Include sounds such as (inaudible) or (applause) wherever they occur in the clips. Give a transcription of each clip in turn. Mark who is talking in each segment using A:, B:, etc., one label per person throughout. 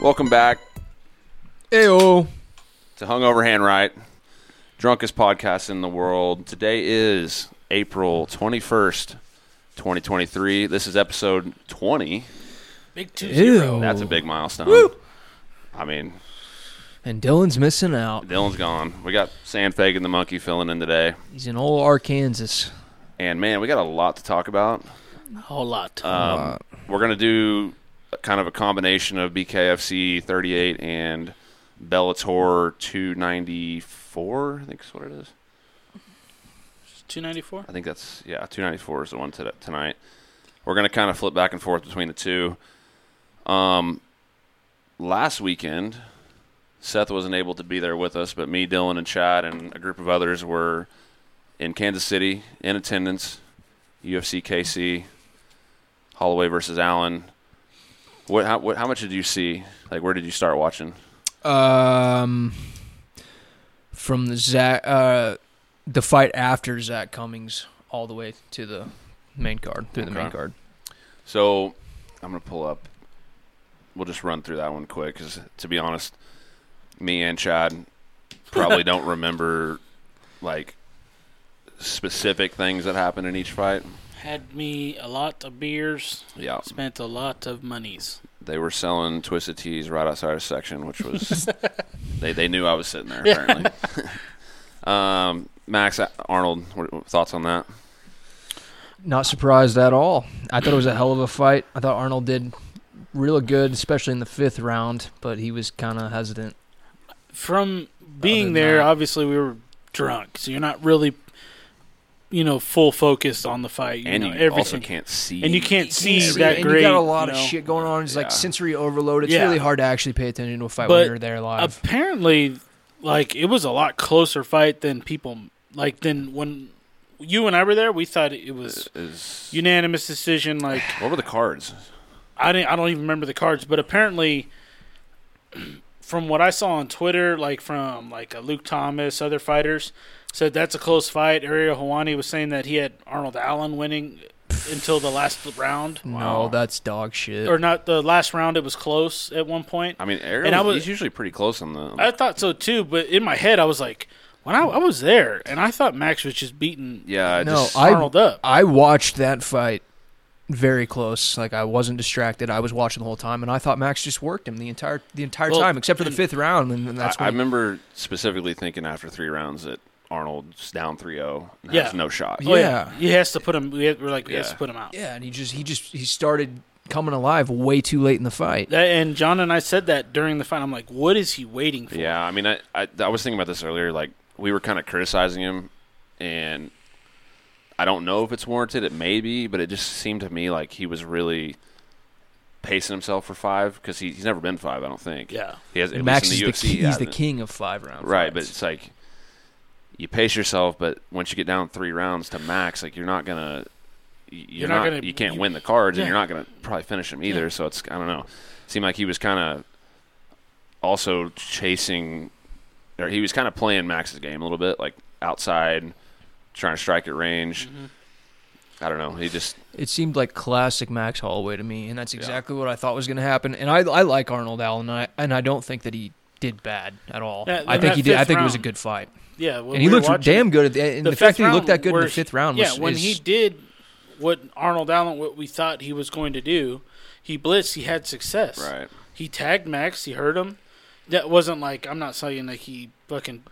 A: Welcome back
B: Ayo.
A: to Hungover Handwrite, drunkest podcast in the world. Today is April 21st, 2023. This is episode 20.
C: Big two zero.
B: Ew.
A: That's a big milestone. I mean,
B: And Dylan's missing out.
A: Dylan's gone. We got Sam Fagan the monkey filling in today.
B: He's in old Arkansas.
A: And man, we got a lot to talk about.
C: A whole lot.
A: Um, We're going to do a- kind of a combination of BKFC 38 and Bellator 294, I think is what it is.
C: Two ninety four.
A: I think that's, yeah, 294 is the one to- tonight. We're going to kind of flip back and forth between the two. Um, last weekend, Seth wasn't able to be there with us, but me, Dylan, and Chad, and a group of others were in Kansas City in attendance. UFC KC, Holloway versus Allen. What how, what how much did you see? Like, where did you start watching?
B: Um, from the Zach, uh, the fight after Zach Cummings, all the way to the main card through the main
A: Okay.
B: card.
A: So, I'm gonna pull up. We'll just run through that one quick, because to be honest, me and Chad
C: (laughs)
A: probably don't remember like specific things that happened in each fight.
C: Had me a lot of beers.
A: Yeah,
C: Spent a lot of monies.
A: they were selling twisted teas right outside our section, which
C: (laughs)
A: was they they knew I was sitting there apparently. (laughs) um, Max Arnold, what- thoughts on that?
B: Not surprised at all. I thought it was a hell of a fight. I thought Arnold did really good, especially in the fifth round, but he was kind of hesitant.
C: From
B: Other than
C: being there,
B: that-
C: obviously we were drunk, so you're not really, you know, full focused on the fight. You
A: and
C: know,
A: you
C: everything.
A: also can't see,
C: And you can't see
A: everything.
C: that
B: and
C: great.
B: you got a lot
C: you
B: of
C: know.
B: shit going on. It's
A: Yeah.
B: like sensory overload. It's
C: Yeah.
B: really hard to actually pay attention to a fight
C: But
B: when you're there live.
C: Apparently, like it was a lot closer fight than people like than when you and I were there. We thought it was
A: Is-
C: unanimous decision. Like
A: what were the cards?
C: I didn't. I don't even remember the cards, but apparently, (clears throat) from what I saw on Twitter, like from like uh, Luke Thomas, other fighters said that's a close fight. Ariel Hawani was saying that he had Arnold Allen winning until the last round,
B: No, that's dog shit.
C: or not the last round. It was close at one point.
A: I mean, Ariel,
C: And I was-
A: he's usually pretty close on the.
C: I thought so too, but in my head, I was like, when I, I was there, and I thought Max was just beating
A: yeah, I
B: no,
A: just,
B: I
C: Arnold up.
B: I watched that fight very close. Like I wasn't distracted. I was watching the whole time, and I thought Max just worked him the entire the entire
C: Well,
B: time, except for the
C: and-
B: fifth round, and, then that's
A: I, I
B: when. he-
A: remember specifically thinking after three rounds that Arnold's down 3-0 and
C: Yeah.
A: has no shot.
B: Yeah.
C: Oh, he has to put him. We had- we're like, we has
A: Yeah.
C: to put him out.
B: yeah, and he just he just he started coming alive way too late in the fight.
C: That, and John and I said that during the fight. I'm like, what is he waiting for?
A: Yeah, I mean, I, I I was thinking about this earlier. Like we were kind of criticizing him, and I don't know if it's warranted. It may be, but it just seemed to me like he was really pacing himself for five because he, he's never been five. I don't think.
C: Yeah.
A: he has. At
B: And Max
A: least in the
B: is
A: UFC,
B: the,
A: he
B: he's the
A: hasn't.
B: king of five round
A: Right, but
B: fights.
A: it's like you pace yourself, but once you get down three rounds to Max, like you're not gonna. You're,
C: not
A: not,
C: gonna-
A: You can't
C: you-
A: win the cards, and
C: yeah.
A: you're not gonna probably finish him either. So it's I don't know. Seemed like he was kind of also chasing, or he was kind of playing Max's game a little bit, like outside, trying to strike at range. I don't know. He just
B: It seemed like classic Max Holloway to me, and that's exactly what I thought was going to happen. And I, I like Arnold Allen, and I, and I don't think that he did bad at all.
C: Yeah,
B: I think
C: that
B: he did. I
C: fifth
B: think it was a
C: round.
B: good fight,
C: Yeah, when
B: and he
C: we were
B: looked
C: watching-
B: damn good. At the, and the,
C: fifth
B: fact that he looked
C: round
B: that good in
C: where
B: the
C: he-
B: fifth round
C: Yeah,
B: was
C: when
B: is-
C: he did what Arnold Allen, what we thought he was going to do, he blitzed. He had success.
A: right.
C: He tagged Max. He hurt him. That wasn't like I'm not saying like he fucking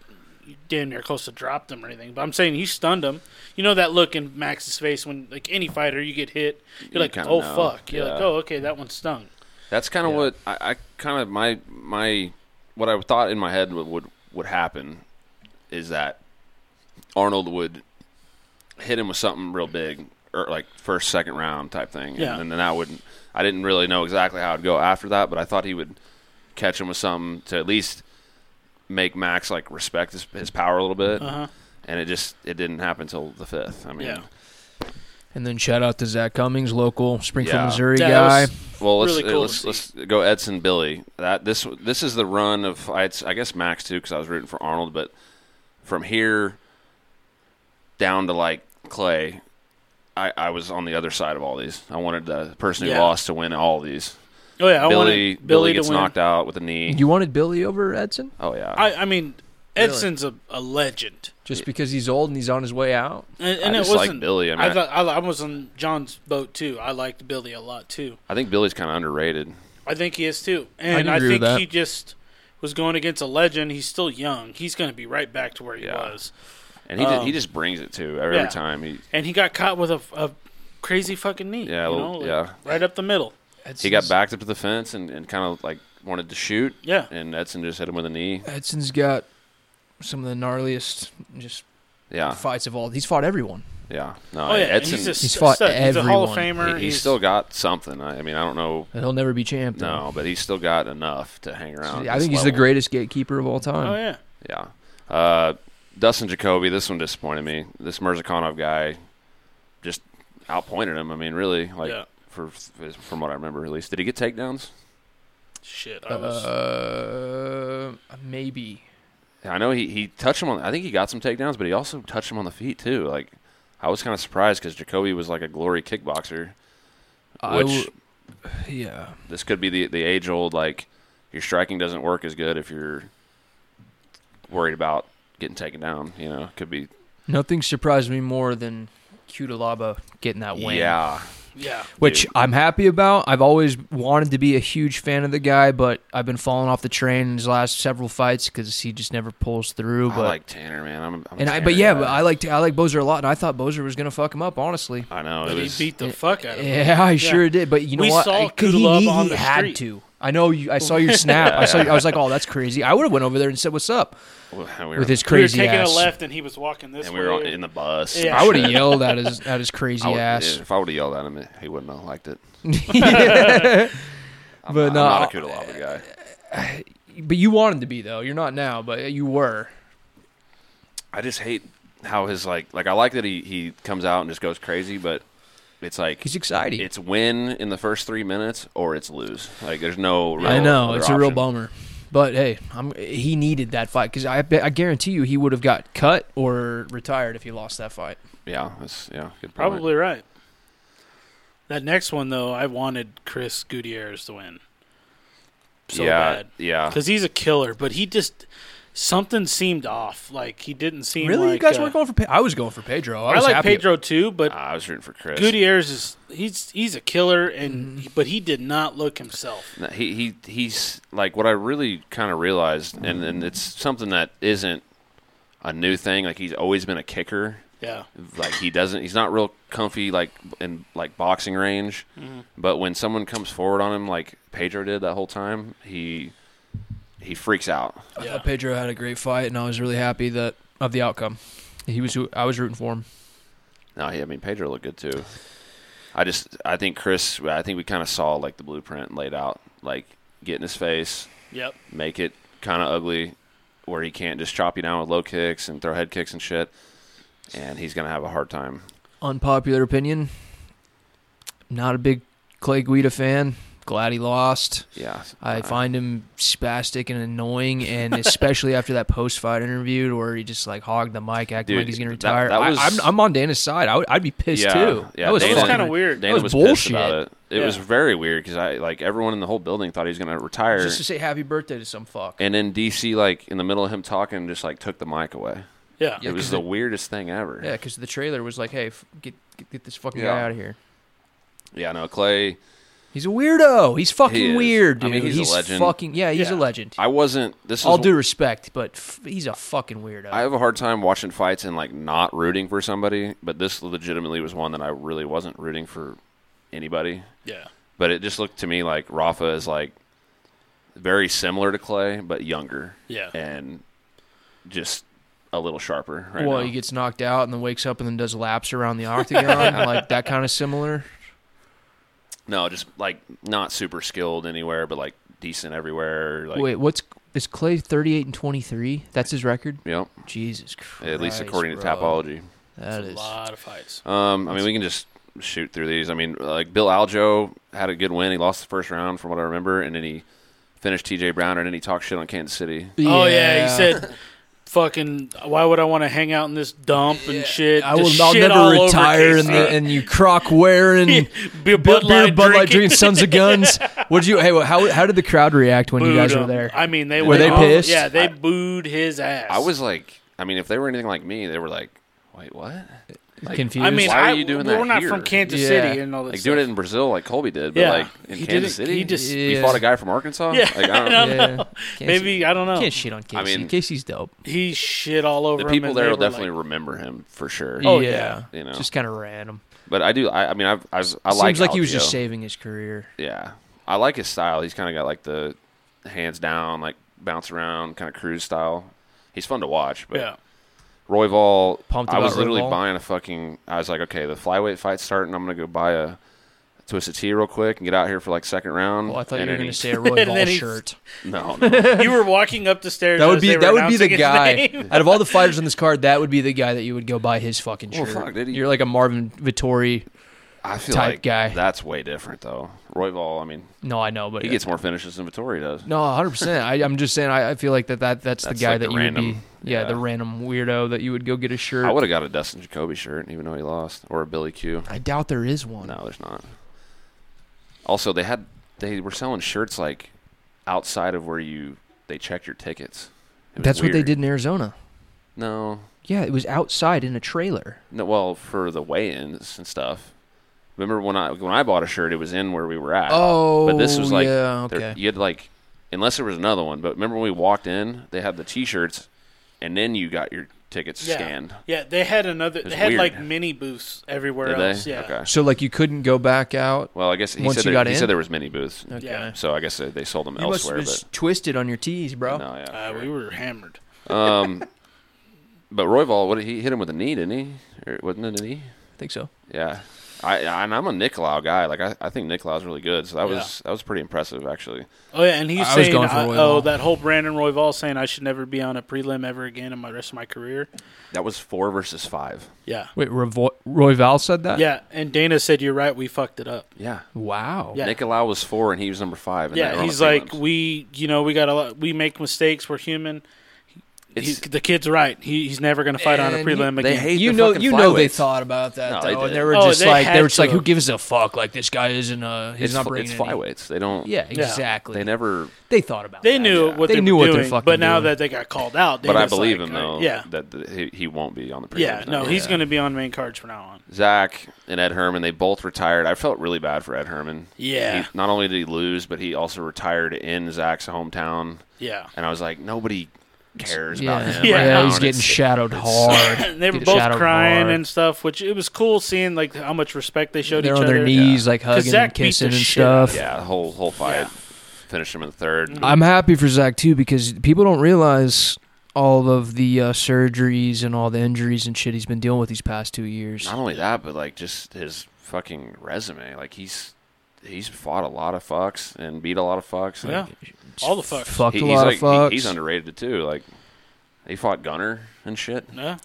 C: damn near close to dropped him or anything, but I'm saying he stunned him. You know that look in Max's face when like any fighter you get hit, you're
A: You
C: like,
A: kinda
C: oh
A: know.
C: fuck, you're like,
A: Yeah.
C: oh okay, that one stung.
A: That's kind of what I, I kind of my my what I thought in my head would, would would happen is that Arnold would hit him with something real big or like first second round type thing,
C: Yeah.
A: and, then that would I didn't really know exactly how it'd go after that, but I thought he would catch him with something to at least make Max like respect his, his power a little bit,
C: Uh huh.
A: and it just it didn't happen till the fifth. I mean,
C: Yeah.
B: And then shout out to Zach Cummings, local Springfield,
A: Yeah.
B: Missouri
C: That
B: guy.
C: was-
A: Well, let's
C: Really cool to
A: let's,
C: see.
A: let's go Edson Billy. That this this is the run of fights. I guess Max too, because I was rooting for Arnold. But from here down to like Clay, I, I was on the other side of all these. I wanted the person who
C: Yeah.
A: lost to win all these.
C: Oh yeah, I
A: Billy,
C: wanted
A: Billy
C: Billy
A: gets
C: to win.
A: knocked out with a knee.
B: You wanted Billy over Edson
A: oh yeah,
C: I, I mean, Edson's a, a legend,
B: just because he's old and he's on his way out.
C: and,
A: I
C: and it
A: just
C: wasn't.
A: like Billy. I mean,
C: I,
A: I,
C: thought, I, I was on John's boat too. I liked Billy a lot too.
A: I think Billy's kind of underrated.
C: I think he is too, and
B: can
C: I,
B: agree with
C: think
B: that.
C: he just was going against a legend. He's still young. He's going to be right back to where he
A: Yeah.
C: was,
A: And he
C: Um,
A: just, he just brings it too every
C: yeah.
A: time. He
C: and he got caught with a, a crazy fucking knee.
A: Yeah,
C: you
A: well,
C: know, like,
A: yeah.
C: right up the middle.
A: he got backed up to the fence and, and kind of like wanted to shoot,
C: Yeah,
A: and Edson just hit him with a knee.
B: Edson's got some of the gnarliest just
A: Yeah,
B: fights of all. He's fought everyone.
A: yeah. No,
C: oh yeah,
A: Edson.
C: he's just
B: He's fought
C: stud. He's a Hall of
B: everyone.
C: Famer.
A: he- he's still got something. I, I mean, I don't know.
B: He'll never be champ. though.
A: No, but he's still got enough to hang around.
B: I
A: this
B: think he's the
A: level.
B: greatest gatekeeper of all time.
C: Oh yeah,
A: Yeah. Uh, Dustin Jacoby, this one disappointed me. This Mirzakhanov guy just outpointed him. I mean, really, like
C: yeah.
A: for from what I remember, at least. Did he get takedowns?
C: Shit, I was.
B: Uh, maybe.
A: I know he, he touched him on. I think he got some takedowns, but he also touched him on the feet too. Like I was kind of surprised because Jacoby was like a glory kickboxer,
B: I
A: which
B: w- yeah.
A: this could be the the age old like your striking doesn't work as good if you're worried about getting taken down. You know, could be
B: Nothing surprised me more than Cutelaba getting that win.
A: yeah.
C: yeah,
B: Which
A: Dude.
B: I'm happy about. I've always wanted to be a huge fan of the guy, but I've been falling off the train in his last several fights because he just never pulls through. But
A: I like Tanner, man. I'm, I'm a
B: and I,
A: Tanner
B: but yeah,
A: guy.
B: but I like I like Bozer a lot, and I thought Bozer was gonna fuck him up. Honestly,
A: I know
C: but
A: it
C: he
A: was.
C: beat the fuck out of him.
B: yeah, I sure did. But you know
C: We
B: what?
C: saw
B: I- 'cause he,
C: Kudalov
B: he-
C: on
B: he
C: the
B: had
C: street.
B: to. I know you. I saw your snap. I saw. You, I was like, "Oh, that's crazy." I would have went over there and said, "What's up?"
A: Well, we were,
B: With his
C: We were
B: crazy
C: taking
B: ass.
C: a left, and he was walking this
A: and
C: way.
A: we were on, in the bus.
C: Yeah.
B: I would
A: (laughs)
B: have yelled at his at his crazy
A: I would-
B: ass.
A: If I would have yelled at him, he wouldn't have liked it.
B: (laughs)
A: (laughs) I'm not,
B: But no,
A: I'm not a Kudalaba guy.
B: But you wanted to be though. You're not now, but you were.
A: I just hate how his like like I like that he he comes out and just goes crazy, but it's like
B: He's exciting.
A: it's win in the first three minutes or it's lose. Like there's no. Real
B: I know
A: other
B: it's a real
A: option.
B: bummer, but hey, I'm, he needed that fight because I bet- I guarantee you he would have got cut or retired if he lost that fight.
A: Yeah, that's yeah. Good point.
C: Probably right. That next one though, I wanted Chris Gutierrez to win. So
A: yeah,
C: bad.
A: yeah.
C: Because he's a killer, but he just something seemed off. Like he didn't seem
B: Really,
C: Like,
B: you guys
C: uh,
B: weren't going for? Pe- I was going for Pedro. I,
C: I
B: was
C: like
B: happy. Ah,
C: Pedro too, but
A: I was rooting for Chris.
C: Gutierrez is he's he's a killer,
B: Mm-hmm.
C: and but he did not look himself.
A: No, he he he's like what I really kind of realized, and and it's something that isn't a new thing. Like he's always been a kicker.
C: Yeah,
A: Like he doesn't. He's not real comfy like in like boxing range.
C: Mm-hmm.
A: But when someone comes forward on him, like Pedro did that whole time, he he freaks out.
B: I
C: yeah.
B: thought Pedro had a great fight, and I was really happy that of the outcome. He was who I was rooting for him.
A: No, he, I mean Pedro looked good too. I just I think Chris. I think we kind of saw like the blueprint laid out. Like get in his face,
C: Yep.
A: make it kind of ugly where he can't just chop you down with low kicks and throw head kicks and shit. And he's going to have a hard time.
B: Unpopular opinion. Not a big Clay Guida fan. Glad he lost.
A: Yeah.
B: I
A: Uh,
B: find him spastic and annoying, and especially after that post-fight interview where he just like hogged the mic, acting
A: Dude,
B: like he's gonna
A: that-
B: retire.
A: that was-
B: I, am I'm on Dana's side. I would, I'd be pissed
A: Yeah,
B: too.
A: yeah,
B: that was
A: Dana-
C: It was
B: fucking-
C: kind of weird.
A: Dana
B: was
A: was, pissed
B: bullshit.
A: about it. It
C: Yeah.
A: was very weird because I, like, everyone in the whole building thought he was going to retire.
B: Just to say happy birthday to some fuck.
A: and then DC, like, in the middle of him talking, just, like, took the mic away.
C: Yeah.
B: Yeah.
A: it was
B: 'cause
A: the
B: it-
A: weirdest thing ever.
B: Yeah, because the trailer was like, "Hey, f- get get, get this fucking guy
A: Yeah.
B: out of here."
A: Yeah, no, Clay,
B: He's a weirdo. He's fucking
A: He is.
B: weird,
A: I
B: dude.
A: mean, he's a legend.
B: fucking yeah. He's
C: Yeah.
B: a legend.
A: I wasn't. This is.
B: All due respect, but f- he's a fucking weirdo.
A: I have a hard time watching fights and, like, not rooting for somebody, but this legitimately was one that I really wasn't rooting for anybody.
C: Yeah.
A: but it just looked to me like Rafa is like very similar to Clay, but younger
C: Yeah.
A: and just a little sharper. Right
B: well,
A: now.
B: he gets knocked out and then wakes up and then does laps around the octagon,
A: (laughs)
B: like that kind of similar.
A: no, just like not super skilled anywhere, but like decent everywhere. Like,
B: Wait, what's is Clay thirty eight and twenty three? That's his record.
A: Yep,
B: Jesus Christ!
A: at least according to
B: bro.
A: Tapology.
B: That
C: It's a
B: is.
C: lot of fights.
A: Um, I mean, we can just shoot through these. I mean, like Bill Aljo had a good win. He lost the first round, from what I remember, and then he finished T.J. Brown, and then he talked shit on Kansas City.
C: Oh yeah, he Oh, said fucking. Why would I want to hang out in this dump and shit?
B: I
C: Just
B: will. I'll
C: shit all
B: never
C: over
B: retire, and,
C: KC.
B: the, and you croc
C: (laughs)
B: wearing
C: Be a
B: Bud
C: Bud
B: Light,
C: Light
B: Bud Light
C: drinking.
B: drinking Sons of
C: (laughs)
B: Guns. Would you? Hey, well, how how did the crowd react when you guys
C: Booed
B: were
C: him.
B: there?
C: I mean, they
B: Were they
C: all-
B: pissed?
C: Yeah, they booed his ass.
A: I was like, I mean, if they were anything like me, they were like, wait, what? Like,
B: Confused.
C: I mean,
A: Why are
C: I-
A: you doing
C: We're
A: that
C: not
A: here?
C: from Kansas
B: Yeah.
C: City and all this.
A: Like
C: stuff.
A: doing it in Brazil, like Colby did, but
C: Yeah.
A: like in
C: He
A: Kansas
C: didn't-
A: City,
C: he just-
A: he fought a guy from Arkansas.
C: Yeah.
A: like, I don't
C: I
A: know.
C: don't
B: Yeah.
C: know.
B: Can't
C: Maybe um, I don't
B: shit-
C: know.
B: can't shit on Casey.
A: mean-
B: Casey's dope.
C: He shit all over
A: The
C: him
A: people
C: and
A: there
C: they
A: will
C: were like-
A: definitely remember him for sure.
C: Oh,
B: yeah,
C: yeah.
A: You know,
B: just kind of random.
A: but I do. I, I mean, I've, I've I
B: Seems
A: like.
B: like, he was
A: Algeo.
B: just saving his career.
A: Yeah, I like his style. He's kind of got like the hands down, like bounce around, kind of cruise style. He's fun to watch. But
C: yeah.
A: Royval,
B: Pumped
A: I was
B: about
A: literally
B: Royval?
A: buying a fucking. I was like, okay, the flyweight fight's starting. I'm gonna go buy a twisted tea real quick and get out here for like second round.
B: Well, Oh, I thought
A: Mm, And
B: you were
A: then he-
B: going to
C: (laughs)
B: say a Roy
C: And then
B: Ball
C: he-
B: shirt.
A: (laughs) no, no.
C: You were walking up the stairs.
B: That would
C: as
B: be
C: they were
B: that would be the
C: announcing his
B: guy.
C: name. (laughs)
B: Out of all the fighters on this card, that would be the guy that you would go buy his fucking
A: Well,
B: shirt.
A: fuck, did he-
B: You're like a Marvin Vittori.
A: I feel
B: Type
A: like
B: guy.
A: that's way different though. Royval, I mean,
B: No, I know, but
A: he gets more finishes than Vittori does.
B: No, 100. percent I, I'm just saying. I, I feel like that, that that's,
A: That's
B: the guy
A: like
B: that
A: the
B: you would
A: random-
B: be. Yeah,
A: yeah.
B: the random weirdo that you would go get a shirt.
A: I
B: I,
A: would have got a Dustin Jacoby shirt, even though he lost, or a Billy Q.
B: doubt there is one.
A: No, there's not. Also, they had they were selling shirts like outside of where you they checked your tickets. It was
B: That's what they
A: weird.
B: did in Arizona.
A: No,
B: Yeah, it was outside in a trailer.
A: no. Well, for the weigh-ins and stuff. Remember when I when I bought a shirt, it was in where we were at.
B: Oh,
A: but this was like
B: yeah,
A: there-
B: okay.
A: you had like unless there was another one. But remember when we walked in, they had the T-shirts, and then you got your tickets
C: Yeah.
A: scanned.
C: Yeah, they had another. They
A: was
C: had
A: weird.
C: like mini booths everywhere
A: Did
C: else.
A: they?
C: Yeah.
A: Okay.
B: So like you couldn't go back out.
A: Well, I guess he
B: Once
A: said
B: you
A: there,
B: got
A: he
B: in?
A: said there was many booths,
B: Okay.
C: Yeah.
A: so I guess they, they sold them
B: You must
A: elsewhere.
B: have been
A: But
B: twisted on your tees, bro.
A: no, yeah,
C: Uh, we were hammered.
A: (laughs) Um, but Royval, what he hit him with a knee, didn't he? Or wasn't it a knee?
B: I think so.
A: Yeah. I and I'm a Nicolau guy. Like I, I think Nicolau's really good. So that was that was pretty impressive actually.
C: Oh yeah, and he's
B: I was
C: saying,
B: going for
C: uh,
B: Roy
C: "Oh,
B: Wall.
C: that whole Brandon Royval saying I should never be on a prelim ever again in my rest of my career."
A: That was four versus five.
C: Yeah,
B: Wait, Revo- Roy Val said that.
C: yeah. And Dana said, "You're right. We fucked it up."
A: Yeah.
B: Wow.
C: Yeah.
A: Nicolau was four and he was number five. and they were
C: yeah,
A: on
C: he's
A: the
C: like,
A: prelims.
C: "We, you know, we got a lot. We make mistakes. We're human." He,
A: It's-
C: the kid's right. He, he's never going to fight on a
B: And you-
C: prelim
A: they
C: again.
A: hate
B: You
A: the
B: know,
A: fucking
B: you know, they
A: flyweights.
B: thought about
A: No,
B: that
A: they
B: though,
A: did.
B: and they were
C: Oh,
B: just
C: they
B: like,
C: had
B: they were just like,
C: to.
B: who gives a fuck? Like this guy isn't uh, he's
A: It's,
B: not
A: fl-
B: bringing
A: it's
B: any-
A: flyweights. They don't.
B: Yeah,
A: Yeah.
B: exactly.
A: They never.
B: they thought about.
C: They
B: that.
C: knew
A: Yeah.
C: what
B: They
C: they,
B: knew
C: were
B: what they're
C: doing,
B: fucking
C: but now
B: doing.
C: that they got called out, they
A: But I
C: was
A: believe
C: like,
A: him
C: uh,
A: though.
C: Yeah,
A: That th- he, he won't be on the prelims.
C: yeah.
A: next
C: No,
A: year.
C: he's going to be on main cards from now on.
A: Zach and Ed Herman, they both retired. I felt really bad for Ed Herman.
C: Yeah.
A: He, not only did he lose, but he also retired in Zach's hometown.
C: Yeah,
A: And I was like, nobody cares
B: Yeah,
A: about him.
B: yeah,
A: right now.
B: he's
A: And
B: getting
A: it's-
B: shadowed hard.
C: (laughs) they were
B: Getting
C: both
B: shadowed
C: crying
B: hard.
C: and stuff, which it was cool seeing like how much respect they showed
B: They're
C: each
B: on
C: other.
B: their knees, like hugging and
C: Zach beat the
B: kissing and
C: shit out
B: stuff.
C: of
A: Yeah, the whole whole fight. Finished him in the third.
B: I'm happy for Zach too because people don't realize all of the uh, surgeries and all the injuries and shit he's been dealing with these past two years.
A: Not only that, but like just his fucking resume. Like he's he's fought a lot of fucks and beat a lot of fucks. Like,
C: Yeah, all the fucks.
B: Fucked
A: he-
B: a
A: he's
B: lot
A: like
B: of fucks.
A: he- he's underrated too. Like he fought Gunner and shit.
C: No,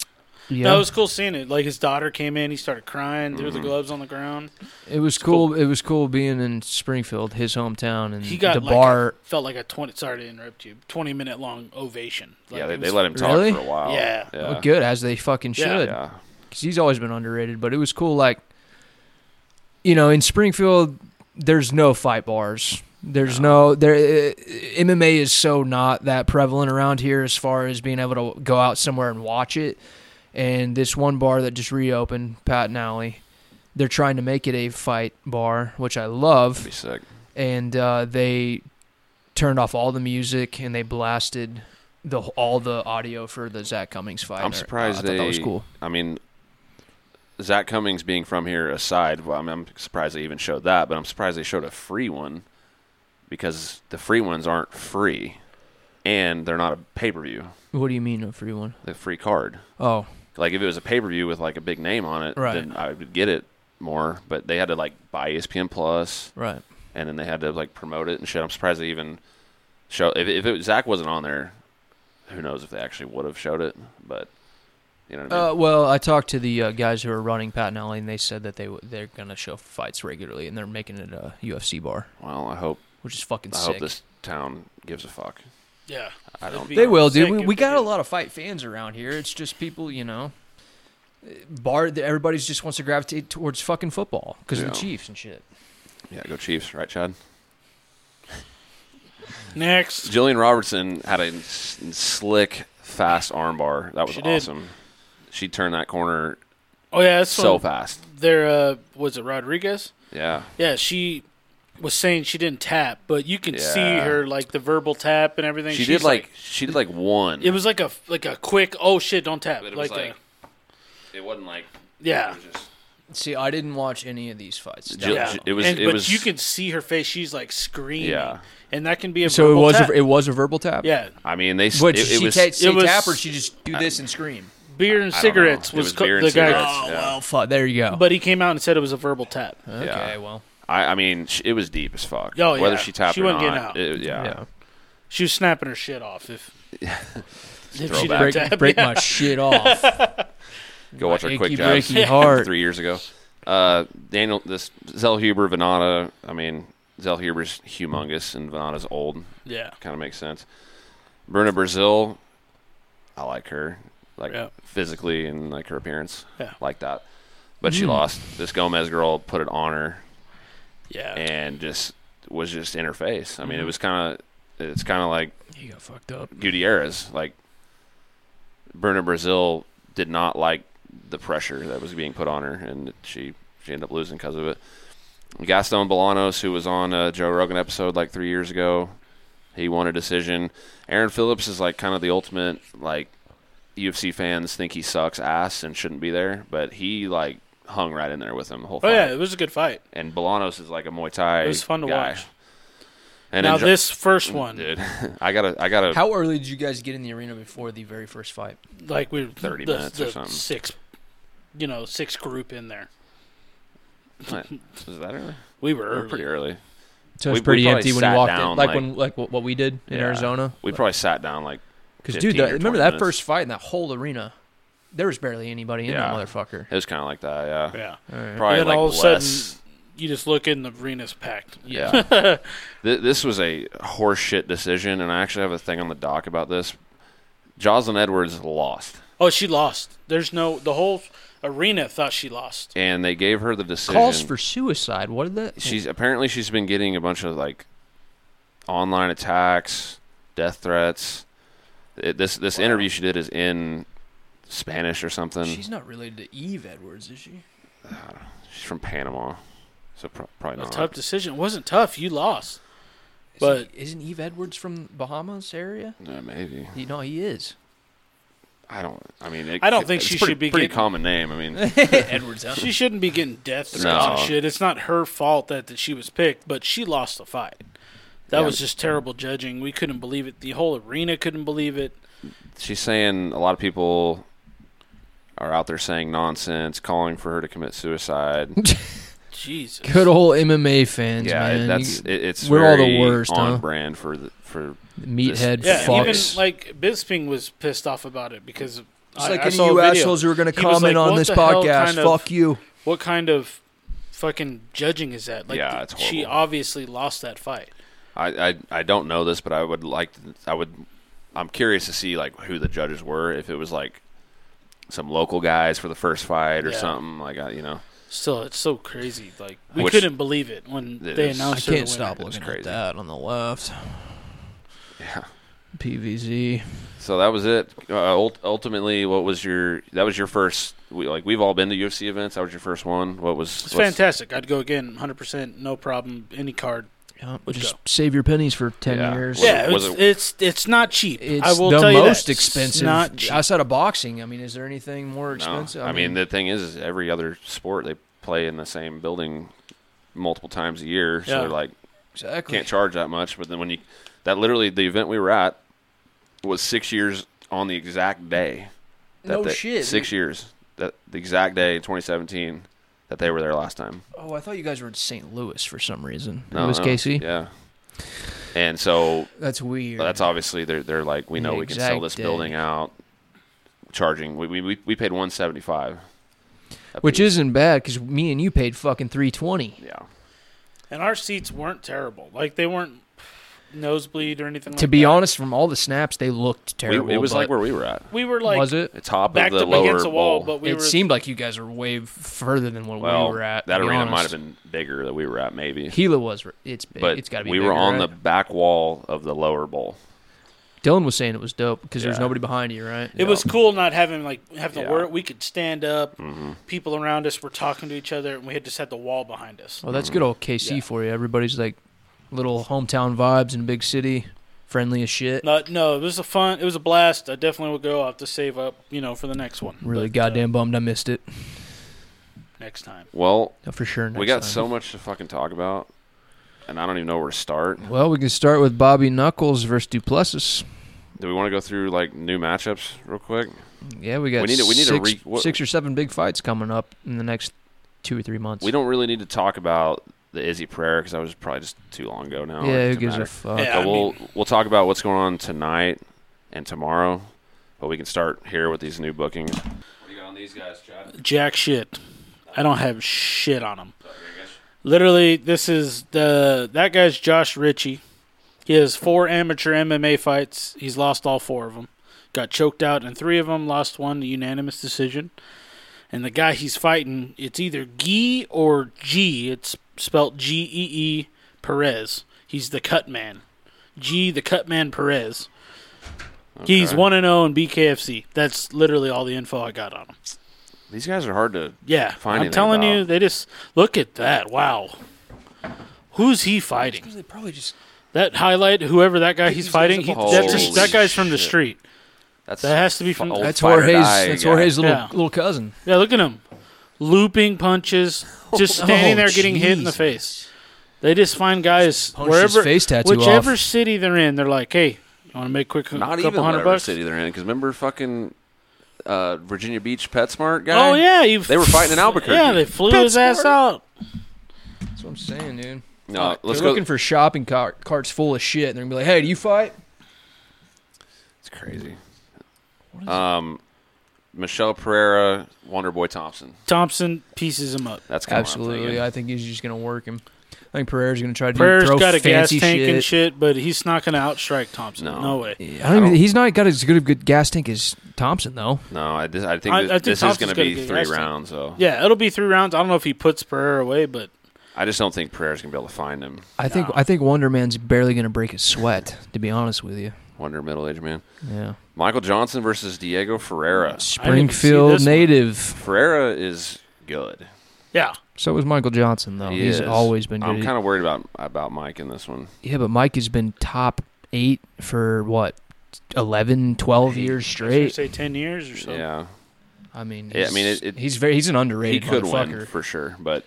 B: Yeah.
C: no, it was cool seeing it. Like his daughter came in, he started crying, threw
A: Mm-hmm.
C: the gloves on the ground.
B: It was cool.
C: cool.
B: It was cool being in Springfield, his hometown, and
C: He got
B: the
C: like
B: bar.
C: a- felt like a twenty. Sorry to interrupt you. Twenty minute long ovation. Like,
A: yeah, they,
C: it
A: they
C: was-
A: let him talk
B: Really?
A: for a while.
C: Yeah.
A: yeah.
B: looked uh, good as they fucking
C: Yeah.
B: should.
A: Yeah.
B: Because he's always been underrated. But it was cool. Like, you know, in Springfield, there's no fight bars. There's no, there. Uh, MMA is so not that prevalent around here as far as being able to go out somewhere and watch it. And this one bar that just reopened, Pat and Alley, they're trying to make it a fight bar, which I love
A: Be sick.
B: and uh, they turned off all the music and they blasted the all the audio for the Zach Cummings fight.
A: I'm surprised
B: I thought that was
A: they-
B: cool.
A: I mean, Zach Cummings being from here aside, well, I mean, I'm surprised they even showed that, but I'm surprised they showed a free one because the free ones aren't free and they're not a pay per view,
B: What do you mean a free one?
A: the free card.
B: Oh,
A: Like, if it was a pay per view with like a big name on it,
B: Right.
A: then I would get it more, but they had to like buy E ESPN Plus
B: right.
A: and then they had to like promote it and shit. I'm surprised they even show if, if it, Zach wasn't on there, who knows if they actually would have showed it, but you know what I mean?
B: Uh, well, I talked to the uh, guys who are running Pat and Alley, and they said that they w- they're gonna show fights regularly, and they're making it a UFC bar,
A: well, I hope.
B: which is fucking
A: I
B: sick.
A: hope this town gives a fuck.
C: Yeah.
A: I
C: That'd
A: don't.
C: be
B: They will, dude.
C: sick
B: We,
C: if
B: we
C: they
B: got a
C: did.
B: lot of fight fans around here. It's just people, you know, eh, bar. Everybody's just wants to gravitate towards fucking football because of
A: Yeah.
B: the Chiefs and shit.
A: Yeah, go Chiefs, right, Chad?
C: Next.
A: Jillian Robertson had a s- slick, fast armbar. That was
C: She did.
A: awesome. She turned that corner
C: Oh yeah, that's
A: so
C: so
A: fast.
C: there uh was it Rodriguez?
A: Yeah,
C: Yeah, she was saying she didn't tap, but you can see
A: Yeah.
C: her like the verbal tap and everything.
A: she
C: She's
A: did like, she did like one.
C: it was like a like a quick oh shit don't tap
A: But it
C: like,
A: was
C: a-
A: like, it wasn't like
C: yeah
A: It was just,
B: See, I didn't watch any of these fights.
A: Jill-
C: yeah
A: it was-
C: and,
A: it
C: but
A: was-
C: you can see her face she's like screaming
A: Yeah.
C: and that can be a
B: So it
C: verbal
B: was
C: tap.
B: a, it was a verbal tap.
C: yeah
A: I mean, they. s-
B: But
A: it,
B: did
A: it
B: she
A: was,
B: ta- say
C: it was-
B: tap or she just do this and scream?
C: beer and
A: I don't
C: cigarettes
A: know. It
C: was,
A: was
C: co-
A: beer and
C: the guy
A: cigarettes.
C: that's-
A: Oh, Yeah. well,
B: fuck. There you go.
C: but he came out and said it was a verbal tap
B: okay,
A: Yeah.
B: well,
A: I, I mean, sh- it was deep as fuck.
C: Oh, yeah.
A: Whether she tapped
C: She
A: or
C: wasn't
A: not,
C: getting out.
A: it- yeah.
C: she was snapping her shit
A: (laughs)
C: off if if she
A: Throwback.
C: didn't
B: break,
C: tap
B: break
C: yeah.
B: my
A: (laughs)
B: shit off.
A: Go watch our
B: Achy,
A: quick jabs
B: breaky heart.
A: three years ago. Uh, Daniel, this Zell Huber, Venata. I mean, Zell Huber's humongous and Venata's old.
C: yeah
A: kind of makes sense. Bruna Brazil, I like her, like
C: Yeah.
A: physically and like her appearance,
C: Yeah.
A: like that. But she
B: Mm.
A: lost. This Gomez girl put it on her
C: yeah Mm-hmm.
A: and just was just in her face. I mean, it was kind of it's kind of like
B: You got fucked up.
A: Gutierrez. Like Bruna Brazil did not like the pressure that was being put on her, and she she ended up losing because of it. Gaston Bolanos, who was on a Joe Rogan episode like three years ago, he won a decision. Aaron Phillips is like kind of the ultimate like UFC fans think he sucks ass and shouldn't be there, but he like hung right in there with him the whole
C: oh
A: fight.
C: yeah it was a good fight
A: And Bolanos is like a Muay Thai.
C: It was fun to
A: guy.
C: watch.
A: And
C: now
A: in Jo-
C: this first
A: (laughs)
C: one
A: dude, I gotta I gotta
B: How early did you guys get in the arena before the very first fight?
C: like we
A: 30
C: the,
A: minutes or
C: the
A: something.
C: six you know six group in there
A: What? Was that early?
C: we were
A: We were
C: early.
A: pretty early. it
B: So it
A: was
B: was
A: We- we pretty
B: pretty
A: probably
B: empty when
A: sat
B: you walked
A: down,
B: in, like,
A: like-
B: when like what, what we did in
A: Yeah.
B: Arizona.
A: We probably sat down like
B: because
A: 15
B: dude,
A: or
B: that,
A: 20
B: remember that
A: minutes.
B: first fight in that whole arena? There was barely anybody in that
A: Yeah.
B: motherfucker.
A: it was kind of like that. Yeah,
C: yeah
A: probably
C: And then
A: like
C: all of a sudden-
A: less.
C: you just look in the arena's packed
A: yeah,
C: (laughs)
A: Th- this was a horseshit decision, and I actually have a thing on the doc about this. Jocelyn Edwards lost,
C: oh she lost there's no the whole arena thought she lost
A: and they gave her the decision.
B: Calls for suicide. What did that?
A: she's apparently she's been getting a bunch of like online attacks, death threats. It, this this interview she did is in Spanish or something.
B: she's not related to Eve Edwards, is she?
A: She's from Panama, so pro- probably
C: a
A: not.
C: tough decision it wasn't tough you lost
B: But
C: But-
B: isn't Eve Edwards from Bahamas area?
A: Uh, maybe.
B: You know he is.
A: I don't. I mean, it,
C: I don't think
A: it's
C: she
A: pretty,
C: should be
A: pretty
C: getting-
A: common name. I
C: (laughs)
A: mean,
B: Edwards, huh?
C: she shouldn't be getting death threats
A: No.
C: and shit it's not her fault that, that she was picked but she lost the fight that
A: Yeah.
C: was just terrible judging we couldn't believe it the whole arena couldn't believe it
A: she's saying a lot of people are out there saying nonsense, calling for her to commit suicide.
C: jesus
B: Good old MMA fans,
A: yeah, it-
B: man.
A: that's
B: You
A: it, it's
B: we're all the
A: very
B: worst,
A: on
B: huh?
A: brand for the for
B: meathead
A: this-
C: Yeah,
A: Yeah,
C: and
A: it
C: even
B: fucks.
C: like Bisping was pissed off about it because I,
B: It's like
C: I
B: any
C: saw
B: of
C: a
B: you
C: video.
B: assholes who are going to
C: He was
B: comment
C: like,
B: on
C: what
B: this
C: the hell
B: podcast.
C: kind of-
B: Fuck you.
C: What kind of fucking judging is that? Like,
A: Yeah,
C: the-
A: it's
C: she
A: horrible.
C: obviously lost that fight.
A: I, I I don't know this, but I would like to, I would I'm curious to see like who the judges were if it was like some local guys for the first fight or
C: Yeah.
A: something like I, you know
C: Still, it's so crazy. Like we
A: Which-
C: couldn't believe it when
A: It
C: they
A: is.
B: I
C: announced. her
B: can't
C: the
B: stop
A: It's
B: looking
A: crazy.
B: at that on the left.
A: yeah.
B: PVZ.
A: So that was it. Uh, ult- ultimately, what was your that was your first we, like we've all been to UFC events. That was your first one. What was
C: It's
A: what's-
C: fantastic. I'd go again, hundred percent, no problem. Any card.
B: Yeah,
C: Let's
B: just
C: go.
B: save your pennies for 10
A: Yeah.
B: years.
A: Was it-
C: yeah,
A: was
C: it's,
A: it-
C: it's it's not cheap.
B: It's
C: I will
B: the
C: tell you that.
B: most
C: It's
B: expensive.
C: Not cheap.
B: outside of boxing. I mean, is there anything more
A: No.
B: expensive?
A: I, mean, the thing is, is every other sport they play in the same building multiple times a year, so
C: Yeah.
A: they're like
B: exactly.
A: can't charge that much. But then when you that literally the event we were at was six years on the exact day.
B: No
A: they-
B: shit.
A: Six years that the exact day in 2017 that they were there last time.
B: Oh, I thought you guys were in St. Louis for some reason.
A: No,
B: it was
A: no,
B: Casey.
A: Yeah. And so
B: That's weird.
A: That's obviously they're they're like we know
B: The
A: we can sell
B: exact
A: this
B: day.
A: building out, charging. We we- we, we paid one seventy five,
B: Which isn't bad because me and you paid fucking three twenty.
A: yeah.
C: And our seats weren't terrible. Like they weren't. nosebleed or anything.
B: To
C: like
B: be
C: that.
B: honest, from all the snapped, they looked
A: We-
B: terrible.
A: it was like
B: but-
A: where we were at.
C: we were like
B: was it?
A: Top
C: backed
A: of the
C: up
A: lower
C: against a wall,
A: bowl.
C: but we
B: it
C: were
B: seemed like you guys were way further than what
A: well,
B: we were at.
A: that
B: to be
A: arena
B: honest.
A: might have been bigger that we were at, maybe.
B: Gila was. It's big.
A: but
B: it's got to be.
A: we
B: bigger,
A: were on
B: right?
A: the back wall of the lower bowl.
B: Dylan was saying it was dope because there's
A: Yeah.
B: nobody behind you, right?
C: It was cool not having like
A: Yeah.
C: having
A: Mm-hmm.
C: to work. We could stand up. People around us were talking to each other, and we had just had the wall behind us.
B: Well, that's good old KC
C: Yeah.
B: for you. Everybody's like little hometown vibes in big city, friendly as shit.
C: No, no, it was a fun. It was a blast. I definitely will go. I will have to save up, you know, for the next one.
B: Really
C: But, uh,
B: goddamn bummed I missed it.
C: next time.
A: Well,
B: No, for sure. Next
A: we got
B: time.
A: so much to fucking talk about, and I don't even know where to start.
B: Well, we can start with Bobby Knuckles versus Duplessis.
A: Do we want to go through like new matchups real quick?
B: Yeah, we got
A: We need to- we need to
B: six,
A: re- what-
B: six or seven big fights coming up in the next two or three months.
A: We don't really need to talk about the Izzy prayer because that was probably just too long ago now.
B: yeah,
A: It
B: who
A: doesn't
B: gives
A: matter.
B: a fuck?
C: Yeah.
A: So
C: I
A: we'll we'll talk about what's going on tonight and tomorrow, but we can start here with these new bookings. What do you got on these guys, Chad?
C: Jack shit. I don't have shit on him. Literally, this is the that guy's Josh Ritchie. He has four amateur MMA fights. He's lost all four of them. Got choked out in three of them. Lost one to unanimous decision. And the guy he's fighting, it's either Gee or G. It's spelt G E E Perez. He's the cut man. G the cut man Perez. He's
A: Okay.
C: one and zero in BKFC. That's literally all the info I got on him.
A: These guys are hard to.
C: Yeah,
A: find
C: I'm
A: anything
C: telling
A: about.
C: you, they just look at that. Wow, who's he fighting?
B: They probably just
C: That highlight, whoever that guy he's
B: He's
C: fighting, he,
A: Holy
C: that's just, that guy's from the
A: shit.
C: street.
A: That's
C: That has to be from-
A: fu- old
B: that's
A: fight or
B: Jorge's.
A: die
B: That's
A: guy.
B: Jorge's little
C: Yeah.
B: little cousin.
C: Yeah, look at him, looping punches,
A: (laughs)
C: just standing
B: Oh,
C: there getting hit in the
B: Jesus.
C: face. They just find guys
B: Punched his
C: wherever,
B: face tattoo
C: whichever
B: off.
C: city they're in, they're like, "Hey, you want to make quick a
A: Not
C: couple
A: even
C: hundred
A: whatever
C: bucks?"
A: city they're in because remember fucking uh, Virginia Beach PetSmart guy.
C: Oh yeah, he,
A: They were fighting in Albuquerque.
C: Yeah, they flew his ass out.
B: That's what I'm saying, dude.
A: No, let's
B: they're
A: go.
B: looking for shopping cart, carts full of shit, and they're gonna be like, "Hey, do you fight?"
A: it's crazy.
B: What is
A: Um, Michelle Pereira, Wonder Boy Thompson.
C: Thompson pieces him up.
A: That's kinda what I'm
B: Absolutely.
A: thinking.
B: I think he's just gonna work him. I think Pereira's gonna try to
C: Prayer's
B: do, throw
C: got a gas
B: fancy
C: tank and shit, but he's not going to outstrike Thompson.
A: No.
C: no way.
B: I don't
A: I
B: even,
A: don't-
B: he's not got as good a good gas tank as Thompson though.
A: No, I, just, I think
C: I-
A: this,
C: I think
A: this is
C: Thompson's
A: going to
C: gonna
A: be
C: get
A: three
C: arrested.
A: rounds, though.
C: Yeah, it'll be three rounds. I don't know if he puts Pereira away, but
A: I just don't think Pereira's going to be able to find him.
B: I think
C: No.
B: I think Wonder Man's barely gonna break a sweat. To be honest with you,
A: Wonder middle aged man.
B: yeah.
A: Michael Johnson versus Diego Ferreira.
B: Springfield
C: this one.
B: native.
A: Ferreira is good.
C: yeah,
B: So was Michael Johnson though.
A: He
B: he's
A: is.
B: always been good.
A: I'm kind of worried about about Mike in this one.
B: Yeah, but Mike has been top eight for what, 11, 12 years
C: should
B: straight.
C: say ten years or so.
A: Yeah,
B: I mean,
A: Yeah, I
B: he's,
A: mean, it- it-
B: he's very he's an
A: he
B: underrated
A: could
B: motherfucker.
A: win for sure, but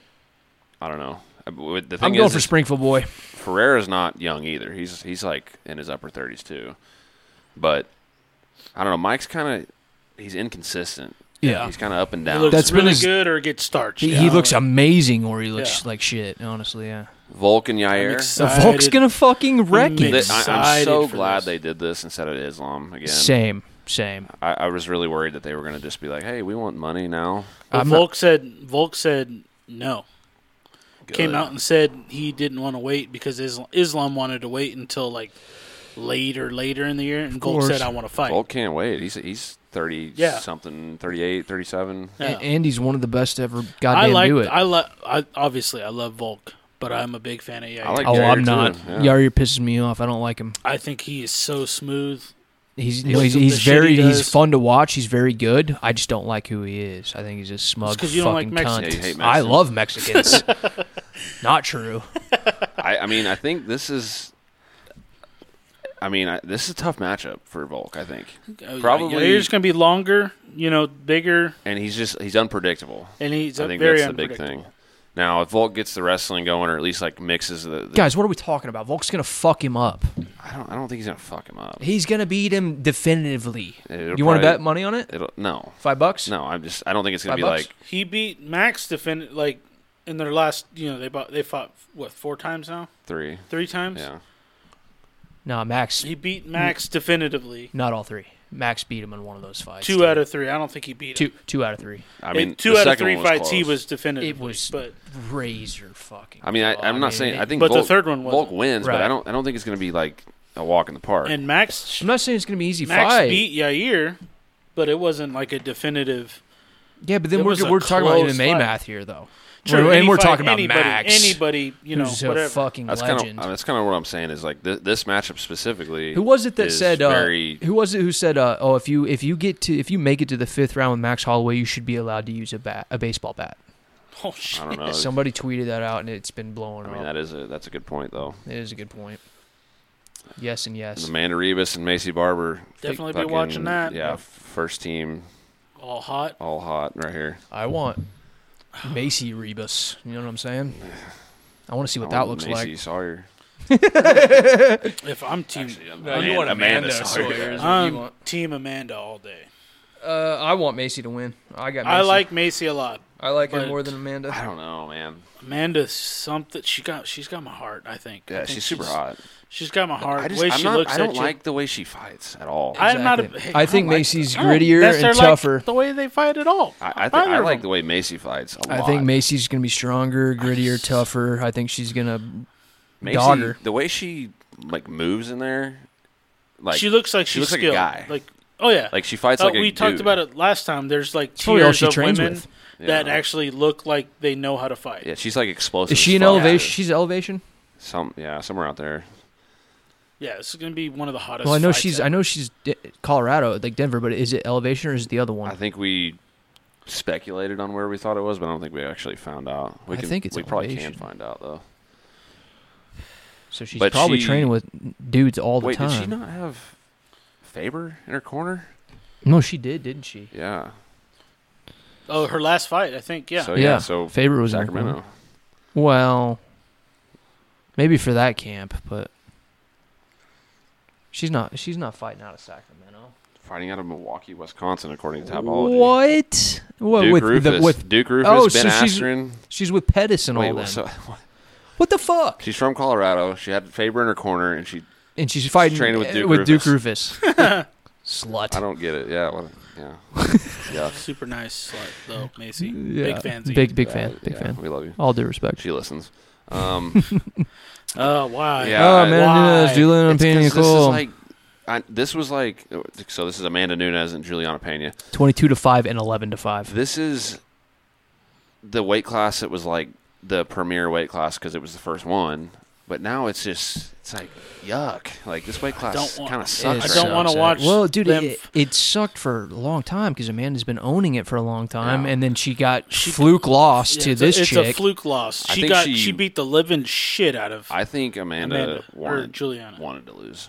A: I don't know. I- but The thing
B: I'm going
A: is,
B: for Springfield boy.
A: Ferreira's not young either. He's he's like in his upper 30s too. But I don't know. Mike's kind of he's inconsistent.
B: Yeah.
A: he's kind of up and
C: He
A: down.
C: looks
B: That's been
C: really
B: his-
C: good or gets starched.
B: He,
C: yeah.
B: he looks amazing, or he looks
C: Yeah.
B: like shit. Honestly, yeah.
A: Vulcan
C: I'm
A: Yair.
B: The
C: excited.
B: Volk's gonna fucking wreck
C: Amazing.
B: it.
A: Th- I, I'm
C: excited
A: so
C: for
A: glad
C: this.
A: they did this instead of Islam again.
B: Same, same.
A: I, I was really worried that they were going to just be like, "Hey, we want money now."
C: Well,
B: I'm not-
C: Volk said. Volk said no. Came
A: Good.
C: out and said he didn't want to wait because Islam, Islam wanted to wait until like later, later in the year. And Volk
B: course.
C: said, "I want to fight."
A: Volk can't wait. He's he's thirty
C: Yeah.
A: something, 38,
C: (laughs)
A: 37.
C: Yeah.
B: A- And he's one of the best to ever. Goddamn,
C: I like.
B: do it.
C: I like. I obviously I love Volk, but I'm a big fan of Yair.
A: I like-
B: oh,
A: Yair
B: I'm
A: too,
B: not.
A: yeah.
B: Yair pisses me off. I don't like him.
C: I think he is so smooth.
B: He's
C: Most
B: he's,
C: of
B: he's
C: the shit
B: very
C: he
B: he's
C: does-
B: fun to watch. He's very good. I just don't like who he is. I think he's a smug
C: 'cause you don't like
B: fucking
C: Mexicans.
B: cunt.
A: Yeah, you hate
B: I
A: Mexicans.
B: love Mexicans.
A: (laughs)
B: Not true.
A: I, I mean, I think this is. I mean, I, this is a tough matchup for Volk. I think,
C: Uh,
A: Probably-
C: Yair's going to be longer. You know, bigger,
A: and he's just he's unpredictable.
C: and he's
A: I
C: uh,
A: think
C: very
A: that's the big
C: unpredictable.
A: thing. Now, if Volk gets the wrestling going, or at least like mixes the, the-
B: Guys, what are we talking about? Volk's gonna fuck him up.
A: I don't I don't think he's gonna fuck him up.
B: He's gonna beat him definitively.
A: It'll
B: you want
A: probably-
B: to bet money on it?
A: It'll, no,
B: Five bucks?
A: no, I'm just I don't think it's gonna
B: Five
A: be
B: bucks?
A: like
C: He beat Max defend like in their last. You know, they bought they fought what four times now,
A: three.
C: three times.
A: Yeah,
B: No, Max. Hmm.
C: He beat Max definitively.
B: Not all three. Max beat him in one of those fights.
C: Two out of three. I don't think he beat him.
B: two, two out of three.
A: I mean,
C: two
A: the
C: out of
A: second
C: three
A: one
C: fights he
A: close.
C: was definitive.
B: It was-
C: but
B: Razor fucking.
A: I mean, I,
B: claw.
A: I'm not
B: mean,
A: saying.
B: it-
A: I think.
C: But the
A: Volk-
C: third one
A: Volk
C: wasn't.
A: wins, but
B: Right.
A: I don't. I don't think it's going to be like a walk in the park.
C: and Max
B: I'm not saying it's gonna be an easy
C: Max
B: fight.
C: beat Yair, but it wasn't like a definitive.
B: yeah, but then
C: it
B: we're
C: was a
B: we're talking about
C: close
B: MMA
C: fight.
B: math here though.
C: Sure,
B: We're- and
C: any
B: we're
C: fight,
B: talking about
C: anybody,
B: Max,
C: Anybody, you know,
B: who's
C: whatever.
B: a fucking
A: that's kind
B: legend.
A: of. That's kind of what I'm saying is like this, this matchup specifically.
B: Who was it that
A: is
B: said?
A: Very.
B: (laughs) uh, who was it who said? Uh, oh, if you if you get to if you make it to the fifth round with Max Holloway, you should be allowed to use a bat, a baseball bat.
C: oh shit.
A: I don't know.
B: Somebody tweeted that out, and it's been blowing
A: I mean,
B: up.
A: that is a that's a good point though.
B: It is a good point. Yes and yes.
A: Amanda Rebus and Macy Barber.
C: Definitely be
A: fucking-
C: watching that.
A: Yeah, first team,
C: All hot.
A: all hot right here.
B: I want Macy Rebus. You know what I'm saying? I want to see what
A: I
B: that
A: want
B: looks
A: Macy
B: like.
A: Sawyer.
C: If I'm team,
A: Amanda- Amanda Sawyer.
C: I'm team Amanda all day.
B: Um, Uh, I want Macy to win. I got. Macy.
C: I like Macy a lot.
B: I like her
C: but-
B: more than Amanda.
A: I don't know, man.
C: Amanda's something. She got. She's got my heart. I think. I
A: Yeah,
C: think
A: she's super hot.
C: She's got my heart.
A: I
C: The
A: just,
C: way
A: I'm
C: she
A: not,
C: looks
A: I don't
C: at
A: like the way she fights at all.
C: I- I'm not a-
B: Exactly.
C: hey,
B: I
C: I
B: think
C: don't like
B: Macy's
C: you. I don't-
B: grittier
C: that's
B: and
C: their, like,
B: tougher.
C: the way they fight at all.
A: I, I,
C: Neither
A: I
C: of
A: like
C: them.
A: the way Macy fights a
B: I
A: lot.
B: think Macy's gonna be stronger, grittier, tougher. I think she's gonna.
A: Macy,
B: Dogger.
A: the way she like moves in there, like
C: she looks like
A: she
C: she's
A: looks like a
C: skilled.
A: guy.
C: Like oh yeah,
A: like she fights
C: Uh,
A: like a
C: we talked
A: dude.
C: about it last time. There's like
B: probably all
C: tiers
B: she
C: of
B: trains
C: women
B: with.
A: Yeah.
C: that actually look like they know how to fight.
A: Yeah, she's like explosive.
B: Is she
A: as
B: in
A: fuck.
B: elevation? She's elevation.
A: Some yeah, somewhere out there.
C: Yeah, this is gonna be one of the hottest.
B: Well, I know
C: fights
B: she's.
C: ever.
B: I know she's D- Colorado, like Denver. But is it elevation or is it the other
A: I
B: one?
A: think we speculated on where we thought it was, but I don't think we actually found out. We
B: I
A: can,
B: think it's
A: we probably can
B: elevation.
A: find out though.
B: So she's
A: but
B: probably
A: she-
B: training with dudes all the
A: Wait,
B: time.
A: did she not have Faber in her corner?
B: No, she did, didn't she?
A: Yeah.
C: Oh, her last fight, I think. Yeah.
A: So
B: Yeah.
A: yeah, so
B: Favorite was in her
A: Sacramento.
B: corner. Well, maybe for that camp, but she's not. She's not fighting out of Sacramento.
A: Fighting out of Milwaukee, Wisconsin, according to Tapology.
B: What? What
A: Duke
B: with
A: Rufus.
B: the with?
A: Duke Rufus,
B: Oh,
A: Ben
B: so she's-
A: Askren.
B: She's with Pettis and
A: Wait,
B: all that.
A: what's up?
B: What the fuck?
A: She's from Colorado. She had Faber in her corner, and she.
B: And she's fighting
A: training with
B: uh,
A: Duke
B: Rufus.
A: (laughs)
B: Slut.
A: I don't get it. Yeah. What, yeah. yeah.
C: Super nice slut though, Macy.
B: Yeah.
C: Big fans. of
B: Big
C: you.
B: big fan. Big
A: yeah,
B: fan.
A: We love you.
B: All due respect.
A: She listens.
B: (laughs)
A: Um,
C: Oh wow.
A: Yeah,
B: oh
A: I-
B: man,
C: Why?
B: Nunes, Juliana
A: it's 'cause
B: Pena
A: this is
B: Nicole,
A: like, I, this was like, so this is Amanda Nunes and Juliana Pena.
B: twenty-two to five and eleven to five.
A: This is the weight class that was like the premier weight class because it was the first one. But now it's just, it's like, yuck. Like, this weight class
C: don't want-
A: kind of
B: It
A: sucks.
C: I
A: right now.
C: don't
B: sucks.
C: wanna watch
B: Well, dude,
C: them
B: it,
C: f-
B: it sucked for a long time because Amanda's been owning it for a long time,
A: Yeah.
B: and then she got
C: She-
B: fluke loss
C: Yeah,
B: to
C: it's
B: this
C: a,
B: chick.
C: It's a fluke loss.
A: I
C: She
A: think
C: got
A: she-
C: she, beat the living shit out of
A: I think Amanda,
C: Amanda or
A: wanted,
C: Juliana.
A: wanted to lose.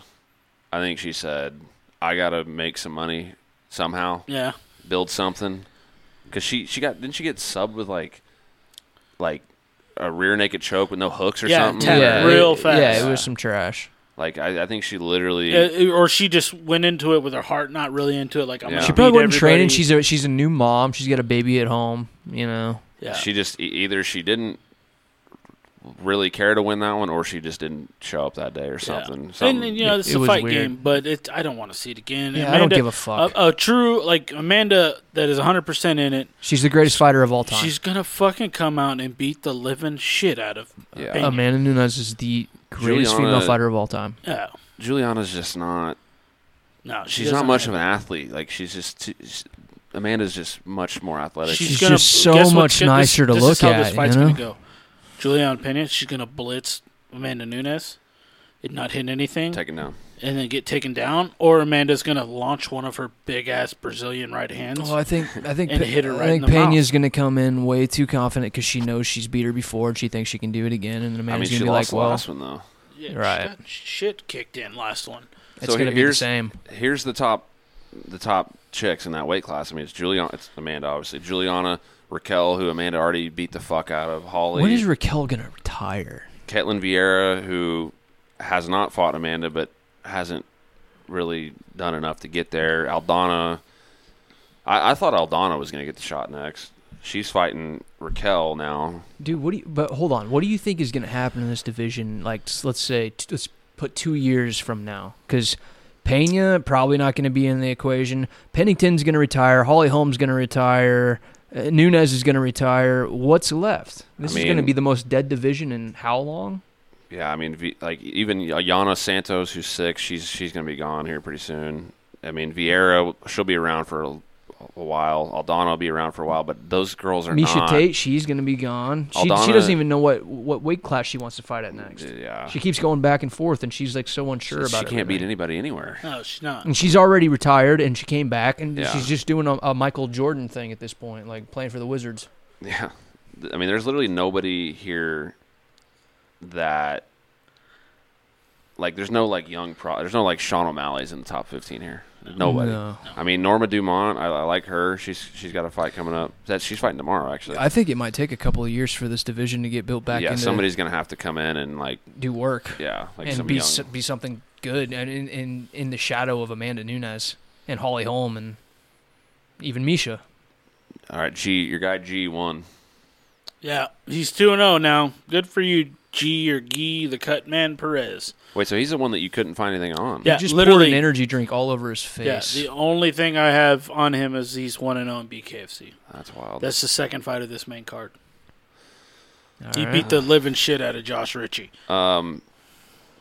A: I think she said, I got to make some money somehow,
C: Yeah.
A: build something. Because she, she got, didn't she get subbed with like, like, a rear naked choke with no hooks or
C: Yeah,
A: something?
C: tap.
A: Or-
B: yeah,
C: Real
B: it-
C: fast.
B: Yeah, it was some trash.
A: Like I, I think she literally.
C: Uh, or she just went into it with her heart not really into it. Like I'm
A: Yeah.
C: gonna
B: She probably
C: beat
B: wasn't training.
C: everybody.
B: She's a she's a new mom. She's got a baby at home. You know.
C: yeah.
A: She just e- either she didn't really care to win that one, or she just didn't show up that day, or
C: Yeah.
A: something.
C: And,
A: something.
C: and, you know, this
B: It-
C: is
B: it
C: a
B: was
C: fight
B: weird.
C: game, but it, I don't want to see it again.
B: Yeah, I don't give a fuck.
C: A, a true like Amanda that is 100 percent in it.
B: She's the greatest fighter of all time.
C: She's gonna fucking come out and beat the living shit out of
A: Yeah.
C: Pena.
B: Amanda Nunes is the greatest
A: Juliana-
B: female fighter of all time.
C: Yeah.
A: Juliana's just not.
C: No, she
A: She's not
C: doesn't
A: much
C: have-
A: of an athlete. Like she's just. Too, s- Amanda's just much more athletic.
B: She's just so
C: guess what's
B: much
C: gonna- this-
B: nicer to
C: this
B: look
C: is how
B: at,
C: This fight's
B: you know?
C: gonna go. Juliana Pena, she's gonna blitz Amanda Nunes, and not hit anything,
A: taken down.
C: and then get taken down, or Amanda's gonna launch one of her big ass Brazilian right hands.
B: Oh, I think
A: (laughs)
B: I think
C: And
B: Pe-
C: hit her
B: I
C: right
B: think
C: in the mouth.
B: Pena's going to come in way too confident because she knows she's beat her before and she thinks she can do it again. And
A: I mean,
B: Amanda's
A: she
B: going to be
A: lost
B: like,
A: the
B: "Well,
A: last one though.
C: Yeah,
B: Right.
C: She got shit kicked in last one.
B: it's
A: So
B: going to be the
A: here's-
B: same."
A: Here's the top, the top chicks in that weight class. I mean, it's Juliana. It's Amanda, obviously. Juliana, Raquel, who Amanda already beat the fuck out of. Holly.
B: When is Raquel going to retire?
A: Caitlin Vieira, who has not fought Amanda but hasn't really done enough to get there. Aldana, I, I thought Aldana was going to get the shot next. She's fighting Raquel now.
B: Dude, what do you? But hold on, what do you think is going to happen in this division? Like, s- let's say, t- let's put two years from now, because Pena probably not going to be in the equation. Pennington's going to retire. Holly Holm's going to retire. Uh, Nunez is going to retire. What's left? This is going to
A: mean-
B: be the most dead division in how long?
A: Yeah, I mean, V- like even Yana Santos, who's six, she's she's gonna be gone here pretty soon. I mean, Vieira, she'll be around for a, a while. Aldana will be around for a while, but those girls are
B: Misha
A: not.
B: Tate, she's going to be gone. She, she
A: Aldana-
B: doesn't even know what, what weight class she wants to fight at next.
A: Yeah,
B: She keeps going back and forth, and she's like so unsure
A: she
B: about.
A: can't beat
B: everything.
A: anybody
B: (laughs)
A: anywhere.
C: No, she's not.
B: And she's already retired, and she came back, and
A: Yeah.
B: she's just doing a, a Michael Jordan thing at this point, like playing for the Wizards.
A: Yeah, Th- I mean, there's literally nobody here that like. There's no like young pro. There's no like Sean O'Malley's in the top 15 here. Nobody.
B: No.
A: I mean, Norma Dumont. I, I like her. She's she's got a fight coming up. That she's fighting tomorrow actually.
B: I think it might take a couple of years for this division to get built back.
A: yeah,
B: into,
A: somebody's gonna have to come in and like
B: do work
A: yeah, like
B: and
A: some
B: be
A: young.
B: s be something good, and in, in in the shadow of Amanda Nunes and Holly Holm and even Misha.
A: All right, G, your guy G won.
C: Yeah, he's two and zero now. Good for you, G or Gee, the Cutman Perez.
A: Wait, so he's the one that you couldn't find anything on.
C: Yeah,
B: he just poured
C: literally.
B: an energy drink all over his
C: yeah,
B: face.
C: the only thing I have on him is he's one and zero in BKFC.
A: that's wild.
C: That's the second fight of this main card.
B: All
C: he
B: right.
C: beat the living shit out of Josh Ritchie.
A: Um,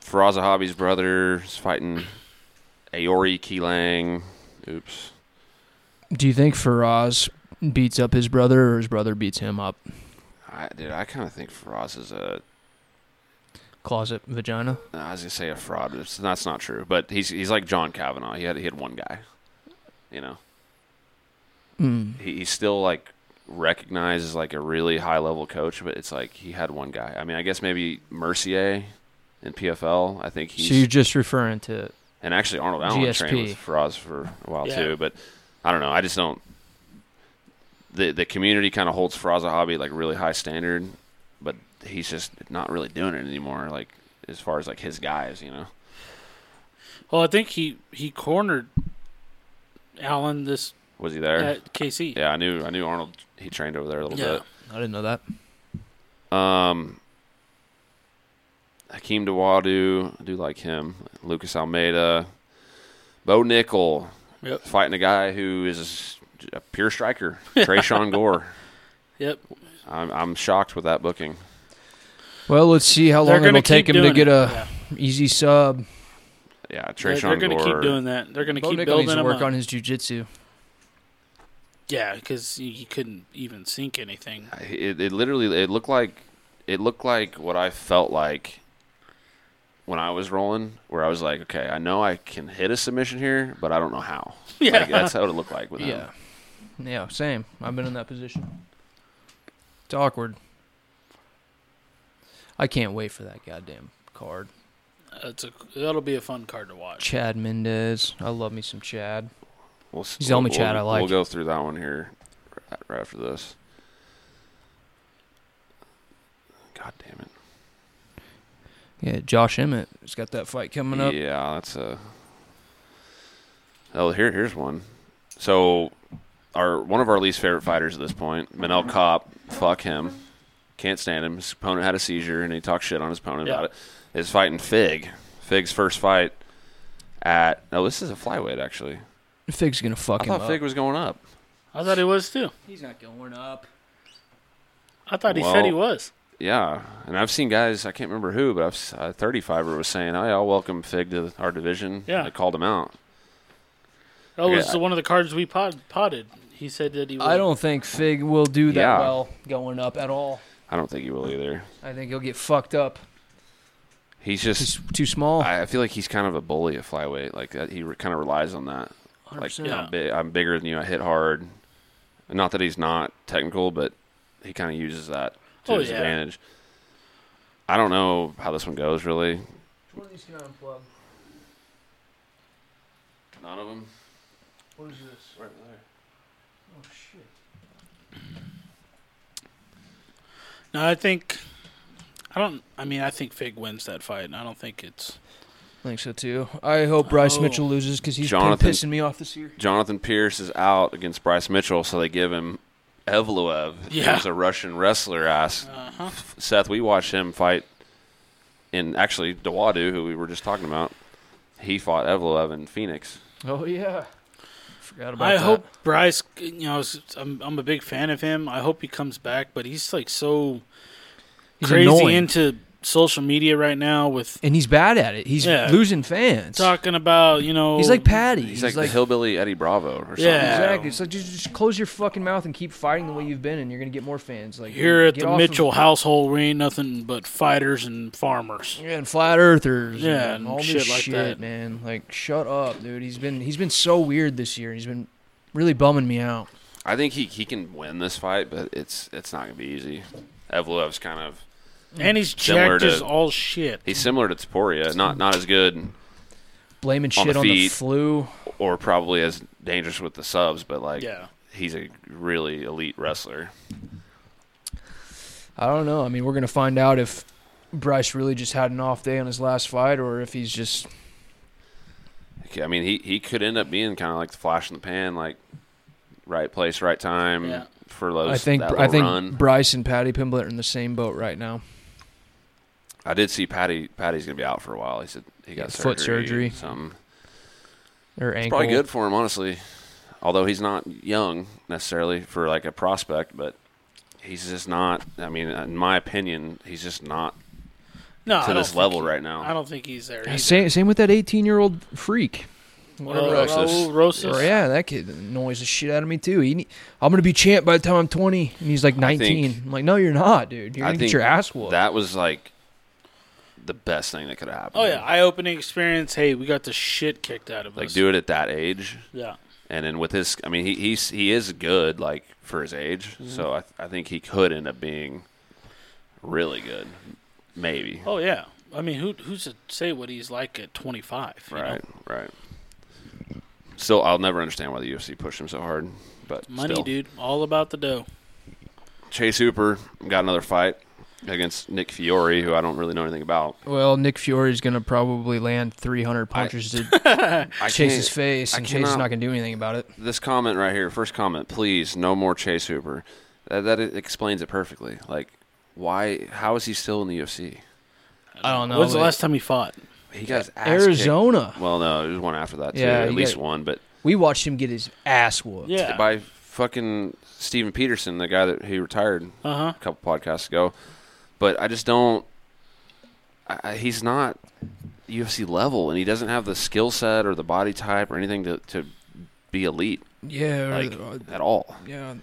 A: Faraza Hobby's brother is fighting Aori Keelang. Oops.
B: Do you think Faraz beats up his brother, or his brother beats him up?
A: I, dude, I kind of think Faraz is a.
B: Closet vagina.
A: I was gonna say a fraud. It's, that's not true, but he's he's like John Kavanaugh. He had he had one guy. You know,
B: Mm.
A: he, he's still like recognized as like a really high level coach, but it's like he had one guy. I mean, I guess maybe Mercier in PFL. I think he's
B: So you're just referring to
A: And actually, Arnold Allen trained
B: GSP.
A: with Faraz for a while
C: Yeah.
A: too. But I don't know. I just don't. The the community kind of holds Faraz a hobby like really high standard, but he's just not really doing it anymore. Like as far as like his guys, you know.
C: Well, I think he he cornered Allen this
A: Was he there?
C: at KC.
A: yeah, I knew. I knew Arnold. He trained over there a little
C: Yeah.
B: I didn't know that.
A: bit. Um. Hakeem Dawadu, I do like him. Lucas Almeida, Bo Nickel,
C: Yep.
A: fighting a guy who is a pure
C: (laughs)
A: striker, Trayshawn Gore.
C: Yep.
A: I'm, I'm shocked with that booking.
B: Well, let's see how long
C: They're gonna
B: it'll take
C: keep
B: him to
C: doing
B: get
C: it.
B: a
C: Yeah.
B: easy sub.
A: Yeah,
C: They're,
A: Trayshawn
C: going to
A: Gore.
C: keep doing that. They're going to
B: Bo
C: keep
B: Nickel
C: building
B: needs to
C: him
B: work
C: up.
B: on his jujitsu.
C: Yeah, because he he couldn't even sink anything.
A: It, it literally it looked like it looked like what I felt like when I was rolling, where I was like, okay, I know I can hit a submission here, but I don't know how.
C: (laughs) Yeah.
A: Like, that's how it looked like with him.
B: Yeah, yeah, same. I've been in that position. It's awkward. I can't wait for that goddamn card.
C: It's a, that'll be a fun card to watch.
B: Chad Mendez, I love me some Chad.
A: We'll, s-
B: He's the only Chad I like.
A: We'll go through that one here right, right after this. God damn it.
B: Yeah, Josh Emmett has got that fight coming up.
A: Yeah, that's a. Oh, here, here's one. So, our one of our least favorite fighters at this point, Manel Cop. Fuck him. Can't stand him. His opponent had a seizure, and he talked shit on his opponent
C: Yeah.
A: about it. Is fighting Fig. Fig's first fight at. No, this is a flyweight actually.
B: Fig's gonna fuck
A: I
B: him
A: thought
B: up.
A: Fig was going up.
C: I thought he was too.
B: He's not going up.
C: I thought he said he
A: Well-
C: was.
A: Yeah, and I've seen guys I can't remember who, but I've s- uh, 35er was saying, "Hey, I'll welcome Fig to our division."
C: Yeah.
A: I called him out.
C: That was
A: Yeah.
C: one of the cards we pod, potted. He said that he. Was.
B: I don't think Fig will do that
A: Yeah.
B: well going up at all.
A: I don't think he will either.
B: I think he'll get fucked up.
A: He's just
B: He's too small.
A: I I feel like he's kind of a bully at flyweight. Like that, he re- kind of relies on that. Like
B: 100%.
A: I'm, big, I'm bigger than you. I hit hard. Not that he's not technical, but he kind of uses that to
C: Oh,
A: his
C: yeah.
A: advantage. I don't know how this one goes really.
B: Which one of these can I unplug?
A: None of them.
B: What is this?
A: Right there.
B: Oh shit.
C: No, I think. I don't. I mean, I think Fig wins that fight, and I don't think it's.
B: I think so too. I hope Bryce
C: Oh.
B: Mitchell loses because he's
A: Jonathan-
B: been pissing me off this year.
A: Jonathan Pierce is out against Bryce Mitchell, so they give him Evloev,
C: Yeah.
A: who's a Russian wrestler ass.
C: Uh-huh.
A: Seth, we watched him fight in actually Dawadu, who we were just talking about. He fought Evloev in Phoenix.
B: Oh yeah. Forgot about
C: I
B: that.
C: hope Bryce. You know, is- I'm, I'm a big fan of him. I hope he comes back, but he's like so
B: he's
C: crazy
B: annoying.
C: into social media right now with
B: and he's bad at it. He's
C: Yeah.
B: losing fans.
C: talking about you know
B: He's like Patty.
A: He's, like, the hillbilly Eddie Bravo or something.
C: Yeah.
B: Exactly. It's like just, just close your fucking mouth and keep fighting the way you've been, and you're gonna get more fans. Like
C: here at
B: get
C: the
B: off
C: Mitchell
B: of,
C: household. We ain't nothing but fighters and farmers.
B: yeah, and flat earthers,
C: Yeah,
B: and
C: and
B: all this
C: shit like
B: shit,
C: that.
B: man. Like, shut up, dude. He's been he's been so weird this year. He's been really bumming me out.
A: I think he, he can win this fight, but it's it's not gonna be easy. Evloev's kind of
B: Mm-hmm.
C: And he's
A: Similar
C: jacked as
A: to-
C: all shit.
A: he's similar to Taporia, not not as good
B: Blaming
A: On
B: shit
A: the
B: on the
A: feet.
B: flu.
A: or probably as dangerous with the subs, but like
C: Yeah.
A: he's a really elite wrestler.
B: I don't know. I mean, we're gonna find out if Bryce really just had an off day on his last fight, or if he's just
A: I mean, he, he could end up being kind of like the flash in the pan, like right place, right time
C: Yeah.
A: for those.
B: I think
A: that
B: I
A: little
B: think
A: run.
B: Bryce and Patty Pimblett are in the same boat right now.
A: I did see Patty. Patty's gonna be out for a while. He said he got surgery,
B: Foot surgery.
A: Something
B: Their ankle.
A: probably good for him, honestly. Although he's not young necessarily for like a prospect, but he's just not. I mean, in my opinion, he's just not
C: No,
A: to
C: I
A: this
C: don't
A: level
C: think
A: right
C: he-
A: now.
C: I don't think he's there.
B: Yeah,
C: either.
B: Same, same with that 18 year old freak.
C: Well,
A: Rosas.
C: Raul Rosas.
B: Oh, yeah, that kid annoys the shit out of me too. He, ne- I'm gonna be champ by the time I'm 20, and he's like 19. I'm like, no, you're not, dude. You're
A: I
B: gonna get
A: think
B: your ass whooped.
A: That was like the best thing that could have happened.
C: Oh yeah, eye opening experience. Hey, we got the shit kicked out of
A: like
C: us.
A: do it at that age.
C: Yeah.
A: And then with his, I mean, he he's, he is good like for his age.
C: Mm-hmm.
A: So I I think he could end up being really good, maybe.
C: Oh yeah. I mean, who who's to say what he's like at 25? you know?
A: Right, right. Still, I'll never understand why the UFC pushed him so hard. But
C: Money,
A: still.
C: dude. All about the dough.
A: Chase Hooper got another fight against Nick Fiore, who I don't really know anything about.
B: well, Nick Fury's gonna probably land 300 punches to
A: (laughs) I
B: Chase's
A: can't-
B: face,
A: I
B: and Chase is
A: cannot-
B: not gonna do anything about it.
A: this comment right here, first comment, please, no more Chase Hooper. That, that e-, explains it perfectly. Like, why? How is he still in the UFC?
B: I don't know.
C: When's the
B: but
C: last time he fought?
A: He got his ass kicked.
B: Arizona.
A: Well, no, it was one after that too.
B: Yeah,
A: at
B: he
A: least
B: got-
A: one, but
B: We watched him get his ass whooped.
C: Yeah.
A: by fucking Steven Peterson, the guy that he retired
C: Uh huh.
A: a couple podcasts ago. But I just don't. I, I- he's not UFC level, and he doesn't have the skill set or the body type or anything to to be elite
B: yeah, or-
A: like at all.
B: yeah.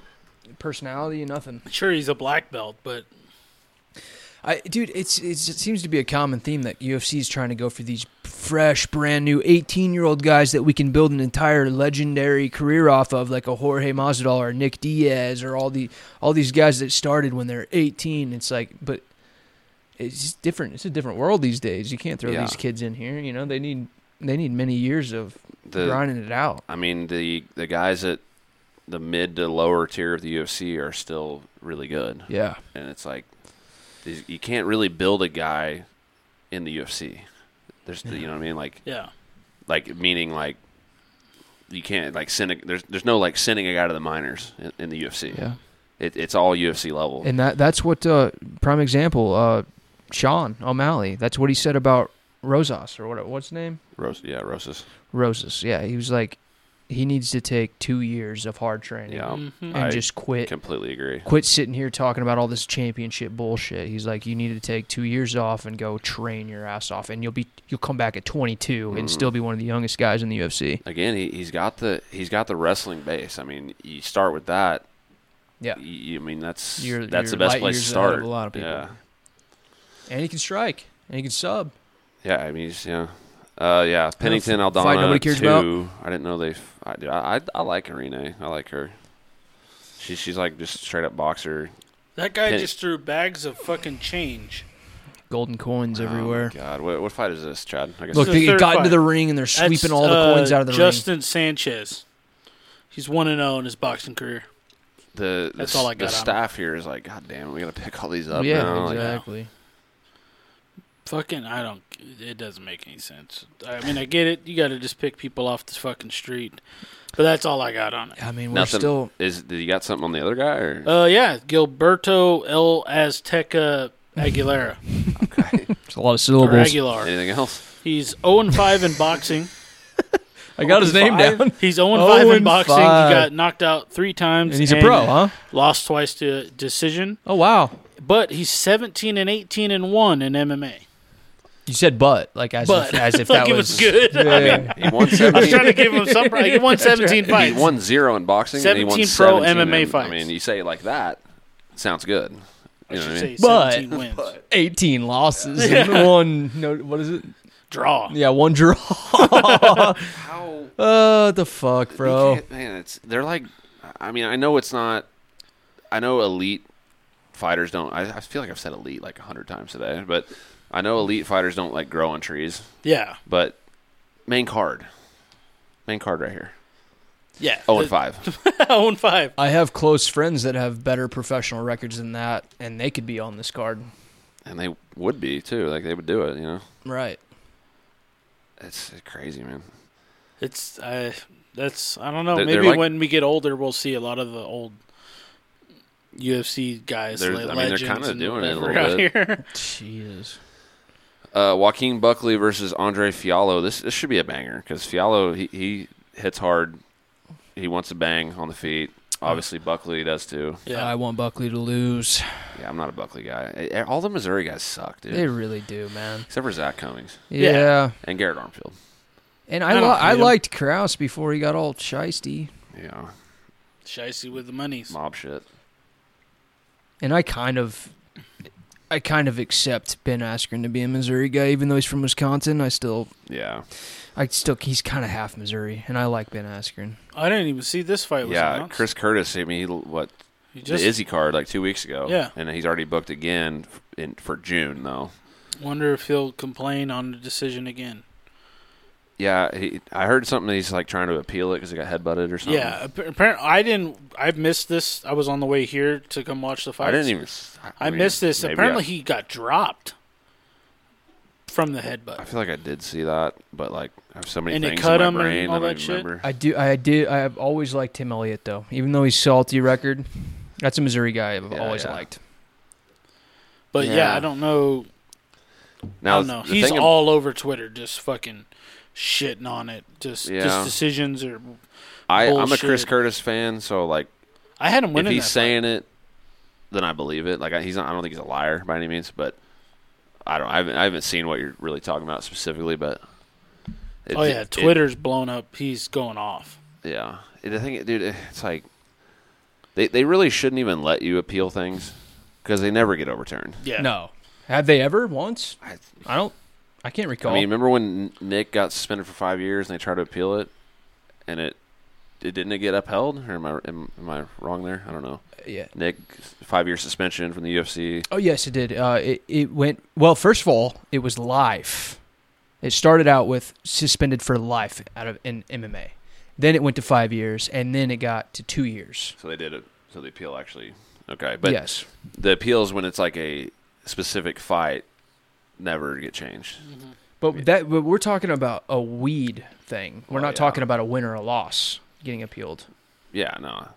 B: Personality, nothing.
C: Sure, he's a black belt, but
B: I, dude, it's, it's it seems to be a common theme that UFC is trying to go for these fresh, brand new, eighteen-year-old guys that we can build an entire legendary career off of, like a Jorge Masvidal or Nick Diaz or all the all these guys that started when they're eighteen. It's like, but it's just different. It's a different world these days. You can't throw
A: Yeah.
B: these kids in here. You know, they need they need many years of
A: The
B: grinding it out.
A: I mean the the guys at the mid to lower tier of the UFC are still really good,
B: Yeah,
A: and it's like these, you can't really build a guy in the UFC. There's the, you know what I mean, like
C: yeah.
A: like meaning like you can't like send a, there's there's no like sending a guy to the minors in, in the UFC.
B: yeah.
A: It, it's all UFC level.
B: And that that's what uh, prime example. Uh, Sean O'Malley. That's what he said about Rosas or what what's his name.
A: Ros- yeah, Rosas.
B: Roses. Yeah, he was like, he needs to take two years of hard training
A: Yeah,
C: Mhm.
B: and
A: I
B: just quit.
A: completely agree.
B: Quit sitting here talking about all this championship bullshit. He's like, you need to take two years off and go train your ass off, and you'll be you'll come back at 22 and
A: Mhm.
B: still be one of the youngest guys in the UFC.
A: Again, he, he's got the he's got the wrestling base. I mean, you start with that.
B: Yeah.
A: You, I mean that's
B: You're-
A: that's
B: you're
A: the best
B: light
A: place to
B: years ahead of
A: start.
B: a lot of people.
A: Yeah.
B: And he can strike, and he can sub.
A: Yeah, I mean, he's- yeah, uh, yeah. Pennington
B: fight
A: Aldana
B: nobody cares
A: too. I didn't know they. f- I, dude, I, I I like Irene. I like her. She she's like just straight up boxer.
C: That guy
A: Hit it.
C: just threw bags of fucking change.
B: Golden coins
A: Oh, my
B: everywhere.
A: God, what, what fight is this, Chad? I guess
B: Look,
C: the
B: they
C: third
B: got into
C: fight.
B: the ring and they're sweeping
C: That's,
B: all the
C: uh,
B: coins out of the ring.
C: Justin Sanchez. He's one and zero in his boxing career.
A: the, the
C: that's
A: s-
C: all I
A: the
C: got on
A: staff here is like, God damn, we gotta pick all these up.
B: yeah,
A: now. Like,
B: exactly.
C: Fucking, I don't. It doesn't make any sense. I mean, I get it. You got to just pick people off the fucking street, but that's all I got on it.
B: I mean, we're
A: nothing
B: still
A: is. Did you got something on the other guy? Or?
C: Uh, yeah, Gilberto El Azteca Aguilera.
B: it's a lot of
C: Or
B: syllables.
C: Aguilar. (laughs)
A: Anything else?
C: He's 0 and 5 in boxing.
B: (laughs) I got his name
C: (laughs)
B: down.
C: He's 0 and 5 in
B: 0-5.
C: boxing. He got knocked out three times.
B: And he's a pro, huh?
C: Lost twice to decision.
B: Oh wow.
C: But he's 17 and 18 and 1 in MMA.
B: You said but, like as
C: But
B: if as if
C: (laughs) like
B: that
C: it
B: was
C: was good. I mean,
B: (laughs) Yeah.
A: He won
C: (laughs) I was
A: 17.
C: trying to give him some.
A: (laughs)
C: He won 17
A: he
C: fights.
A: won zero in boxing. and he won
C: 17 pro
A: 17 in-
C: MMA
A: I
C: fights.
A: mean, you say it like that, sounds good. You
C: I
A: know what I
C: should
A: mean?
C: say
B: But-
C: 17 wins.
B: Eighteen
C: (laughs)
B: losses, and one no, what is it?
C: Draw.
B: Yeah, one draw. (laughs)
A: How
B: Oh, the fuck,
A: You
B: bro.
A: can't- man, it's they're like. I mean, I know it's not. I know elite fighters don't. I, I feel like I've said elite like a hundred times today, but I know elite fighters don't like grow on trees.
C: Yeah.
A: But main card, main card right here.
C: Yeah.
A: Oh
C: (laughs)
A: and five.
C: 0 and 5.
B: I have close friends that have better professional records than that, and they could be on this card.
A: and they would be too. Like they would do it. You know,
B: Right.
A: it's crazy, man.
C: It's uh, that's I don't know.
A: They're- they're
C: Maybe
A: like-
C: when we get older, we'll see a lot of the old UFC guys.
A: They're-
C: le-
A: I mean, they're
C: legends
A: kinda
C: and
A: doing it a
C: whatever
A: little
C: out
A: bit.
B: (laughs)
C: Here.
B: Jesus.
A: Uh, Joaquin Buckley versus Andre Fiallo. This this should be a banger because Fiallo he, he hits hard. He wants to bang on the feet. Obviously, Buckley does too.
C: Yeah,
B: I want Buckley to lose.
A: Yeah, I'm not a Buckley guy. Eh, All the Missouri guys suck, dude.
B: They really do, man.
A: Except for Zach Cummings
B: Yeah.
C: Yeah.
A: and Garrett Armfield.
B: And
C: I
B: I,
C: don't
B: li- I
C: hate him.
B: liked Kraus before he got all shisty.
A: Yeah,
C: Shicey with the monies.
A: mob shit.
B: And I kind of I kind of accept Ben Askren to be a Missouri guy, even though he's from Wisconsin. I still
A: Yeah,
B: I still he's kinda half Missouri and I like Ben Askren.
C: I didn't even see this fight. Was
A: yeah.
C: announced.
A: Chris Curtis. I mean, he, what
C: He
A: the Izzy card like two weeks ago.
C: Yeah.
A: and he's already booked again f- in for June though.
C: Wonder if he'll complain on the decision again.
A: Yeah, he, I heard something. He's like trying to appeal it because he got headbutted or something.
C: Yeah, apparently I didn't. I missed this. I was on the way here to come watch the fight.
A: I didn't even. s-
C: I
A: mean,
C: missed this.
A: maybe
C: Apparently,
A: I-
C: he got dropped from the
A: I
C: headbutt.
A: feel like I did see that, but like I have so many
C: And it
A: things
C: cut
A: in
C: him
A: my
C: and
A: brain
C: all
A: I don't even
C: that shit?
A: remember.
B: I do I did I've always liked Tim Elliott though. Even though he's salty record. That's a Missouri guy I've
A: Yeah,
B: always
A: yeah.
B: liked.
C: But yeah,
A: Yeah.
C: I don't know.
A: Now
C: I don't know.
A: the
C: He's
A: thing ab-
C: all over Twitter, just fucking shitting on it. Just,
A: Yeah.
C: just decisions or
A: I, I'm a Chris
C: bullshit.
A: Curtis fan, so like
C: I had him
A: if
C: winning.
A: he's
C: that
A: saying it, then I believe it. Like I- he's not. I don't think he's a liar by any means, but I don't. I haven't, I haven't seen what you're really talking about specifically, but it-
C: fight. oh yeah,
A: it-
C: Twitter's blown up. He's going off.
A: yeah, It- the thing, dude. It's like they they really shouldn't even let you appeal things because they never get overturned.
C: Yeah,
B: No. Have they ever once?
A: I,
B: I don't I can't recall.
A: I mean, remember when Nick got suspended for five years and they tried to appeal it, and it it didn't it get upheld? Or am I am, am I wrong there? I don't know.
B: yeah.
A: Nick five year suspension from the UFC.
B: Oh yes, it did. Uh, it it went well. First of all, it was life. It started out with suspended for life out of in MMA. Then it went to five years, and then it got to two years.
A: So they did it. So the appeal actually okay, but
B: yes,
A: the appeals when it's like a specific fight never get changed.
B: but that but we're talking about a weed thing. We're
A: Well,
B: not
A: Oh, yeah.
B: talking about a win or a loss getting appealed.
A: Yeah, no,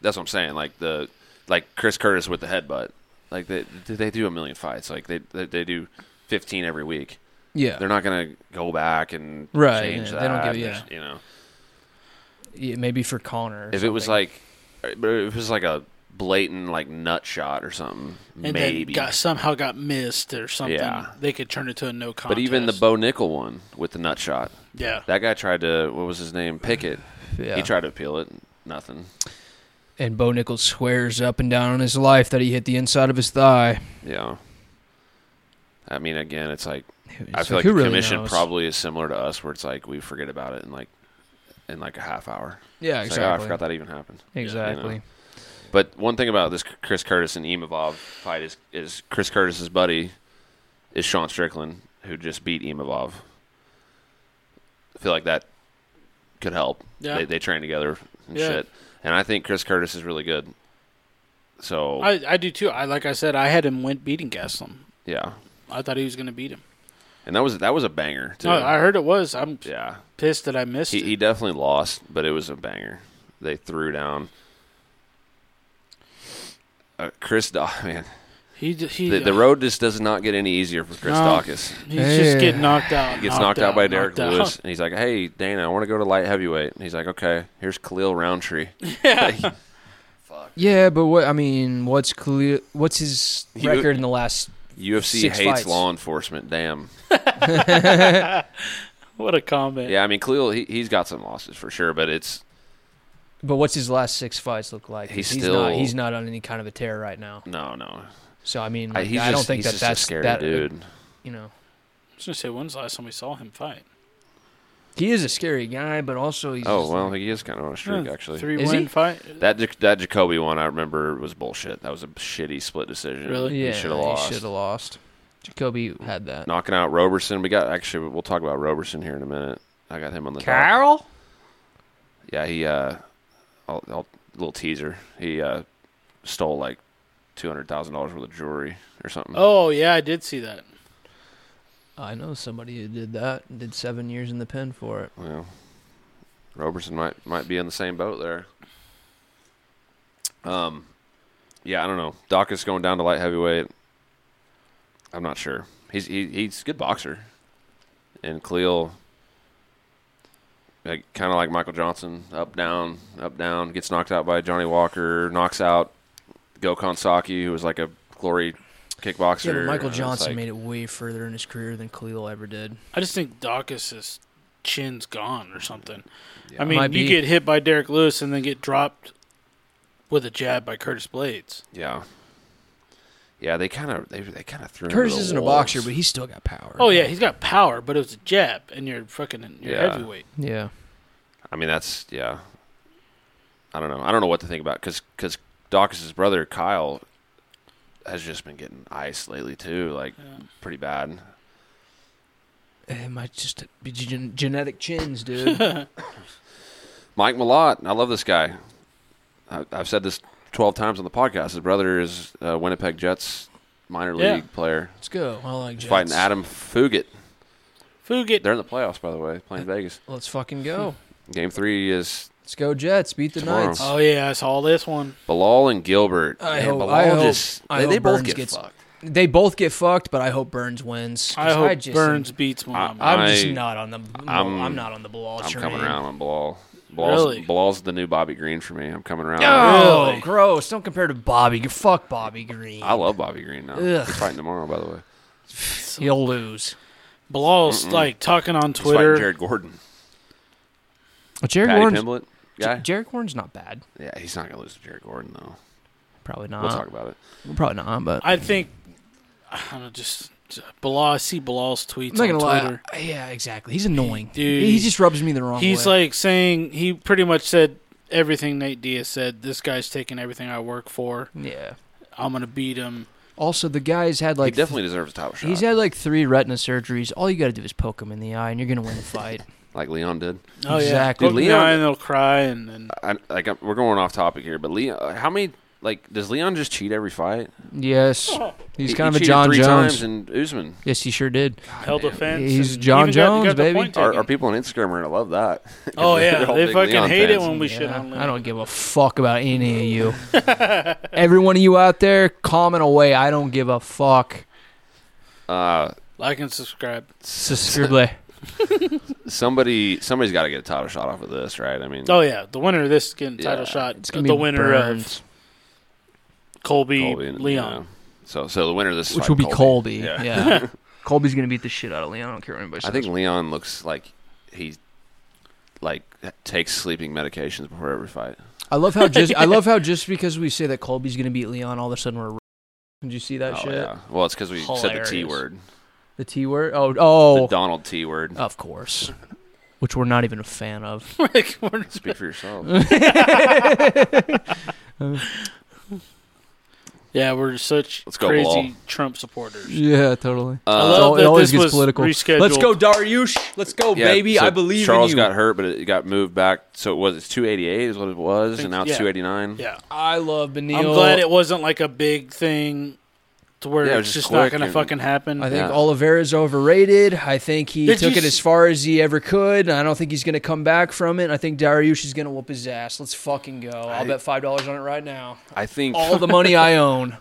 A: that's what I'm saying. Like the like Chris Curtis with the headbutt. Like they they do a million fights. Like they they, they do 15 every week.
B: Yeah,
A: They're not gonna go back and
B: Right,
A: change
B: yeah,
A: that.
B: they don't give-
A: There's- You know,
B: yeah maybe for Connor. or
A: if it was
B: something.
A: like, but if it was like a blatant like nut shot or something,
C: and
A: maybe.
C: then got somehow got missed or something.
A: Yeah.
C: they could turn it to a no contest.
A: but even the Bo Nickel one with the nut shot,
C: yeah,
A: that guy tried to what was his name Pickett.
B: yeah.
A: He tried to appeal it, nothing.
B: and Bo Nichols swears up and down on his life that he hit the inside of his thigh.
A: Yeah. I mean, again, it's like
B: It's
A: I feel like,
B: who
A: the
B: really
A: commission
B: knows?
A: probably is similar to us, where it's like we forget about it in like in like a half hour.
B: yeah
A: It's like, oh, I
B: exactly
A: forgot that even happened.
B: exactly.
A: know. But one thing about this Chris Curtis and Imovov fight is is Chris Curtis's buddy is Sean Strickland, who just beat Imovov. I feel like that could help.
C: Yeah.
A: They, they train together and
C: Yeah.
A: shit, and I think Chris Curtis is really good. So
C: I, I do too. I like I said, I had him win beating Gaslam.
A: yeah,
C: I thought he was going to beat him.
A: and that was that was a banger too.
C: No, I heard it was. I'm
A: yeah,
C: pissed that I missed
A: He,
C: it.
A: he definitely lost, but it was a banger. They threw down. Uh, Chris, Do- man,
C: He d- he.
A: The, the
C: uh,
A: road just does not get any easier for Chris
C: No.
A: Dawkins.
C: He's just
B: Yeah.
C: getting knocked out.
A: He gets knocked, out by Derek
C: knocked out.
A: Lewis, and he's like, "Hey, Dana, I want to go to light heavyweight." And he's like, "Okay, here's Khalil Roundtree."
C: Yeah.
B: Yeah, but what I mean, what's clear, what's his
A: You-
B: record in the last?
A: UFC
B: Six
A: hates
B: fights.
A: law enforcement. Damn.
C: (laughs) what a comment.
A: Yeah, I mean, Khalil, he, he's got some losses for sure, but it's
B: But what's his last six fights look like?
A: He's
B: not,
A: still-
B: he's not on any kind of a tear right now.
A: no, no.
B: So I mean,
A: I,
B: like,
A: he's
B: I
A: just,
B: don't think
A: he's
B: that
A: just
B: that's
A: a scary
B: that. uh,
A: dude.
B: You know,
C: I was gonna say, when's the last time we saw him fight?
B: he is a scary guy, but also he's
A: Oh
B: just
A: well,
B: like-
A: he is kind of on a streak actually.
C: three
B: Is
C: win
B: he?
C: fight.
A: That Jac- that Jacoby one I remember was bullshit. That was a shitty split decision.
C: Really?
A: He
B: yeah,
A: should have
B: He
A: lost.
B: should have lost. Jacoby had that.
A: Knocking out Roberson. We got actually. We'll talk about Roberson here in a minute. I got him on the dock.
B: Carol.
A: Yeah, he uh, I'll, I'll little teaser. He uh, stole like two hundred thousand dollars worth of jewelry or something.
C: Oh yeah, I did see that.
B: I know somebody who did that. and Did seven years in the pen for it.
A: Well, Roberson might might be in the same boat there. Um, yeah, I don't know. Doc is going down to light heavyweight. I'm not sure. He's he, he's a good boxer, and Khalil, like, kind of like Michael Johnson, up down up down, gets knocked out by Johnny Walker, knocks out Gokhan Saki, who was like a glory kickboxer.
B: Yeah, but Michael
A: and it's
B: Johnson
A: like-
B: made it way further in his career than Khalil ever did.
C: I just think Dawkins' chin's gone or something.
A: Yeah.
C: I mean,
B: Might
C: you
B: be.
C: get hit by Derek Lewis and then get dropped with a jab by Curtis Blades.
A: Yeah. Yeah, they kind of they they kind of threw. him to
B: Curtis
A: the
B: isn't a
A: wolves.
B: boxer, but he's still got power.
C: Oh yeah, he's got power, but it was a jab, and you're fucking you're
A: Yeah.
C: heavyweight.
B: yeah.
A: I mean, that's yeah. I don't know. I don't know what to think about because because Dawkins' brother Kyle has just been getting ice lately too, like
C: Yeah.
A: pretty bad.
B: It might just be gen- genetic chins, (laughs) dude.
A: Mike Malott, I love this guy. I, I've said this twelve times on the podcast. His brother is a Winnipeg Jets minor
C: Yeah.
A: league player.
B: Let's go. I like
A: He's
B: Jets.
A: fighting Adam Fugit.
C: Fugit.
A: They're in the playoffs, by the way, playing Vegas.
B: Let's fucking go.
A: Game three is
B: Let's go Jets. Beat the
A: Tomorrow.
B: Knights. Uh,
C: Oh yeah, I saw this one.
A: Bilal and Gilbert.
B: I
A: Man,
B: hope-
A: Bilal
B: I hope-
A: just
B: I
A: they, they
B: hope
A: both
B: Burns
A: get
B: gets-
A: fucked.
B: They both get fucked, but I hope Burns wins. 'cause
C: I hope
B: just-
C: Burns beats mom.
A: I-
B: I'm just
A: I-
B: not on the. I'm,
A: I'm-
B: not on the Bilal
A: I'm
B: train.
A: coming around on Bilal. Bilal's,
C: Really?
A: Bilal's the new Bobby Green for me. I'm coming around.
B: Oh,
C: Really?
B: gross! Don't compare to Bobby. You Fuck Bobby Green.
A: I love Bobby Green now.
B: Ugh.
A: He's fighting tomorrow, by the way.
B: He'll lose.
C: Bilal's like talking on
A: He's fighting
C: Twitter.
A: Jared Gordon.
B: Jared
A: Patty
B: Warren's
A: Pimblett guy.
B: Jared Warren's not bad.
A: yeah, he's not gonna lose to Jared Gordon though.
B: Probably not.
A: We'll talk about it.
B: Probably not. But
C: I think I don't know, just Bilal. I see Bilal's tweets
B: I'm not
C: on
B: gonna lie.
C: Twitter.
B: Yeah, exactly. He's annoying.
C: Dude,
B: he just rubs me the wrong
C: He's
B: way.
C: like saying he pretty much said everything Nate Diaz said. This guy's taking everything I work for.
B: yeah.
C: I'm gonna beat him.
B: Also, the guy's had like
A: he definitely deserves a top shot.
B: He's had like three retina surgeries. All you got to do is poke him in the eye, and you're gonna win the fight.
A: like Leon did.
C: Oh
B: Exactly.
C: yeah, Poke me in the
A: Leon-
C: eye and they'll cry and then
A: I, like I'm, we're going off topic here, but Leon, uh, how many? Like, does Leon just cheat every fight?
B: (laughs) yes, he's
A: He-
B: kind
A: he
B: of a
A: cheated
B: John
A: three
B: Jones.
A: times and Usman.
B: yes, he sure did.
C: held offense.
B: He's
C: and
B: John
C: even got-
B: Jones,
C: got the
B: baby.
C: point
A: Our,
C: taken.
A: our people on Instagram are gonna love that. 'Cause
C: oh
A: they're
C: yeah,
A: all
C: they
A: big
C: fucking
A: Leon
C: hate it
A: fans.
C: when we
B: Yeah,
C: shit on. Leon.
B: I don't give a fuck about any of you.
A: (laughs)
B: Every one of you out there, comment away. I don't give a fuck.
A: Uh,
C: like and subscribe.
B: Subscribe.
A: somebody somebody's got to get a title shot off of this, right? I mean,
C: Oh yeah, the winner of this is getting
A: Yeah,
C: title shot.
B: It's gonna be
C: the winner of
B: Burns,
C: Colby,
A: Colby and-
C: Leon. (laughs)
A: yeah. So so the winner of this is like
B: which will be Colby.
A: Yeah.
B: Yeah.
A: (laughs)
B: Colby's gonna beat the shit out of Leon. I don't care what anybody says.
A: I think Leon looks like he like takes sleeping medications before every fight.
B: I love how just I love how just because we say that Colby's gonna beat Leon, all of a sudden we're. Did you see that
A: oh
B: shit?
A: yeah. Well, it's because we said the T
B: Hilarious.
A: word,
B: The T word. Oh, oh,
A: the Donald T word.
B: of course. Which we're not even a fan of.
C: Like, we're-
A: Speak for
B: (laughs)
A: yourself.
C: yeah, we're such
A: Let's go, Uh,
C: crazy
A: Bilal.
C: Trump supporters.
B: yeah, totally.
C: I
A: Uh,
C: love
B: So it
C: that
B: always
C: this
B: gets
C: was
B: political.
C: rescheduled.
B: Let's go, Dariush. Let's go,
A: yeah,
B: baby.
A: so
B: I believe
A: Charles
B: in you.
A: got hurt, but it got moved back. So it was it's 288 is what it was,
C: Think-
A: and now it's
C: yeah.
A: 289.
C: Yeah,
B: I love Benil.
C: I'm glad it wasn't like a big thing to where
A: Yeah, it was
C: it's
A: just
C: just not
A: quick
C: going to
A: and-
C: fucking happen.
B: I think
A: Yeah.
B: Oliveira's overrated. I think he
C: Did
B: took
C: you
B: it as
C: s-
B: far as he ever could. and I don't think he's going to come back from it. I think Dariush is going to whoop his ass. Let's fucking go. I'll
A: I-
B: bet $5 on it right now. (laughs)
A: I think
B: All the money I own.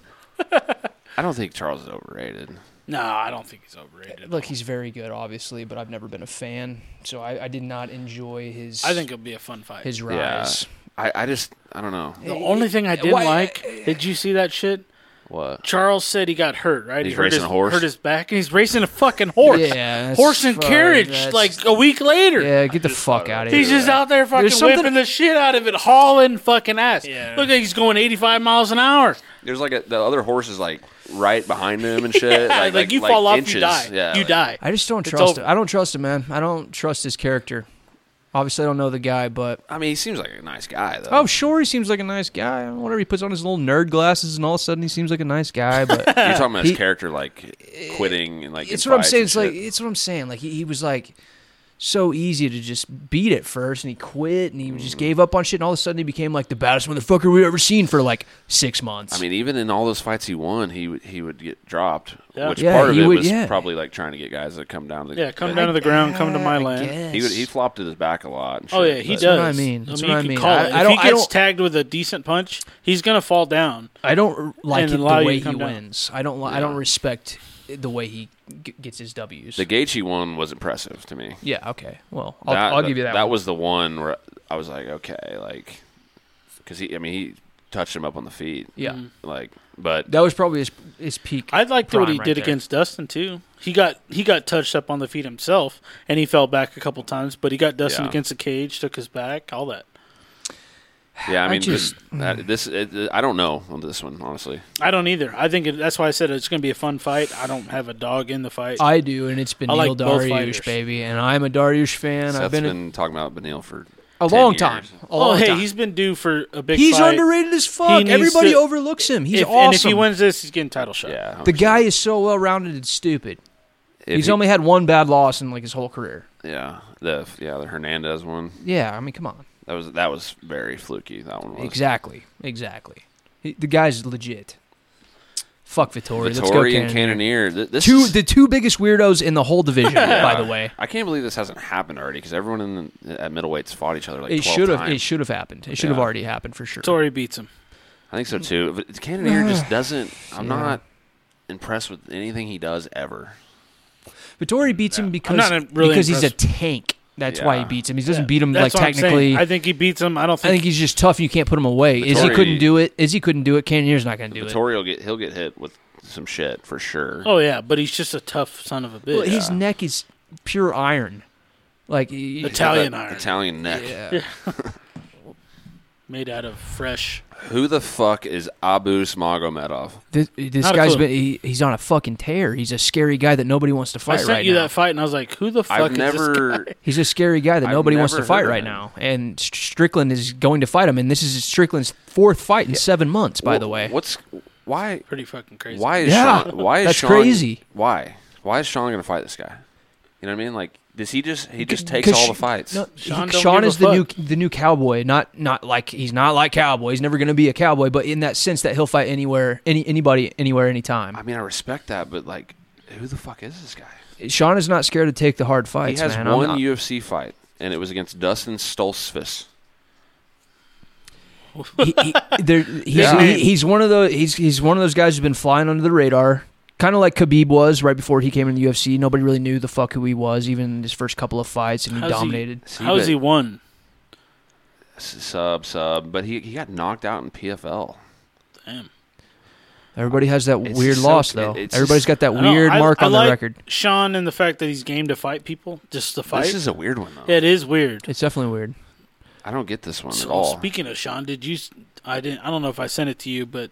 A: I don't think Charles is overrated.
C: No, I don't think he's overrated.
B: Look, he's very good, obviously, but I've never been a fan, so I, I did not enjoy his.
C: I think it'll be a fun fight.
B: his rise.
A: I, I just I don't know
C: the only thing I didn't
B: Why-
C: like, did you see that shit?
A: what.
C: Charles said he got hurt, right?
A: He's
C: he hurt
A: racing
C: his,
A: a horse?
C: Hurt his back, and he's racing a fucking horse.
B: Yeah, that's
C: horse and
B: fuck-
C: carriage.
B: that's-
C: Like a week later,
B: Yeah, get the
A: just
B: fuck
A: thought
B: out of
A: it
B: here.
A: was-
C: he's just out there fucking
B: There's something-
C: whipping the shit out of it, hauling fucking ass.
B: Yeah.
C: Look, like he's going 85 miles an hour.
A: There's like a, the other horse is like right behind him and shit.
C: Yeah,
A: like,
C: (laughs) like, you fall off, you
A: inches.
C: die.
A: Yeah,
C: you
A: like-
C: die.
B: I just don't
C: It's
B: trust
C: over.
B: it. I don't trust him, man. I don't trust his character. Obviously, I don't know the guy, but
A: I mean, he seems like a nice guy though.
B: oh, sure, he seems like a nice guy. Whatever, he puts on his little nerd glasses, and all of a sudden, he seems like a nice guy. But (laughs)
A: you're talking about his
B: He-
A: character like quitting and like.
B: it's
A: in
B: what I'm
A: fights
B: saying.
A: and
B: It's like
A: shit.
B: it's what I'm saying. Like he, he was like so easy to just beat at first, and he quit, and he
A: Mm-hmm.
B: just gave up on shit, and all of a sudden, he became like the baddest motherfucker we've ever seen for like six months.
A: I mean, even in all those fights he won, he would- he would get dropped,
C: Yeah.
A: which
B: Yeah,
A: part of
B: he
A: it
B: would-
A: was
B: yeah.
A: probably like trying to get guys to come down to
C: Yeah, come
A: that-
C: down to the ground, come to my
B: I
C: land.
A: He would,
B: guess.
A: he flopped at his back a lot. And
C: Oh
A: shit,
C: yeah, he
A: but-
C: does.
B: what I mean. That's what I
C: you
B: mean.
C: Can call
B: I-
C: it.
B: I
C: if
B: don't-
C: he
B: I
C: gets
B: don't-
C: tagged with a decent punch, he's gonna fall down.
B: I don't r- like
C: And
B: it the
C: allow you to
B: way he
C: come down.
B: wins. I don't. Li- I don't respect the way he g- gets his W's.
A: The Gaethje one was impressive to me.
B: yeah. Okay. Well, I'll,
A: that,
B: I'll give you that.
A: That
B: one.
A: was the one where I was like, okay, like, because he, I mean, he touched him up on the feet,
B: Yeah.
A: like, but
B: That was probably his his peak.
C: I liked what
B: prime
C: he
B: right
C: did
B: there.
C: against Dustin too. He got he got touched up on the feet himself, and he fell back a couple times. But he got Dustin
A: Yeah.
C: against the cage, took his back, all that.
A: yeah,
B: I
A: I mean,
B: just- mm.
A: this, that, this it, I don't know on this one honestly.
C: I don't either. I think it, that's why I said it's going to be a fun fight. I don't have a dog in the fight.
B: I do, and it's been
C: I
B: Neil
C: like both fighters.
B: Dariush, baby, and I'm a Dariush fan.
A: Seth's
B: I've
A: been,
B: been,
A: talking about Benil for
B: a, a
A: 10
B: long
A: years.
B: time. A
C: oh,
B: long
C: hey,
B: time.
C: he's been due for a big.
B: He's
C: fight.
B: underrated as fuck.
C: needs
B: Everybody
C: to-
B: overlooks him. He's
C: If-
B: awesome.
C: And if he wins this, he's getting title shot.
A: Yeah,
B: the guy is so well rounded and stupid.
A: Oh, If
B: he's
A: he-
B: only had one bad loss in like his whole career.
A: yeah the yeah the Hernandez one
B: Yeah, I mean, come on.
A: that was that was very fluky that one was
B: Exactly. Exactly. He, the guy's legit. Fuck Vittori. Let's go
A: Vittori and Cannoneer Th- this
B: Two
A: is-
B: the two biggest weirdos in the whole division, by
A: (laughs)
B: the way.
A: I can't believe this hasn't happened already because everyone in the, at middleweights fought each other like
B: it
A: 12
B: should have it
A: times.
B: should have happened. It should have
A: Yeah.
B: already happened for sure.
C: Tori beats him.
A: I think so too. But
B: (sighs)
A: Cannoneer just doesn't. I'm
B: Yeah.
A: not impressed with anything he does ever.
B: Vittori beats him because
C: not in- really
B: because he's a
C: impressed.
B: tank. That's why he
A: Yeah.
B: beats him. He doesn't beat him
C: That's
B: like
C: what I'm saying.
B: technically.
C: I think he beats him. I don't
B: I think
C: think.
B: he's just tough. You can't put him away. Izzy
A: Vittori-
B: couldn't do it. Izzy couldn't do it. Cannonier's not going to do it.
A: Vittori will get he'll get hit with some shit for sure.
C: oh yeah, but he's just a tough son of a bitch.
B: Well, His neck is pure iron. Like he-
A: He's got
C: Italian
A: that
C: iron.
A: Italian neck.
B: yeah.
C: made out of fresh.
A: Who the fuck is Abu Smagomedov?
B: This, this
C: (laughs) Not a
B: guy's
C: clue.
B: been he, he's on a fucking tear. He's a scary guy that nobody wants to
C: I
B: fight
C: sent
B: right
C: you
B: now.
C: that fight, and I was like, "Who the fuck
A: I've
C: is this guy?
A: never.
B: He's a scary guy that
A: I've
B: nobody wants to
A: never
B: fight
A: heard of
B: right
A: him.
B: now. And Str- Strickland is going to fight him and this is Strickland's fourth fight in 7 months by the
A: Wh-
B: way.
A: what's why?
C: Pretty fucking crazy."
A: Why is
B: Yeah.
A: Sean? Why is
B: That's
A: Sean,
B: crazy.
A: Why? Why is Sean gonna fight this guy? You know what I mean? Like, does he just he just takes
B: 'Cause
A: all
B: Sh-
A: the fights?
B: No,
C: Sean
B: Sean,
C: don't give a
B: is the new
C: fuck.
B: the new cowboy. Not not like he's not like cowboy. He's never going to be a cowboy, but in that sense that he'll fight anywhere, any anybody, anywhere, anytime.
A: I mean, I respect that, but like, who the fuck is this guy?
B: Sean is not scared to take the hard
A: He
B: fights.
A: has
B: man. I'm
A: one
B: not-
A: UFC fight, and it was against Dustin Stolzfus.
B: he,
C: (laughs)
B: he, there, he's,
A: Yeah.
B: he, he's one of those. He's he's one of those guys who's been flying under the radar, kind of like Khabib was right before he came in the UFC. Nobody really knew the fuck who he was, even in his first couple of fights, and he
C: How's he-
B: dominated.
C: How is he won?
A: sub sub? But he he got knocked out in PFL.
C: Damn.
B: Everybody has that
A: It's
B: weird
A: so-
B: loss though.
A: it's
B: Everybody's
A: just-
B: got that
C: I don't-
B: weird
C: I-
B: mark
C: I
B: on
C: like
B: the record.
C: Sean and the fact that he's game to fight people, just to fight.
A: This is a weird one though.
C: it is weird.
B: It's definitely weird.
A: I don't get this one
C: So,
A: at all.
C: speaking of Sean, did you? s- I didn't. I don't know if I sent it to you, but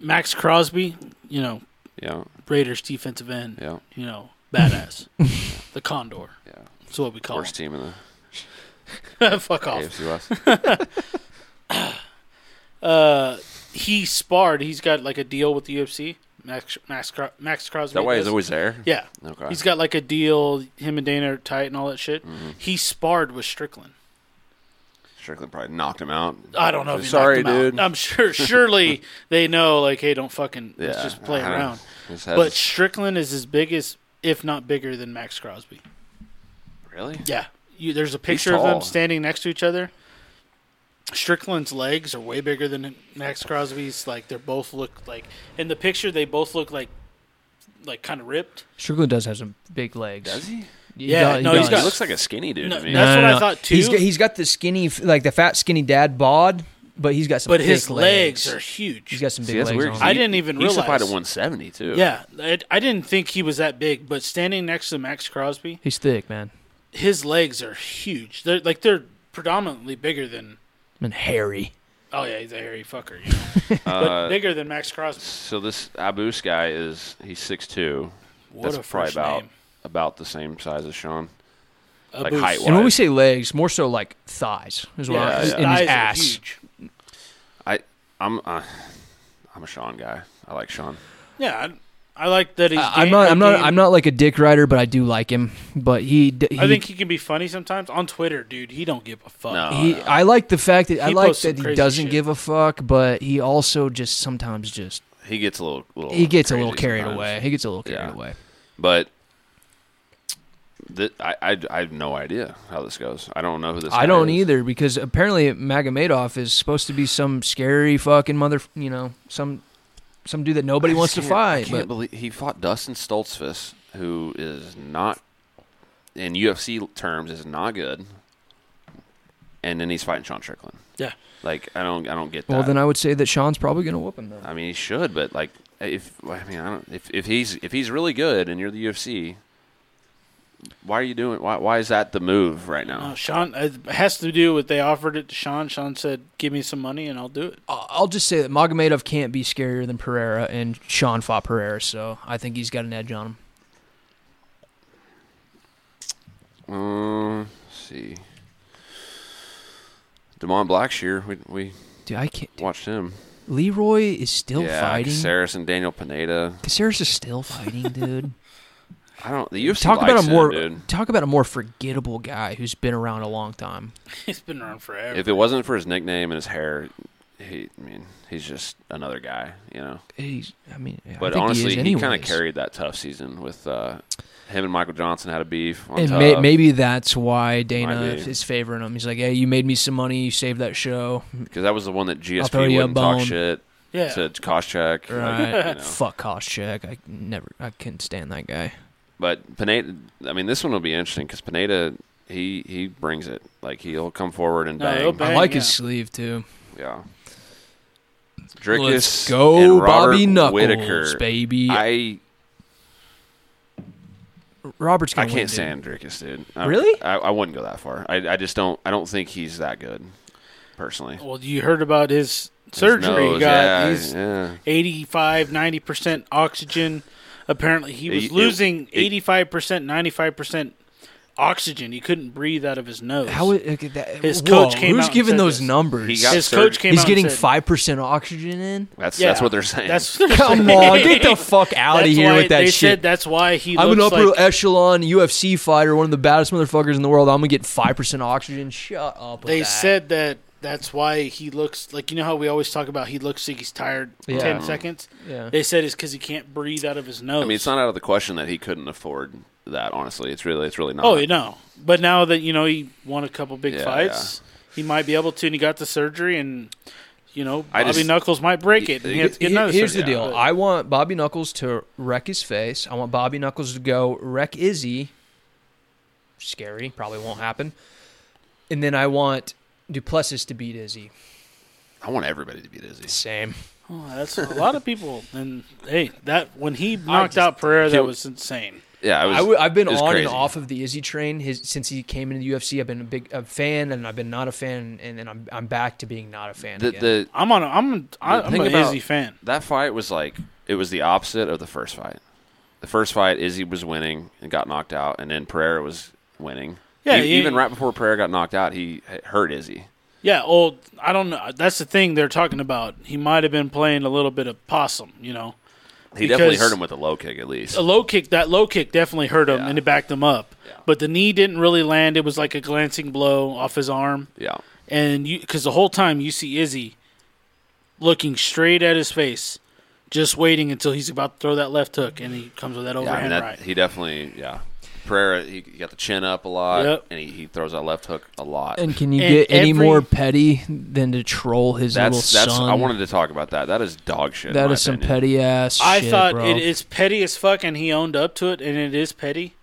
C: Max Crosby, you know,
A: yeah,
C: Raiders defensive end,
A: yeah,
C: you know, badass, (laughs) the Condor.
A: yeah.
C: That's what we call
A: Worst team in the
C: him. (laughs) Fuck off.
A: AFC West.
C: Uh, he sparred. He's got like a deal with the UFC. Max Max Cro- Max Crosby.
A: that way he's
C: does.
A: always there.
C: Yeah,
A: Okay.
C: he's got like a deal. Him and Dana are tight and all that shit.
A: Mm-hmm.
C: He sparred with Strickland.
A: Strickland probably knocked him out.
C: I don't know. If he
A: Sorry,
C: knocked him out.
A: dude.
C: I'm
A: (laughs)
C: sure. Surely they know. Like, hey, don't fucking let's
A: Yeah, uh-huh.
C: just play
A: I don't-
C: around.
A: His head
C: But
A: is-
C: Strickland is as big as, if not bigger than Max Crosby.
A: really,
C: Yeah, you, there's a picture of
A: tall.
C: them standing next to each other. Strickland's legs are way bigger than Max Crosby's. Like they're both look like in the picture they both look like like kind of ripped.
B: Strickland does have some big legs.
A: Does he?
C: Yeah, no, he's
A: He
C: got-
A: looks like a skinny dude
C: No,
A: to me.
C: no. That's what I thought, too.
B: He's got, he's got the skinny, like the fat skinny dad bod, but he's got some.
C: But
B: thick
C: his legs. are
B: He's
C: huge.
B: got some big
A: See, that's
B: legs.
A: weird.
B: on
A: 'cause
B: him.
C: I
A: he-
C: didn't even
A: He's a fight at
C: realize.
A: 170 too.
C: yeah, I, I didn't think he was that big, but standing next to Max Crosby,
B: He's thick, man,
C: his legs are huge. They're like they're predominantly bigger than.
B: and hairy.
C: Oh yeah, he's a hairy fucker, you know.
A: (laughs) Uh,
C: but bigger than Max Crosby.
A: So this Abus guy is he's six two.
C: What
A: That's
C: a
A: probably
C: first
A: about
C: name.
A: about the same size as Sean. like
C: Abus.
A: height-wise.
B: And when we say legs, more so like thighs as well,
A: Yeah,
B: and
A: yeah.
B: his
C: Thighs are
B: ass.
C: huge.
A: I I'm uh, I'm a Sean guy. I like Sean.
C: Yeah, I, I like that he's.
B: I- I'm
C: game-
B: not. I'm not.
C: game-
B: I'm not like a dick rider, but I do like him. But he. d- he
C: I think he can be funny sometimes on Twitter, dude. He don't give a fuck.
A: No.
B: he. I like the fact that I
C: He
B: like
C: posts
B: that
C: some
B: he
C: crazy
B: doesn't
C: shit.
B: give a fuck, but he also just sometimes just
A: He gets a little, little
B: he gets a
A: crazy
B: little carried
A: sometimes.
B: away. He gets a little carried
A: Yeah.
B: away.
A: But th- I, I I have no idea how this goes. I don't know who this.
B: I
A: guy
B: don't
A: is.
B: either because apparently Magomedov is supposed to be some scary fucking mother, you know, some some dude that nobody
A: I
B: wants to
A: can't- I
B: fight.
A: can't
B: But
A: believe he fought Dustin Stoltzfus, who is not in UFC terms is not good. And then he's fighting Sean Strickland.
C: Yeah.
A: Like I don't I don't get that.
B: well, then I would say that Sean's probably gonna whoop him though.
A: I mean, he should, but like, if I mean, I don't. If, if he's if he's really good and you're the UFC, why are you doing? Why why is that the move right now?
C: No, Uh, Sean it has to do with they offered it to Sean. Sean said, "Give me some money and I'll do it." (laughs)
B: I- I'll just say that Magomedov can't be scarier than Pereira, and Sean fought Pereira, so I think he's got an edge on him. Uh,
A: Um, let's see, Demond Blackshear, we we
B: Dude, I can't.
A: watched him.
B: Leroy is still
A: yeah,
B: fighting.
A: Caceres and Daniel Pineda.
B: Caceres is still (laughs) fighting, dude.
A: I don't. The UFC
B: talk about
A: likes
B: a
A: him,
B: more
A: dude.
B: talk about a more forgettable guy who's been around a long time.
C: He's been around forever.
A: If it wasn't for his nickname and his hair, he. I mean, he's just another guy, you know.
B: He's, I mean, I
A: But
B: think
A: honestly,
B: he,
A: he,
B: is
A: kind of
B: anyways.
A: carried that tough season with uh, him and Michael Johnson had a beef. On
B: And
A: tough.
B: may, maybe that's why Dana
A: be.
B: is favoring him. He's like, "Hey, you made me some money. You saved that show.
A: because that was the one that
B: throw
A: GSP
B: you a
A: wouldn't talk
B: bone.
A: shit
C: yeah,
A: to Koscheck.
B: Right?
A: Like, (laughs) you know.
B: Fuck cost check. I never. I couldn't stand that guy.
A: But Pineda, I mean, this one will be interesting because Pineda, he he brings it. Like he'll come forward and
C: No,
A: bang.
C: he'll
B: I
C: bang.
B: like
C: yeah.
B: his sleeve too.
A: Yeah. Drickus
B: Let's go,
A: and Robert
B: Bobby Knuckles,
A: Whitaker.
B: baby.
A: I
B: Robert's.
A: I
B: Gonna win,
A: can't
B: dude.
A: stand Drickus, dude. I,
B: Really?
A: I, I wouldn't go that far. I, I just don't. I don't think he's that good, personally.
C: well, you heard about his
A: His
C: surgery. he
A: nose,
C: got
A: yeah,
C: he's
A: yeah.
C: 85, 90 percent oxygen. Apparently, he was
A: It- it-
C: losing
A: it-
C: eighty five percent, ninety five percent oxygen. He couldn't breathe out of his nose.
B: How it- okay, that,
C: His
B: whoa,
C: coach came
B: Who's
C: out and
B: giving
C: said
B: those
C: this.
B: numbers?
A: He got
C: his
A: surgery.
C: coach came
B: He's
C: out.
B: getting
C: and said,
B: five percent oxygen
C: (laughs)
B: in.
A: That's
C: Yeah,
A: that's what they're saying.
C: That's
B: (laughs)
C: (laughs)
B: Come on, get the fuck out of
C: That's
B: here
C: why
B: with that
C: they
B: shit.
C: said that's why he.
B: I'm an
C: looks
B: upper
C: like,
B: echelon UFC fighter, one of the baddest motherfuckers in the world. I'm gonna get five percent oxygen. Shut up. with
C: They
B: that.
C: said that that's why he looks like you know how we always talk about he looks like he's tired
B: Yeah.
C: ten seconds.
B: Yeah.
C: They said it's because he can't breathe out of his nose.
A: I mean, it's not out of the question that he couldn't afford that. Honestly, it's really, it's really not.
C: Oh, you know. But now that you know he won a couple big
A: Uh-huh. Yeah,
C: fights, he might be able to. And he got the surgery, and you know
A: I
C: Bobby
A: just-
C: Knuckles might break it. And he has to get
B: Here-
C: another
B: here's the
C: surgery.
B: deal.
C: But-
B: I want Bobby Knuckles to wreck his face. I want Bobby Knuckles to go wreck Izzy. Scary, probably won't happen. And then I want Duplessis to beat Izzy.
A: I want everybody to be dizzy.
B: Same.
C: Oh, that's a lot of people. And hey, that when he knocked
B: just-
C: out Pereira,
A: Dude.
C: that was insane.
A: Yeah, I was,
B: I w- I've been
A: it was
B: on
A: crazy.
B: and off of the Izzy train his, since he came into the UFC. I've been a big a fan, and I've been not a fan, and then I'm I'm back to being not a fan.
A: The,
B: again.
A: the
C: I'm on. A, I'm. I,
A: The
C: I'm
A: thing
C: an
A: about-
C: Izzy fan.
A: that fight was like it was the opposite of the first fight. The first fight, Izzy was winning and got knocked out, and then Pereira was winning.
C: Yeah,
A: E-
C: yeah,
A: even
C: yeah.
A: right before Pereira got knocked out, he h- hurt Izzy.
C: Yeah, old. I don't know. That's the thing they're talking about. He might have been playing a little bit of possum, you know.
A: He definitely
C: Because-
A: hurt him with a low kick, at least.
C: A low kick, that low kick definitely hurt him,
A: Yeah.
C: and it backed him up.
A: Yeah.
C: But the knee didn't really land. It was like a glancing blow off his arm,
A: Yeah,
C: and you because the whole time you see Izzy looking straight at his face, just waiting until he's about to throw that left hook, and he comes with that
A: yeah. I
C: overhand
A: mean, that,
C: right.
A: He definitely, yeah. Pereira, he he got the chin up a lot,
C: Yep.
A: and he, he throws that left hook a lot.
B: And can you
C: And
B: get any
C: every-
B: more petty than to troll his
A: that's
B: little
A: that's
B: son?
A: I wanted to talk about that. That is dog shit. in
B: that
A: my
B: is some
A: opinion.
B: petty ass.
C: I
B: shit,
C: thought
B: bro.
C: it is petty as fuck, and he owned up to it, and it is petty.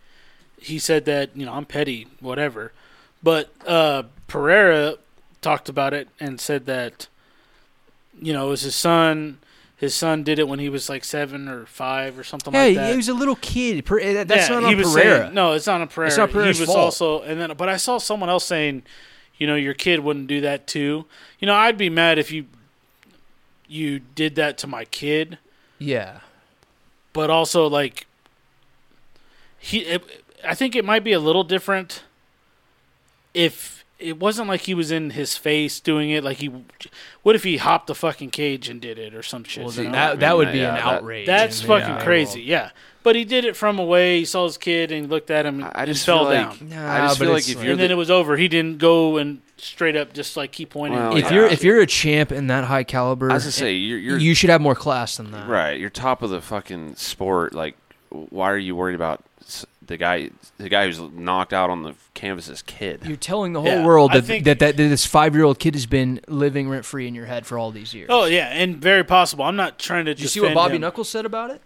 C: He said that you know I'm petty, whatever. But uh, Pereira talked about it and said that you know it was his son. His son did it when he was like seven or five or something
B: Hey,
C: like that.
B: he was a little kid. Per- eh, that- That's
C: Yeah,
B: not on
C: was
B: Pereira.
C: saying- no, it's not on Pereira.
B: It's not Pereira's
C: he was
B: fault.
C: also, and then, but I saw someone else saying, you know, your kid wouldn't do that too. You know, I'd be mad if you you did that to my kid
B: Yeah.
C: but also like he it, i think it might be a little different if it wasn't like he was in his face doing it like he what if he hopped the fucking cage and did it or some shit
B: Well,
C: you
B: then
C: know?
A: I
B: that,
A: mean,
B: that would
A: yeah,
B: be an
A: that-
B: outrage.
C: that's
B: in the
C: fucking
B: entire
C: crazy
B: world.
C: yeah but he did it from away he saw his kid and he looked at him and,
A: I I
C: and
A: just
C: fell
A: feel
C: down
A: like
B: Nah,
A: I just
B: but
A: feel like
B: it's
A: if
B: like-
A: you're
C: and then
A: the-
C: it was over he didn't go and straight up just like keep pointing
A: Well,
C: yeah.
B: If
A: Oh, yeah.
B: you're if you're a champ in that high caliber,
A: I was gonna say you're, you're
B: you should have more class than that.
A: right. You're top of the fucking sport. Like, why are you worried about s- the guy the guy who's knocked out on the canvas's kid?
B: You're telling the whole
C: Yeah,
B: world
C: I
B: that,
C: think-
B: that, that that this five year old kid has been living rent free in your head for all these years.
C: oh yeah and very possible i'm not trying to
B: Did you see what
C: defend
B: Bobby
C: him.
B: Knuckles said about it?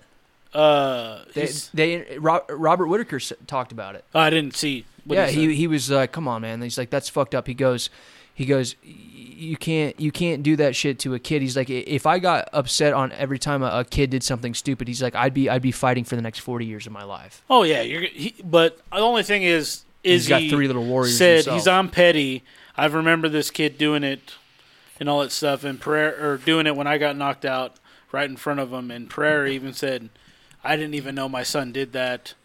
C: uh
B: They,
C: he's- oh,
B: they Ro- Robert Whitaker s- talked about it.
C: i didn't see what
B: yeah,
C: he, said.
B: he he was like, "Come on, man." He's like, "That's fucked up." He goes, he goes, "Y- "You can't you can't do that shit to a kid." He's like, "I- "If I got upset on every time a, a kid did something stupid, he's like, I'd be I'd be fighting for the next forty years of my life."
C: Oh yeah, you're. He, but the only thing is, is
B: He's got
C: he
B: three little warriors.
C: said
B: himself.
C: he's on petty. I remember this kid doing it and all that stuff, and prayer or doing it when I got knocked out right in front of him. And prayer even said, "I didn't even know my son did that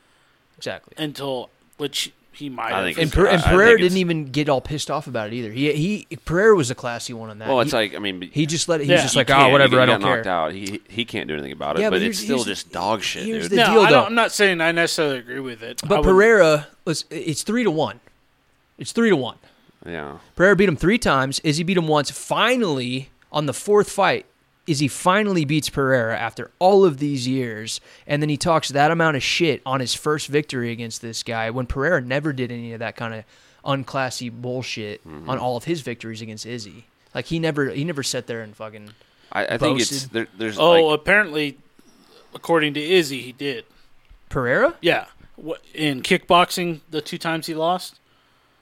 B: exactly.
C: until which he might."
A: I
C: have.
A: think
B: And,
A: it's-
B: per-
A: I-
B: and
A: I think
B: Pereira
A: it's-
B: didn't even get all pissed off about it either. He he Pereira was the classy one on that.
A: Well, it's
B: he,
A: like I mean,
B: he just let it. He's
C: Yeah.
B: just
A: he
B: like,
A: can't.
B: oh,
A: He
B: whatever,
A: got
B: I don't care.
A: knocked out. He he can't do anything about it.
B: Yeah,
A: but,
B: but
A: it's
B: here's-
A: still
B: here's-
A: just dog shit,
B: here's
A: dude.
B: the-
C: no,
B: deal,
C: I
B: though.
C: don't, I'm not saying I necessarily agree with it. I
B: But
C: would-
B: Pereira was. It's three to one. It's three to one.
A: yeah,
B: Pereira beat him three times. Izzy beat him once. Finally, on the fourth fight, Izzy finally beats Pereira after all of these years, and then he talks that amount of shit on his first victory against this guy when Pereira never did any of that kind of unclassy bullshit
A: Mm-hmm.
B: on all of his victories against Izzy. Like he never, he never sat there and fucking.
A: I, I think it's
B: Boasted.
A: there, there's
C: oh,
A: like,
C: apparently, according to Izzy, he did.
B: Pereira,
C: Yeah, What- in kickboxing, the two times he lost.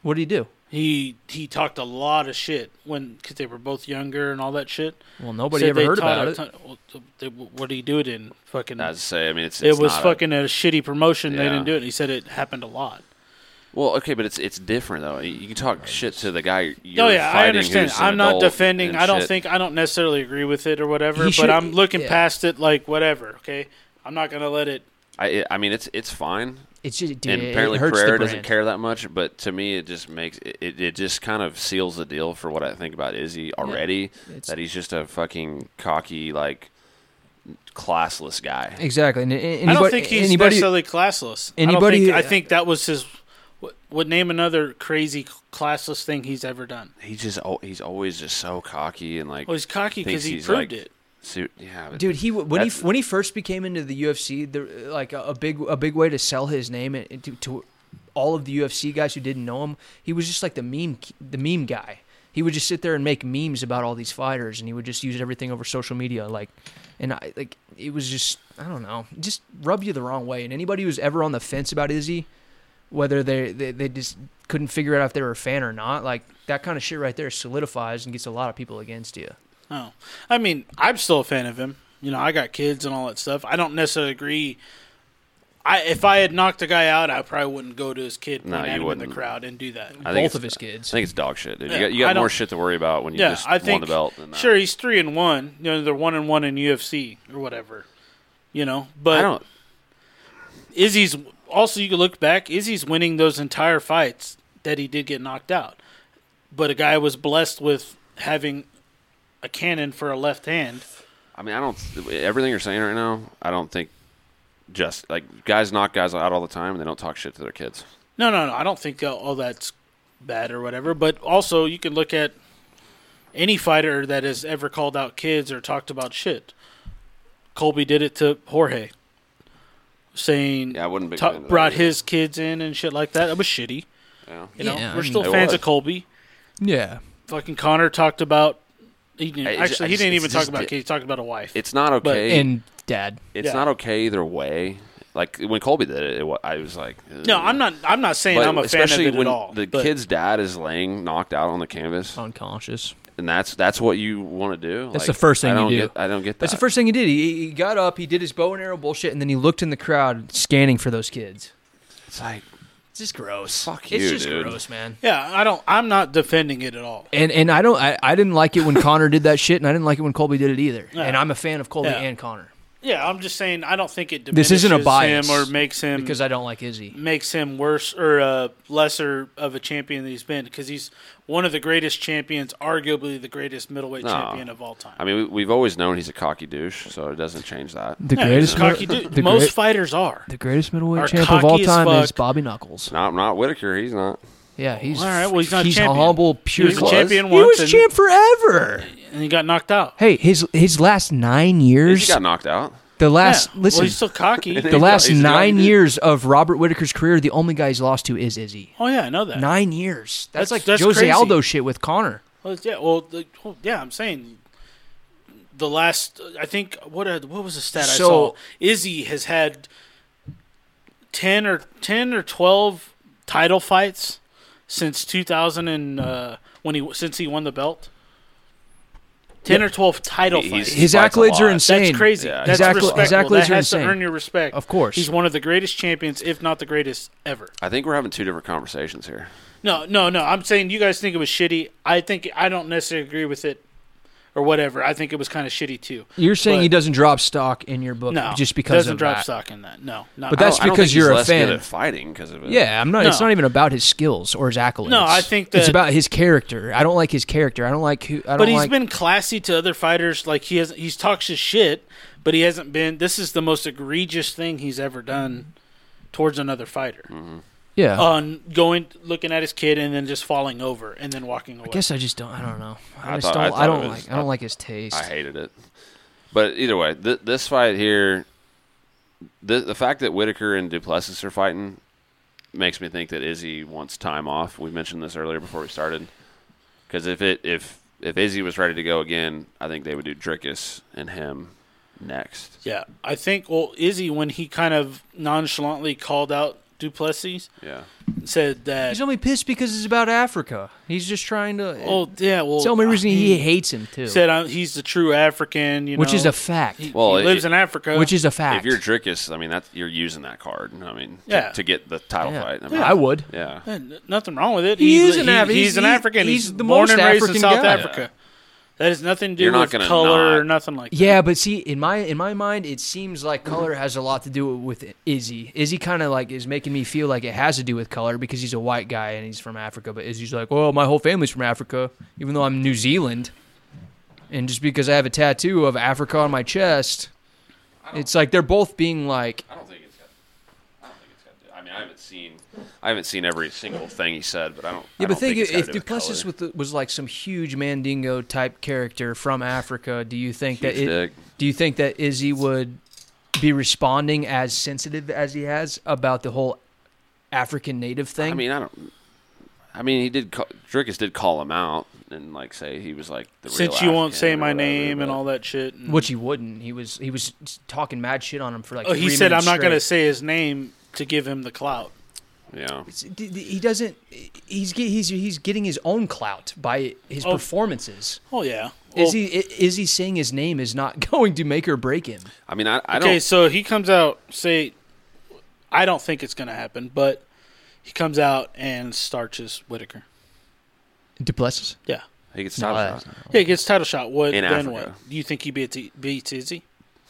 B: what did he do?
C: He he talked a lot of shit when because they were both younger and all that shit.
B: Well, nobody
C: Said
B: ever
C: they
B: heard
C: taught
B: about
C: a
B: it.
C: ton- well, th- they- what do you do it in? Fucking.
A: as I say, I mean, it's, it's
C: it was
A: not a-
C: fucking a, shitty promotion. They
A: Yeah.
C: didn't do it. He said it happened a lot.
A: well, okay, but it's it's different though. You can talk shit to the guy. You're
C: oh yeah, I
A: fighting
C: understand.
A: who's an
C: I'm not
A: adult
C: defending.
A: and
C: I don't
A: shit.
C: think I don't necessarily agree with it or whatever.
B: He
C: But
B: should-
C: I'm looking
B: yeah.
C: past it like whatever. Okay, I'm not gonna let it.
A: I I mean, it's it's fine.
B: It's just, dude,
A: and
B: it-
A: apparently
B: it hurts the
A: Pereira doesn't
B: brand.
A: care that much. But to me, it just makes it, it, it just kind of seals the deal for what I think about Izzy already.
B: It's-
A: That he's just a fucking cocky, like classless guy.
B: Exactly. And, and anybody,
C: I don't think he's
B: anybody,
C: necessarily classless.
B: anybody-
C: I, don't think, I think that was his. What, would name another crazy classless thing he's ever done?
A: He just al- he's always just so cocky and like
C: Well, he's cocky
A: thinks
C: because he
A: he's, like,
C: proved it.
A: su- yeah, but-
B: dude he when he
A: That's-
B: when he first became into the UFC the, like a, a big a big way to sell his name and to, to all of the UFC guys who didn't know him he was just like the meme the meme guy he would just sit there and make memes about all these fighters and he would just use everything over social media like and I like it was just I don't know just rub you the wrong way and anybody who's ever on the fence about Izzy whether they they, they just couldn't figure out if they were a fan or not like that kind of shit right there solidifies and gets a lot of people against you
C: Oh, I mean, I'm still a fan of him. You know, I got kids and all that stuff. I don't necessarily agree. I if I had knocked a guy out, I probably wouldn't go to his kid,
A: No,
C: point at
A: you
C: him in
A: wouldn't.
C: the crowd, and do that.
A: I think
B: both
A: it's-
B: of his kids
A: I think it's dog shit, dude.
C: Yeah,
A: you got, you
C: I
A: got
C: don't-
A: more shit to worry about when you
C: yeah,
A: just
C: I
A: won
C: think
A: the belt. uh, Than that.
C: sure he's three and one. You know, they're one and one in UFC or whatever. You know, but
A: I don't.
C: Izzy's also you can look back. Izzy's winning those entire fights that he did get knocked out, but a guy was blessed with having a cannon for a left hand.
A: I mean, I don't. Everything you're saying right now, I don't think. Just like guys knock guys out all the time, and they don't talk shit to their kids.
C: No, no, no. I don't think uh, all all that's bad or whatever. But also, you can look at any fighter that has ever called out kids or talked about shit. Colby did it to Jorge. saying
A: Yeah, I wouldn't be.
C: ta- brought his kids in and shit like that. That was shitty.
A: Yeah.
C: You know,
B: Yeah, I
C: we're
B: mean-
C: still
A: It
C: fans
A: was.
C: of Colby.
B: Yeah.
C: Fucking Connor talked about. He didn't,
A: I- it's-
C: actually,
A: I
C: he
A: just-
C: didn't
A: it's
C: even talk
A: just
C: about
A: di-
C: kids. He talked about a wife.
A: It's not
C: But-
A: okay.
B: And dad.
A: it's
C: yeah.
A: not okay either way. Like when Colby did it, it wa- I was like,
C: no,
A: "Ugh."
C: I'm not. I'm not saying
A: But
C: I'm a fan of
A: especially
C: it
A: when
C: at all.
A: the
C: but
A: kid's dad is laying knocked out on the canvas,
B: Unconscious.
A: and that's that's what you want to do.
B: That's
A: Like,
B: the first thing
A: I
B: you
A: don't
B: do.
A: Get, I don't get that.
B: That's the first thing he did. He, he got up, he did his bow and arrow bullshit, and then he looked in the crowd scanning for those kids.
A: It's like
B: It's just gross.
A: Fuck
B: It's
A: you,
B: just
A: dude.
B: gross, man.
C: yeah, I don't. I'm not defending it at all.
B: And and I don't I, I didn't like it when Connor did that shit, and I didn't like it when Colby did it either.
C: Yeah.
B: And I'm a fan of Colby
C: Yeah.
B: and Connor
C: Yeah, I'm just saying I don't think it
B: This isn't a
C: diminishes
B: bias,
C: him or makes him
B: because I don't like Izzy.
C: makes him worse or uh, lesser of a champion than he's been because he's one of the greatest champions, arguably the greatest middleweight
A: No.
C: champion of all time.
A: I mean, we, we've always known he's a cocky douche, so it doesn't change that.
B: The
C: Yeah, he's a cocky dude. Most fighters are.
B: the greatest middleweight
C: are
B: champ of all
C: cocky as
B: time is
C: fuck.
B: Bobby Knuckles.
A: Not not Whitaker. He's not.
B: Yeah, he's
C: All right, well, he's not a
B: he's
C: champion.
B: humble, pure.
C: He was a
A: Was?
C: champion
B: he
C: once,
B: was
C: and,
B: champ forever.
C: and he got knocked out.
B: Hey, his his last nine
A: He
B: years,
A: got knocked out.
B: the last
C: yeah.
B: listen,
C: well, he's still cocky.
B: the last
A: He's a young
B: nine
A: dude.
B: years of Robert Whitaker's career, the only guy he's lost to is Izzy.
C: oh yeah, I know that.
B: Nine years. That's,
C: That's-
B: like
C: that's
B: Jose
C: crazy.
B: Aldo shit with Connor.
C: Well, yeah, well, the, well, yeah, I'm saying the last. I think what uh, what was the stat I
B: So-
C: saw? Izzy has had ten or ten or twelve title fights since 2000 and uh, when he since he won the belt. Ten or twelve title
A: He- he's-
C: fights.
B: His
A: fights a
B: accolades are
A: lot.
B: insane.
C: That's crazy.
A: Yeah,
C: That's
B: his accolades-
C: respectful.
B: his accolades
C: that
B: are
C: has
B: insane.
C: to earn your respect.
B: Of course.
C: he's one of the greatest champions, if not the greatest ever.
A: I think we're having two different conversations here.
C: No, no, no. I'm saying you guys think it was shitty. I think I don't necessarily agree with it or whatever. I think it was kind of shitty too.
B: You're saying
C: But-
B: he doesn't drop stock in your book
C: No,
B: just because
C: doesn't
B: of
C: drop
B: that.
C: stock in that. No, not.
B: But
A: I
B: that's-
A: don't- I don't
B: because
A: think
B: you're
A: he's
B: a
A: less
B: fan.
A: Good at fighting because of it.
B: Yeah, I'm not. It's
C: No.
B: not even about his skills or his accolades.
C: No, I think
B: it's
C: that-
B: about his character. I don't like his character. I don't like who. I don't
C: but he's
B: like.
C: been classy to other fighters. Like he has, he's talks his shit, but he hasn't been. This is the most egregious thing he's ever done towards another fighter. Uh,
B: yeah,
C: On going, looking at his kid, and then just falling over, and then walking away.
B: I guess I just don't. I don't know. I,
A: I
B: just
A: thought-
B: don't.
A: I
B: I,
A: thought it
B: don't
A: was-
B: like. I don't like his taste.
A: I hated it. But either way, th- this fight here, the the fact that Whitaker and Duplessis are fighting makes me think that Izzy wants time off. We mentioned this earlier before we started. Because if it if if Izzy was ready to go again, I think they would do Drickus and him next.
C: yeah, I think. Well, Izzy, when he kind of nonchalantly called out Duplessis,
A: Yeah,
C: said that
B: he's only pissed because it's about Africa. He's just trying to.
C: Oh yeah, well,
B: it's the only reason
C: I mean,
B: he hates him too,
C: said uh, he's the true African, you
B: which
C: know.
B: is a fact.
C: he,
A: Well,
C: he lives
A: it-
C: in Africa,
B: which is a fact.
A: if you're Drickus, I mean that you're using that card. I mean, to,
C: Yeah.
A: to get the title
B: yeah.
A: fight. I,
B: I,
A: mean,
B: would.
A: Yeah,
C: Eh, n- nothing wrong with it.
B: He
C: He's-
B: is an Af-
C: He's,
B: he's-
C: an
B: he's-
C: African.
B: he's
C: He's,
B: the
C: born
B: most
C: and raised
B: African
C: in South
B: guy.
C: Africa. That has nothing to do
A: You're not
C: with
A: gonna
C: color
A: not-
C: or nothing like that.
B: Yeah, but see, in my in my mind, it seems like color has a lot to do with Izzy. Izzy kind of like is making me feel like it has to do with color because he's a white guy and he's from Africa. But Izzy's like, well, my whole family's from Africa, even though I'm New Zealand, and just because I have a tattoo of Africa on my chest, it's like they're both being like,
A: I don't think it's got. I don't think it's got. To, I mean, I haven't seen. I haven't seen every single thing he said, but I don't.
B: yeah.
A: I
B: But
A: don't
B: think,
A: it's gotta
B: if
A: do with
B: Duplessis
A: color.
B: with the, was like some huge Mandingo type character from Africa, do you think that
A: Huge
B: it,
A: dick.
B: Do you think that Izzy would be responding as sensitive as he has about the whole African native thing?
A: I mean, I don't. I mean, he did. Call, Drickus did call him out and like say he was like the.
C: Since
A: real
C: you won't
A: African
C: say
A: or
C: my
A: whatever,
C: name and
A: but-
C: all that shit. and-
B: which he wouldn't. He was he was talking mad shit on him for like.
C: oh, he
B: three
C: said, "I'm
B: minutes
C: not going to
B: straight."
C: say his name to give him the clout."
A: Yeah.
B: It's- d- d- He doesn't. He's ge- he's he's getting his own clout by his
C: Oh.
B: performances.
C: Oh yeah. Well,
B: Is he is he saying his name is not (laughs) going to make or break him?
A: I mean, I, I
C: Okay,
A: don't.
C: so he comes out say, "I don't think it's going to happen," but he comes out and starches Whitaker.
B: Duplessis.
C: Yeah.
A: He gets
B: No,
A: title
B: that's
A: shot.
C: Yeah, he gets title shot. What
A: In
C: then?
A: Africa.
C: What do you think he beats, beats Izzy?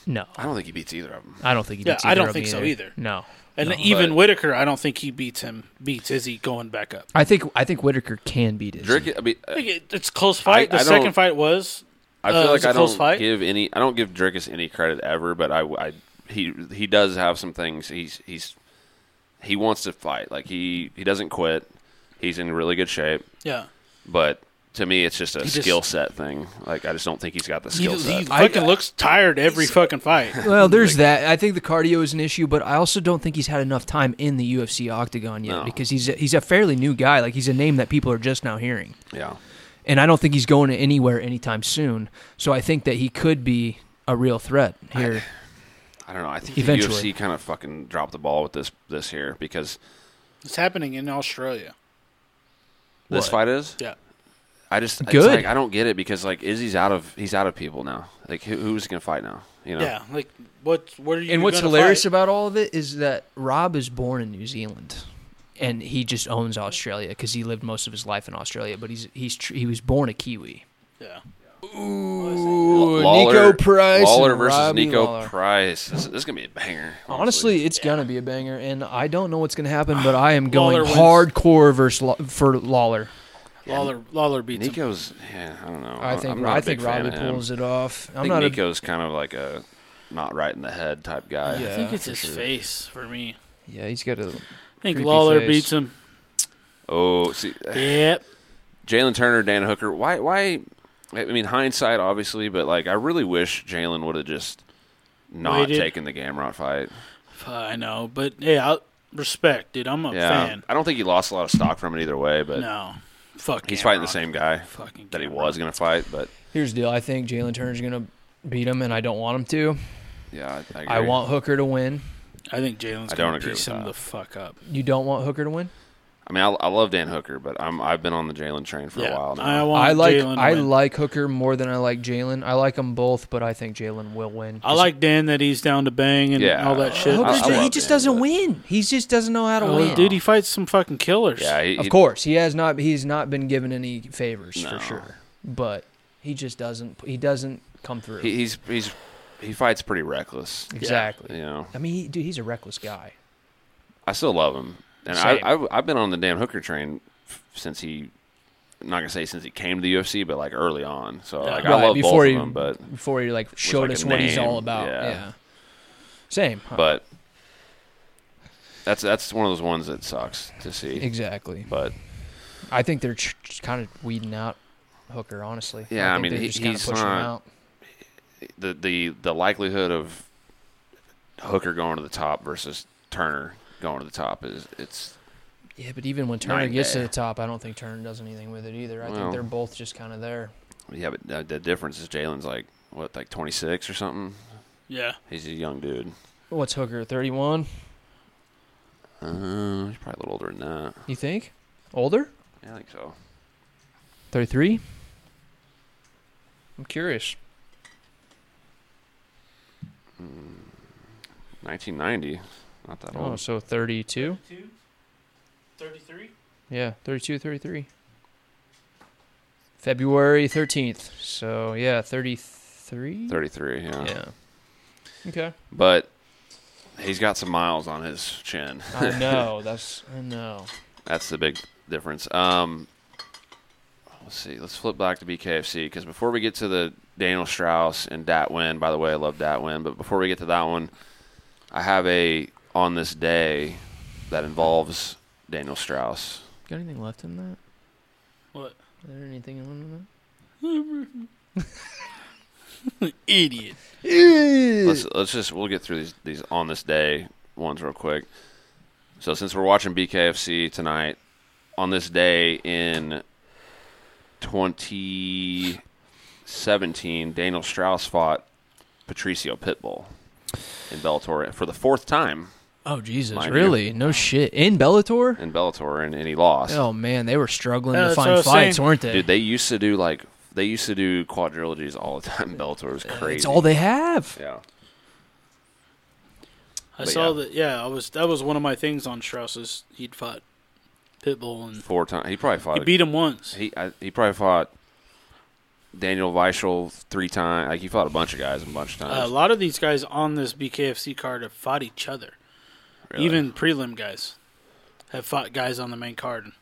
B: No,
A: I don't think he beats either of them.
B: I don't think he.
C: Yeah,
B: beats
C: I
B: either
C: don't
B: of them
C: think so either.
B: No,
C: And
B: No.
C: even
A: But-
C: Whitaker, I don't think he beats him. Beats Izzy going back up.
B: I think I think Whitaker can beat it.
A: Drickus. I mean,
C: I
A: uh,
C: think it- It's a close fight.
A: I
C: the second
A: don't-
C: fight was.
A: I
C: Uh,
A: feel
C: it was
A: like
C: a
A: I
C: close
A: don't
C: fight.
A: give any. I don't give Drickus any credit ever, but I, I he he does have some things. He's he's he wants to fight. Like he he doesn't quit. He's in really good shape.
C: Yeah.
A: but to me, it's just a
C: He just-
A: skill set thing. Like I just don't think he's got the
C: He,
A: skill
C: he
A: set.
C: fucking looks tired every fucking fight.
A: (laughs)
B: Well, there's that. I think the cardio is an issue, but I also don't think he's had enough time in the UFC octagon yet
A: No.
B: because he's a, he's a fairly new guy. Like he's a name that people are just now hearing,
A: Yeah,
B: and I don't think he's going anywhere anytime soon. So I think that he could be a real threat here.
A: I don't know. I think
B: Eventually.
A: the UFC kind of fucking dropped the ball with this this here because
C: It's happening in Australia.
A: this
B: What?
A: fight is.
C: Yeah.
A: I just it's
B: Good.
A: like, I don't get it because like Izzy's out of he's out of people now. Like who, who's gonna fight now? You know.
C: Yeah, like what? What are you?
B: and what's
C: gonna
B: hilarious
C: fight?
B: about all of it is that Rob is born in New Zealand, and he just owns Australia because he lived most of his life in Australia. But he's he's tr- he was born a Kiwi.
C: Yeah.
B: Ooh,
A: Lawler- Lawler
B: and
A: versus
B: Robbie
A: Nico
B: Lawler.
A: Price. This, this is gonna be a banger.
B: Honestly, it's gonna be a banger, and I don't know what's gonna happen, but I
C: (sighs)
B: am going
C: Lawler wins.
B: hardcore versus Law- for Lawler.
C: Lawler, Lawler beats him.
A: Nico's. Yeah, I don't know.
B: I think
A: Uh, I'm not
B: I
A: a big
B: think
A: fan
B: Robbie
A: of him.
B: pulls it off.
A: I
B: I'm
A: think
B: not a,
A: Nico's kind of like a not right in the head type guy.
B: Yeah.
C: I think it's
A: for
C: his
A: sure.
C: face for me.
B: yeah, he's got a
C: I think
B: Creepy
C: Lawler
B: face.
C: beats him.
A: Oh, see,
C: Yep.
A: Jalen Turner, Dan Hooker. Why? Why? I mean, hindsight, obviously, but like, I really wish Jalen would have just not
C: Waited.
A: taken the Gamrot fight.
C: Uh, I know, but yeah, I, respect, dude. I'm a
A: yeah,
C: fan.
A: I don't think he lost a lot of stock from it either way, but
C: no, fuck.
A: he's fighting the
C: Gamrot.
A: same guy
C: Fucking
A: that he
C: Gamrot.
A: was going to fight. But
B: Here's the deal. I think Jalen Turner's gonna beat him, and I don't want him to.
A: yeah, I, I, agree.
B: I want Hooker to win.
C: I think Jalen's
A: I don't
C: gonna
A: agree
C: piece
A: with
C: him
A: that.
C: the fuck up.
B: You don't want Hooker to win.
A: I mean, I, I love Dan Hooker, but I'm I've been on the Jalen train for
C: yeah,
A: a while now.
C: I want
B: I like
C: Jalen. to
B: I
C: win.
B: like Hooker more than I like Jalen. I like them both, but I think Jalen will win.
C: I like Dan that he's down to bang and
A: Yeah.
C: all that shit.
A: I-
B: Hooker.
A: I
B: just- he
A: love
B: just
A: Jalen,
B: doesn't
A: but-
B: win. He just doesn't know how to
C: Oh,
B: win.
C: dude, he fights some fucking killers.
A: yeah, he,
B: Of
A: he-
B: course, he has not. He's not been given any favors
A: No.
B: for sure, but he just doesn't. He doesn't come through.
A: he- he's he's he fights pretty reckless.
B: exactly.
A: You know,
B: I mean, he, dude, he's a reckless guy.
A: I still love him, and
B: Same.
A: I, I I've been on the Dan Hooker train f- since he. I'm not gonna say since he came to the UFC, but like early on. So
C: Yeah.
A: like
B: Right,
A: I love
B: before
A: both
B: he-
A: of them, but
B: Before he like showed
A: like,
B: us
A: a
B: what he's
A: name,
B: all about.
A: yeah.
B: Yeah. Same. huh?
A: but that's that's one of those ones that sucks to see.
B: exactly.
A: But
B: I think they're ch- ch- kind of weeding out Hooker. Honestly.
A: Yeah, I
B: think
A: mean,
B: they're
A: he-
B: just kinda
A: he's
B: pushing him
A: not-
B: out.
A: the the the likelihood of Hooker going to the top versus Turner going to the top is it's
B: Yeah, but even when Turner
A: Nine
B: gets to
A: day.
B: the top, I don't think Turner does anything with it either. I
A: Well.
B: think they're both just kind of there.
A: yeah, but uh, the, the difference is Jalen's like what like 26 or something.
C: Yeah.
A: He's a young dude.
B: What's Hooker? Thirty-one?
A: Uh, he's probably a little older than that.
B: You think? Older?
A: Yeah, I think so.
B: Thirty-three? I'm curious.
A: 1990, Hmm. not that
B: Oh,
A: old.
B: so 32?
C: 33?
B: Yeah, 32, 33. February 13th. So, yeah, 33?
A: 33, yeah.
B: Yeah. Okay.
A: But he's got some miles on his chin.
B: (laughs) I know. That's, I know.
A: That's the big difference. Um, let's see. Let's flip back to BKFC because before we get to the Daniel Strauss and Dat win, by the way, I love Dat win. But before we get to that one, I have a on this day that involves Daniel Strauss.
B: Got anything left in that?
C: What?
B: Is
C: (laughs)
B: there anything left in
C: Idiot.
B: that?
A: let's let's just we'll get through these these on this day ones real quick. So since we're watching BKFC tonight, on this day in 2017, Daniel Strauss fought Patricio Pitbull in Bellator for the fourth time
B: Oh, Jesus.
A: Mind you.
B: Really? No shit. In Bellator?
A: in Bellator, and, and he lost.
B: Oh, man. They were struggling to
C: Yeah, that's what I
B: find
C: was
B: fights,
C: saying.
B: weren't they?
A: Dude, they used to do like they used to do quadrilogies all the time. (laughs) in Bellator It was crazy.
B: It's all they have.
A: yeah.
C: I
A: But
C: saw
A: yeah.
C: that. Yeah, I was. That was one of my things on Strauss's. He'd fought Pitbull and
A: Four times. He probably fought
C: he beat him once.
A: He I, he probably fought Daniel Weichel three times. Like he fought a bunch of guys a bunch of
C: Uh, a
A: times.
C: lot of these guys on this BKFC card have fought each other.
A: really.
C: Even prelim guys have fought guys on the main card.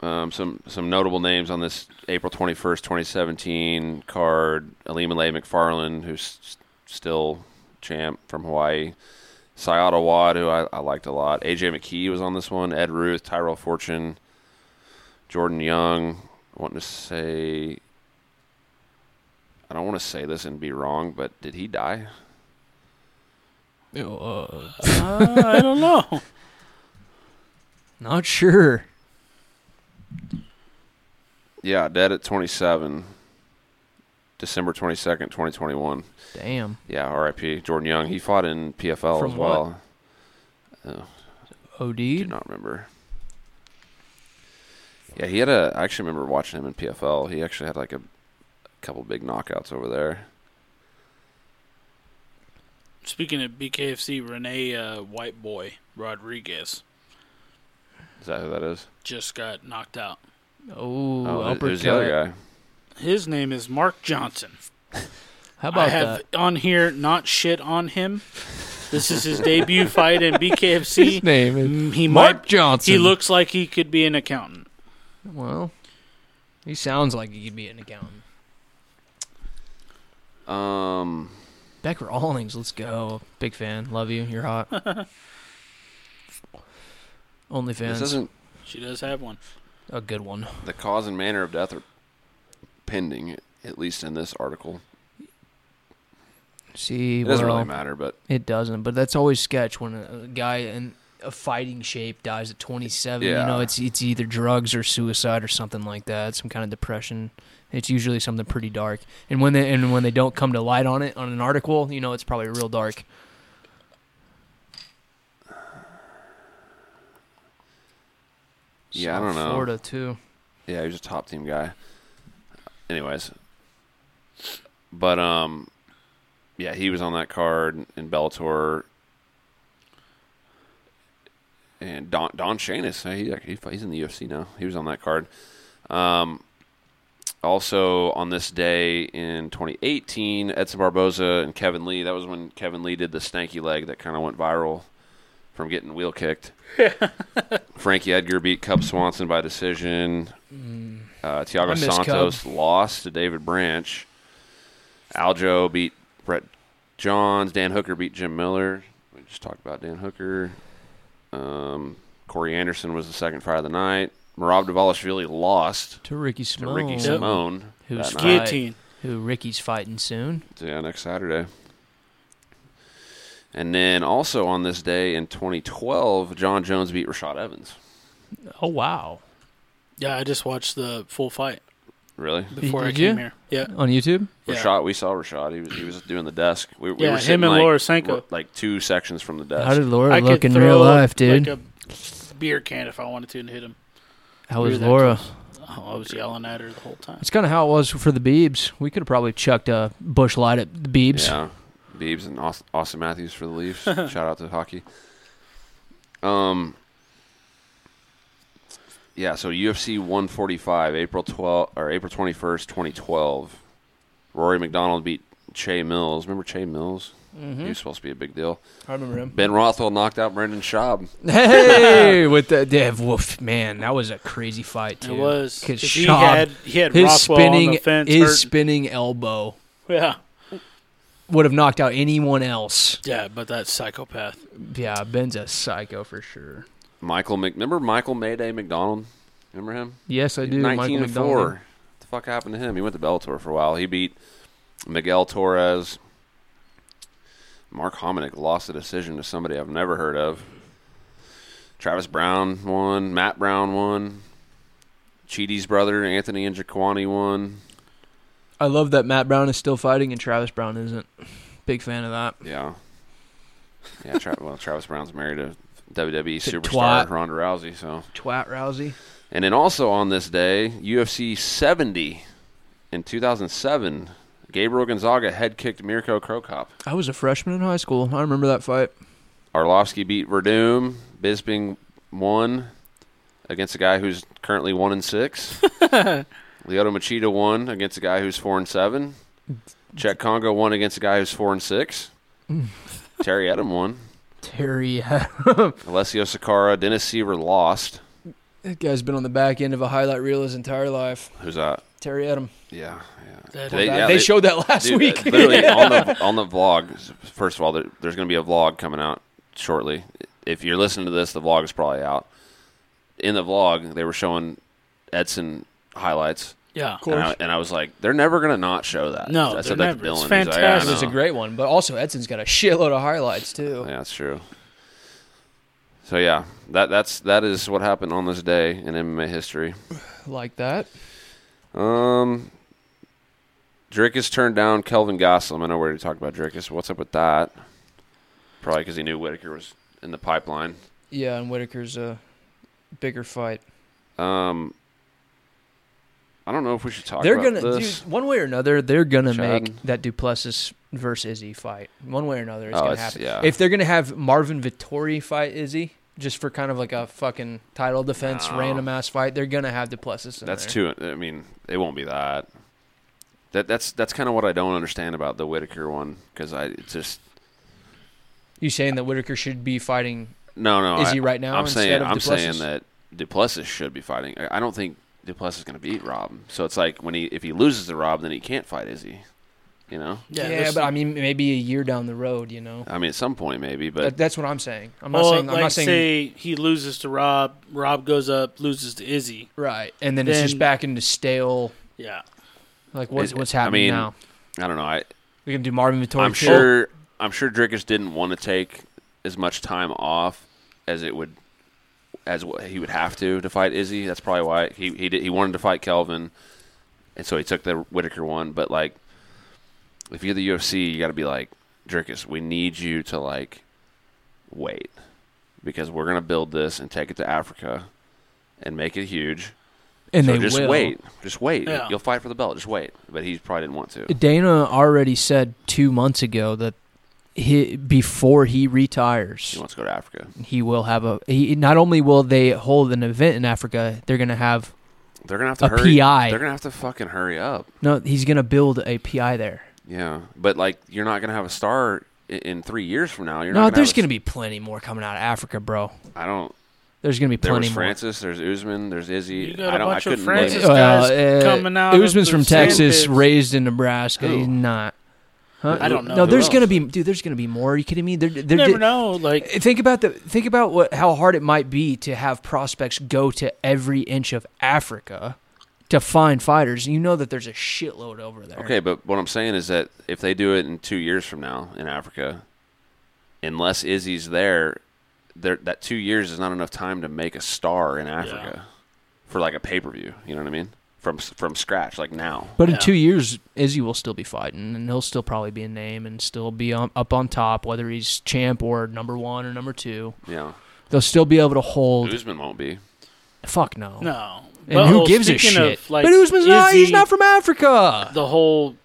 A: um, some some notable names on this April twenty first, twenty seventeen card: Alimale McFarland, who's s- still champ from Hawaii. Sayada Wad, who I, I liked a lot. AJ McKee was on this one. Ed Ruth, Tyrell Fortune, Jordan Young, I want to say. I don't want to say this and be wrong, but did he die?
B: Uh,
C: Uh, I don't know.
B: not sure.
A: Yeah, dead at 27, December 22nd, 2021.
B: Damn.
A: Yeah, R.I.P. Jordan Young. He fought in PFL
B: From
A: as well. Oh, do
B: OD.
A: not remember. Yeah, he had a. I actually remember watching him in PFL. He actually had like a, couple big knockouts over there.
C: Speaking of BKFC, Renee uh, White Boy Rodriguez
A: Is that who that is?
C: just got knocked out.
B: Oh,
A: it- it
B: uppercut.
A: was the other guy.
C: His name is Mark Johnson.
B: How
C: I
B: about
C: have
A: (laughs)
B: that?
C: on here not shit on him. This is
B: (laughs)
C: his debut fight in BKFC.
B: His name is
C: Mm, He
B: Mark
C: might.
B: Johnson.
C: He looks like he could be an accountant.
B: well. He sounds like he could be an accountant.
A: Um,
B: Becker Allings, let's go. Big fan. Love you. You're hot.
A: (laughs)
B: Only
A: this
B: fans.
A: isn't
C: She does have one.
B: A good one.
A: the cause and manner of death are pending, at least in this article.
B: See,
A: It doesn't
B: well,
A: really matter, but
B: It doesn't, but that's always sketch when a, a guy in a fighting shape dies at 27. You
A: Yeah.
B: know, it's it's either drugs or suicide or something like that. Some kind of depression. It's usually something pretty dark. And when they and when they don't come to light on it on an article, you know, it's probably real dark.
A: Yeah, I
B: South
A: don't know.
B: Florida too.
A: Yeah, he was a top team guy. Anyways, but um, yeah, he was on that card in Bellator, and Don Don Shanis, he he he's in the UFC now. He was on that card. Um, also on this day in 2018, Edson Barboza and Kevin Lee. That was when Kevin Lee did the stanky leg that kind of went viral from getting wheel
B: (laughs)
A: kicked. Frankie Edgar beat Cub Swanson by decision. Uh,
B: Mm. I
A: Tiago
B: miss
A: Santos lost to David Branch. Aljo beat Brett Johns. Dan Hooker beat Jim Miller. We just talked about Dan Hooker. Um, Corey Anderson was the second fight of the night. Marab Davalishvili lost
B: To Ricky
A: to
B: Simone.
A: Ricky Simone.
B: Who's
A: that night.
C: Guillotine.
B: Who Ricky's fighting soon.
A: Yeah, next Saturday. And then also on this day in 2012, John Jones beat Rashad Evans.
B: Oh wow.
C: Yeah, I just watched the full fight
A: Really?
C: before I
B: did you?
C: came here. Yeah.
B: On YouTube?
C: Yeah.
A: Rashad, we saw Rashad. He was he was doing the desk. We, we
C: Yeah,
A: were
C: him
A: sitting
C: and
A: like,
C: Laura Senko.
A: ro- like two sections from the desk.
B: How did Laura
C: I
B: look
C: could
B: in
C: throw
B: real life, dude?
C: Like a beer can if I wanted to and hit him.
B: How
C: we
B: was
C: were that
B: Laura?
C: Oh, I was yelling at her the whole time.
B: That's kind of how it was for the Beebs. We could have probably chucked a bush light at the Beebs.
A: Yeah, Beebs and Aus- Austin Matthews for the Leafs. Shout out to hockey. Um, yeah. So UFC 145, April 12 or April 21st, 2012. Rory McDonald beat Che Mills. Remember Che Mills?
C: Mm-hmm.
B: Hmm?
A: He was supposed to be a big deal.
B: I remember him.
A: Ben Rothwell knocked out Brendan Schaub.
B: Hey, (laughs) with the Dev Wolf, man, that was a crazy fight too.
C: It was
B: 'Cause
C: 'cause he
B: Schaub-
C: had he had
B: his
C: Rothwell
B: spinning
C: on the fence.
B: his
C: hurting.
B: spinning elbow
C: yeah,
B: would have knocked out anyone else.
C: yeah, but that psychopath.
B: Yeah, Ben's a psycho for sure.
A: Michael Mc. Remember Michael Mayday McDonald? Remember him?
B: Yes, I do. Michael
A: 1904.
B: McDonald.
A: What the fuck happened to him? He went to Bellator for a while. He beat Miguel Torres. Mark Hominick lost a decision to somebody I've never heard of. Travis Brown won. Matt Brown won. Chidi's brother, Anthony and Jaquani won.
B: I love that Matt Brown is still fighting and Travis Brown isn't. Big fan of that.
A: Yeah. Yeah, Tra- (laughs) well, Travis Brown's married to WWE
B: To
A: superstar
B: twat.
A: Ronda Rousey, so.
B: Twat Rousey.
A: And then also on this day, UFC 70 in 2007, Gabriel Gonzaga head kicked Mirko Krokop.
B: I was a freshman in high school. I remember that fight.
A: Arlovsky beat Verdum. Bisping won against a guy who's currently one and six. Lyoto Machida won against a guy who's four and seven. Czech Congo won against a guy who's four and six. Terry Edom won.
B: Terry
A: Alessio Sakara, Dennis Seaver lost.
B: That guy's been on the back end of a highlight reel his entire life.
A: Who's that?
B: Terry Adam.
A: Yeah, yeah.
C: That-
A: They- yeah,
B: they,
A: they-
B: showed that last
A: Dude,
B: week.
A: uh,
B: (laughs)
C: (laughs)
A: literally on the on the vlog. First of all, there, there's going to be a vlog coming out shortly. If you're listening to this, the vlog is probably out. In the vlog, they were showing Edson highlights,
C: Yeah.
A: and I, and I was like, they're never gonna not show that.
C: No,
A: I said
C: they're
A: that to
C: never.
A: Dylan.
C: It's
A: He's like, "Yeah, I
C: fantastic.
B: It's a
A: know."
B: great one, but also Edson's got a shitload of highlights too.
A: Yeah, that's true. So yeah, that that's that is what happened on this day in MMA history.
B: Like that.
A: Um, Drakus turned down Kelvin Gosselaar. I know we already talked about Drakus. What's up with that? Probably because he knew Whitaker was in the pipeline.
B: Yeah, and Whitaker's a bigger fight.
A: Um, I don't know if we should talk.
B: they're
A: about
B: gonna
A: this.
B: dude, one way or another, they're gonna
A: Chad.
B: make that Duplessis versus Izzy fight. One way or another, it's
A: Oh,
B: gonna
A: it's-
B: happen.
A: yeah.
B: If they're gonna have Marvin Vittori fight Izzy just for kind of like a fucking title defense,
A: No.
B: random ass fight, they're gonna have Duplessis. In
A: That's
B: there.
A: too. I mean, it won't be that. That that's that's kind of what I don't understand about the Whitaker one because I it's just
B: You saying that Whitaker should be fighting
A: no no.
B: Izzy
A: I,
B: right now
A: I'm
B: instead
A: saying
B: of
A: I'm
B: Duplessis?
A: saying that Duplessis should be fighting. I I don't think Duplessis is going to beat Rob. So it's like when he if he loses to Rob, then he can't fight Izzy. You know,
B: Yeah,
C: this-
B: but I mean, maybe a year down the road, you know.
A: I mean, at some point maybe,
B: That,
A: but
B: that's what I'm saying. I'm not
C: well,
B: saying. I'm
C: like,
B: not saying.
C: say he loses to Rob. Rob goes up, loses to Izzy.
B: right, and then, it's just
C: then-
B: back into stale.
C: Yeah.
B: Like what's
A: It-
B: what's
A: I
B: happening
A: mean,
B: now?
A: I don't know. I
B: We can do Marvin Vittori.
A: I'm
B: too.
A: sure I'm sure Drickus didn't want to take as much time off as it would as what he would have to to fight Izzy. That's probably why he he did, he wanted to fight Kelvin, and so he took the Whitaker one. But like, if you're the UFC, you got to be like Drickus. We need you to like wait because we're gonna build this and take it to Africa and make it huge.
B: and
A: so
B: they
A: just
B: will.
A: wait, just wait.
C: Yeah.
A: You'll fight for the belt. Just wait. But he probably didn't want to.
B: Dana already said two months ago that he, before he
A: He
B: retires,
A: wants to go to Africa.
B: he will have a. He, not only will they hold an event in Africa, they're going to have
A: They're gonna have to
B: a
A: hurry.
B: PI.
A: They're gonna have to fucking hurry up.
B: no, he's going to build a PI there.
A: Yeah, but like you're not gonna have a star i- in three years from now. You're
B: no,
A: not gonna
B: there's
A: have a
B: going to be plenty more coming out of Africa, bro.
A: s- I don't.
B: There's going to be
A: There
B: plenty
A: was
B: more.
A: Francis. There's Usman. There's Izzy.
C: You got
A: I
C: a
A: don't.
C: bunch
A: I
C: of
A: couldn't.
C: Francis
A: name-
C: guy's coming out of
B: uh, Usman's
C: the
B: from
C: sand
B: Texas,
C: pits.
B: raised in Nebraska.
A: Who?
B: He's not. Huh?
C: I don't know.
B: Uh, No,
A: Who
B: there's
A: else?
B: going to be, dude. There's going to be more. Are you kidding me? There,
C: You
B: there,
C: never
B: did-
C: know. Like
B: Think about the think about what how hard it might be to have prospects go to every inch of Africa to find fighters. You know that there's a shitload over there.
A: Okay, but what I'm saying is that if they do it in two years from now in Africa, unless Izzy's there, there that two years is not enough time to make a star in Africa for like a pay per view. You know what I mean? From s- from scratch, like now.
B: But in
C: Yeah.
B: two years, Izzy will still be fighting, and he'll still probably be a name and still be on, up on top, whether he's champ or number one or number two.
A: Yeah,
B: They'll still be able to hold.
A: Usman won't be.
B: Fuck no.
C: no.
B: And
C: But,
B: who
C: oh,
B: gives a
C: speaking
B: shit?
C: Of, like,
B: but Usman's not. He's
C: Izzy,
B: not from Africa.
C: the whole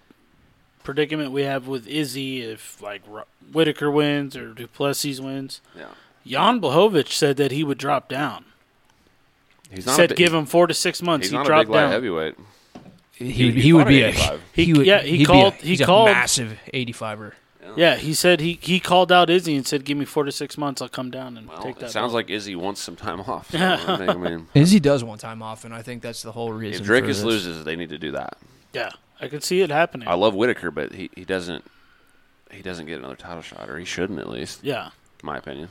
C: predicament we have with Izzy. If like Ro- Whitaker wins or Duplessis wins,
A: Yeah,
C: Jan Blahovic said that he would drop down.
A: he's not. a
C: Said
A: big-
C: give him four to six months.
A: He's
C: he
A: not a
C: dropped
A: big light
C: down.
A: heavyweight.
B: He,
A: he- he
B: would
A: fought
B: be
A: at
B: a. (laughs)
A: 85.
B: He,
C: He-
B: would,
C: yeah, he
B: he'd be a-
C: called- he
B: he's a
C: called-
B: massive eighty fiver.
C: Yeah, he said he, he called out Izzy and said, "Give me four to six months. I'll come down and
A: Well,
C: take that."
A: it sounds like Izzy wants some
C: (laughs)
A: time off. so I think, I mean,
B: Izzy does want time off, and I think that's the whole reason.
A: if
B: for
A: Drakus
B: this.
A: loses, they need to do that.
C: yeah, I could see it happening.
A: I love Whitaker, but he, he doesn't he doesn't get another title shot, or he shouldn't at least,
C: yeah,
A: in my opinion.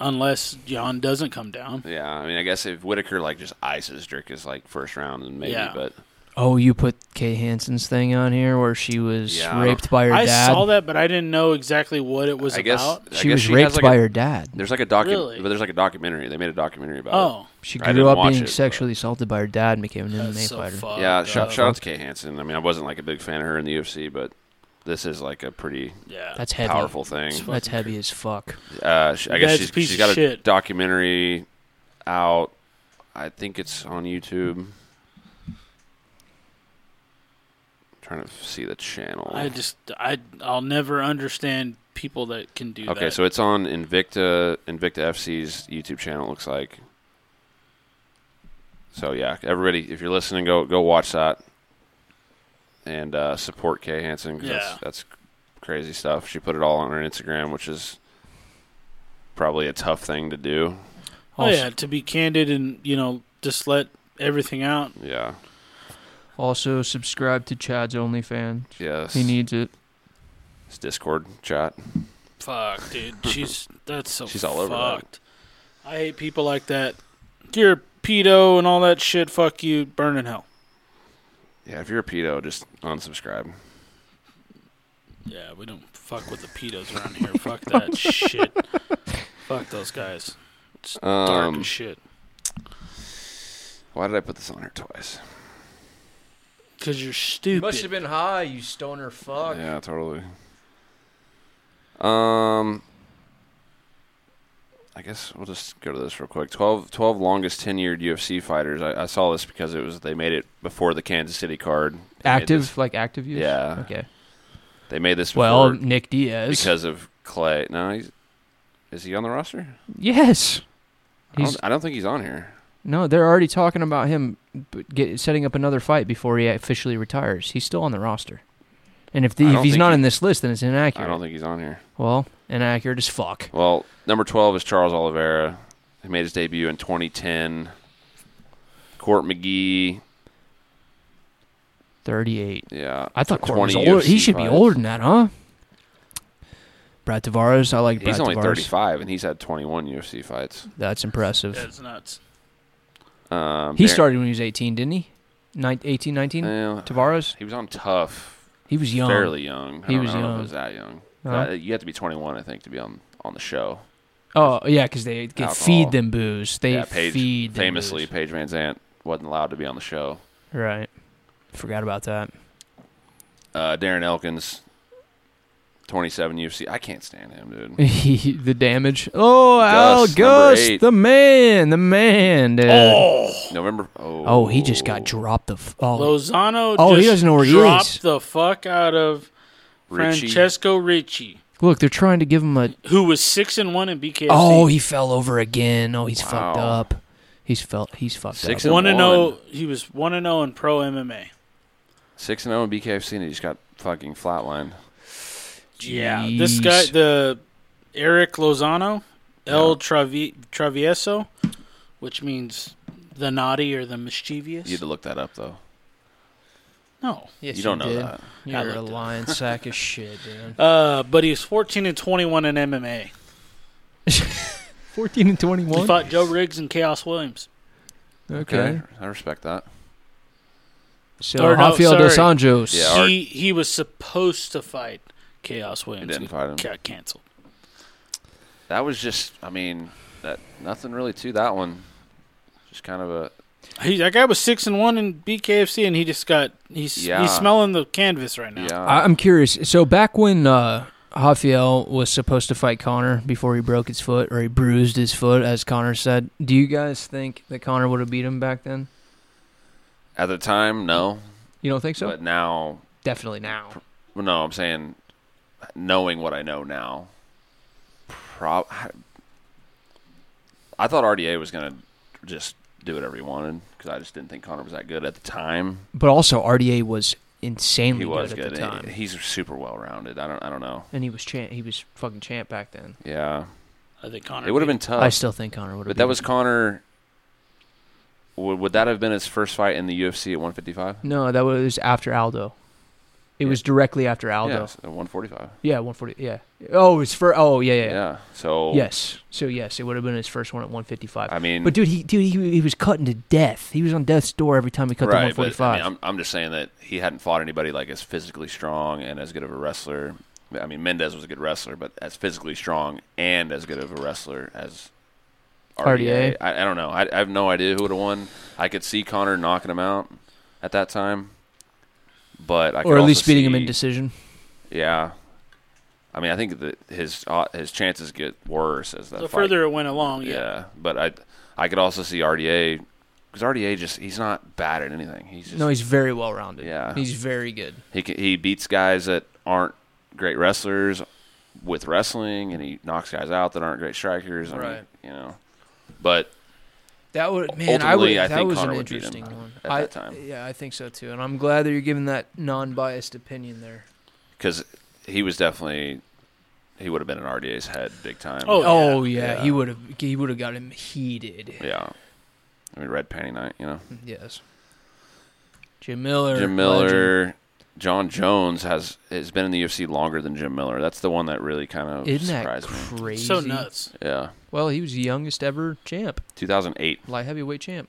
C: unless Jan doesn't come down.
A: Yeah, I mean, I guess if Whitaker like just ices Drakus like first round, and maybe,
C: Yeah.
A: but
B: Oh, you put Kay Hansen's thing on here where she was
A: Yeah.
B: raped by her
C: I
B: dad.
C: saw that, but I didn't know exactly what it was
A: I guess
C: about.
A: I
B: She
A: guess
B: was
A: she
B: raped
A: has, like
B: by
A: a,
B: her dad.
A: There's like a docu,
C: Really?
A: but there's like a documentary. They made a documentary about.
C: Oh,
B: She
A: I didn't
B: grew up
A: watch
B: being
A: it, but-
B: sexually assaulted by her dad and became an MMA
C: that's so
B: fighter.
A: it.
C: fucked
A: yeah.
C: up.
A: Shout, shout out to Kay Hansen. I mean, I wasn't like a big fan of her in the UFC, but this is like a pretty
C: Yeah,
B: That's heavy.
A: powerful thing.
B: That's heavy as fuck.
A: Uh, sh- I guess
C: That's
A: she's,
C: a piece
A: she's
C: of
A: got a
C: shit.
A: documentary out. I think it's on YouTube. trying to see the channel.
C: I just I I'll never understand people that can do that.
A: okay, so it's on Invicta Invicta FC's YouTube channel. It looks like. So yeah, everybody, if you're listening, go go watch that and uh, support Kay Hansen. 'cause
C: Yeah.
A: that's, that's crazy stuff. She put it all on her Instagram, which is probably a tough thing to do.
C: oh
B: Also-
C: yeah, to be candid and you know just let everything out.
A: Yeah.
B: Also, subscribe to Chad's OnlyFans.
A: Yes.
B: He needs it.
A: It's Discord chat.
C: Fuck, (laughs) dude, she's that's so
A: She's all over that.
C: fucked. I hate people like that. You're a pedo and all that shit, fuck you, burn in hell.
A: Yeah, if you're a pedo, just unsubscribe.
C: Yeah, we don't fuck with the pedos around (laughs) here. fuck that shit. Fuck those guys. It's dark
A: Um,
C: as shit.
A: Why did I put this on here twice?
C: Because you're
B: You
C: stupid.
B: must have been high, you stoner fuck.
A: Yeah, totally. Um, I guess we'll just go to this real quick. 12, 12 longest tenured UFC fighters. I, I saw this because it was they made it before the Kansas City card. They made
B: Active,
A: this-
B: like active use.
A: Yeah.
B: Okay.
A: They made this before
B: Well, Nick Diaz.
A: because of Clay. No, he's is he on the roster?
B: yes.
A: I
B: He's
A: don't, I don't think he's on here.
B: no. They're already talking about him b- get, setting up another fight before he officially retires. He's still on the roster. And if,
A: I
B: the,
A: don't
B: if he's
A: think
B: not
A: he-
B: in this list, then it's inaccurate.
A: I don't think he's on here.
B: well, inaccurate as fuck.
A: Well, number 12 is Charles Oliveira. He made his debut in 2010. Court McGee.
B: Thirty-eight.
A: Yeah.
B: I thought
A: tw-
B: Corbin was
A: 20
B: older. He
A: UFC
B: should be
A: fights.
B: older than that, huh? Brad Tavares. I like Brad
A: He's only
B: Tavares.
A: 35, and he's had 21 UFC fights.
B: That's impressive.
C: That's nuts.
A: Um,
B: He
A: Dar-
B: started when he was 18, didn't he? Nine, 18, 19?
A: Well,
B: Tavares?
A: he was on Tough,
B: He was young.
A: Uh, fairly young. I
B: He
A: don't,
B: was
A: I don't know if
B: young.
A: it
B: Uh-huh.
A: was that young.
B: No?
A: Uh, you have to be 21, I think, to be on, on the show.
B: oh, yeah, because they get
A: Alcohol.
B: feed them booze. They
A: yeah, Paige,
B: feed them
A: famously,
B: booze.
A: Paige Van Zant wasn't allowed to be on the show.
B: Right. Forgot about that.
A: Uh, Darren Elkins, 27 UFC. I can't stand him, dude.
B: (laughs) the damage. Oh,
A: Gus,
B: Al
A: number
B: Gus,
A: eight.
B: the man, the man, dude. Oh,
A: November. Oh,
B: he just got dropped the. F- oh,
C: Lozano
B: Oh, he
C: just
B: doesn't know where he
C: dropped
B: is.
C: the fuck out of
A: Richie.
C: Francesco Ricci,
B: look, they're trying to give him a.
C: who was six and one in BKFC.
B: Oh, he fell over again. Oh, he's fucked
A: Wow.
B: up. He's felt. He's fucked
A: Six
B: up.
A: and
C: one and
A: one.
C: zero. He was one and zero in pro MMA.
A: Six and zero in BKFC, and he just got fucking flatlined.
C: Yeah, this guy,
B: Jeez.
C: the Eric Lozano, El
A: Yeah.
C: Travi- Travieso, which means the naughty or the mischievous.
A: You had to look that up though.
C: no,
B: Yes,
A: you don't know
B: did.
A: that.
C: I
B: You're a
C: looked it up.
B: lying sack of shit,
A: (laughs)
B: dude.
C: uh, but he's fourteen and twenty-one
B: (laughs)
C: in MMA.
B: 14 and
C: He
B: 21.
C: fought Joe Riggs and Chaos Williams.
B: Okay.
A: I respect that.
B: So
C: Or no,
B: Rafael dos
C: sorry.
B: Anjos.
A: Yeah, Art-
C: He he was supposed to fight Chaos
A: He
C: Williams.
A: didn't fight him.
C: Got canceled.
A: That was just. I mean, that nothing really to that one. Just kind of a.
C: He, that guy was six and one in BKFC, and he just got he's
A: Yeah.
C: he's smelling the canvas right now.
A: Yeah.
B: I- I'm curious. So back when uh, Rafael was supposed to fight Connor before he broke his foot or he bruised his foot, as Connor said, do you guys think that Connor would have beat him back then?
A: At the time, no.
B: You don't think so?
A: but now,
B: Definitely now.
A: well, no. I'm saying, knowing what I know now, prob. I, I thought RDA was gonna just do whatever he wanted because I just didn't think Connor was that good at the time.
B: But also RDA was insanely
A: He was
B: good at
A: good.
B: the time,
A: He- He's super well rounded. I don't. I don't know.
B: and he was champ. He was fucking champ back then.
A: Yeah,
C: I think Connor.
A: it would have
C: beat
A: been tough.
B: I still think Connor would have.
A: Oh. But that was Connor. Would, would that have been his first fight in the UFC at 155?
B: no, that was after Aldo. It
A: Yeah.
B: was directly after Aldo.
A: Yes, at 145.
B: Yeah, one forty. Yeah. Oh, it's for. Oh, yeah, yeah. yeah.
A: So
B: Yes. So yes, it would have been his first one at one fifty five.
A: I mean,
B: But dude, he dude he, he was cutting to death. He was on death's door every time he cut
A: right,
B: to
A: but,
B: 145.
A: I am I'm just saying that he hadn't fought anybody like as physically strong and as good of a wrestler. I mean, Mendez was a good wrestler, but as physically strong and as good of a wrestler as RDA.
B: RDA.
A: I, I don't know. I, I have no idea who would have won. I could see Connor knocking him out at that time, but I could
B: or at
A: also
B: least beating him in
A: see-
B: decision.
A: Yeah, I mean, I think that his uh, his chances get worse as that
C: the
A: fight-
C: further it went along.
A: Yeah.
C: Yeah,
A: but I I could also see RDA because RDA just he's not bad at anything. He's just
B: No, he's very well rounded.
A: Yeah.
B: He's very good.
A: he ca- he beats guys that aren't great wrestlers with wrestling, and he knocks guys out that aren't great strikers. I mean,
B: Right.
A: you know, but
B: That would man, I would
A: Ultimately, I
B: that
A: think
B: was
A: Conor
B: an
A: would beat him
B: interesting one.
A: at
B: I,
A: that time.
B: Yeah, I think so too. And I'm glad that you're giving that non biased opinion there.
A: because he was definitely he would have been in RDA's head big time.
C: Oh,
B: Oh yeah,
A: yeah.
B: he would have he would have got him heated.
A: yeah. I mean, red panty night, you know.
B: Yes. Jim Miller.
A: Jim
B: legend.
A: Miller, John Jones has has been in the UFC longer than Jim Miller. That's the one that really kind of
B: Isn't that
A: surprised me.
B: crazy?
C: so nuts.
A: Yeah,
B: Well, he was the youngest ever champ,
A: 2008.
B: light heavyweight champ.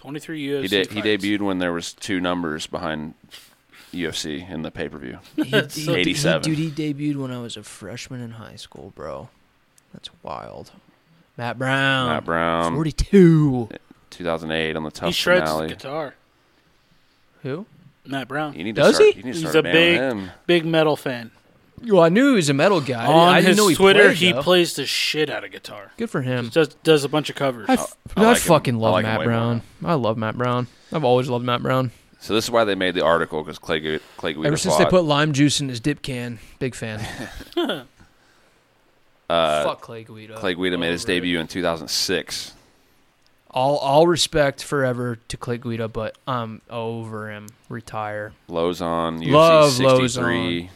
C: Twenty three UFC.
A: He de- he
C: fights.
A: debuted when there was two numbers behind UFC in the pay per view.
B: (laughs) He,
C: That's so-
B: he-
A: 87.
B: Dude, he debuted when I was a freshman in high school, bro. That's wild. Matt Brown.
A: Matt Brown,
B: 42.
A: 2008 on the
C: He
A: tough
C: shreds
A: finale.
C: the guitar.
B: Who?
C: Matt Brown,
A: You need to
B: Does
A: start,
B: he?
A: You need to
C: He's
A: start
C: a
A: bailing
C: big-
A: him.
C: big metal fan.
B: Well, I knew he was a metal guy. I
C: On
B: didn't- I didn't
C: his
B: know he
C: Twitter,
B: played,
C: he
B: though.
C: plays the shit out of guitar.
B: Good for him.
C: Does does a bunch of covers.
B: I, f-
A: I
B: I
A: like him.
B: fucking
A: I
B: love
A: like him
B: Matt
A: way more
B: Brown. I love Matt Brown. I've always loved Matt Brown.
A: So this is why they made the article because Clay Gu- Clay Guida
B: Ever since they put lime juice in his dip can, big fan.
A: (laughs) uh,
B: Fuck Clay Guida.
A: Clay Guida made his
B: Over it.
A: debut in 2006.
B: All all respect forever to Clay Guida, but I'm over him. Retire.
A: Lozon, UFC
B: Love
A: 63.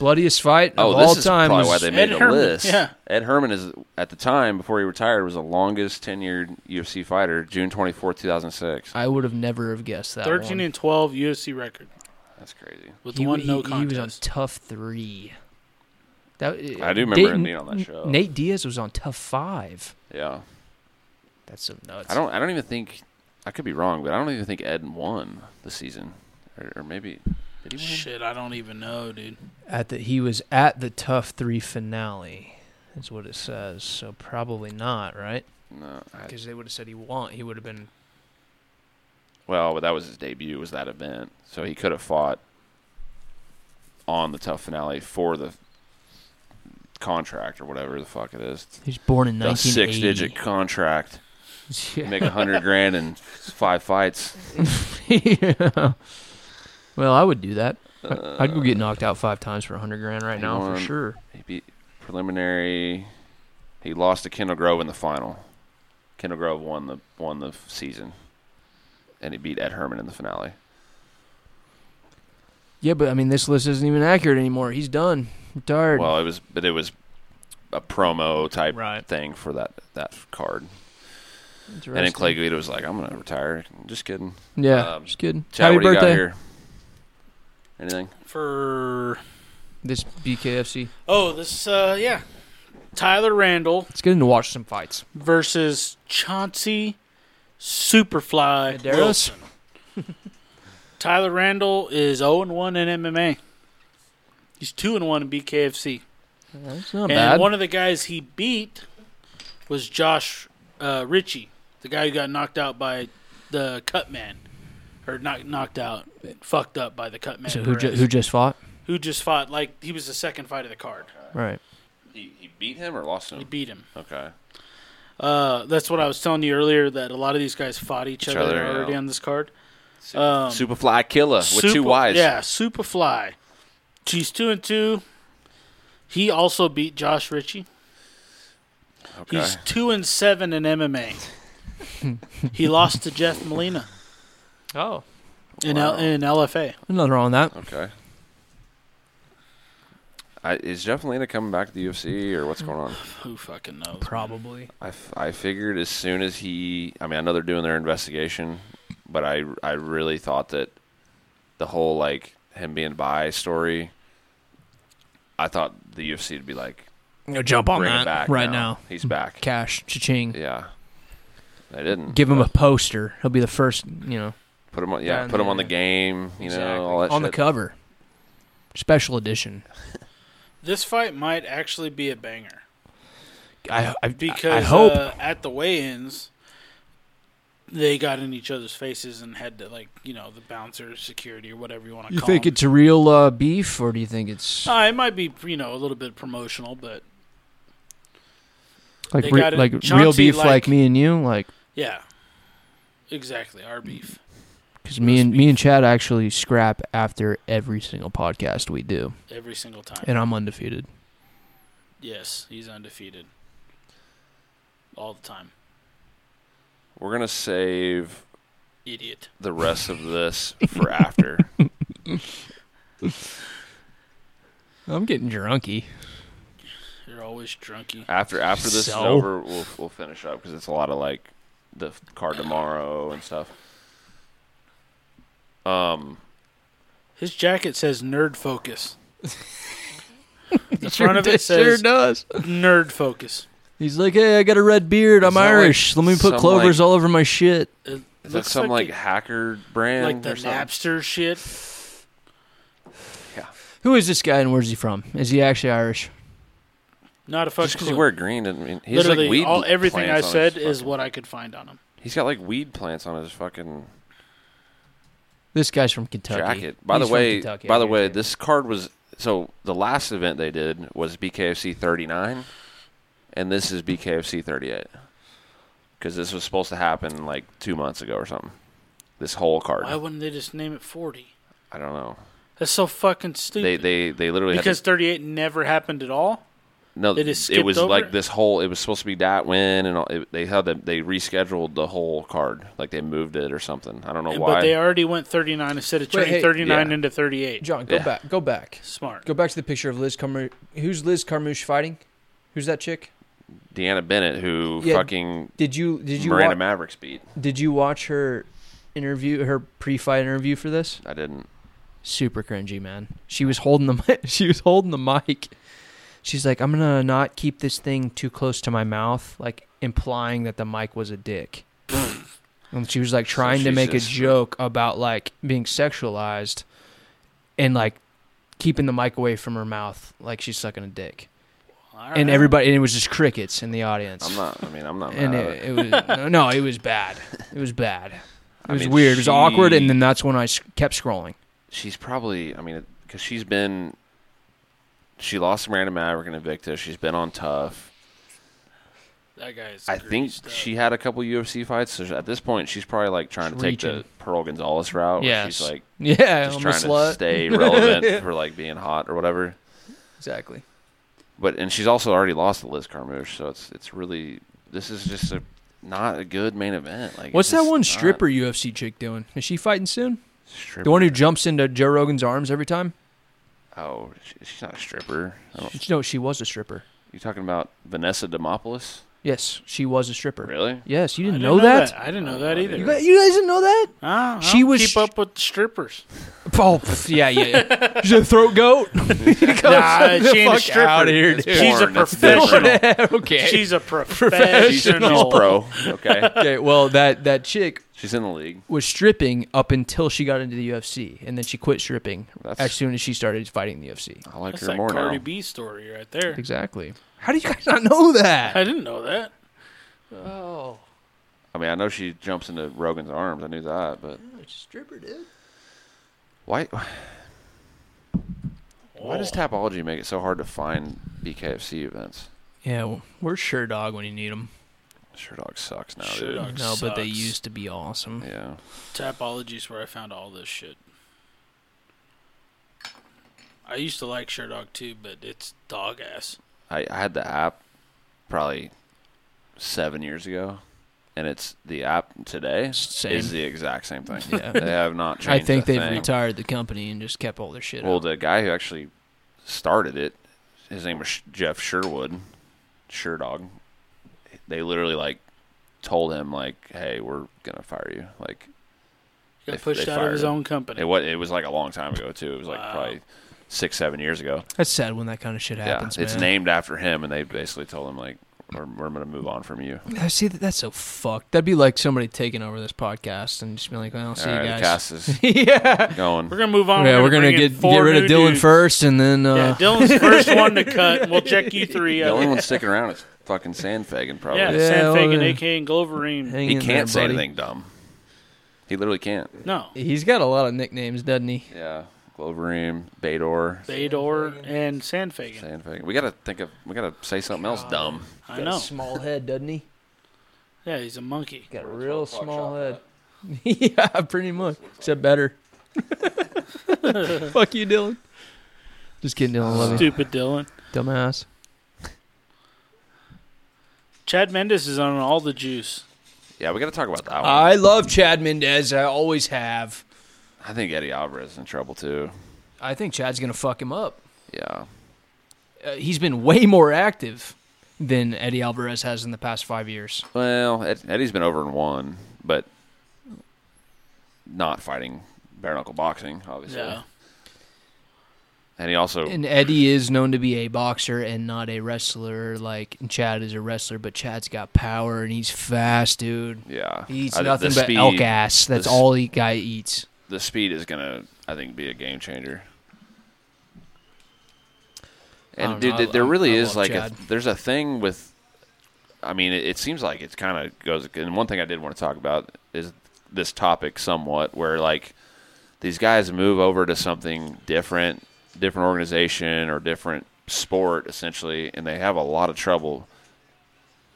B: Bloodiest fight
A: Oh,
B: of
A: this
B: all
A: is
B: time.
A: probably
B: was-
A: why they
C: Ed
A: made the
C: Herman,
A: list.
C: yeah.
A: Ed Herman is at the time before he retired was the longest tenured UFC fighter. June twenty fourth, two thousand six.
B: I would have never have guessed that.
C: Thirteen
B: one.
C: and twelve UFC record
A: That's crazy.
C: with
B: he,
C: one
B: he-
C: no
B: he was on
C: contest.
B: tough three. That,
A: I do remember him being on that show.
B: Nate Diaz was on tough five.
A: Yeah,
B: That's some nuts.
A: I don't. I don't even think. I could be wrong, but I don't even think Ed won the season, or, or maybe did he win?
C: Shit, I don't even know, dude.
B: at the he was at the tough three finale is what it says so probably not right
A: No. I-
B: because they would have said he won he would have been
A: well, but that was his debut. Was that event? So he could have fought on the tough finale for the contract or whatever the fuck it is.
B: he's born in
A: The six digit contract. make a hundred grand in five fights.
B: yeah. (laughs) well i would do that
A: Uh,
B: I- i'd go get knocked out five times for a hundred grand right
A: he
B: now
A: won.
B: for sure
A: He beat preliminary. He lost to Kendall Grove in the final. Kendall Grove won the won the season, and he beat Ed Herman in the finale.
B: yeah but i mean this list isn't even accurate anymore he's done retired
A: Well, it was but it was a promo type
B: Right.
A: thing for that that card. And then
B: Interesting.
A: Clay Guida was like, "I'm gonna retire." Just kidding.
B: yeah
A: um,
B: just kidding
A: Chad,
B: happy
A: what do you got
B: birthday
A: here? Anything?
C: For
B: this bkfc
C: oh, this uh, yeah, Tyler Randall
B: it's good to watch some fights
C: versus Chauncey Superfly
B: Medeiros? (laughs)
C: Wilson. Tyler Randall is 0 and 1 in MMA. He's 2 and 1 in BKFC.
B: that's not
C: and
B: bad
C: one of the guys he beat was Josh uh, Ritchie, the guy who got knocked out by the cut man. Or not knocked out, fucked up by the cut man.
B: so who, ju-
C: Perez,
B: who just fought
C: who just fought, like, he was the second fight of the card.
B: right
A: He, he beat him or lost
C: He
A: him?
C: beat him.
A: Okay.
C: Uh, that's what I was telling you earlier that a lot of these guys fought each,
A: Each
C: other,
A: other, yeah.
C: already on this card.
A: Su-
C: Um,
A: Superfly Killer with two
C: Super-
A: Y's.
C: Yeah, Superfly. She's two and two. He also beat Josh Ritchie.
A: Okay.
C: He's two and seven in
A: (laughs)
C: MMA. he lost to Jeff Molina
B: oh
C: in
A: Wow.
C: L- in LFA.
B: nothing wrong with that
A: Okay. I, is Jeff Molina coming back to the UFC or what's going on?
C: Who fucking knows?
B: Probably.
A: I, f- I figured as soon as he, I mean, I know they're doing their investigation, but I I really thought that the whole like him being by story, I thought the UFC would be like
B: jump on
A: bring
B: that
A: it back
B: right now.
A: now. He's back.
B: Cash, cha-ching.
A: Yeah, they didn't
B: Give him a poster. He'll be the first, you know,
A: put him on. Yeah,
B: down
A: put him on the
B: there.
A: game. You
B: Exactly.
A: know all that
B: on
A: shit.
B: the cover. Special edition.
C: This fight might actually be a banger
B: I, I,
C: because
B: I hope.
C: uh, at the weigh-ins they got in each other's faces and had to like you know the bouncer, security, or whatever you want to
B: you
C: call.
B: think
C: them.
B: it's real uh, beef, or do you think it's
C: Uh, it might be you know a little bit promotional, but
B: like
C: they
B: re-
C: got it-
B: like real
C: Chauncey,
B: beef, like,
C: like-
B: me and you, like
C: yeah, exactly. Our beef.
B: because me
C: Roast
B: and me and Chad actually scrap after every single podcast we do,
C: every single time.
B: and I'm undefeated.
C: yes, he's undefeated all the time.
A: We're gonna save
C: Idiot.
A: the rest of
B: (laughs)
A: this for after.
B: I'm getting (laughs) drunky.
C: You're always drunky.
A: After after this is
B: So?
A: over, we'll we'll finish up because it's a lot of like the f- card tomorrow and stuff. Um,
C: His jacket says "Nerd Focus."
B: The
C: front of it says-
B: sure does.
C: Nerd Focus.
B: He's like, hey, I got a red beard.
A: Is
B: I'm
A: that like
B: Irish. Let me
A: some,
B: put clovers
A: like-
B: all over my shit.
A: Is that some like, hacker brand
C: like the
A: or something?
C: Napster shit.
B: Who is this guy and where's he from? Is he actually Irish?
C: Not a fucking
A: Just because you
C: clue.
A: wear green doesn't mean he's
C: Literally,
A: like weed.
C: all, everything I
A: plants on
C: said
A: his
C: is
A: fucking-
C: what I could find on him.
A: he's got like weed plants on his fucking
B: This guy's from Kentucky.
A: jacket. By
B: He's
A: the
B: from
A: way,
B: Kentucky,
A: by
B: I
A: the way,
B: guarantee.
A: this card was so the last event they did was BKFC 39, and this is BKFC 38 because this was supposed to happen like two months ago or something. This whole card,
C: Why wouldn't they just name it 40?
A: I don't know.
C: That's so fucking stupid.
A: They they they literally
C: because
A: had
C: 38 never happened at all.
A: to, no.
C: they just
A: it was
C: skipped
A: like
C: over?
A: this whole. It was supposed to be that win, and all, it, they had the, they rescheduled the whole card, like they moved it or something. I don't know why.
C: But they already went 39 instead of
B: Wait,
C: turning
B: hey-
C: 39
A: Yeah.
C: into 38.
B: John, go
A: Yeah.
B: back. Go back.
C: Smart.
B: Go back to the picture of Liz Carmouche. Who's Liz Carmouche fighting? Who's that chick?
A: Deanna Bennett, who
B: Yeah,
A: fucking
B: Did you did you
A: Miranda
B: wa-
A: Mavericks beat.
B: did you watch her interview her pre-fight interview for this?
A: I didn't.
B: Super cringy, man. She was holding the mi- (laughs) she was holding the mic. She's like, "I'm going to not keep this thing too close to my mouth," like implying that the mic was
A: (laughs)
B: a dick. and she was like trying to
A: she's
B: make a
A: just-
B: joke about like being sexualized and like keeping the mic away from her mouth like she's sucking a dick.
C: All
B: And
C: right.
B: everybody and it was just crickets in the audience.
A: I'm not. I mean, I'm not. Mad
B: and
A: at it.
B: it, it was no, no, it was bad. It
A: (laughs)
B: was bad. It
A: I
B: was
A: mean,
B: weird. It was awkward,
A: she-
B: and then that's when I s- kept scrolling.
A: she's probably. I mean, because she's been. She lost to Miranda Maverick and Invicta. She's been on tough.
C: That guy is
A: I think
C: greased up.
A: she had a couple UFC fights. So at this point, she's probably like trying to
B: She's
A: take the
B: reaching.
A: Pearl Gonzalez route. Yeah,
B: Yes. Oh,
A: she's like
B: Yeah,
A: just
B: I'm
A: trying
B: a
A: to
B: slut. (laughs)
A: stay relevant for like being hot or whatever.
B: Exactly.
A: But and she's also already lost to Liz Carmouche, so it's it's really this is just a not a good main event. Like,
B: What's
A: it's
B: that
A: just
B: one
A: not-
B: stripper UFC chick doing? Is she fighting soon?
A: Stripper.
B: The one who jumps into Joe Rogan's arms every time?
A: Oh, she, she's not a stripper. I don't,
B: No, she was a stripper.
A: you talking about Vanessa Demopoulos?
B: Yes, she was a stripper.
A: Really?
B: Yes, you
C: I
B: didn't, know, that?
C: I didn't know
A: Oh,
C: that either.
B: You, guys, you guys didn't know that?
C: Ah, I
B: She
C: don't
B: was
C: keep
B: sh-
C: up with strippers.
B: Oh, pff, yeah, yeah. yeah. (laughs) She's a throat goat. (laughs)
C: Nah, she ain't a stripper.
B: out here, dude.
A: It's
C: She's a
A: porn, that's different.
C: professional.
A: (laughs)
B: okay.
C: She's a professional.
A: She's, she's pro. (laughs) Okay.
B: (laughs) okay. Well, that that chick
A: She's in the league.
B: was stripping up until she got into the UFC, and then she quit stripping
A: That's-
B: as soon as she started fighting the UFC.
A: I like
C: That's
A: her
C: that
A: more
C: Cardi
A: now.
C: B story right there.
B: Exactly. How do you guys not know that?
C: I didn't know that.
B: Oh,
A: I mean, I know she jumps into Rogan's arms. I knew that, but
B: stripper dude.
A: why? Why
C: Oh.
A: does Tapology make it so hard to find BKFC events?
B: Yeah, w- we're sure dog when you need them.
A: Sure, dog sucks now,
C: Sure
A: dude.
C: Dog
B: no, but they
C: sucks.
B: used to be (laughs) awesome.
A: Yeah,
C: Tapology's where I found all this shit. I used to like Sherdog too, but it's dog ass.
A: I, I had the app probably seven years ago, and it's the app today
B: Same.
A: is the exact same thing. (laughs)
B: Yeah.
A: they have not
B: I
A: changed.
B: think
A: a
B: they've
A: thing.
B: retired the company and just kept all their shit.
A: Well,
B: out.
A: the guy who actually started it, his name was Sh- Jeff Sherwood, Sherdog. They literally like told him like, "Hey, we're gonna fire you." Like
C: He got
A: They-
C: pushed
A: they
C: out of
A: fired
C: his
A: him.
C: own company.
A: it was it was like a long time ago too. It was like
C: Wow.
A: probably six seven years ago.
B: That's sad when that kind of shit happens.
A: yeah, it's
B: man.
A: named after him, and they basically told him like, "We're we're gonna move on from you."
B: I see that. That's so fucked. That'd be like somebody taking over this podcast and just being like, "Well, I'll see
A: All right,
B: you
A: the
B: guys."
A: cast is
B: (laughs) yeah.
A: going.
C: We're gonna move on.
B: yeah, we're gonna
C: bring in
B: get get
C: four
B: rid of
C: new
B: Dylan
C: dudes.
B: first, and then uh,
C: Yeah,
B: (laughs)
C: Dylan's the first one to cut. and We'll check you
A: (laughs)
C: three
A: the
C: out.
A: only one sticking around is fucking Sandfagan, probably.
C: Yeah,
B: Yeah,
C: Sam
B: well,
C: Fagan,
B: yeah.
C: aka and Gloverine.
B: hang
A: He
B: in
A: can't
B: there,
A: say
B: buddy.
A: anything dumb. He literally can't.
C: No,
B: He's got a lot of nicknames, doesn't he?
A: Yeah, Gloverim, Bador,
C: Bador and Sam Fagan.
A: Saying fucking- We gotta think of. We gotta say something else dumb.
C: I know.
B: small head, doesn't he?
C: Yeah, he's a monkey.
B: Got a real small head. (laughs) yeah, pretty much. Except
A: (laughs)
B: better. Fuck you, Dylan. Just kidding, Dylan. Love you,
C: Stupid Dylan.
B: dumbass.
C: Chad Mendes is on all the juice.
A: Yeah, we gotta talk about that one. I,
B: I love Chad Mendez. I always have.
A: think Eddie Alvarez is in trouble too.
B: I think Chad's gonna fuck him up.
A: Yeah,
B: Uh, he's been way more active than Eddie Alvarez has in the past five years.
A: well, Ed, Eddie's been over in one, but not fighting bare knuckle boxing, obviously.
C: Yeah.
A: And he also
B: And Eddie is known to be a boxer and not a wrestler. Like and Chad is a wrestler, but Chad's got power and he's fast, dude.
A: yeah,
B: He eats
A: I- the
B: nothing but
A: speed-
B: elk ass. That's
A: the s-
B: all he guy eats.
A: The speed is gonna, I think, be a game changer.
B: I
A: And
B: don't
A: dude,
B: know. I-
A: th- there
B: I-
A: really
B: I
A: is
B: love
A: like a,
B: Chad.
A: there's a thing with. I mean, it, it seems like it's kind of goes. And one thing I did want to talk about is this topic somewhat, where like these guys move over to something different, different organization or different sport essentially, and they have a lot of trouble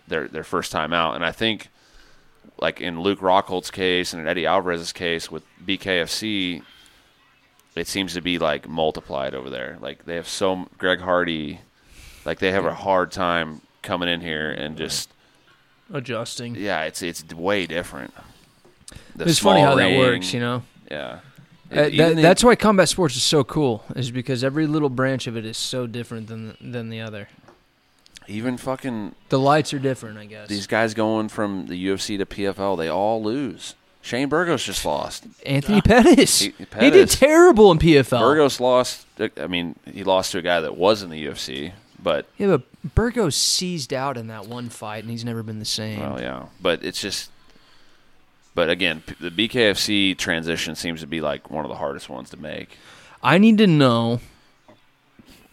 A: their their first time out. And I think like in Luke Rockhold's case and in Eddie Alvarez's case with BKFC, it seems to be like multiplied over there. Like they have so m- Greg Hardy, like they have a hard time coming in here and just
B: Adjusting.
A: yeah, it's it's way different. The
B: it's funny
A: small
B: how
A: ring,
B: that works, you know.
A: Yeah, E,
B: Uh,
A: Even
B: that,
A: the-
B: that's why combat sports is so cool, is because every little branch of it is so different than than the other.
A: even fucking
B: The lights are different, I guess.
A: these guys going from the UFC to PFL, they all lose. Shane Burgos just lost.
B: Anthony Pettis.
A: He-
B: He, did
A: Ah, Pettis.
B: terrible in PFL.
A: Burgos lost. uh, I mean, he lost to a guy that was in the UFC, but
B: Yeah, but Burgos seized out in that one fight, and he's never been the same.
A: Well, yeah, but it's just. But again, p- the BKFC transition seems to be like one of the hardest ones to make.
B: I need to know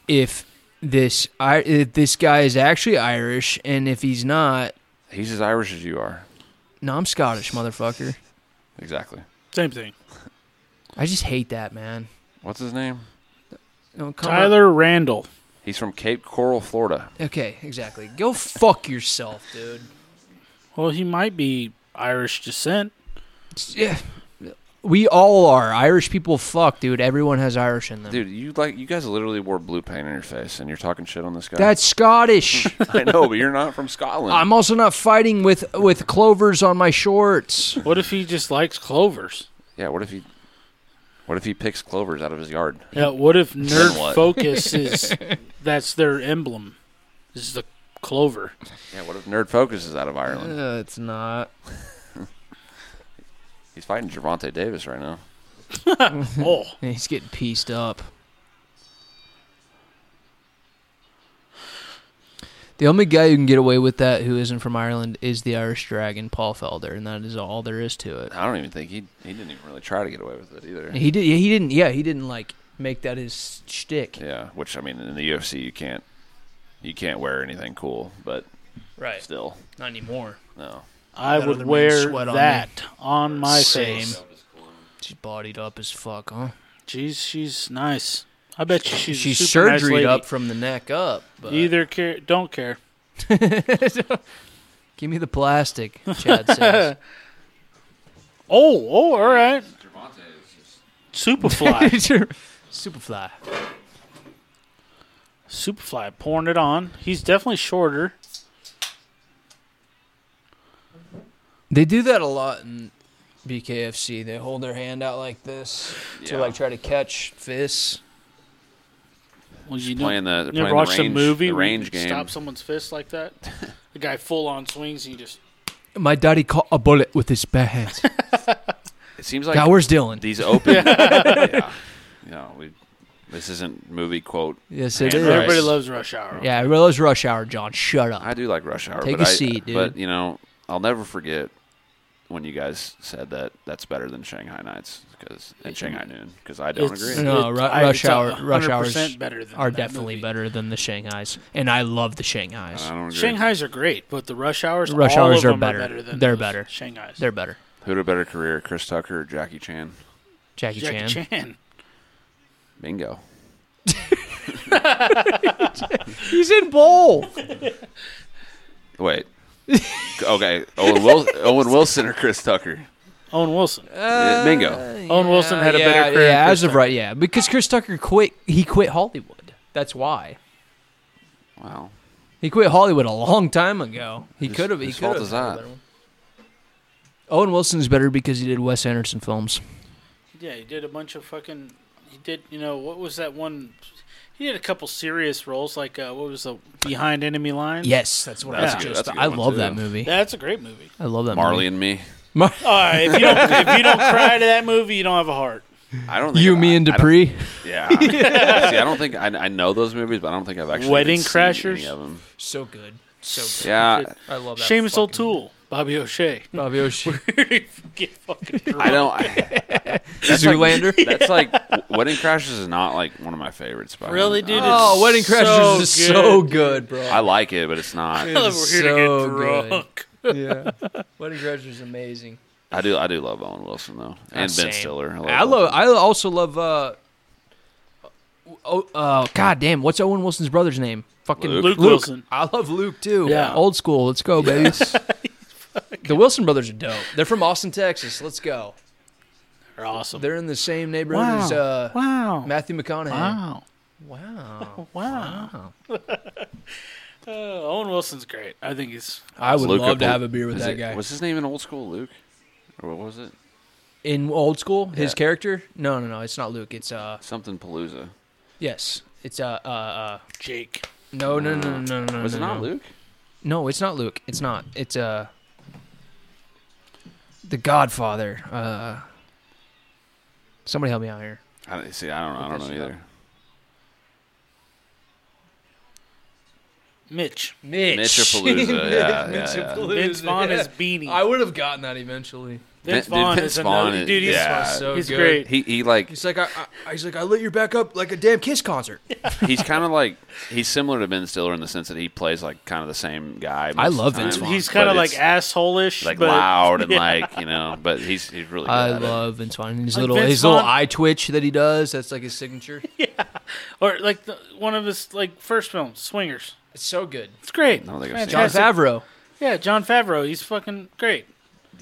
B: if this I if this guy is actually Irish, and if he's not,
A: He's as Irish as you are.
B: no, I'm Scottish, motherfucker.
A: Exactly.
C: Same thing.
B: I just hate that man.
A: What's his name?
B: No, come on.
C: Tyler Randall.
A: He's from Cape Coral, Florida.
B: Okay, exactly. Go fuck yourself, dude.
C: Well, he might be Irish descent.
B: Yeah. We all are. Irish people fuck, dude. Everyone has Irish in them.
A: Dude, you like you guys literally wore blue paint on your face, and you're talking shit on this guy.
B: That's Scottish.
A: (laughs) I know, but you're not from Scotland.
B: I'm also not fighting with with clovers on my shorts.
C: What if he just likes clovers?
A: yeah. What if he? What if he picks clovers out of his yard?
C: Yeah. What if nerd
A: what?
C: focus
B: (laughs)
C: is that's their emblem? Is the
B: (laughs)
C: clover?
A: Yeah. What if Nerd Focus is out of Ireland?
B: Uh, it's not.
A: He's fighting Javante Davis right now.
C: Oh,
B: He's getting pieced up. The only guy who can get away with that who isn't from Ireland is the Irish Dragon, Paul Felder, and that is all there is to it.
A: I don't even think he he didn't even really try to get away with it either.
B: He did. He didn't. Yeah, he didn't like make that his shtick.
A: Yeah, which I mean, in the UFC, you can't you can't wear anything cool, but
B: Right.
A: still,
B: Not anymore.
A: no.
C: I
B: That other
C: would
B: man
C: wear
B: sweat on me.
C: that on, my
B: Same.
C: face.
B: She's bodied up as fuck, huh?
C: Jeez, she's nice. I bet you she's
B: She's
C: a super nice
B: surgeried
C: lady.
B: up from the neck up. But
C: Either care, don't care.
B: give me the (laughs) plastic, Chad says.
C: Oh, oh, all right.
B: (laughs)
C: Superfly,
B: Superfly.
C: Superfly, pouring it on. He's definitely shorter.
B: They do that a lot in BKFC. They hold their hand out like this
A: Yeah.
B: to like try to catch fists.
C: Well, you know,
A: Playing the they're
C: you
A: playing
C: ever watched
A: the
C: a
A: range,
C: movie
A: the
C: where you
A: range game.
C: stop someone's fist like that? the guy full on swings and you just
B: My daddy caught a bullet with his bare (laughs) hands.
A: It seems like
B: God, where's Dylan?
A: these open.
C: (laughs)
A: yeah, no, we. This isn't movie quote.
B: yes, it
A: Yeah,
B: is.
C: everybody loves Rush Hour.
B: Yeah, I realize rush hour, John. Shut up.
A: I do like Rush Hour.
B: Take
A: but
B: a
A: I-
B: seat, dude.
A: But you know, I'll never forget when you guys said that that's better than Shanghai Nights because and Shanghai Noon because I don't
C: It's-
A: agree.
B: No,
C: it-
B: Ru-
C: I-
B: Rush
C: it's
B: Hour-
C: 100%
B: Rush Hours
C: better than
B: Are
C: that
B: definitely
C: movie.
B: better than the Shanghais, and I love the Shanghais.
A: I don't agree.
C: Shanghai's are great, but the Rush Hours,
B: Rush
C: all
B: Hours
C: of
B: are
C: them
B: better.
C: than
B: They're
C: those
B: better.
C: Shanghai's.
B: They're better.
A: Who had a better career, Chris Tucker or Jackie Chan?
B: Jackie,
C: Jackie
B: Chan.
C: Chan.
A: Bingo.
B: He's in bowl.
A: Wait. okay, Owen, Wil- Owen Wilson or Chris Tucker?
C: Owen Wilson.
A: Yeah, Bingo.
C: Owen Wilson had a
B: yeah,
C: better career.
B: Yeah,
C: than
B: as
C: Chris
B: of right, yeah, because Chris Tucker quit. He quit Hollywood. That's why
A: Wow.
B: he quit Hollywood a long time ago. He
A: Whose-
B: could have. He
A: whose
B: could
A: fault
B: have.
A: is that?
B: Owen Wilson's better because he did Wes Anderson films.
C: Yeah, he did a bunch of fucking. He did, you know, what was that one? He did a couple serious roles, like uh, what was the Behind Enemy Lines?
B: Yes, that's what
C: That's
B: I was
A: good-
B: just.
A: that's a good
B: I
A: one,
B: love
A: too.
B: that movie.
C: that's a great (laughs) movie.
B: I love that
A: Marley
B: movie.
A: and me.
B: Mar-
C: All right, if you don't, if you don't cry to that movie, you don't have a heart.
A: I don't. Think
B: You,
A: I-
B: me, and
A: I don't-
B: Dupree.
A: Yeah. See, I don't think I, I know those movies, but I don't think I've actually
C: Wedding
A: even seen
C: Crashers?
A: Any of them.
B: So good. So good.
A: Yeah,
B: I love that.
C: Seamus
B: fucking-
C: O'Toole, Bobby O'Shea. (laughs)
B: Bobby O'Shea.
C: Get fucking
A: I
C: drunk.
A: don't. I, that's (laughs)
B: Zoolander?
A: Like, that's like Wedding Crashes is not like one of my favorites. By
C: Really, dude?
A: I,
B: Oh,
C: It's
B: Wedding Crashers
C: so
B: is
C: good.
B: so good, bro.
A: I like it, but it's not.
C: We're here
B: It's
C: to
B: so
C: get
B: good.
C: drunk.
B: yeah. (laughs) Wedding Crashers is amazing.
A: I do. I do love Owen Wilson though, and
B: Same.
A: Ben Stiller. I love.
B: I love. I also love. Uh, oh, uh, God damn! What's Owen Wilson's brother's name? Fucking
A: Luke.
C: Luke Wilson.
B: I love Luke too.
C: Yeah.
B: Old school. Let's go, (laughs) baby. the Wilson brothers are dope. They're from Austin, Texas. Let's go.
C: They're awesome.
B: They're in the same neighborhood as uh,
C: wow.
B: Matthew McConaughey.
C: Wow.
B: Wow.
C: Wow. Uh, Owen Wilson's great. I think he's
B: I would
A: Luke
B: love to
A: Luke-
B: have a beer with
A: is
B: that
A: it-
B: guy.
A: Was his name in Old School Luke, or what was it?
B: in old school, his
A: Yeah.
B: character? No, no, no. It's not Luke. It's uh,
A: Something Palooza.
B: yes. It's uh, uh, uh
C: Jake.
B: no, no, no, no, no, no.
A: Was it
B: no,
A: not
B: no.
A: Luke?
B: No, it's not Luke. It's not. It's uh The Godfather. Uh Somebody help me out here.
A: I don't, see, I don't know. I don't know either.
C: Mitch.
B: Mitch. (laughs)
A: Mitchapalooza, yeah, yeah, yeah.
C: Vince Vaughn is beanie.
B: I would have gotten that eventually.
C: Vince
A: Dude,
C: Vaughn
A: Vince
C: is another
A: Vaughn is-
C: dude. He's,
A: yeah.
B: So
C: he's
B: good.
C: great.
A: He he like
B: He's like, I, I, he's like, I lit your back up like a damn Kiss concert.
C: (laughs)
A: he's kind of like he's similar to Ben Stiller in the sense that he plays like kind of the same guy. most
B: I
A: of
B: love
A: the
B: Vince
A: time,
B: Vaughn.
C: he's kind of
A: but
C: like
A: it's,
C: asshole-ish,
A: like
C: but
A: loud
C: (laughs)
A: and like you know, but he's he's really. Good
B: I
A: at it.
B: love Vince Vaughn. His
C: Like
B: little,
C: Vince
B: his little
C: Vaughn-
B: eye twitch that he does. That's like his signature.
C: or like the, one of his like first films, Swingers.
B: It's so good.
C: It's great.
A: I don't think I've
C: It's
A: seen
B: John
C: fantastic.
B: Favreau.
C: Yeah, John Favreau. He's fucking great.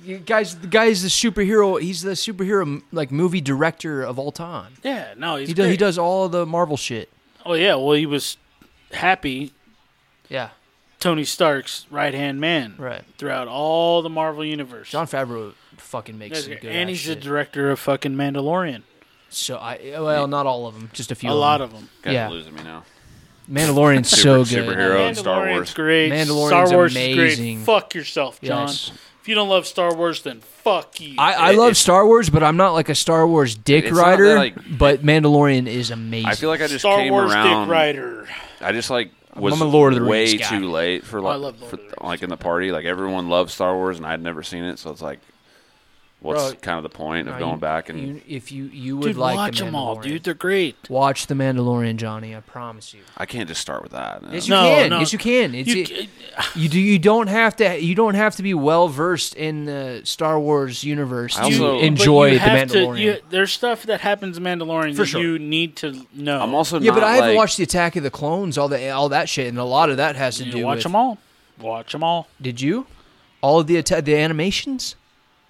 B: You guys, the guy is the superhero. He's the superhero like movie director of all time.
C: Yeah, no, he's
B: He does.
C: great.
B: He does all the Marvel shit.
C: Oh yeah, well he was happy
B: Yeah,
C: Tony Stark's right hand man
B: right.
C: throughout all the Marvel universe.
B: John Favreau fucking
C: Yeah,
B: makes
C: he's
B: some
C: great.
B: good.
C: and
B: ass
C: he's the
B: shit.
C: director of fucking Mandalorian.
B: so I well, not all of them, just a few.
C: A lot of them.
A: Kind
B: yeah.
A: of losing me now.
B: Mandalorian's so
A: Super-
B: good.
A: superhero. Hero and Star
C: Mandalorian's
A: Wars.
C: great.
B: Mandalorian's
C: Star Wars
B: amazing.
C: is great. Fuck yourself, John.
B: Yes.
C: If you don't love Star Wars, then fuck you.
B: I, I
A: It-
B: love
A: it's-
B: Star Wars, but I'm not like a Star Wars dick
A: It's not that,
B: rider.
A: like-
B: but Mandalorian is amazing.
A: I feel like I just
C: Star
A: came
C: Wars
A: around.
C: Dick Rider.
A: I just like was
B: I'm a Lord of the
A: way
B: Rings guy.
A: too late for like
C: Oh, I love Lord
A: for,
C: of the Rings,
A: like in the party. Like everyone loves Star Wars, and I'd never seen it, so it's like, what's
B: Bro,
A: kind of the point
B: No,
A: of
B: you-
A: going back and
B: you, if you you would
C: Dude,
B: like
C: watch
B: the
C: them all,
B: Mandalorian.
C: dude. They're great.
B: Watch the Mandalorian, Johnny. I promise you.
A: I can't just start with that. you know?
B: Yes, you
C: No,
B: can.
C: no.
B: Yes, you can. It's, e-
C: You-
B: it- You do. You don't have to. You don't have to be well versed in the Star Wars universe
A: I also-
B: to
A: But you
B: enjoy
C: but
B: the
C: you have to-
B: Mandalorian.
C: you- there's stuff that happens in Mandalorian
B: For
C: that
B: sure.
C: you need to know.
A: I'm also
B: yeah, but
A: not,
B: I haven't
A: like-
B: watched the Attack of the Clones, all the all that shit, and a lot of that has to
C: You
B: do
C: watch
B: with.
C: them all. Watch them all.
B: Did you? All of the atta- the animations.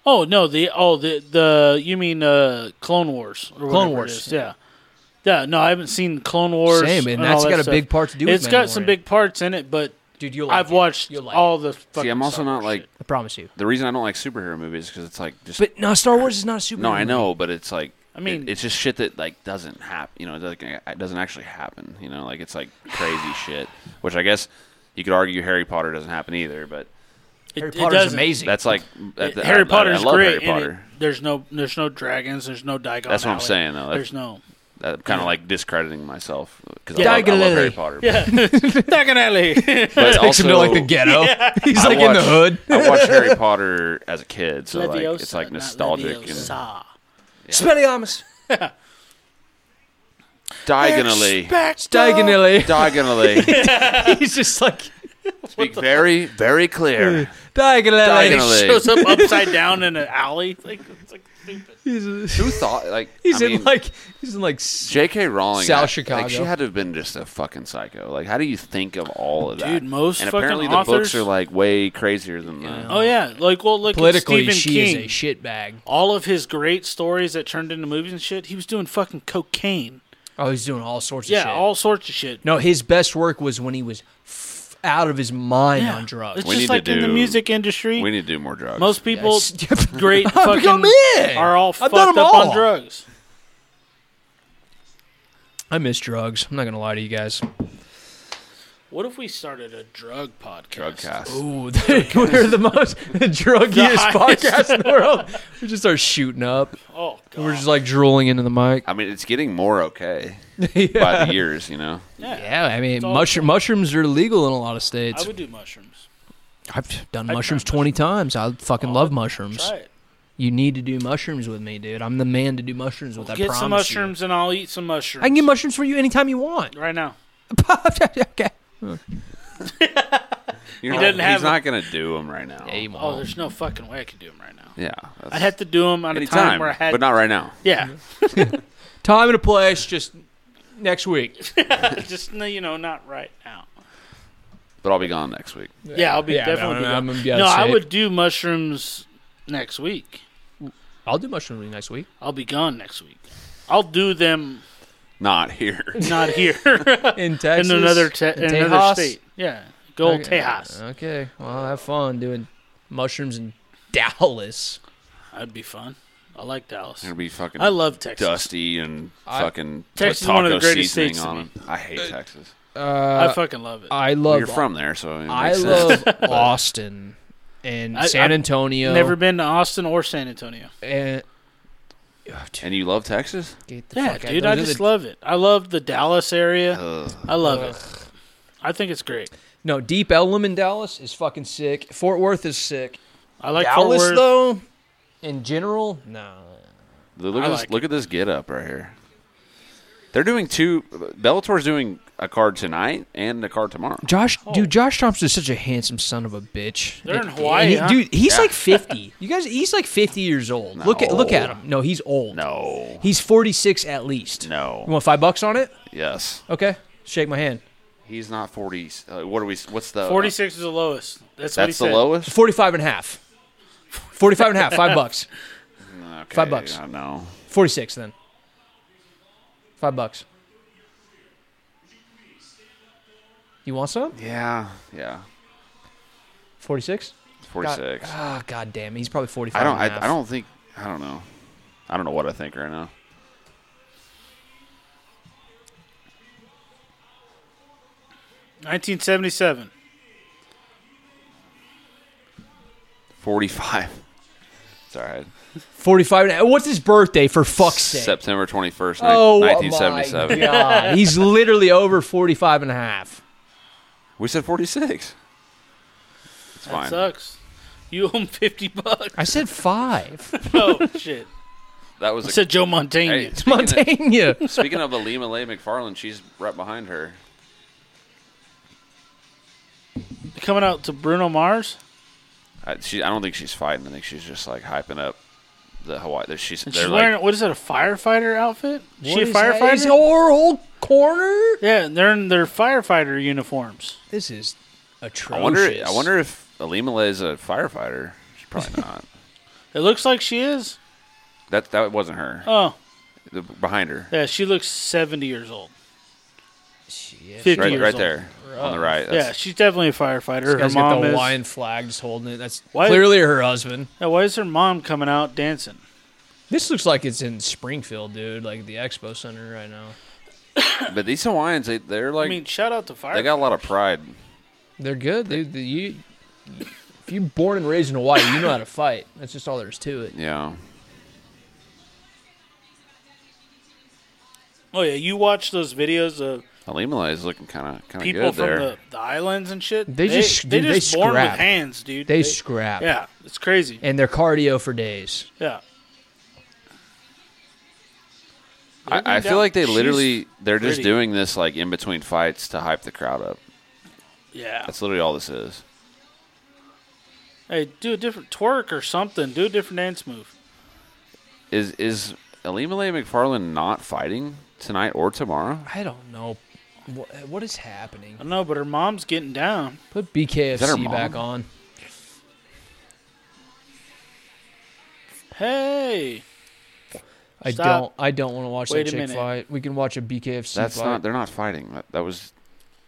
C: Oh no, the oh the the you mean uh Clone Wars or whatever it
B: Wars.
C: is, Yeah. Yeah, no, I haven't seen Clone Wars.
B: Same, and
C: that's
B: that's got a big part to do with
C: It's got some
B: Mandalorian.
C: big parts in it, but
B: Dude, you'll.
C: I've watched
B: You'll like
C: all the. Fucking
A: See, I'm also
C: Star
A: not
C: Wars
A: like
C: shit.
B: I promise you.
A: the reason I don't like superhero movies because it's like just
B: But no, Star Wars is not a super.
A: No, I know, but it's like
C: I mean-
A: it- it's just shit that like doesn't happen. You know, it doesn't, it doesn't actually happen. You know, like it's like
C: (sighs)
A: crazy shit, which I guess you could argue Harry Potter doesn't happen either. But
C: It-
B: Harry
C: it
B: Potter's
C: doesn't-
B: amazing.
A: that's like
C: it-
A: I- I-
C: Uh, Harry Potter's
A: I, love
C: great.
A: Harry
C: and it-
A: Potter.
C: there's no, there's no dragons. There's no Diagon.
A: That's what I'm
C: Alley,
A: saying, though. That's-
C: There's no (laughs)
A: I'm kind of like discrediting myself because
B: Yeah.
A: I, love, I love
B: Diagonally.
A: Harry Potter. but-
C: yeah, Diagon Alley.
A: But
B: (laughs) Takes him to like the
A: also,
C: (laughs)
B: ghetto. He's
A: I
B: like in the
A: watched-
B: hood.
A: I watched Harry Potter as a kid, (laughs) so like
C: (laughs) Leviosa,
A: it's like
C: not
A: nostalgic and
C: Leviosa.
B: Spelliarmus.
A: diagonally,
B: Diagonally.
C: (laughs)
A: diagonally.
B: (laughs) He's just like
A: Speak very, very
C: (laughs)
A: clear.
B: diagonally.
A: Diagonally.
C: shows up upside down in an alley. It's like, it's like stupid.
B: He's,
A: Who thought like
B: he's
A: I
B: in
A: mean,
B: like he's in like s-
A: J.K. Rowling,
B: South
A: I-
B: Chicago.
A: Like, she had to have been just a fucking psycho. Like, how do you think of all of that?
C: Dude, most
A: and
C: fucking
A: apparently the
C: authors-
A: books are like way crazier than that.
C: Oh yeah, like well, look
B: politically.
C: at Stephen
B: She is
C: King.
B: a shitbag.
C: all of his great stories that turned into movies and shit, he was doing fucking cocaine.
B: Oh, he's doing all sorts of
C: yeah,
B: shit.
C: all sorts of shit.
B: no, his best work was when he was f- out of his mind
C: yeah.
B: on drugs.
C: It's
A: We need to
C: just like in the
A: do-
C: music industry,
A: We need to do more drugs.
C: most
B: (laughs)
C: people
B: Yes.
C: (laughs) great
B: I've become
C: fucking
B: it.
C: are all
B: I've
C: fucked
B: done
C: up
B: 'em all.
C: on drugs.
B: I miss drugs. I'm not gonna lie to you guys.
C: What if we started a drug podcast? (laughs)
A: Drug cast.
B: (laughs)
C: Oh.
B: Ooh, we're the most (laughs) druggiest
C: highest.
B: podcast in the world. We just start shooting up.
C: Oh god.
B: We're just like drooling into the mic.
A: I mean, it's getting more
B: (laughs)
A: okay
B: yeah.
A: by the years, you know.
C: yeah.
B: yeah, I mean,
C: all
B: mushroom- mushrooms are legal in a lot of states.
C: I would do mushrooms.
B: I've done
C: I'd
B: mushrooms
C: try
B: 20 times. I fucking
C: Oh,
B: love
C: I'd
B: mushrooms.
C: Try it.
B: You need to do mushrooms with me, dude. I'm the man to do mushrooms with. I
C: Get
B: promise
C: some
B: you.
C: mushrooms and I'll eat some mushrooms.
B: I can get mushrooms for you anytime you want. (laughs)
C: right now.
B: okay.
A: You're
C: He
A: not-
C: doesn't have
A: he's not going to do them right now.
B: Hey,
C: Oh,
B: mom.
C: there's no fucking way I could do them right now.
A: Yeah.
C: I'd have to do them on a
A: anytime,
C: time where I had.
A: but not right now.
C: yeah,
B: Time and a place, just next week.
C: just no, you know, not right now.
A: But I'll be gone next week.
C: Yeah, I'll be
B: Yeah,
C: definitely.
B: no,
C: be
B: no,
C: down.
B: I'm gonna be out
C: no
B: of
C: I
B: state.
C: would do mushrooms next week.
B: I'll do mushrooms with you next week.
C: I'll be gone next week. I'll do them
A: Not
C: (laughs)
A: here.
C: not here
B: In
C: (laughs)
B: (laughs)
C: in
B: Texas.
C: another te-
B: in
C: in another
B: Tejas?
C: state. Yeah, go
B: okay.
C: Tejas.
B: Okay. Well, have fun doing mushrooms in Dallas.
C: That'd be fun. I like Dallas.
A: It'll be fucking
C: I love Texas.
A: dusty and
B: I-
A: fucking
C: Texas is
A: with
C: one of the
A: taco
C: greatest
A: seasoning
C: states to
A: on
C: me.
A: them. I hate Texas.
B: Uh,
C: I fucking love it.
B: I love.
A: Well, you're from there, so it
B: I
A: makes sense.
B: love
C: (laughs)
B: Austin and
C: I-
B: San
C: I've
B: Antonio.
C: Never been to Austin or San Antonio.
B: And, Oh, dude,
A: And you love Texas?
B: get the
C: Yeah,
B: fuck out-
C: dude,
B: those
C: I
B: are the-
C: just love it. I love the Dallas area.
A: Ugh.
C: I love it. I think it's great.
B: no Deep Ellum in Dallas is fucking sick. Fort Worth is sick.
C: I like
B: Dallas
C: Fort Worth.
B: though, in general, no.
A: Look at
C: I
A: this.
C: like
A: look at this get up right here. They're doing two. Bellator's doing a card tonight and a card tomorrow.
B: Josh, dude, Josh Thompson is such a handsome son of a bitch.
C: Oh. They're in
B: Like,
C: Hawaii,
B: he-
C: huh?
B: dude. He's like fifty. (laughs) You guys, he's like fifty years old. Look at look at
A: No.
B: him. No, he's old.
A: No.
B: he's forty six at least. You
A: No.
B: want five bucks on it?
A: Yes.
B: Okay, shake my hand.
A: He's not 40. Uh, what are we? What's the
C: 46 is the lowest. That's, what he
A: That's the
C: said.
A: lowest.
B: 45 and a half. 45 and a
A: (laughs)
B: half, five bucks.
A: Okay,
B: Five bucks.
A: I know.
B: 46 then. Five bucks. You want some?
A: Yeah. Yeah.
B: 46?
A: It's 46.
B: Ah, god damn it. He's probably 45
A: I don't.
B: and a half.
A: I, I don't think. I don't know. I don't know what I think right now.
C: Nineteen seventy-seven.
A: (laughs) 45. It's all right.
B: 45 and a half. What's his birthday, for fuck's sake?
A: September 21st, ni-
B: oh,
A: 1977.
B: my god. He's literally over 45 and a half.
A: We said 46. It's
C: That
A: fine.
C: sucks. You owe him fifty bucks. (laughs)
B: I said five. (laughs)
C: Oh shit!
A: That was
C: I
A: a,
C: said Joe Montaigne.
A: hey, (laughs) speaking, of, (laughs)
B: Montana.
A: speaking of Alima Leigh McFarland, she's right behind her.
C: Coming out to Bruno Mars,
A: I, she, I don't think she's fighting. I think she's just like hyping up the Hawaii. They're, she's,
C: and
A: they're
C: she's
A: like,
C: wearing what is it? A firefighter outfit? Is she
B: What
C: a
B: is that? Is
C: firefighter?
B: our whole corner?
C: yeah, and they're in their firefighter uniforms.
B: This is
A: I
B: atrocious.
A: wonder. I wonder if Alima Leigh is a firefighter. She's probably
C: (laughs)
A: not.
C: It looks like she is.
A: that that wasn't her.
C: Oh,
A: The, behind her,
C: yeah, she looks seventy years old.
B: Shit.
C: Fifty
A: right,
C: years
A: right
C: old.
A: there on the right.
C: Yeah,
A: That's,
C: she's definitely a firefighter. Her
B: This guy's got
C: mom
B: the
C: is.
B: Hawaiian flag just holding it. That's
C: Why-
B: clearly her husband.
C: Yeah, why is her mom coming out dancing?
B: This looks like it's in Springfield, dude, like the Expo Center right now.
A: But these Hawaiians, they, they're like
C: I mean, shout out to fire.
A: they got a lot of pride.
B: They're good, dude. The- you, if you're born and raised in Hawaii, you know how to fight. That's just all there is to it.
A: Yeah.
C: oh yeah, you watch those videos of
A: Alima Leigh is looking kind of kind of
C: people
A: good
C: from
A: there.
C: the, the islands and shit.
B: They just-
C: they
B: dude, they
C: just born with
B: scrap.
C: hands, dude.
B: They scrap.
C: yeah, it's crazy.
B: And they're cardio for days.
C: Yeah,
A: I,
C: They're
A: I
C: going
A: feel
C: down.
A: like they
C: She's
A: literally they're just
C: pretty.
A: doing this like in between fights to hype the crowd up.
C: yeah.
A: That's literally all this is.
C: Hey, do a different twerk or something. Do a different dance move.
A: Is is Elimele McFarland not fighting tonight or tomorrow?
B: I don't know what, what is happening.
C: I don't know, but her mom's getting down.
B: Put
A: that her
B: BKFC
A: mom?
B: back on.
C: Hey,
B: I
C: Stop.
B: don't. I don't want to watch
C: Wait
B: that
C: a
B: chick
C: minute.
B: fight. We can watch a BKFC
A: That's
B: fight.
A: not. They're not fighting. That, that was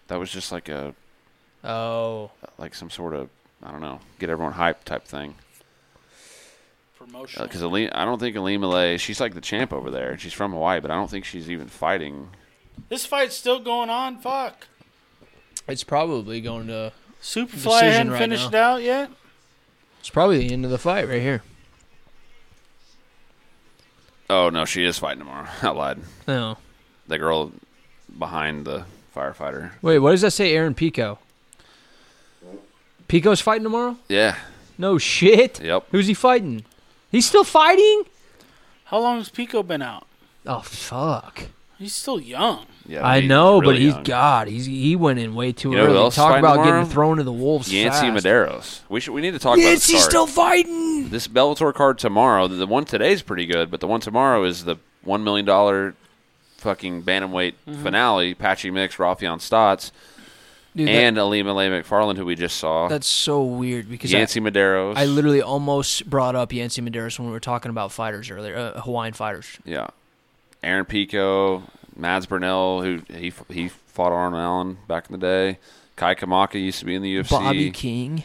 A: that was just like a
B: oh,
A: like some sort of I don't know get everyone hyped type thing.
C: promotion.
A: Because I don't think Elimele she's like the champ over there. She's from Hawaii, but I don't think she's even fighting.
C: this fight's still going on. Fuck.
B: It's probably going to.
C: Superfly hadn't
B: right
C: finished
B: now.
C: out yet.
B: It's probably the end of the fight right here.
A: Oh no, she is fighting tomorrow. (laughs) I lied.
B: No.
A: The girl behind the firefighter.
B: Wait, what does that say, Aaron Pico? Pico's fighting tomorrow?
A: Yeah.
B: No shit.
A: Yep.
B: Who's he fighting? He's still fighting?
C: How long has Pico been out?
B: Oh, fuck.
C: He's still young.
A: Yeah.
B: I
A: he's
B: know,
A: really
B: but he's
A: young.
B: God. He's he went in way too
A: You know who
B: early.
A: else is
B: Talk
A: fighting
B: about
A: tomorrow?
B: getting thrown to the wolves.
A: Yancy
B: fast.
A: Medeiros. We should. We need to talk about.
B: Yancy's
A: the start.
B: still fighting.
A: this Bellator card tomorrow. The one today's pretty good, but the one tomorrow is the one million dollar fucking bantamweight
B: Mm-hmm.
A: finale. Patchy Mix, Rafion Stotts,
B: Dude, that-
A: and Alima Leigh McFarland, who we just saw.
B: that's so weird because I-
A: Yancy Medeiros.
B: I, literally almost brought up Yancy Medeiros when we were talking about fighters earlier, uh, Hawaiian fighters.
A: yeah, Aaron Pico, Mads Burnell, who he he fought Arnold Allen back in the day. Kai Kamaka used to be in the UFC.
B: Bobby King.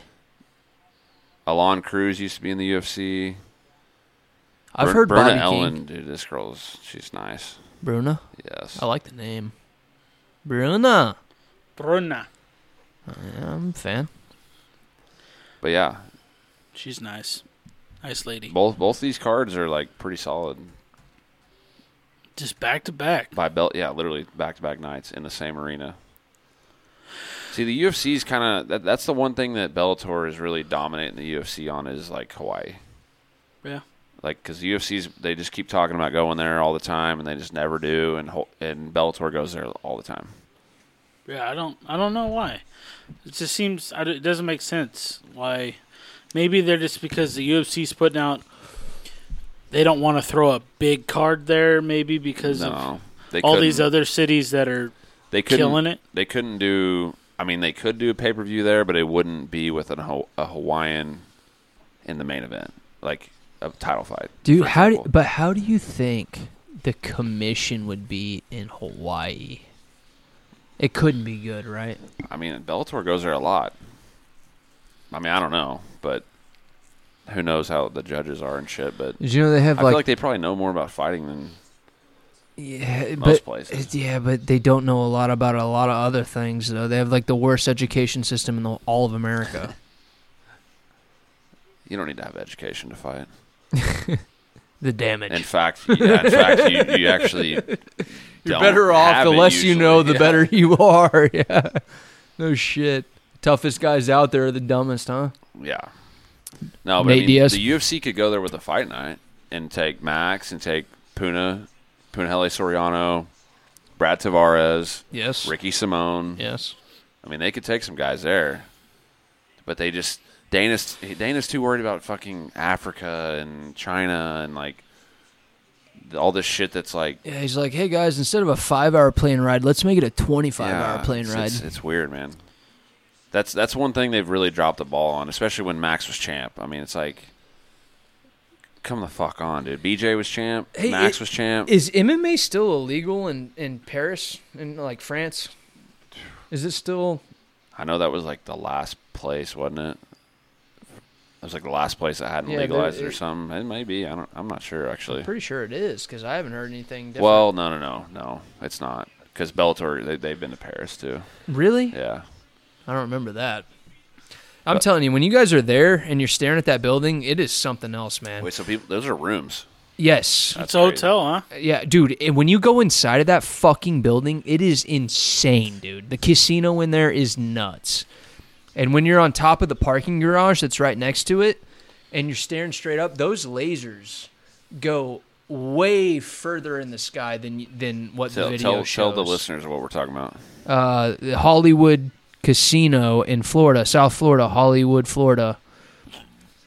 A: Alon Cruz used to be in the UFC.
B: I've
A: Bern-
B: heard
A: Berna
B: Bobby
A: Ellen,
B: King.
A: dude. This girl's she's nice.
B: Bruna.
A: Yes.
B: I like the name. Bruna.
C: Bruna.
B: I'm a fan.
A: But yeah,
C: She's nice. Nice lady.
A: both both these cards are like pretty solid.
C: Just back to back.
A: by belt yeah literally back to back nights in the same arena see the ufc is kind of that, that's the one thing that bellator is really dominating the ufc on is like hawaii
C: Yeah.
A: like because the ufc's they just keep talking about going there all the time and they just never do and Ho- and bellator goes there all the time
C: Yeah, I don't I don't know why. It just seems I d it doesn't make sense why. Maybe they're just because the UFC's putting out they don't want to throw a big card there maybe because of
A: no they
C: all these
A: couldn't-
C: other cities that are
A: they couldn't
C: killing it.
A: they couldn't do i mean they could do a pay-per-view there but it wouldn't be with an, Ho- a hawaiian in the main event like a title fight
B: Dude,
A: for
B: how do,
A: example.
B: but how do you think the commission would be in Hawaii? It couldn't be good, right?
A: I mean, Bellator goes there a lot. I mean, I don't know, but who knows how the judges are and shit. But
B: Did you know they have
A: I
B: like,
A: feel like they probably know more about fighting than
B: yeah,
A: most
B: but
A: places.
B: it's- yeah, but they don't know a lot about a lot of other things though. They have like the worst education system in the, all of
A: (laughs)
B: America.
A: You don't need to have education to fight.
B: the damage.
A: In fact, yeah, in fact, you,
B: (laughs)
A: you actually
B: You're
A: don't
B: better off
A: have
B: the
A: it
B: less you
A: usually.
B: know, the
A: Yeah.
B: better (laughs) you are. Yeah. No shit. Toughest guys out there are the dumbest, huh?
A: Yeah. No, but I
B: Nate
A: mean,
B: Diaz.
A: the UFC could go there with a fight night and take Max and take Puna, Punahele Soriano, Brad Tavares,
B: Yes.
A: Ricky Simone.
B: Yes.
A: I mean, they could take some guys there, but they just Dana's Dana's too worried about fucking Africa and China and like all this shit that's like
B: Yeah, he's like, hey guys, instead of a five-hour plane ride, let's make it a twenty-five-hour
A: yeah,
B: plane
A: it's,
B: ride.
A: It's, it's weird, man. That's that's one thing they've really dropped the ball on, especially when Max was champ. I mean, it's like, come the fuck on, dude. BJ was champ,
B: Hey,
A: Max
B: it-
A: was champ.
B: Is MMA still illegal in in Paris in like France? Is it still?
A: I know that was like the last place, wasn't it? It was like the last place that hadn't
B: Yeah, there-
A: legalized it or
B: it-
A: something. It may be. I don't. I'm not sure actually.
B: Pretty sure it is because I haven't heard anything different.
A: Well, no, no, no, no. It's not because Bellator they they've been to Paris too.
B: really,
A: Yeah,
B: I don't remember that. I'm telling you, when you guys are there and you're staring at that building, it is something else, man.
A: wait. So people, those are rooms.
B: yes,
A: That's
C: it's a
A: crazy.
C: hotel, huh?
B: yeah, dude. and When you go inside of that fucking building, it is insane, dude. The casino in there is nuts. And when you're on top of the parking garage that's right next to it, and you're staring straight up, those lasers go way further in the sky than than what the
A: Tell
B: video
A: tell,
B: shows.
A: tell the listeners what we're talking about.
B: Uh, the Hollywood Casino in Florida, South Florida, Hollywood, Florida.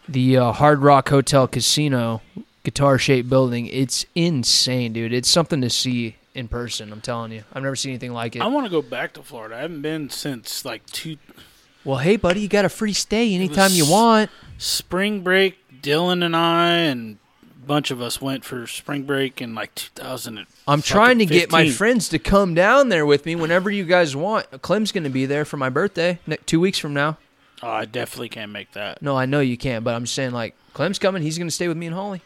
B: The uh, Hard Rock Hotel Casino, guitar-shaped building. It's insane, dude. It's something to see in person. I'm telling you, I've never seen anything like it.
C: I want to go back to Florida. I haven't been since like two
B: well, hey, buddy, you got a free stay anytime you
C: was-
B: want.
C: spring break. Dylan and I and a bunch of us went for spring break in like 2000. and
B: I'm
C: fucking
B: trying to get my
C: 15.
B: friends to come down there with me whenever you guys want. Clem's going to be there for my birthday ne- two weeks from now.
C: Oh, I definitely can't make that.
B: No, I know you can't, but I'm just saying, like, Clem's coming. He's going to stay with me and Holly.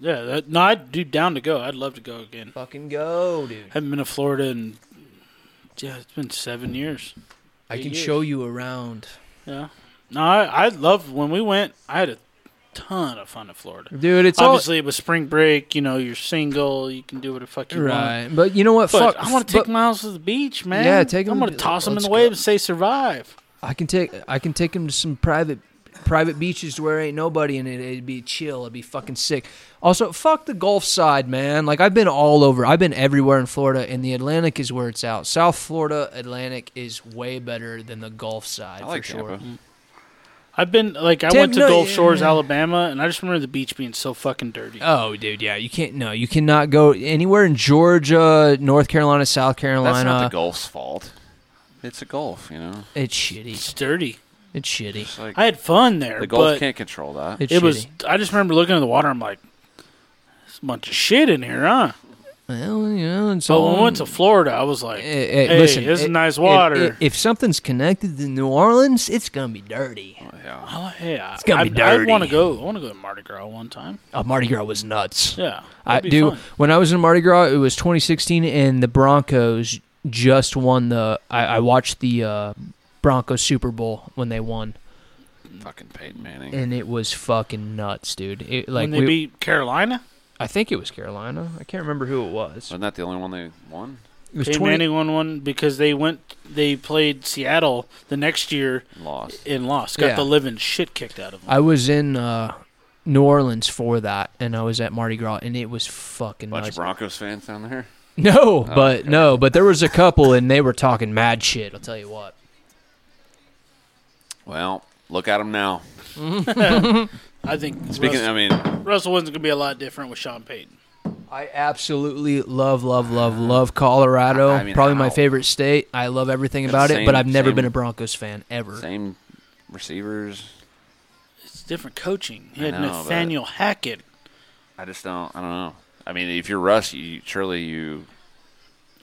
C: Yeah, that, no, I'd do down to go. I'd love to go again.
B: Fucking go, dude.
C: haven't been to Florida in yeah, it's been seven years.
B: I
C: Eight
B: can
C: years.
B: show you around.
C: Yeah. No, I, I loved when we went. I had a ton of fun in Florida.
B: Dude, it's all
C: Obviously, it was spring break. You know, you're single. You can do what the fuck you want.
B: right. But you know what?
C: But
B: Fuck.
C: I want to
B: but
C: take Miles to the beach, man.
B: Yeah, take him
C: I'm
B: to
C: going to
B: the-
C: toss him in
B: let's
C: the
B: go.
C: wave and say survive.
B: I can take I can take him to some private private beaches to where ain't nobody and it, it'd be chill. It'd be fucking sick. Also, fuck the Gulf side, man. Like I've been all over. I've been everywhere in Florida, and the Atlantic is where it's out. South Florida Atlantic is way better than the Gulf side
A: I like
B: for
A: Tampa.
B: sure.
C: I've been like I
B: Tim,
C: went to
B: no,
C: Gulf
B: yeah.
C: Shores, Alabama, and I just remember the beach being so fucking dirty.
B: Oh, dude, yeah, you can't. No, you cannot go anywhere in Georgia, North Carolina, South Carolina.
A: That's not the Gulf's fault. It's a Gulf, you know.
B: It's shitty.
C: It's dirty.
B: It's shitty.
A: It's like
C: I had fun there,
A: the
C: but
A: Gulf can't control that.
B: It's
C: it was.
B: shitty.
C: I just remember looking at the water. I'm like, there's a bunch of shit in here, huh?
B: Well, you know, it's
C: But
B: all.
C: when we went to Florida, I was like,
B: Hey, hey,
C: Hey,
B: Eh, listen,
C: this is
B: i-
C: nice
B: i-
C: water.
B: i- if something connected to New Orleans, it's gonna be dirty.
A: yeah.
C: oh yeah, it's
B: gonna be
C: I,
B: dirty.
C: want to go. I want to go to Mardi Gras one time.
B: Oh, Mardi Gras was nuts.
C: Yeah,
B: I
C: that'd be
B: do.
C: fun.
B: When I was in Mardi Gras, it was 2016, and the Broncos just won the. I, I watched the uh, Broncos Super Bowl when they won,
A: Fucking Peyton Manning.
B: and it was fucking nuts, dude. It, like
C: when they
B: we,
C: beat Carolina,
B: I think it was Carolina. I can't remember who it was.
A: Wasn't that the only one they won?
B: It was
C: Peyton
B: 20
C: Manning won one because they went. They played Seattle the next year
A: Lost.
C: and lost. Got
B: Yeah.
C: the living shit kicked out of them.
B: I was in uh, New Orleans for that, and I was at Mardi Gras, and it was fucking
A: Bunch
B: nuts.
A: of Broncos fans down there.
B: No, but no, but there was a couple, and they were talking mad shit. I'll tell you what.
A: Well, look at them now.
C: I think
A: Speaking,
C: Russell,
A: I mean,
C: Russell wasn't going to be a lot different with Sean Payton.
B: I absolutely love, love, love, love Colorado.
A: I mean,
B: Probably my
A: how?
B: favorite state. I love everything about it,
A: Same-
B: but I've never
A: same-
B: been a Broncos fan ever.
A: same receivers.
C: It's different coaching. He
A: I
C: had
A: know, but-
C: Nathaniel Hackett.
A: I just don't. I don't know. I mean, if you're Russ, you surely you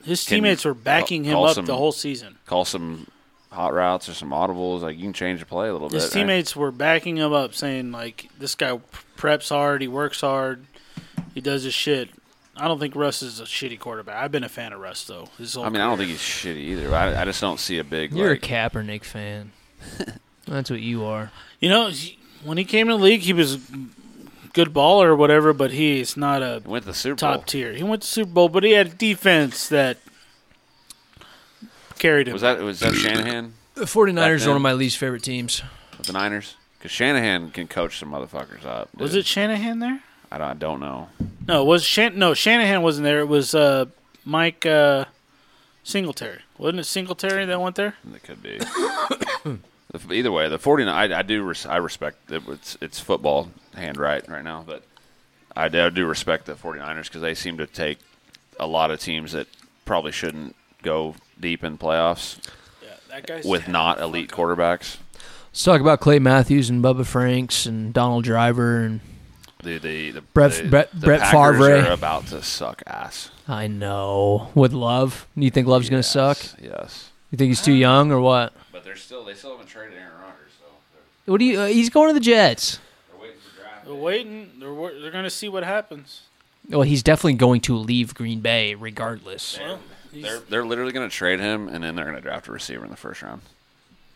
C: His
A: Can
C: teammates were backing him
A: call
C: up
A: some-
C: the whole season.
A: call some hot routes or some audibles. Like you can change the play a little
C: His
A: bit. right?
C: teammates were backing him up, saying like, "This guy preps hard. He works hard. He does his shit." I don't think Russ is a shitty quarterback. I've been a fan of Russ though. His whole
A: I mean, I don't think he's shitty either. but I, I just don't see a big.
B: You're
A: like,
B: a Kaepernick fan. (laughs) That's what you are.
C: You know, he- when he came in the league, he was good baller or whatever, but he's not a
A: he went to the Super Bowl.
C: top tier. He went to Super Bowl, but he had a defense that carried him.
A: Was that was that Shanahan
B: The 49ers
A: Back
B: are one
A: then.
B: of my least favorite teams.
A: with the Niners? Because Shanahan can coach some motherfuckers up.
C: Was
A: dude.
C: it Shanahan there?
A: I don't, I don't know.
C: No, it was Shan- no Shanahan wasn't there. It was uh, Mike uh, Singletary. Wasn't it Singletary that went there?
A: It could be. (coughs) The- Either way, the 49 I, I do res, I respect that it's it's football hand right right now, but I do, I do respect the 49ers cuz they seem to take a lot of teams that probably shouldn't go deep in playoffs
C: Yeah, that guy's
A: with not elite quarterbacks.
B: Let's talk about Clay Matthews and Bubba Franks and Donald Driver and
A: The the the,
B: Brett-
A: the,
B: Brett-
A: the
B: Brett
A: Packers
B: Favre.
A: are about to suck ass.
B: I know with Love. You think Love's gonna
A: Yes,
B: suck?
A: Yes.
B: You think he's too young or what?
A: But they're still they still haven't traded Aaron Rodgers, so they're,
B: What do you? Uh, he's going to the Jets.
A: they're waiting for draft.
C: They're waiting. They're wa- they're gonna see what happens.
B: Well, he's definitely going to leave Green Bay regardless.
C: Well, he's-
A: They're, they're literally going to trade him, and then they're going to draft a receiver in the first round.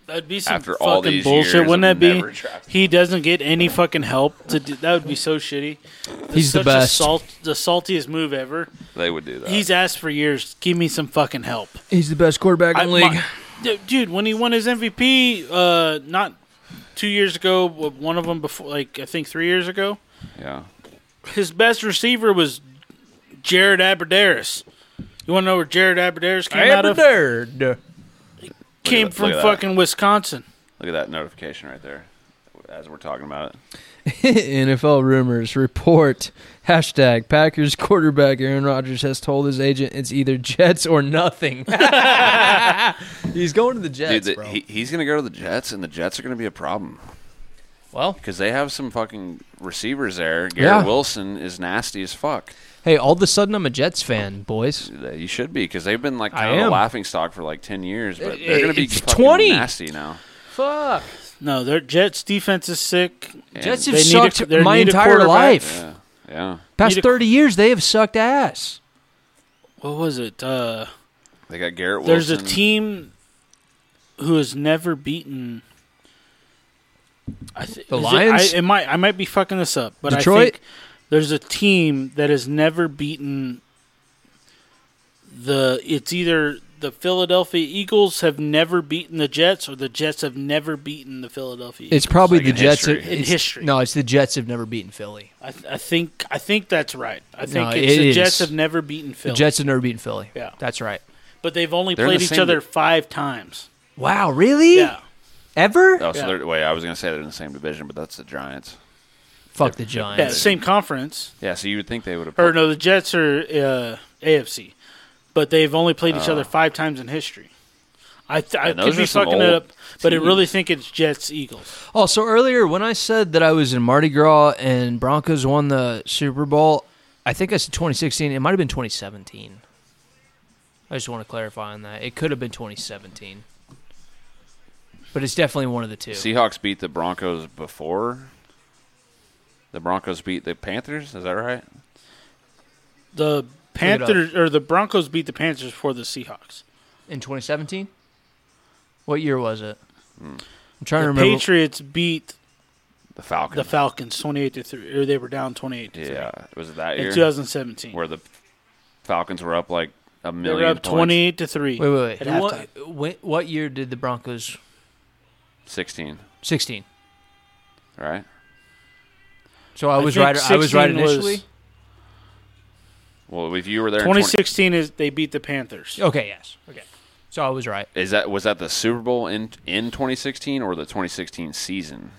C: that'd be some
A: after
C: fucking
A: all these
C: bullshit.
A: years
C: Wouldn't
A: of
C: that be?
A: never drafting.
C: He doesn't get any fucking help. To do, that would be so shitty. That's
B: He's the
C: such
B: best.
C: A salt, the saltiest move ever.
A: They would do that.
C: He's asked for years. Give me some fucking help.
B: He's the best quarterback in the
C: I-
B: league.
C: my- Dude, dude, when he won his MVP, uh, not two years ago, but one of them before, like I think three years ago,
A: yeah.
C: his best receiver was Jared Aberderis. You want to know where Jared Aberderis came out of?
B: (laughs)
C: Came
A: Look at that-
C: from
A: look at that.
C: fucking Wisconsin.
A: Look at that notification right there as we're talking about it.
B: NFL rumors report hashtag Packers quarterback Aaron Rodgers has told his agent it's either Jets or (laughs) nothing. He's going to the
A: Dude,
B: Jets,
A: the-
B: bro.
A: he, he's going to go to the Jets, and the Jets are going to be a problem
B: well,
A: because they have some fucking receivers there. Garrett
B: Yeah.
A: Wilson is nasty as fuck.
B: hey, all of a sudden I'm a Jets fan, boys.
A: You should be because they've been like
B: I
A: kind of a
B: am.
A: laughing stock for like 10 years, but
B: It-
A: they're
C: Eh,
A: going to be
B: it's
A: fucking
B: 20.
A: nasty now.
B: Fuck,
C: No, their Jets defense is sick.
A: And-
B: Jets
C: They
B: have
C: need a-
B: sucked
C: they
B: my
C: need a
B: entire
C: quarterback.
B: life.
A: Yeah. Yeah.
B: Past
C: Need a-
B: thirty years, they have sucked ass.
C: What was it? Uh,
A: They got Garrett
C: there's
A: Wilson.
C: a team who has never beaten. I th-
B: The
C: is it-
B: Lions?
C: I, it might. I might be fucking this up, but I
B: Detroit?
C: think there's a team that has never beaten the. It's either the Philadelphia Eagles have never beaten the Jets, or the Jets have never beaten the Philadelphia. Eagles.
B: It's probably
A: like
B: the
A: in
B: Jets.
A: history.
B: Have,
C: In
B: it's-
C: history.
B: no, it's the Jets have never beaten Philly.
C: I, th- I think. I think that's right. I think
B: No,
C: it's
B: it
C: the
B: is.
C: Jets have never beaten Philly,
B: The Jets have never beaten Philly.
C: Yeah.
B: that's right.
C: but they've only
A: They're in
C: played
A: the
C: each
A: same-
C: other five times.
B: Wow, really?
C: Yeah.
B: Ever?
A: Oh, so
C: Yeah.
A: they're, wait, I was going to say they're in the same division, but that's the Giants.
B: Fuck the
C: Yeah,
B: Giants.
C: same conference.
A: Yeah, so you would think they would have.
C: Or no, the Jets are uh, AFC, but they've only played each
A: Ah.
C: other five times in history. I, th- I
A: And those
C: could be
A: are some
C: fucking it
A: old
C: up, but I really
A: teams.
C: think it's Jets Eagles.
B: Also, Oh, earlier when I said that I was in Mardi Gras and Broncos won the Super Bowl, I think I said 2016. It might have been 2017. I just want to clarify on that. It could have been 2017, but it's definitely one of the two.
A: Seahawks beat the Broncos before. The Broncos beat the Panthers. Is that right?
C: The
B: it up.
C: Panthers or the Broncos beat the Panthers before the Seahawks.
B: in 2017, what year was it? I'm trying to
C: The
B: remember.
C: Patriots beat
A: The Falcons.
C: the Falcons twenty eight to three, or they were down twenty eight to three
A: yeah, was it that
C: in
A: year
C: two thousand seventeen.
A: where the Falcons were up like a
C: They
A: million?
C: were up
A: points,
C: twenty eight to three.
B: wait, wait, wait.
C: at halftime.
B: What, when, what year did the Broncos?
A: sixteen,
B: 16.
A: right?
B: So I was
C: think
B: right. I was right
C: 16 was-
B: initially.
A: Well, if you were there, in 20,
C: 2016 is they beat the Panthers.
B: Okay. Yes. Okay. So I was right.
A: is that was that the Super Bowl in in twenty sixteen or the twenty sixteen season?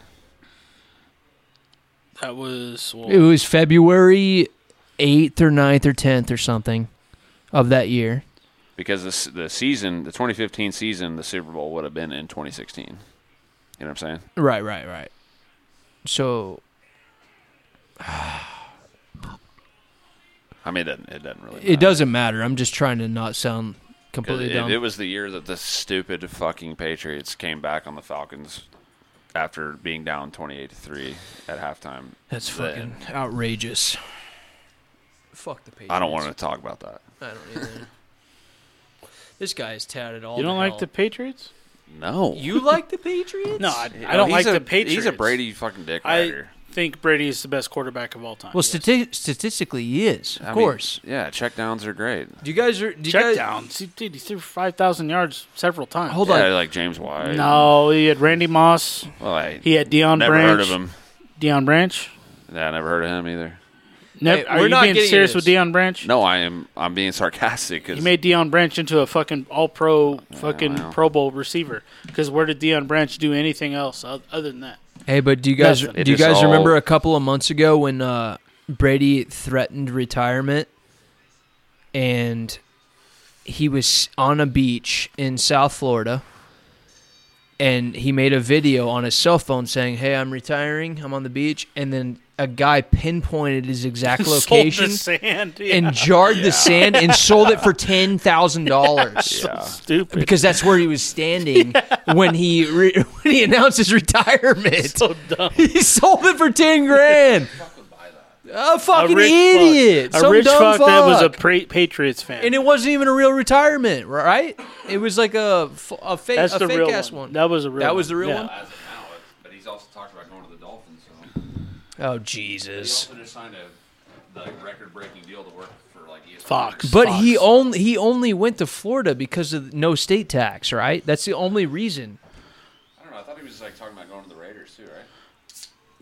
C: That was well,
B: It was February 8th or 9th or 10th or something of that year.
A: Because the s- the season, the twenty fifteen season, the Super Bowl would have been in twenty sixteen. You know what I'm saying?
B: Right, right, right. So
A: I mean, it doesn't, it doesn't really.
B: it
A: matter.
B: doesn't matter. I'm just trying to not sound
A: 'Cause
B: completely
A: It,
B: dumb.
A: it was the year that the stupid fucking Patriots came back on the Falcons after being down twenty eight to three at halftime.
B: That's
A: The-
B: fucking outrageous. Fuck the Patriots.
A: I don't want to talk about that.
B: I don't either. this guy is tatted all
C: you don't
B: to
C: like
B: hell.
C: the Patriots?
A: No.
B: You like the Patriots?
C: (laughs) No, I, I
A: Oh,
C: don't
A: he's
C: like
A: a-
C: the Patriots.
A: He's a Brady fucking dick
C: I-
A: rider.
C: think Brady is the best quarterback of all time.
B: Well,
C: yes.
B: stati- statistically, he is, of
A: I mean,
B: course.
A: yeah, checkdowns are great.
B: do you guys? Are, do you
C: check
B: guys,
C: downs. He, dude, he threw five thousand yards several times.
B: Hold
A: yeah,
B: on.
A: like James White.
C: No, he had Randy Moss.
A: Well, I
C: He had Dion
A: never
C: Branch.
A: heard of him.
C: Dion Branch.
A: Yeah, I never heard of him either.
C: Nev-
B: Hey,
C: are
B: we're
C: you
B: not getting
C: being serious
B: into
C: with
B: this.
C: Dion Branch?
A: No, I am. I'm being sarcastic. Cause,
C: He made Dion Branch into a fucking All Pro, fucking
A: well.
C: Pro Bowl receiver. Because where did Dion Branch do anything else oth- other than that? (laughs)
B: Hey, but do you guys
C: Nothing.
A: It
B: do you
A: just
B: guys
A: all-
B: remember a couple of months ago when uh, Brady threatened retirement, and he was on a beach in South Florida, and he made a video on his cell phone saying, "Hey, I'm retiring. I'm on the beach," and then a guy pinpointed his exact
C: (laughs) Sold the
B: location
C: sand. (laughs) Yeah.
B: and jarred the sand and sold it
C: (laughs)
B: for ten thousand dollars.
A: yeah.
C: stupid.
B: Because that's where he was standing when he re- (laughs) when he announced his retirement.
C: (laughs) so dumb.
B: (laughs) He sold it for ten grand. A fucking
C: rich fuck.
B: idiot.
C: A
B: Some
C: rich
B: dumb
C: fuck,
B: fuck,
C: that was a pra- Patriots fan.
B: and it wasn't even a real retirement, right? It was like a f- a fake
C: That's
B: a
C: the
B: fake
C: real
B: ass
C: one.
B: one.
C: That was the real.
B: That was the real
C: Yeah.
B: one?
A: As of now, but he's also talked about going to the Dolphins. So.
B: Oh Jesus.
A: just signed a record-breaking deal to work for like E ESPN.
C: Fox.
B: But he
C: Fox.
B: only he only went to Florida because of no state tax, right? That's the only reason.
A: I don't know. I thought he was like talking about going to the Raiders too, right?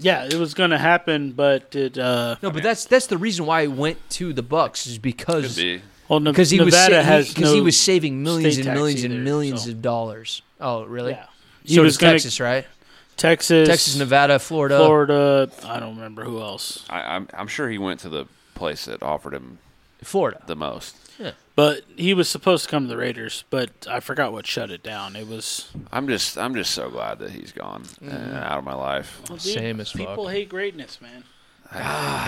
C: Yeah, it was going to happen, but it. Uh,
B: No, but that's that's the reason why he went to the Bucks is because
C: well, Ne-
B: because he was
C: Nevada
B: sa- he,
C: has
B: 'cause
C: no.
B: he was saving millions and
C: state tax
B: millions
C: either,
B: and millions
C: so-
B: of dollars. Oh, really?
C: yeah. He
B: So
C: was
B: does
C: gonna-
B: Texas, right?
C: Texas,
B: Texas, Nevada, Florida.
C: Florida. I don't remember who else,
A: I, I'm I'm sure he went to the place that offered him
B: Florida.
A: the most.
C: but he was supposed to come to the Raiders, but I forgot what shut it down. It was
A: I'm just I'm just so glad that he's gone
C: Mm-hmm.
A: and out of my life.
B: Same as fuck.
C: people hate greatness, man.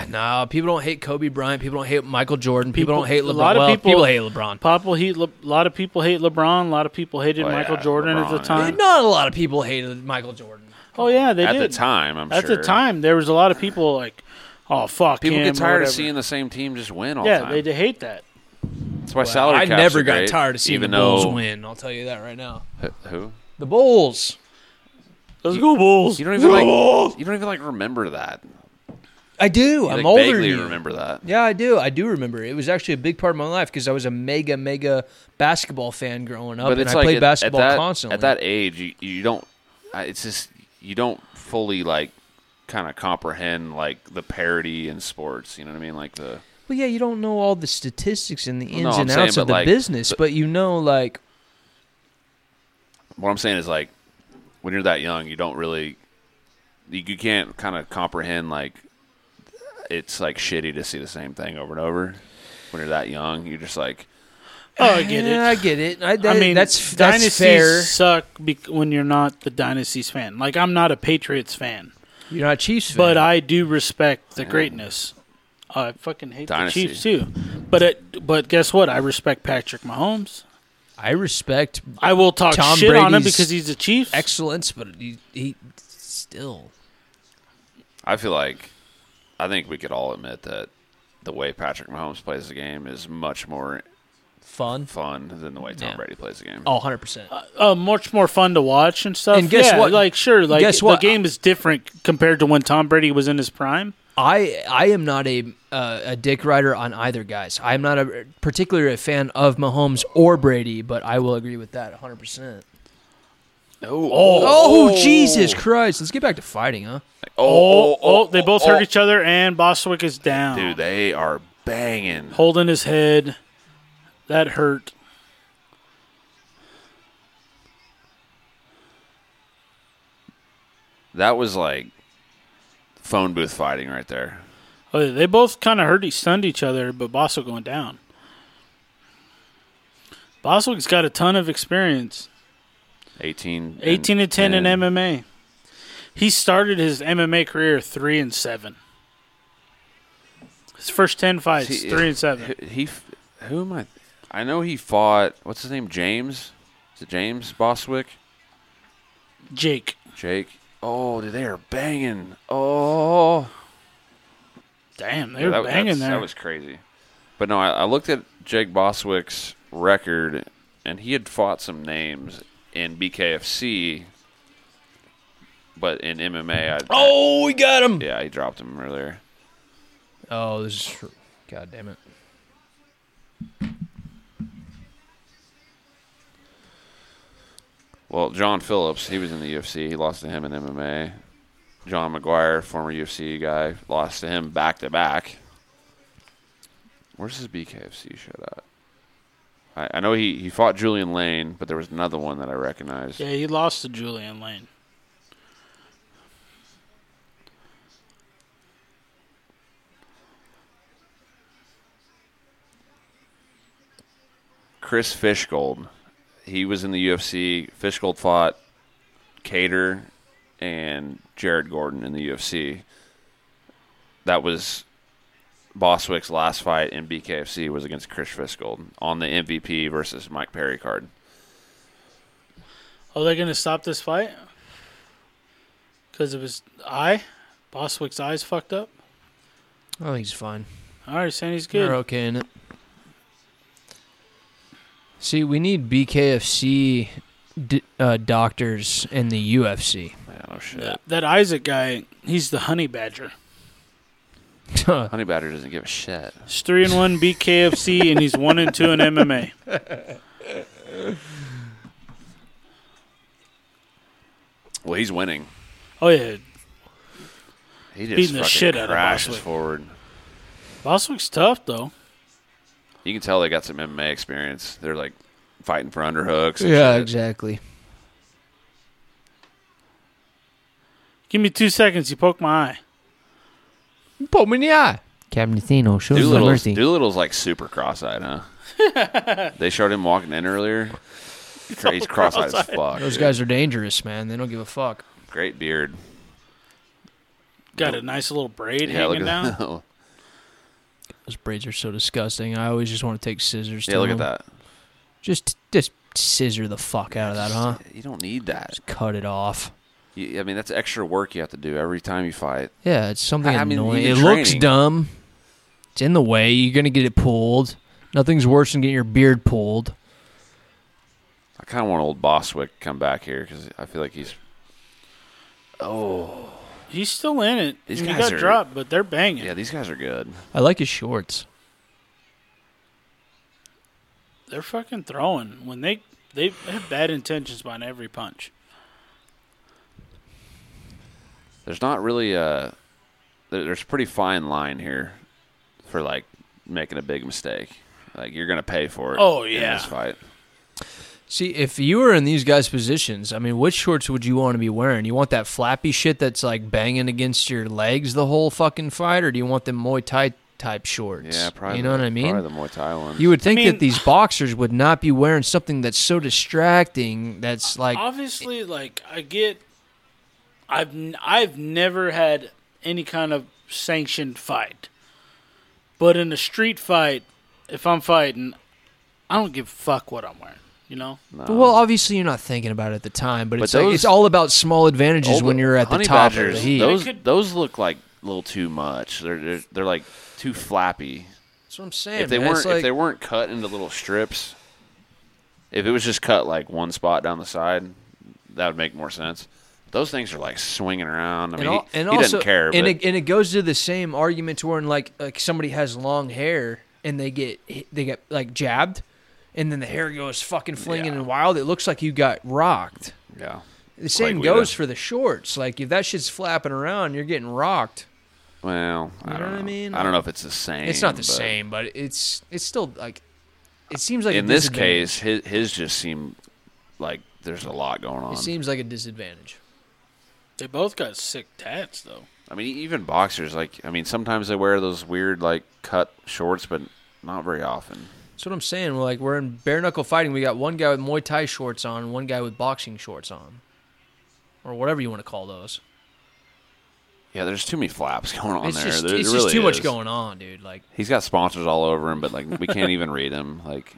B: No, people don't hate Kobe Bryant. People don't hate Michael Jordan. People,
C: People-
B: don't hate
C: a
B: LeBron.
C: lot of
B: Well,
C: people-
B: people hate LeBron.
C: People hate Le- a lot of people hate LeBron. A lot of people hated
A: Oh, yeah,
C: Michael Jordan at
A: LeBron,
C: the
A: yeah.
C: time.
B: Not a lot of people hated Michael Jordan.
C: Oh yeah, they
A: At
C: did
A: the time, I'm
C: At
A: sure.
C: the time, there was a lot of people like, oh fuck,
A: people
C: him,
A: get
C: or
A: tired of
C: whatever.
A: seeing the same team just win all
C: Yeah,
A: the time.
C: they, they hate that.
A: That's why salary
B: I
A: caps
B: never
A: are
B: got
A: great,
B: tired of seeing
A: even
B: the Bulls
A: though,
B: win. I'll tell you that right now.
A: Who?
B: The Bulls.
C: Let's go Bulls.
A: You don't even
B: (laughs)
A: like. You don't even like remember that.
B: I do.
A: You
B: I'm
A: like
B: older. than
A: vaguely
B: you.
A: remember that.
B: Yeah, I do. I do remember. It was actually a big part of my life because I was a mega, mega basketball fan growing up,
A: but
B: and
A: it's
B: I
A: like
B: played
A: at,
B: basketball
A: at that,
B: constantly.
A: At that age, you, you don't. I- It's just you don't fully like kind of comprehend like the parody in sports. You know what I mean? Like the
B: well, yeah, you don't know all the statistics and the
A: Well,
B: ins
A: no, I'm
B: and
A: saying,
B: outs
A: but
B: of the
A: like-
B: business, but, you know, like
A: what I'm saying is like when you're that young, you don't really you, you can't kind of comprehend like it's like shitty to see the same thing over and over. When you're that young, you're just like
C: Oh, I get it.
B: Yeah, (sighs) I get it. I, that-
C: I mean,
B: that's that's
C: dynasties
B: fair.
C: suck bec when you're not the dynasties fan. Like I'm not a Patriots fan,
B: You're not a Chiefs fan,
C: but uh, I do respect the greatness. I fucking hate
A: Dynasty.
C: the Chiefs too, but it, but guess what? I respect Patrick Mahomes.
B: I respect
C: I will talk
B: Tom
C: shit on him
B: Brady's
C: because he's a Chiefs.
B: excellence, but he, he still.
A: I feel like I think we could all admit that the way Patrick Mahomes plays the game is much more
B: Fun.
A: fun than the way Tom
B: Yeah.
A: Brady plays the game.
B: Oh, 100%.
C: uh, much more fun to watch and stuff.
B: And guess
C: Yeah,
B: what?
C: Like sure, like
B: Guess what?
C: the game is different compared to when Tom Brady was in his prime.
B: I I am not a uh, a dick rider on either guys. I'm not a particularly a fan of Mahomes or Brady, but I will agree with that 100. percent Oh, Jesus Christ! Let's get back to fighting, huh?
C: Oh, oh, they both hurt
A: oh.
C: each other, and Bostwick is down.
A: Dude, they are banging.
C: holding his head. That hurt.
A: That was like phone booth fighting right there.
C: Oh, They both kind of hurt, each- stunned each other, but Boswick going down. Boswick's got a ton of experience.
A: 18
C: 18 and 10 in MMA. He started his MMA career 3 and 7. His first 10 fights,
A: See,
C: 3 and 7.
A: He, he f- who am I? I know he fought what's his name? James? Is it James Boswick?
C: Jake.
A: Jake? Oh, dude, they are banging. Oh.
C: Damn, they
A: Yeah,
C: were
A: that-
C: banging
A: that's-
C: there.
A: That was crazy. But no, I, I looked at Jake Boswick's record, and he had fought some names in BKFC, but in MMA, I,
B: Oh, we got him!
A: yeah, I dropped him earlier.
B: Oh, this is God damn it!
A: Well, John Phillips, he was in the UFC. He lost to him in MMA. John McGuire, former UFC guy, lost to him back to back. Where's his BKFC shit at? I, I know he, he fought Julian Lane, but there was another one that I recognized.
C: yeah, he lost to Julian Lane.
A: Chris Fishgold. He was in the UFC. Fishgold fought Cater and Jared Gordon in the UFC. That was Boswick's last fight in BKFC was against Chris Fishgold on the MVP versus Mike Perry card.
C: Oh, they're going to stop this fight? Because of his eye? Boswick's eye's fucked up?
B: I think he's fine.
C: All right, Sandy's
B: we
C: good.
B: They're okay in it. See, we need BKFC d- uh, doctors in the (laughs) UFC.
A: Man, oh shit.
C: That, that Isaac guy, he's the honey badger.
A: Honey Badger doesn't give a shit.
C: He's three and one BKFC, and he's one and two in MMA.
A: Well, he's winning.
C: Oh yeah,
A: He just
C: Beating the
A: fucking
C: shit out of
A: crashes
C: Boswick.
A: forward.
C: Boswick's tough though.
A: You can tell they got some MMA experience. They're like fighting for underhooks. And
B: yeah,
A: shit.
B: exactly.
C: Give me two seconds. You poke my eye.
B: Put me in the eye. Captain Atheno, show
A: Doolittle's, Doolittle's like super cross-eyed, huh?
C: (laughs)
A: they showed him walking in earlier. Cra- He's cross-eyed as fuck.
B: Those
A: dude.
B: guys are dangerous, man. They don't give a fuck.
A: Great beard.
C: Got a nice little braid
A: Yeah, look
C: hanging
A: at
C: down.
A: that.
B: Those braids are so disgusting. I always just want to take
A: (laughs)
B: scissors.
A: yeah,
B: to
A: look at
B: them.
A: that.
B: Just, just scissor the fuck out of that, huh?
A: You don't need that.
B: Just cut it off.
A: You, I mean, that's extra work you have to do every time you fight.
B: Yeah, it's something
A: I mean,
B: annoying. It
A: even
B: looks
A: training.
B: dumb. It's in the way. You're gonna get it pulled. Nothing's worse than getting your beard pulled.
A: I kind of want old Boswick to come back here because I feel like he's. Oh
C: He's still in it.
A: These
C: and he
A: guys
C: got
A: are-
C: dropped, but they're banging.
A: yeah, these guys are good.
B: I like his shorts.
C: They're fucking throwing when they they have bad intentions behind every punch.
A: There's not really a. there- There's a pretty fine line here, for like making a big mistake. Like you're gonna pay for it.
C: Oh,
A: in
C: yeah.
A: this fight.
B: See, if you were in these guys' positions, I mean, which shorts would you want to be wearing? You want that flappy shit that's like banging against your legs the whole fucking fight, or do you want them Muay Thai type shorts?
A: Yeah, probably.
B: You know
A: the-
B: what I mean?
A: Probably the Muay Thai one.
B: You would think
C: mean-
B: that these boxers would not be wearing something that's so distracting. That's like,
C: Obviously, like I get, I've n- I've never had any kind of sanctioned fight, but in a street fight, if I'm fighting, I don't give a fuck what I'm wearing. You know,
A: No.
B: well, obviously you're not thinking about it at the time, but,
A: Um, But
B: it's like,
A: those-
B: it's all about small advantages
A: Old-
B: when you're at the
A: honey
B: top
A: badgers,
B: of the heat.
A: Those
C: They could-
A: those look like a little too much. They're they're, they're like too flappy.
B: that's what I'm saying.
A: if they
B: man. It's
A: weren't if
B: like-
A: they weren't cut into little strips, if it was just cut like one spot down the side, that would make more sense. Those things are like swinging around. I mean, he, he doesn't care.
B: And
A: but
B: it, and it goes to the same argument to where like, like somebody has long hair and they get hit- they get like jabbed, and then the hair goes fucking flinging
A: Yeah.
B: and wild. It looks like you got rocked.
A: yeah,
B: The same
A: Guida.
B: goes for the shorts. Like if that shit's flapping around, you're getting rocked.
A: well, I
B: You
A: don't
B: know what
A: know.
B: I
A: I
B: mean?
A: don't know if it's the same.
B: It's not the
A: but
B: same, but it's it's still like it seems like a
A: in this
B: disadvantage.
A: case, his, his just seemed like there's a lot going on.
B: it seems like a disadvantage.
C: they both got sick tats though.
A: I mean, even boxers, like, I mean, sometimes they wear those weird, like, cut shorts, but not very often.
B: That's what I'm saying. We're like we're in bare knuckle fighting. We got one guy with Muay Thai shorts on, and one guy with boxing shorts on, or whatever you want to call those.
A: Yeah, there's too many flaps (laughs) going on
B: it's
A: there.
B: just
A: There-
B: it's
A: there
B: just
A: really
B: too much
A: is.
B: going on, dude. Like
A: He's got sponsors all over him, but, like, we can't even read them. Like,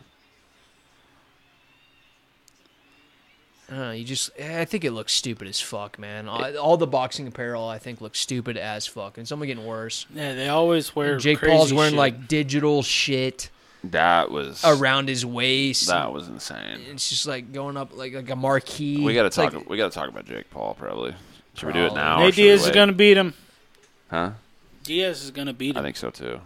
B: uh, you just eh, I think it looks stupid as fuck, man. All, all the boxing apparel I think looks stupid as fuck, and it's only getting worse.
C: Yeah, they always wear.
B: Jake
C: crazy
B: Paul's wearing
C: shit.
B: like digital shit
A: that was
B: around his waist.
A: that was insane.
B: It's just like going up like like a marquee.
A: We got to talk.
B: Like, Oh,
A: we got to talk about Jake Paul, probably. Should we do it
B: Probably.
A: now? or
C: Nate
A: should we
C: Diaz is
A: wait?
C: gonna beat him.
A: Huh?
C: Diaz is gonna beat
A: I
C: him.
A: think so too.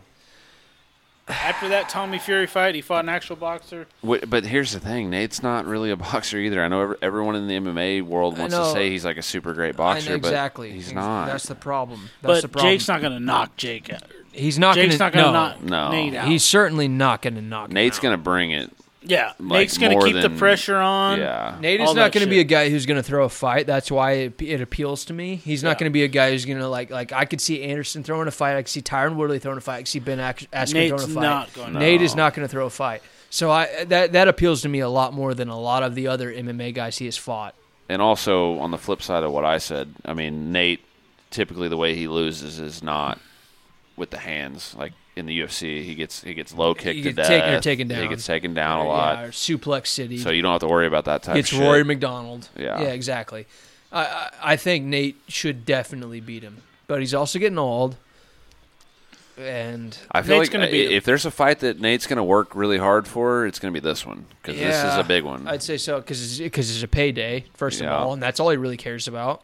C: After that Tommy Fury fight, he fought an actual boxer.
A: Wait, but here's the thing: Nate's not really a (laughs) boxer either. I know every, everyone in the MMA world
B: I
A: wants to
B: know.
A: say he's like a super great
B: I
A: boxer,
B: know exactly.
A: but he's
B: Ex-
A: not.
B: That's the problem. That's the
C: but
B: problem.
C: Jake's not gonna knock Jake out.
B: he's not
C: Jake's
B: gonna,
C: not gonna
B: no.
A: No.
C: knock Nate out.
B: He's certainly not going to knock. him
A: Nate's
B: out.
A: gonna bring it.
C: yeah.
A: like,
C: Nate's gonna
A: more
C: keep the
A: than-
C: pressure on.
A: Yeah.
B: Nate
C: all
B: is not
C: that
B: going to be
C: shit.
B: a guy who's going to throw a fight. That's why it, it appeals to me. He's not
C: Yeah.
B: going to be a guy who's going to like like I could see Anderson throwing a fight. I could see Tyron Woodley throwing a fight. I could see Ben Ask- Askren
C: Nate's
B: throwing a fight.
C: not going. to
B: Nate is
A: No.
B: not going to throw a fight. So I that that appeals to me a lot more than a lot of the other MMA guys he has fought.
A: And also on the flip side of what I said, I mean Nate typically the way he loses is not with the hands. Like in the UFC, he gets he gets low kicked
B: He
A: to
B: gets
A: death.
B: taken or taken
A: He
B: down.
A: gets taken down a
B: Yeah,
A: lot.
B: or Suplex City.
A: So you don't have to worry about that type
B: gets
A: of shit.
B: Rory McDonald.
A: Yeah.
B: yeah, exactly. I, I I think Nate should definitely beat him, but he's also getting old. And
A: I feel
C: Nate's
A: like
C: gonna
A: i-
C: beat him.
A: if there's a fight that Nate's going to work really hard for, it's going to be this one because this is
B: Yeah,
A: a big one.
B: I'd say so because because it's a payday first
A: Yeah.
B: of all, and that's all he really cares about.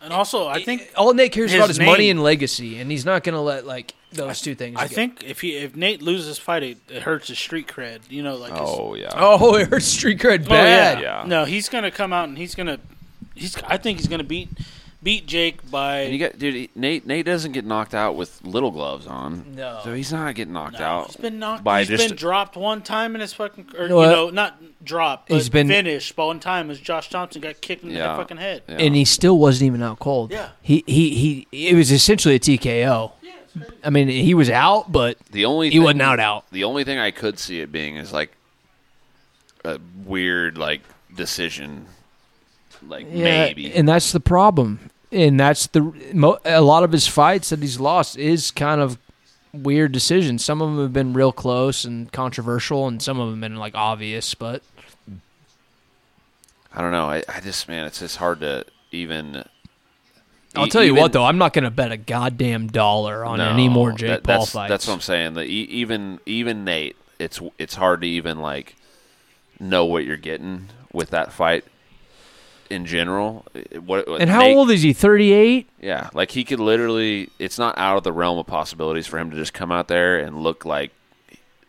C: And also, I think
B: all Nate cares
C: his
B: about is
C: name-
B: money and legacy, and he's not going to let like those two things.
C: I
B: get-
C: think if he if Nate loses this fight, it, it hurts his street cred. You know, like his-
A: oh yeah.
B: Oh, (laughs) it hurts street cred
C: Oh,
B: bad.
A: Yeah.
C: No, he's gonna come out and he's gonna he's I think he's gonna beat beat Jake
A: And you
C: by.
A: got dude. he- Nate Nate doesn't get knocked out with little gloves on.
B: No.
A: So he's not getting knocked
C: No,
A: out.
C: he's been knocked.
A: by
C: He's
A: just-
C: been dropped one time in his fucking. Or, you
B: know what?
C: know, not dropped. But
B: He's been-
C: finished by one time as Josh Thompson got kicked in
A: Yeah.
C: the fucking head.
A: Yeah.
B: And he still wasn't even out cold.
C: Yeah.
B: He he he. It was essentially a TKO. I mean, he was out, but
A: the only
B: he wasn't out out.
A: The only thing I could see it being is like a weird like decision, like maybe.
B: and that's the problem. And that's the mo- a lot of his fights that he's lost is kind of weird decisions. Some of them have been real close and controversial, and some of them been like obvious. But
A: I don't know. I, I just man, it's just hard to even.
B: I'll
A: e-
B: tell you
A: even-
B: what, though, I'm not going to bet a goddamn dollar on
A: No,
B: any more Jake
A: that-
B: Paul
A: that's,
B: fights.
A: That's what I'm saying. The, e- even even Nate, it's it's hard to even like know what you're getting with that fight in general. It- What
B: And how old is he? Thirty eight.
A: Yeah, like he could literally. It's not out of the realm of possibilities for him to just come out there and look like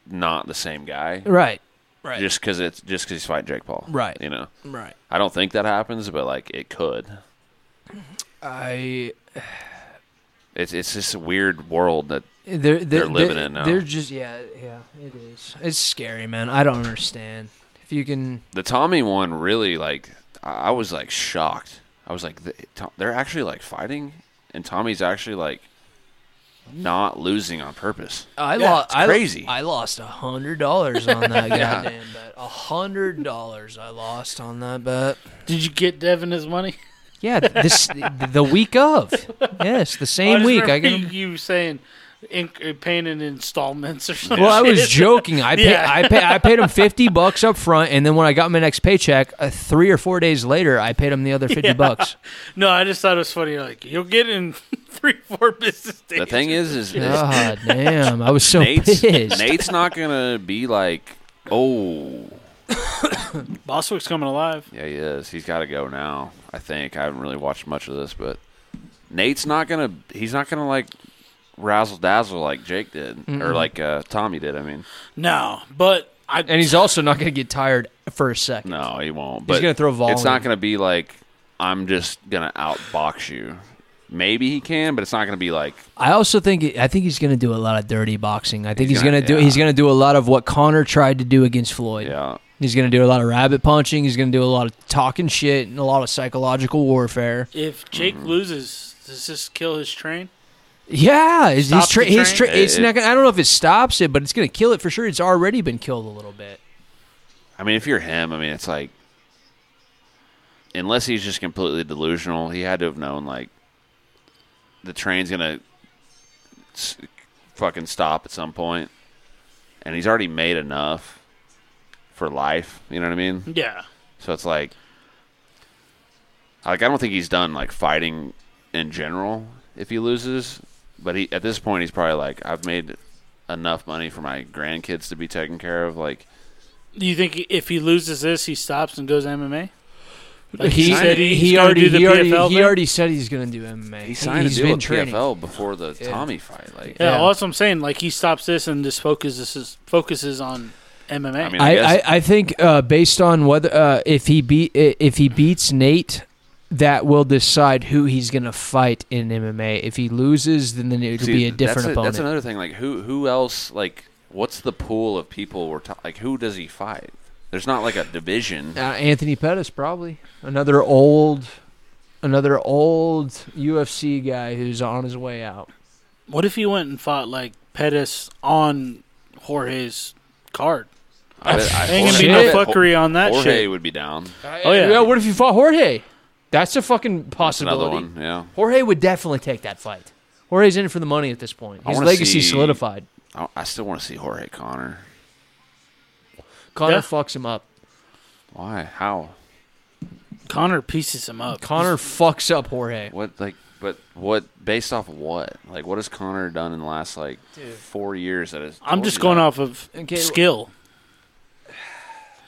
A: not the same guy.
B: Right. Right.
A: Just because it's just because he's fighting Jake Paul,
B: Right.
A: You know,
B: right.
A: I don't think that happens, but like it could.
B: I
A: It's it's just a weird world that
B: they're they're,
A: They're living
B: they're-
A: it now.
B: They're just yeah yeah it is. It's scary, man. I don't understand. If you can,
A: the Tommy one really like I I was like shocked. I was like, th- Tom- they're actually like fighting, and Tommy's actually like not losing on
B: (laughs)
A: purpose.
B: I
A: Yeah,
B: lost.
A: it's crazy.
B: I, lost a hundred dollars on (laughs) that
A: Yeah.
B: goddamn bet. A hundred dollars I lost on that bet.
C: Did you get Devin his money?
B: Yeah, this the week of. Yes, the same
C: just
B: week. I
C: remember
B: got. him-
C: (laughs) you saying in, uh, paying in installments
B: (laughs)
C: or something.
B: Well, I was joking. I pay,
C: Yeah.
B: I pay, I paid him fifty bucks up front, and then when I got my next paycheck, uh, three or four days later, I paid him the other
A: (laughs)
B: fifty bucks.
C: No, I just thought it was funny. Like you'll get in (laughs) three, four business days.
A: The thing is, is,
B: (laughs)
A: is
B: God damn! I was so (laughs)
A: Nate's
B: pissed.
A: Nate's not gonna be like, oh,
C: Boswick's coming alive.
A: yeah, he is. He's got to go now. I think I haven't really watched much of this, but Nate's not gonna. He's not gonna like razzle dazzle like Jake did or like uh, Tommy did. I mean,
C: No, but I
B: and he's also not going to get tired for a second.
A: no, he won't. But
B: He's gonna throw
A: It's not
B: volume.
A: gonna be like I'm just gonna outbox you. Maybe he can, but it's not gonna be like
B: I also think I think he's going to do a lot of dirty boxing. I think
A: He's
B: he's,
A: gonna-
B: going to do
A: yeah.
B: he's going to do a lot of what Connor tried to do against Floyd.
A: yeah.
B: He's going to do a lot of rabbit punching. He's going to do a lot of talking shit and a lot of psychological warfare.
C: if Jake
B: Mm-hmm.
C: loses, does this kill his train?
B: Yeah, it's, he's
C: Stops
B: tra-
C: the
B: he's
C: train?
B: tra- it's
A: It-
B: not. Gonna, I don't know if it stops it, but it's going to kill it for sure. It's already been killed a little bit.
A: I mean, if you're him, I mean, it's like, unless he's just completely delusional, he had to have known like the train's gonna s- fucking stop at some point, and he's already made enough for life. You know what I mean?
C: Yeah,
A: So it's like, like I don't think he's done like fighting in general if he loses, but he at this point he's probably like, I've made enough money for my grandkids to be taken care of, like.
C: Do you think if he loses this, he stops and goes MMA?
B: he
A: he said
B: he,
C: he's gonna
B: already
C: do the
B: he already,
C: PFL
B: he
C: thing?
B: already said he's going to do MMA.
A: He signed
B: has
A: a deal
B: been
A: with
B: training.
A: PFL before the
B: Yeah.
A: Tommy fight. Like,
C: Yeah,
B: Yeah.
C: well, that's what I'm saying. Like he stops this and just focuses focuses on MMA.
A: I mean,
B: I, I,
A: guess
B: I think uh, based on whether uh, if he beat i- if he beats Nate, that will decide who he's gonna fight in MMA. If he loses, then, then it would
A: see,
B: be a
A: that's
B: different
A: a-
B: opponent.
A: That's another thing. Like, who who else? Like, what's the pool of people we're ta- like? Who does he fight? There's not like a division.
B: uh, Anthony Pettis probably another old, another old UFC guy who's on his way out.
C: what if he went and fought like Pettis on Jorge's card?
A: I, bet- I-
C: Ain't gonna be
B: Jorge-
C: no
A: I bet
C: fucking fuckery on that
A: Jorge
C: shit.
A: would be down.
C: Oh yeah.
B: what if you fought Jorge? That's a fucking
A: That's another
B: possibility.
A: one. Yeah,
B: Jorge would definitely take that fight. Jorge's in it for the money at this point.
A: I
B: His
A: wanna
B: legacy
A: see-
B: solidified.
A: I, I still want to see Jorge Connor.
B: Connor
C: Yeah.
B: fucks him up.
A: Why? How?
C: Connor pieces him up.
B: Connor fucks up Jorge.
A: What? Like, but what? Based off of what? Like, what has Connor done in the last like four years? That is.
C: I'm just going off of
B: Okay, well-
C: skill.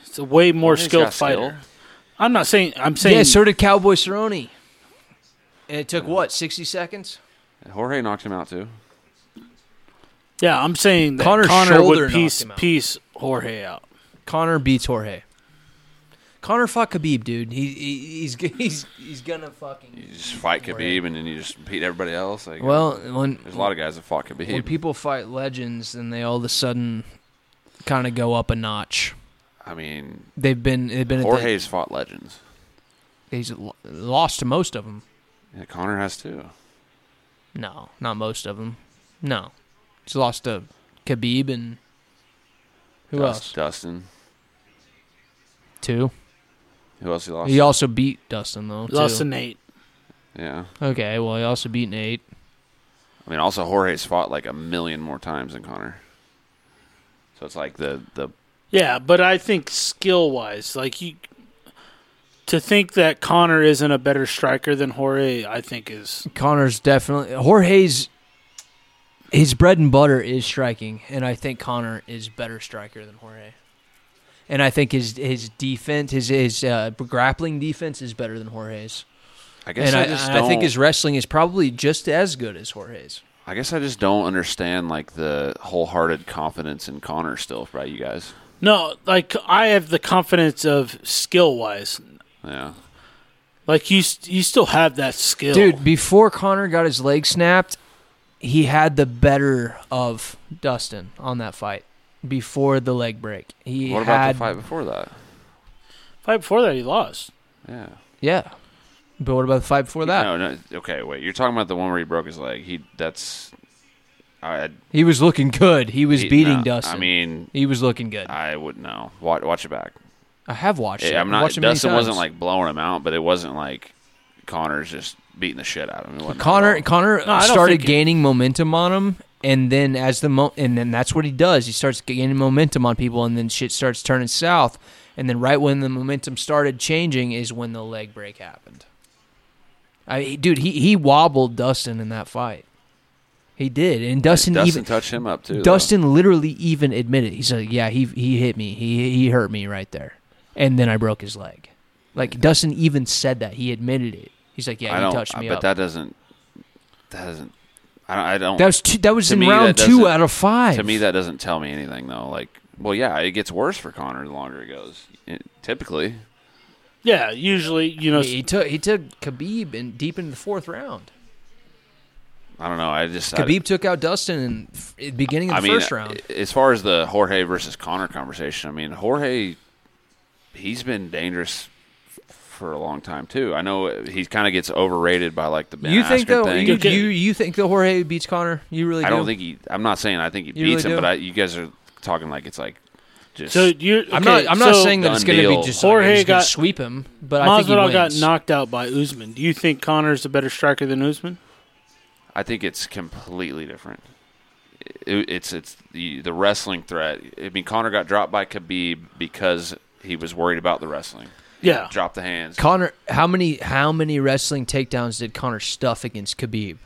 C: It's a way more
A: Jorge's
C: skilled
A: got skill.
C: fighter. I'm not saying I'm saying
B: Yeah, so did Cowboy Cerrone. And it took what, sixty seconds?
A: Jorge knocked him out too.
C: yeah, I'm saying that
B: Connor's
C: Connor
B: shoulder
C: would
B: knocked
C: piece
B: him out.
C: piece Jorge out.
B: Connor beats Jorge. Connor fought Khabib, dude. He, he he's (laughs) he's he's gonna fucking.
A: You just fight
B: Jorge.
A: Khabib and then you just beat everybody else. Like,
B: Well, when
A: There's a lot of guys that fought Khabib.
B: when people fight legends, then they all of a sudden kind of go up a notch.
A: I mean,
B: They've been they've been at
A: Jorge's fought legends.
B: the, he's lo- lost to most of them.
A: Yeah, Connor has too.
B: No, not most of them. No, he's lost to Khabib and who
A: Dust-
B: else?
A: Dustin.
B: Two.
A: Who else he lost?
B: He also beat Dustin though.
C: Lost
B: too.
C: to Nate.
A: yeah.
B: Okay, well, he also beat Nate.
A: I mean, also Jorge's fought like a million more times than Connor. So it's like the the
C: Yeah, but I think skill wise, like you to think that Connor isn't a better striker than Jorge, I think is
B: Connor's definitely Jorge's. His bread and butter is striking, and I think Connor is better striker than Jorge. and I think his his defense, his his uh, grappling defense is better than Jorge's.
A: I guess
B: And
A: I,
B: I,
A: just
B: and
A: don't.
B: I think his wrestling is probably just as good as Jorge's.
A: I guess I just don't understand like the wholehearted confidence in Connor still by you guys.
C: No, like I have the confidence of skill wise.
A: Yeah,
C: Like you, st- you still have that skill,
B: Dude, before Connor got his leg snapped, he had the better of Dustin on that fight. Before the leg break, he
A: what about
B: had
A: the fight before that?
C: Fight before that, he lost.
A: Yeah,
B: yeah. But what about the fight before that?
A: No, no. Okay, wait. You're talking about the one where he broke his leg. He that's. I
B: He was looking good. He was
A: he-
B: beating
A: no,
B: Dustin.
A: I mean,
B: he was looking good. I,
A: I would know. Watch, watch it back.
B: have watched it.
A: I'm
B: I've
A: not.
B: watched it many
A: Dustin
B: times.
A: wasn't like blowing him out, but it wasn't like Connor's just beating the shit out of him. It wasn't
B: Connor
A: at all.
B: Connor
C: No, I don't
B: started
C: think it-
B: gaining momentum on him, and then as the mo- and then that's what he does. He starts gaining momentum on people, and then shit starts turning south. And then right when the momentum started changing is when the leg break happened. I dude, he he wobbled Dustin in that fight. He did, and Dustin,
A: Dustin
B: even
A: touched him up too. though.
B: Dustin literally even admitted. He said, "Yeah, he he hit me. He he hurt me right there, and then I broke his leg." Like Dustin even said that he admitted it. He's like,
A: I
B: "Yeah,
A: don't. uh,
B: he touched me
A: but
B: up."
A: that doesn't. That doesn't. I don't. I don't
B: That was two, that was
A: To
B: in
A: me,
B: round
A: that
B: two
A: doesn't-
B: out of five.
A: to me, that doesn't tell me anything though. Like, well, yeah, it gets worse for Connor the longer it goes. It- typically,
C: Yeah, usually, you know,
B: he took he took Khabib in deep into the fourth round.
A: I don't know. I just I-
B: Khabib took out Dustin in f- at the beginning of the first round.
A: a- As far as the Jorge versus Connor conversation, I mean, Jorge, he's been dangerous f- for a long time too. I know he kind of gets overrated by like the Ben
B: you think
A: Askren
B: though
A: thing.
B: you,
C: Okay.
B: you you think the Jorge beats Connor? You really?
A: I don't
B: do?
A: think he. I'm not saying I think he
B: You
A: beats
B: really
A: him,
B: do?
A: but I, you guys are talking like it's like just.
C: so you're.
B: I'm
C: okay,
B: not. I'm not
C: so
B: saying that it's
A: Done
B: going to be
A: deal.
B: just like,
C: Jorge
B: he's gonna
C: got-
B: sweep him, but I think he wins.
C: Masvidal got knocked out by Usman. Do you think Connor's a better striker than Usman?
A: I think it's completely different. It, it's it's the the wrestling threat. I mean, Connor got dropped by Khabib because he was worried about the wrestling.
C: Yeah,
A: Drop the hands.
B: Connor, how many how many wrestling takedowns did Connor stuff against Khabib?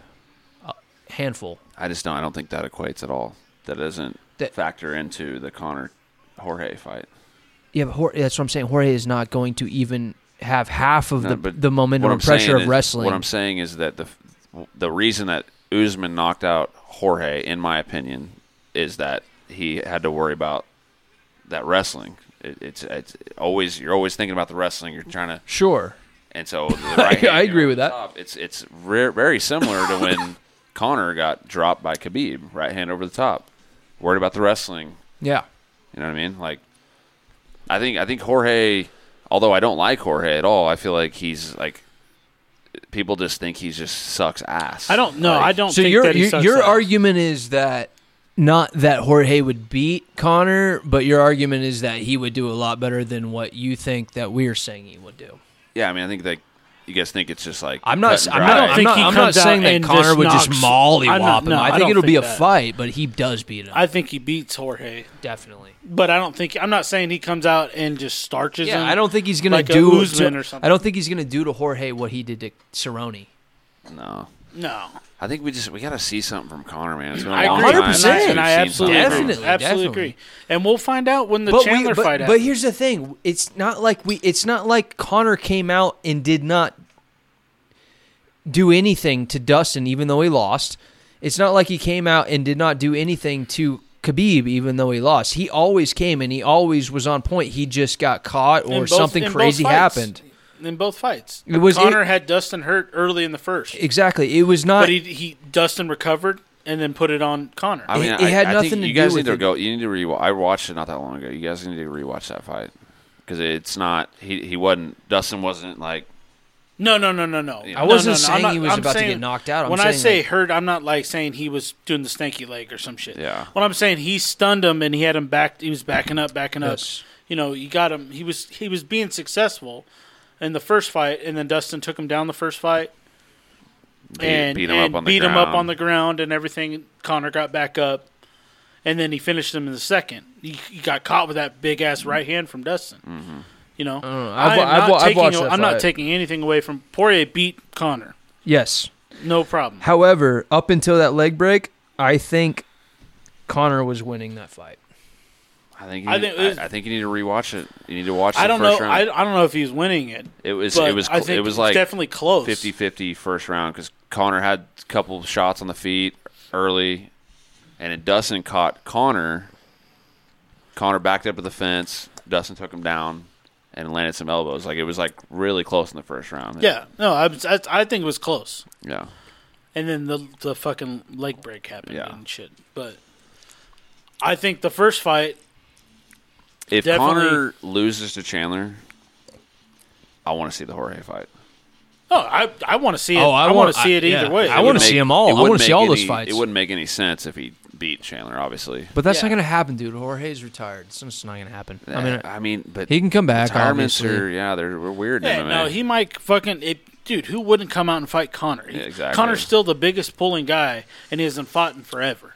B: A handful.
A: I just don't. I don't think that equates at all. That doesn't
B: That-
A: factor into the Connor Jorge fight.
B: Yeah, but Jorge, that's what I'm saying. Jorge is not going to even have half of
A: No,
B: the
A: but
B: the momentum
A: what
B: and
A: I'm
B: pressure
A: saying
B: of
A: is-
B: wrestling.
A: What I'm saying is that the the reason that Usman knocked out Jorge, in my opinion, is that he had to worry about that wrestling. It, it's it's always you're always thinking about the wrestling. You're trying to
B: sure.
A: and so
B: (laughs)
A: the right hand
B: I agree
A: came
B: with
A: over the
B: that.
A: top. It's it's re- very similar to when (laughs) Connor got dropped by Khabib, right hand over the top, worried about the wrestling.
B: Yeah.
A: You know what I mean? Like, I think I think Jorge, although I don't like Jorge at all, I feel like he's like people just think he just sucks ass.
C: I don't know.
A: Like,
C: I don't.
B: So
C: think
B: your
C: that he
B: your,
C: sucks
B: your
C: at all.
B: argument is that not that Jorge would beat Connor, but your argument is that he would do a lot better than what you think that we're saying he would do.
A: Yeah, I mean, I think like you guys think it's just like
B: I'm not.
A: cut
B: I'm
A: and dry.
B: not.
C: I don't
B: I'm
C: think
B: not,
C: he
B: I'm not
C: comes out
B: saying that
C: and
B: Connor
C: just
B: would just
C: knocks- I
B: mollywop
C: don't-
B: him.
C: no,
B: I
C: I
B: think
C: don't
B: it'll be a
C: think that.
B: fight, but he does beat him.
C: I think he beats Jorge,
B: definitely.
C: but I don't think. I'm not saying he comes out and just starches him.
B: Yeah, I don't think he's gonna
C: like a
B: do.
C: Usman
B: to-
C: or something.
B: I don't think he's gonna do to Jorge what he did to Cerrone.
A: no.
C: No,
A: I think we just we got to see something from Connor, man. It's been a
C: I
A: long
C: agree.
A: time.
B: Hundred percent.
A: since we've
C: And I
A: seen
C: absolutely,
A: something from
B: Definitely.
A: him.
C: agree. absolutely
B: definitely.
C: agree. And we'll find out when the Chandler
B: we, but,
C: fight.
B: but
C: happens.
B: here's the thing: it's not like we. It's not like Connor came out and did not do anything to Dustin, even though he lost. It's not like he came out and did not do anything to Khabib, even though he lost. He always came and he always was on point. He just got caught
C: In
B: or
C: both-
B: something
C: in both
B: crazy
C: fights.
B: happened.
C: in both fights.
B: It was-
C: Connor
B: it-
C: had Dustin hurt early in the first,
B: Exactly. It was not.
C: but he, he Dustin recovered and then put it on Connor.
A: I mean,
B: It- it
A: I,
B: had
A: I
B: nothing
A: think
B: to
A: you
B: do
A: guys
B: with
A: need to
B: it.
A: go. You need to rewatch. I watched it not that long ago. You guys need to rewatch that fight because it's not. He he wasn't. Dustin wasn't like.
C: No, no, no, no, no.
A: I
C: No,
B: wasn't
C: no, no.
B: saying
C: I'm not-
B: he was
C: I'm
B: about to
C: saying-
B: get knocked out. I'm
C: when I
B: saying,
C: say
B: like-
C: hurt, I'm not like saying he was doing the stanky leg or some shit.
A: Yeah.
C: What I'm saying, he stunned him and he had him back. He was backing up, backing
B: Yes.
C: up. You know, you got him. He was he was being successful in the first fight, and then Dustin took him down the first fight
A: Beat-
C: and
A: beat him
C: and
A: up on the
C: beat him up
A: ground.
C: on the ground and everything. Connor got back up, and then he finished him in the second. He, he got caught with that big ass right hand from Dustin. You know,
B: know. I've
C: I
B: wa-
C: am
B: I've
C: not
B: wa- I've
C: taking
B: watched
C: a-
B: that
C: I'm
B: fight.
C: not taking anything away from Poirier beat Connor.
B: yes.
C: No problem.
B: However, up until that leg break, I think Connor was winning that fight.
A: I I think you
C: I
A: need, I,
C: think it was-
A: I think you need to rewatch it. You need to watch.
C: I
A: the
C: don't know.
A: first Round.
C: I, I don't know if he's winning it.
A: it was
C: but
A: it was
C: I
A: cl-
C: think
A: it was
C: it's
A: like
C: definitely close.
A: 50-50 first round because Connor had a couple shots on the feet early, and then Dustin caught Connor. Connor backed up to the fence. Dustin took him down and landed some elbows. Like it was like really close in the first round.
C: Yeah. No, I, was- I I think it was close.
A: yeah.
C: And then the the fucking leg break happened
A: Yeah.
C: and shit. But I think the first fight,
A: If
C: Definitely-
A: Connor loses to Chandler, I want to see the Jorge fight.
C: oh, I I want to see it.
B: Oh, I
C: I,
B: want-
C: want to see it
B: I-
C: either
B: yeah.
C: way.
B: I wanna
A: It
B: see
A: make-
B: 'em all.
A: it
B: I
A: wouldn't
B: wanna see
A: make
B: all those
A: any-
B: fights.
A: It wouldn't make any sense if he beat Chandler, obviously.
B: But that's not
C: Yeah.
B: going to happen, dude. Jorge's retired. It's just not going to happen. I mean,
A: I mean, but
B: he can come back,
A: Retirements
B: obviously.
A: are yeah, they're we're weird. in
C: Yeah,
A: MMA.
C: no, he might fucking it, dude. Who wouldn't come out and fight Connor?
A: Yeah, exactly.
C: Connor's still the biggest pulling guy, and he hasn't fought in forever.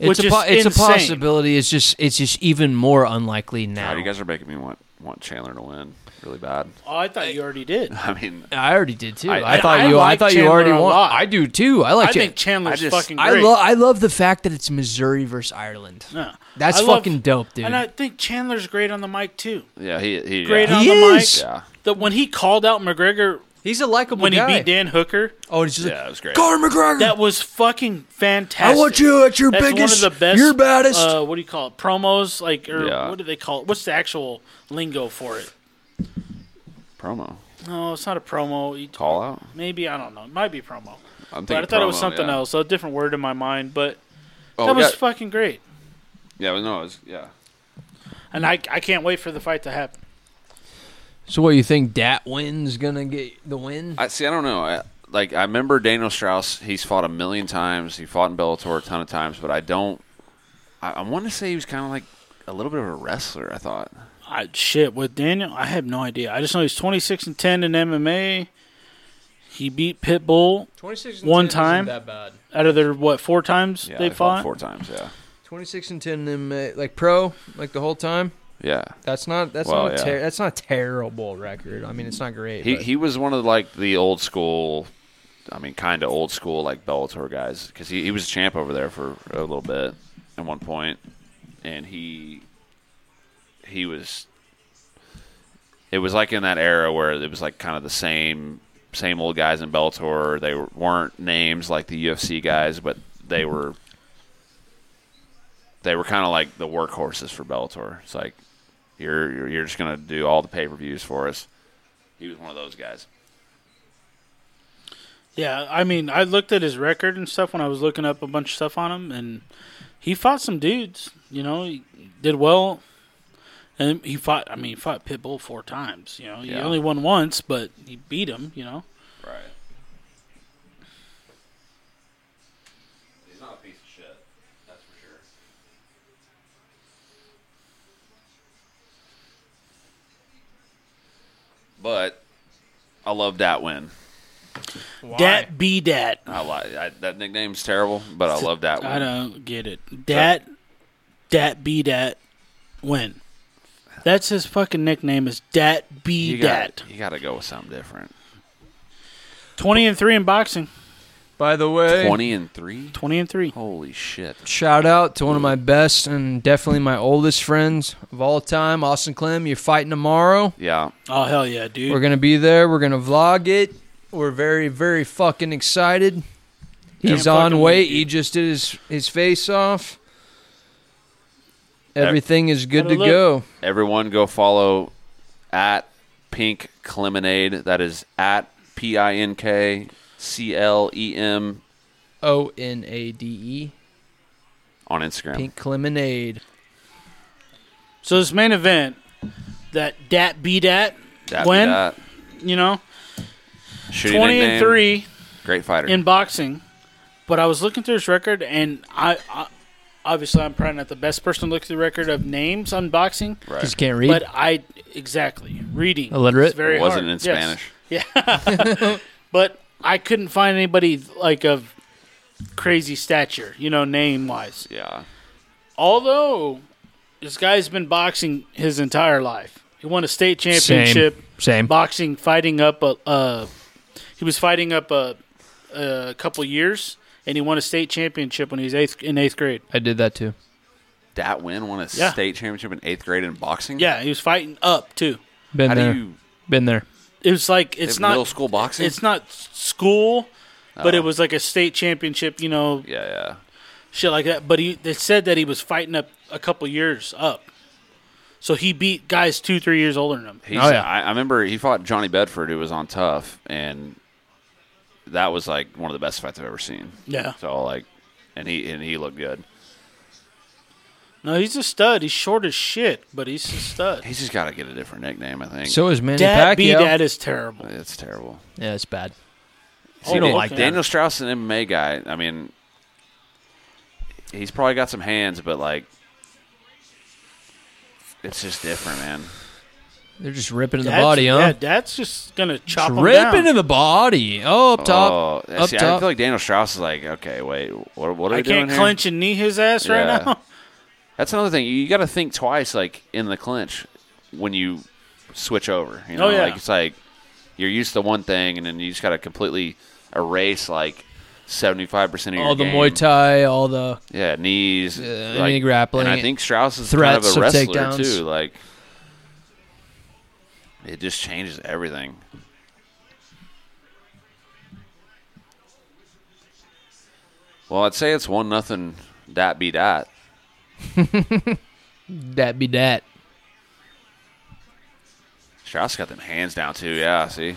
B: it's
C: which
B: a
C: is
B: po- it's a
C: insane.
B: possibility. It's just it's just even more unlikely now.
A: God, you guys are making me want want Chandler to win really bad.
C: Oh, I thought you already
A: (laughs)
C: did.
A: I mean,
B: I already did too. I,
A: I-
B: thought
C: I
B: you. I
C: like
B: thought you
C: Chandler
B: already
C: a
B: won.
C: lot.
B: I do too. I like
C: I think
B: Chan-
C: Chandler's
A: I just-
C: fucking
B: I
C: great.
B: love I love the fact that it's Missouri versus Ireland.
C: No.
B: That's
C: I love-
B: fucking dope, dude.
C: And I think Chandler's great on the mic too.
A: yeah, he he
C: Great
A: yeah.
C: on
B: He
C: the
B: is.
C: mic.
A: Yeah.
C: The, when he called out McGregor
B: He's a likable
C: when
B: guy.
C: he beat Dan Hooker,
B: oh, and he's just
A: Yeah, it was great.
B: Conor McGregor.
C: that was fucking
B: I
C: fantastic.
B: want you at your
C: That's
B: biggest,
C: one of the best,
B: your baddest.
C: Uh, what do you call it? Promos, like, or
A: Yeah.
C: what do they call it? What's the actual lingo for it?
A: promo
C: No, it's not a promo. You-
A: call out.
C: Maybe I don't know. It might be promo,
A: I'm
C: but
A: thinking
C: I thought it was
A: promo,
C: something
A: yeah.
C: else, a different word in my mind. But
A: Oh,
C: that
A: we
C: was
A: got-
C: fucking great,
A: yeah, but no, it was, yeah.
C: and I I can't wait for the fight to happen.
B: so, what you think? Dat win's gonna get the win.
A: I see. I don't know. I, like I remember Daniel Strauss. He's fought a million times. He fought in Bellator a ton of times, but I don't. I, I want to say he was kind of like a little bit of a wrestler. I thought.
C: I, shit with Daniel, I have no idea. I just know he's twenty six and ten in MMA. He beat Pitbull
B: Twenty six
C: and one 10 isn't time. that
B: bad.
C: out of their what four times
A: Yeah,
C: they
A: they fought
C: fought.
A: four times. Yeah,
B: Twenty six and ten, in, uh, like pro, like the whole time.
A: yeah.
B: That's not that's
A: Well,
B: not a
A: yeah.
B: ter- that's not a terrible record. I mean, it's not great.
A: He
B: but-
A: he was one of like the old school. I mean, kind of old school like Bellator guys because he, he was a champ over there for a little bit at one point, and he he was. It was like in that era where it was like kind of the same same old guys in Bellator. They were- weren't names like the UFC guys, but they were they were kind of like the workhorses for Bellator. It's like you're you're, you're just gonna do all the pay per views for us. He was one of those guys.
C: Yeah, I mean, I looked at his record and stuff when I was looking up a bunch of stuff on him, and he fought some dudes. You know, he did well, and he fought. I mean, he fought Pitbull four times. You know, he
A: Yeah.
C: only won once, but he beat him. You know,
A: Right. He's not a piece of shit. That's for sure. But I love that win.
C: dat be dat.
A: I like I, that nickname's terrible, but
C: (laughs)
A: I love that
C: I
A: win.
C: don't get it. Dat, dat be dat. Win. That's his fucking nickname. Is dat be
A: You got
C: dat.
A: you got to go with something different.
C: Twenty and three in boxing.
B: By the way,
A: Twenty and three.
C: Twenty and three.
A: Holy shit!
B: shout out to one of my best and definitely my oldest friends of all time, Austin Clem. You're fighting tomorrow.
A: Yeah,
C: Oh hell yeah, dude.
B: We're gonna be there. We're gonna vlog it. We're very, very fucking excited. He's
C: Yeah,
B: on
C: fucking
B: weight.
C: wait.
B: He just did his his face off. Everything is good
C: Gotta
B: to
C: look.
B: go.
A: everyone go follow at pink clemonade that is at p-i-n-k E c-l-e-m
B: O N A D
A: on
B: E.
A: instagram
B: Pink lemonade.
C: So this main event, that dat be dat,
A: That be
C: when
A: that.
C: you know,
A: Shitty
C: twenty
A: nickname.
C: and three
A: great fighter
C: in boxing. But I was looking through his record, and I, I obviously I'm probably not the best person to look through the record of names on boxing,
A: right
B: Just can't read.
C: but I exactly reading
B: Illiterate?
C: is very
A: it wasn't
C: hard.
A: in
C: Yes.
A: spanish
C: but I couldn't find anybody like of crazy stature, you know, name wise.
A: yeah
C: Although this guy's been boxing his entire life, he won a state championship.
B: Same.
C: boxing fighting up a uh, he was fighting up a, a couple years and he won a state championship when he was eighth in eighth grade
B: I did that too.
A: Stat Win won a
C: Yeah.
A: state championship in eighth grade in boxing.
C: Yeah, he was fighting up too.
B: Been
A: How
B: there.
A: do you?
B: Been there.
C: It was like
A: It's
C: it's
A: middle
C: not
A: school boxing.
C: it's not school, but
A: Oh.
C: it was like a state championship, you know,
A: yeah, yeah.
C: shit like that. But he they said that he was fighting up a couple years up, so he beat guys two three years older than him.
A: He's,
B: Oh, yeah.
A: I, I remember he fought Johnny Bedford, who was on Tough, and that was like one of the best fights I've ever seen.
C: Yeah,
A: So like, and he and he looked good.
C: no, he's a stud. He's short as shit, but he's a stud.
A: He's just got to get a different nickname, I think.
B: So is Manny
C: Dad B
B: Pacquiao.
C: dad is terrible. Oh,
A: it's terrible.
B: Yeah, it's bad.
A: See,
C: you don't
A: Dan-
C: like that.
A: Daniel Strauss, an MMA guy. I mean, he's probably got some hands, but like, it's just different, man.
B: They're just ripping in the
C: Dad's-
B: body,
C: Yeah,
B: huh?
C: dad's just gonna chop
B: Just
C: him
B: ripping
C: down.
B: in the body. Oh, up top.
A: Oh,
B: up
A: see, I
B: top.
A: feel like Daniel Strauss is like, okay, wait, what, what are
C: I
A: we doing
C: can't
A: here?
C: clench and knee his ass
A: Yeah.
C: right now. (laughs)
A: That's another thing. You got to think twice, like in the clinch, when you switch over. You know,
C: Oh, yeah.
A: like it's like you're used to one thing, and then you just got to completely erase like seventy five percent of your
B: all the
A: game.
B: Muay Thai, all the.
A: Yeah, knees,
B: any grappling,
A: And I think Strauss is kind of
B: threats
A: a
B: of
A: wrestler
B: takedowns.
A: too. Like it just changes everything. Well, I'd say it's one nothing. Dat be dat.
B: That be that.
A: Strauss got them hands down too. Yeah, see.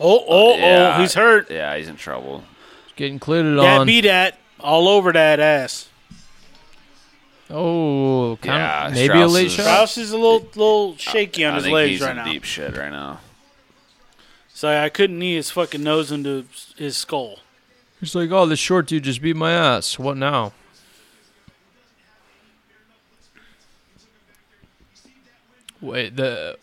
C: Oh, oh,
A: yeah,
C: oh, he's hurt.
A: Yeah, he's in trouble.
B: Getting included
C: Dad
B: on.
C: beat that all over that ass.
B: oh, kind
A: Yeah,
B: of. Maybe a
A: Strauss
B: late
A: is-
B: shot.
C: Strauss is a little little shaky on
A: I
C: his
A: think
C: legs
A: he's
C: right
A: in
C: now.
A: deep shit right now.
C: So I couldn't knee his fucking nose into his skull.
B: He's like, oh, this short dude just beat my ass. What now? Wait, the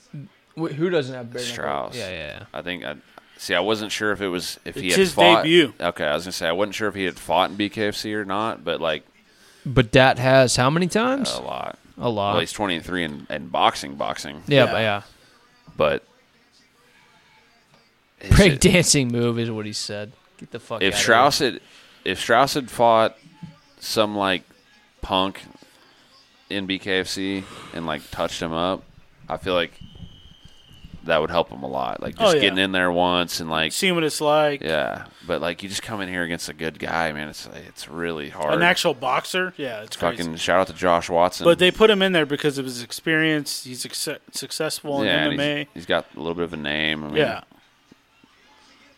B: wait, who doesn't have bare knuckle?
A: Strauss.
B: Yeah, yeah.
A: I think I see. I wasn't sure if it was if he
C: It's
A: had
C: his
A: fought.
C: debut.
A: Okay, I was gonna say I wasn't sure if he had fought in BKFC or not, but like
B: But Dat has how many times?
A: a lot.
B: a lot.
A: well, he's twenty and three in, in boxing, boxing,
B: yeah,
C: Yeah.
B: but yeah.
A: but is
B: Break
A: it-
B: dancing move is what he said. Get the fuck.
A: If
B: outta
A: Strauss had, if Strauss had fought some like punk in BKFC and like touched him up, I feel like that would help him a lot. Like just
C: Oh, yeah.
A: getting in there once and like
C: Seeing what it's like.
A: yeah, but like you just come in here against a good guy, man. It's it's really hard.
C: An actual boxer. Yeah, it's crazy.
A: fucking shout out to Josh Watson.
C: But they put him in there because of his experience. He's succe- successful in
A: yeah, and
C: MMA.
A: he's- he's got a little bit of a name. I mean,
C: yeah.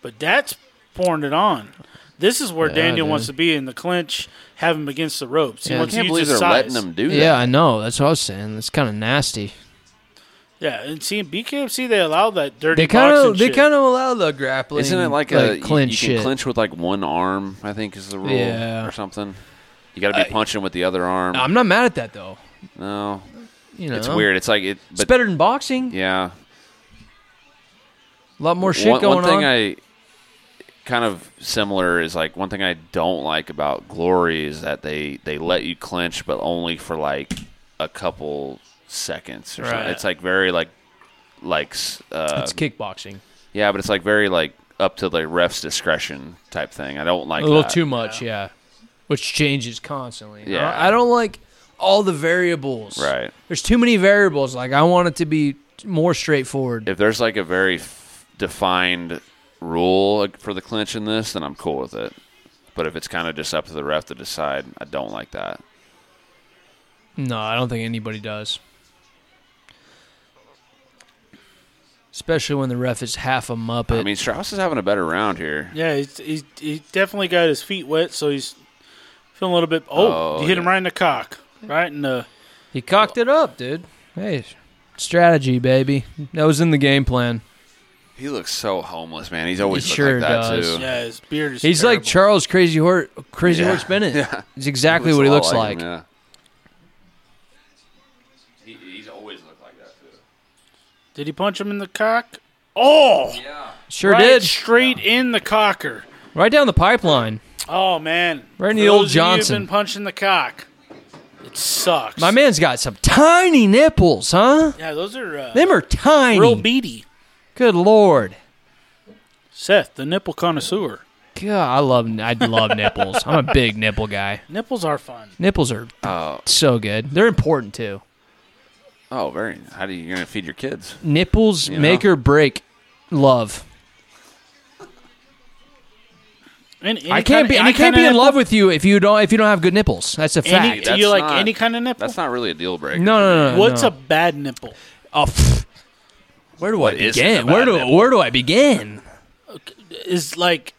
C: But that's pouring it on. This is where
B: Yeah,
C: Daniel wants to
B: dude.
C: be in the clinch, have him against the ropes. He
B: Yeah, I
A: I
C: wants
A: can't
C: to
A: believe
C: use
A: they're
C: his
A: letting
C: size.
A: them do
B: here.
A: that.
B: Yeah, I know. That's what I was saying. That's kind of nasty.
C: Yeah, and see in BKFC they allow that dirty
B: They kind
C: boxing
B: of they
C: shit.
B: kind of allow the grappling.
A: Isn't it like, a you-
B: clinch
A: you, can
B: shit?
A: clinch with like one arm? I think is the rule
B: Yeah.
A: or something. You got to be punching with the other arm.
B: I'm not mad at that though.
A: no,
B: You know,
A: it's weird. It's like it,
B: It's
A: but
B: better than boxing.
A: yeah.
B: A lot more shit
A: one,
B: going
A: one thing
B: on.
A: I kind of similar is like one thing I don't like about Glory is that they they let you clinch, but only for like a couple seconds or
C: Right.
A: something. It's like very like like s- uh,
B: it's kickboxing.
A: yeah, but it's like very like up to the ref's discretion type thing. I don't like
B: a little
A: that.
B: too much, yeah. Which changes constantly.
A: Yeah.
B: I, I don't like all the variables.
A: right.
B: There's too many variables. Like I want it to be more straightforward.
A: If there's like a very f- defined rule like, for the clinch in this, then I'm cool with it. But if it's kind of just up to the ref to decide, I don't like that.
B: No, I don't think anybody does. Especially when the ref is half a muppet.
A: I mean, Strauss is having a better round here.
C: Yeah, he's, he's, he definitely got his feet wet, so he's feeling a little bit. Oh,
A: Oh,
C: you hit him
A: yeah.
C: right in the cock, right in the.
B: he cocked it up, dude. Hey, strategy, baby. That was in the game plan.
A: He looks so homeless, man. He's always
B: He
A: looked
B: sure
A: like that
B: does.
A: too.
C: Yeah, his beard is.
B: He's like
C: terrible.
B: Charles Crazy Horse, Crazy
A: Yeah.
B: Horse Bennett.
A: Yeah.
B: It's exactly what he looks like.
A: he's always looked like that too.
C: Did he punch him in the cock? Oh,
A: Yeah.
B: Sure
C: right
B: did.
C: straight in the cocker.
B: Right down the pipeline.
C: Oh man,
B: Right in
C: For
B: the old
C: those of you who've
B: Johnson.
C: been punching the cock. It sucks.
B: My man's got some tiny nipples, huh?
C: Yeah, those are uh,
B: Them are tiny.
C: real beady.
B: Good lord.
C: Seth, the nipple connoisseur.
B: God, I love I love nipples. I'm a big nipple guy.
C: Nipples are fun.
B: Nipples are
A: Oh,
B: so good. They're important too.
A: oh, very. How do you you're gonna feed your kids?
B: Nipples
A: You
B: make
A: know?
B: or break love.
C: And any
B: I can't
C: kinda-
B: be
C: any
B: I can't
C: kinda
B: be in
C: nipple?
B: love with you if you don't if you don't have good nipples. That's a
C: Any,
B: fact.
A: that's
C: you like
A: not-
C: any kind of nipple?
A: That's not really a deal breaker.
B: no, no, no, no.
C: What's
B: no.
C: a bad nipple?
B: Oh, pff. where do I
A: What is
B: begin?
A: a bad
B: Where do
A: nipple?
B: where do I begin?
C: Is like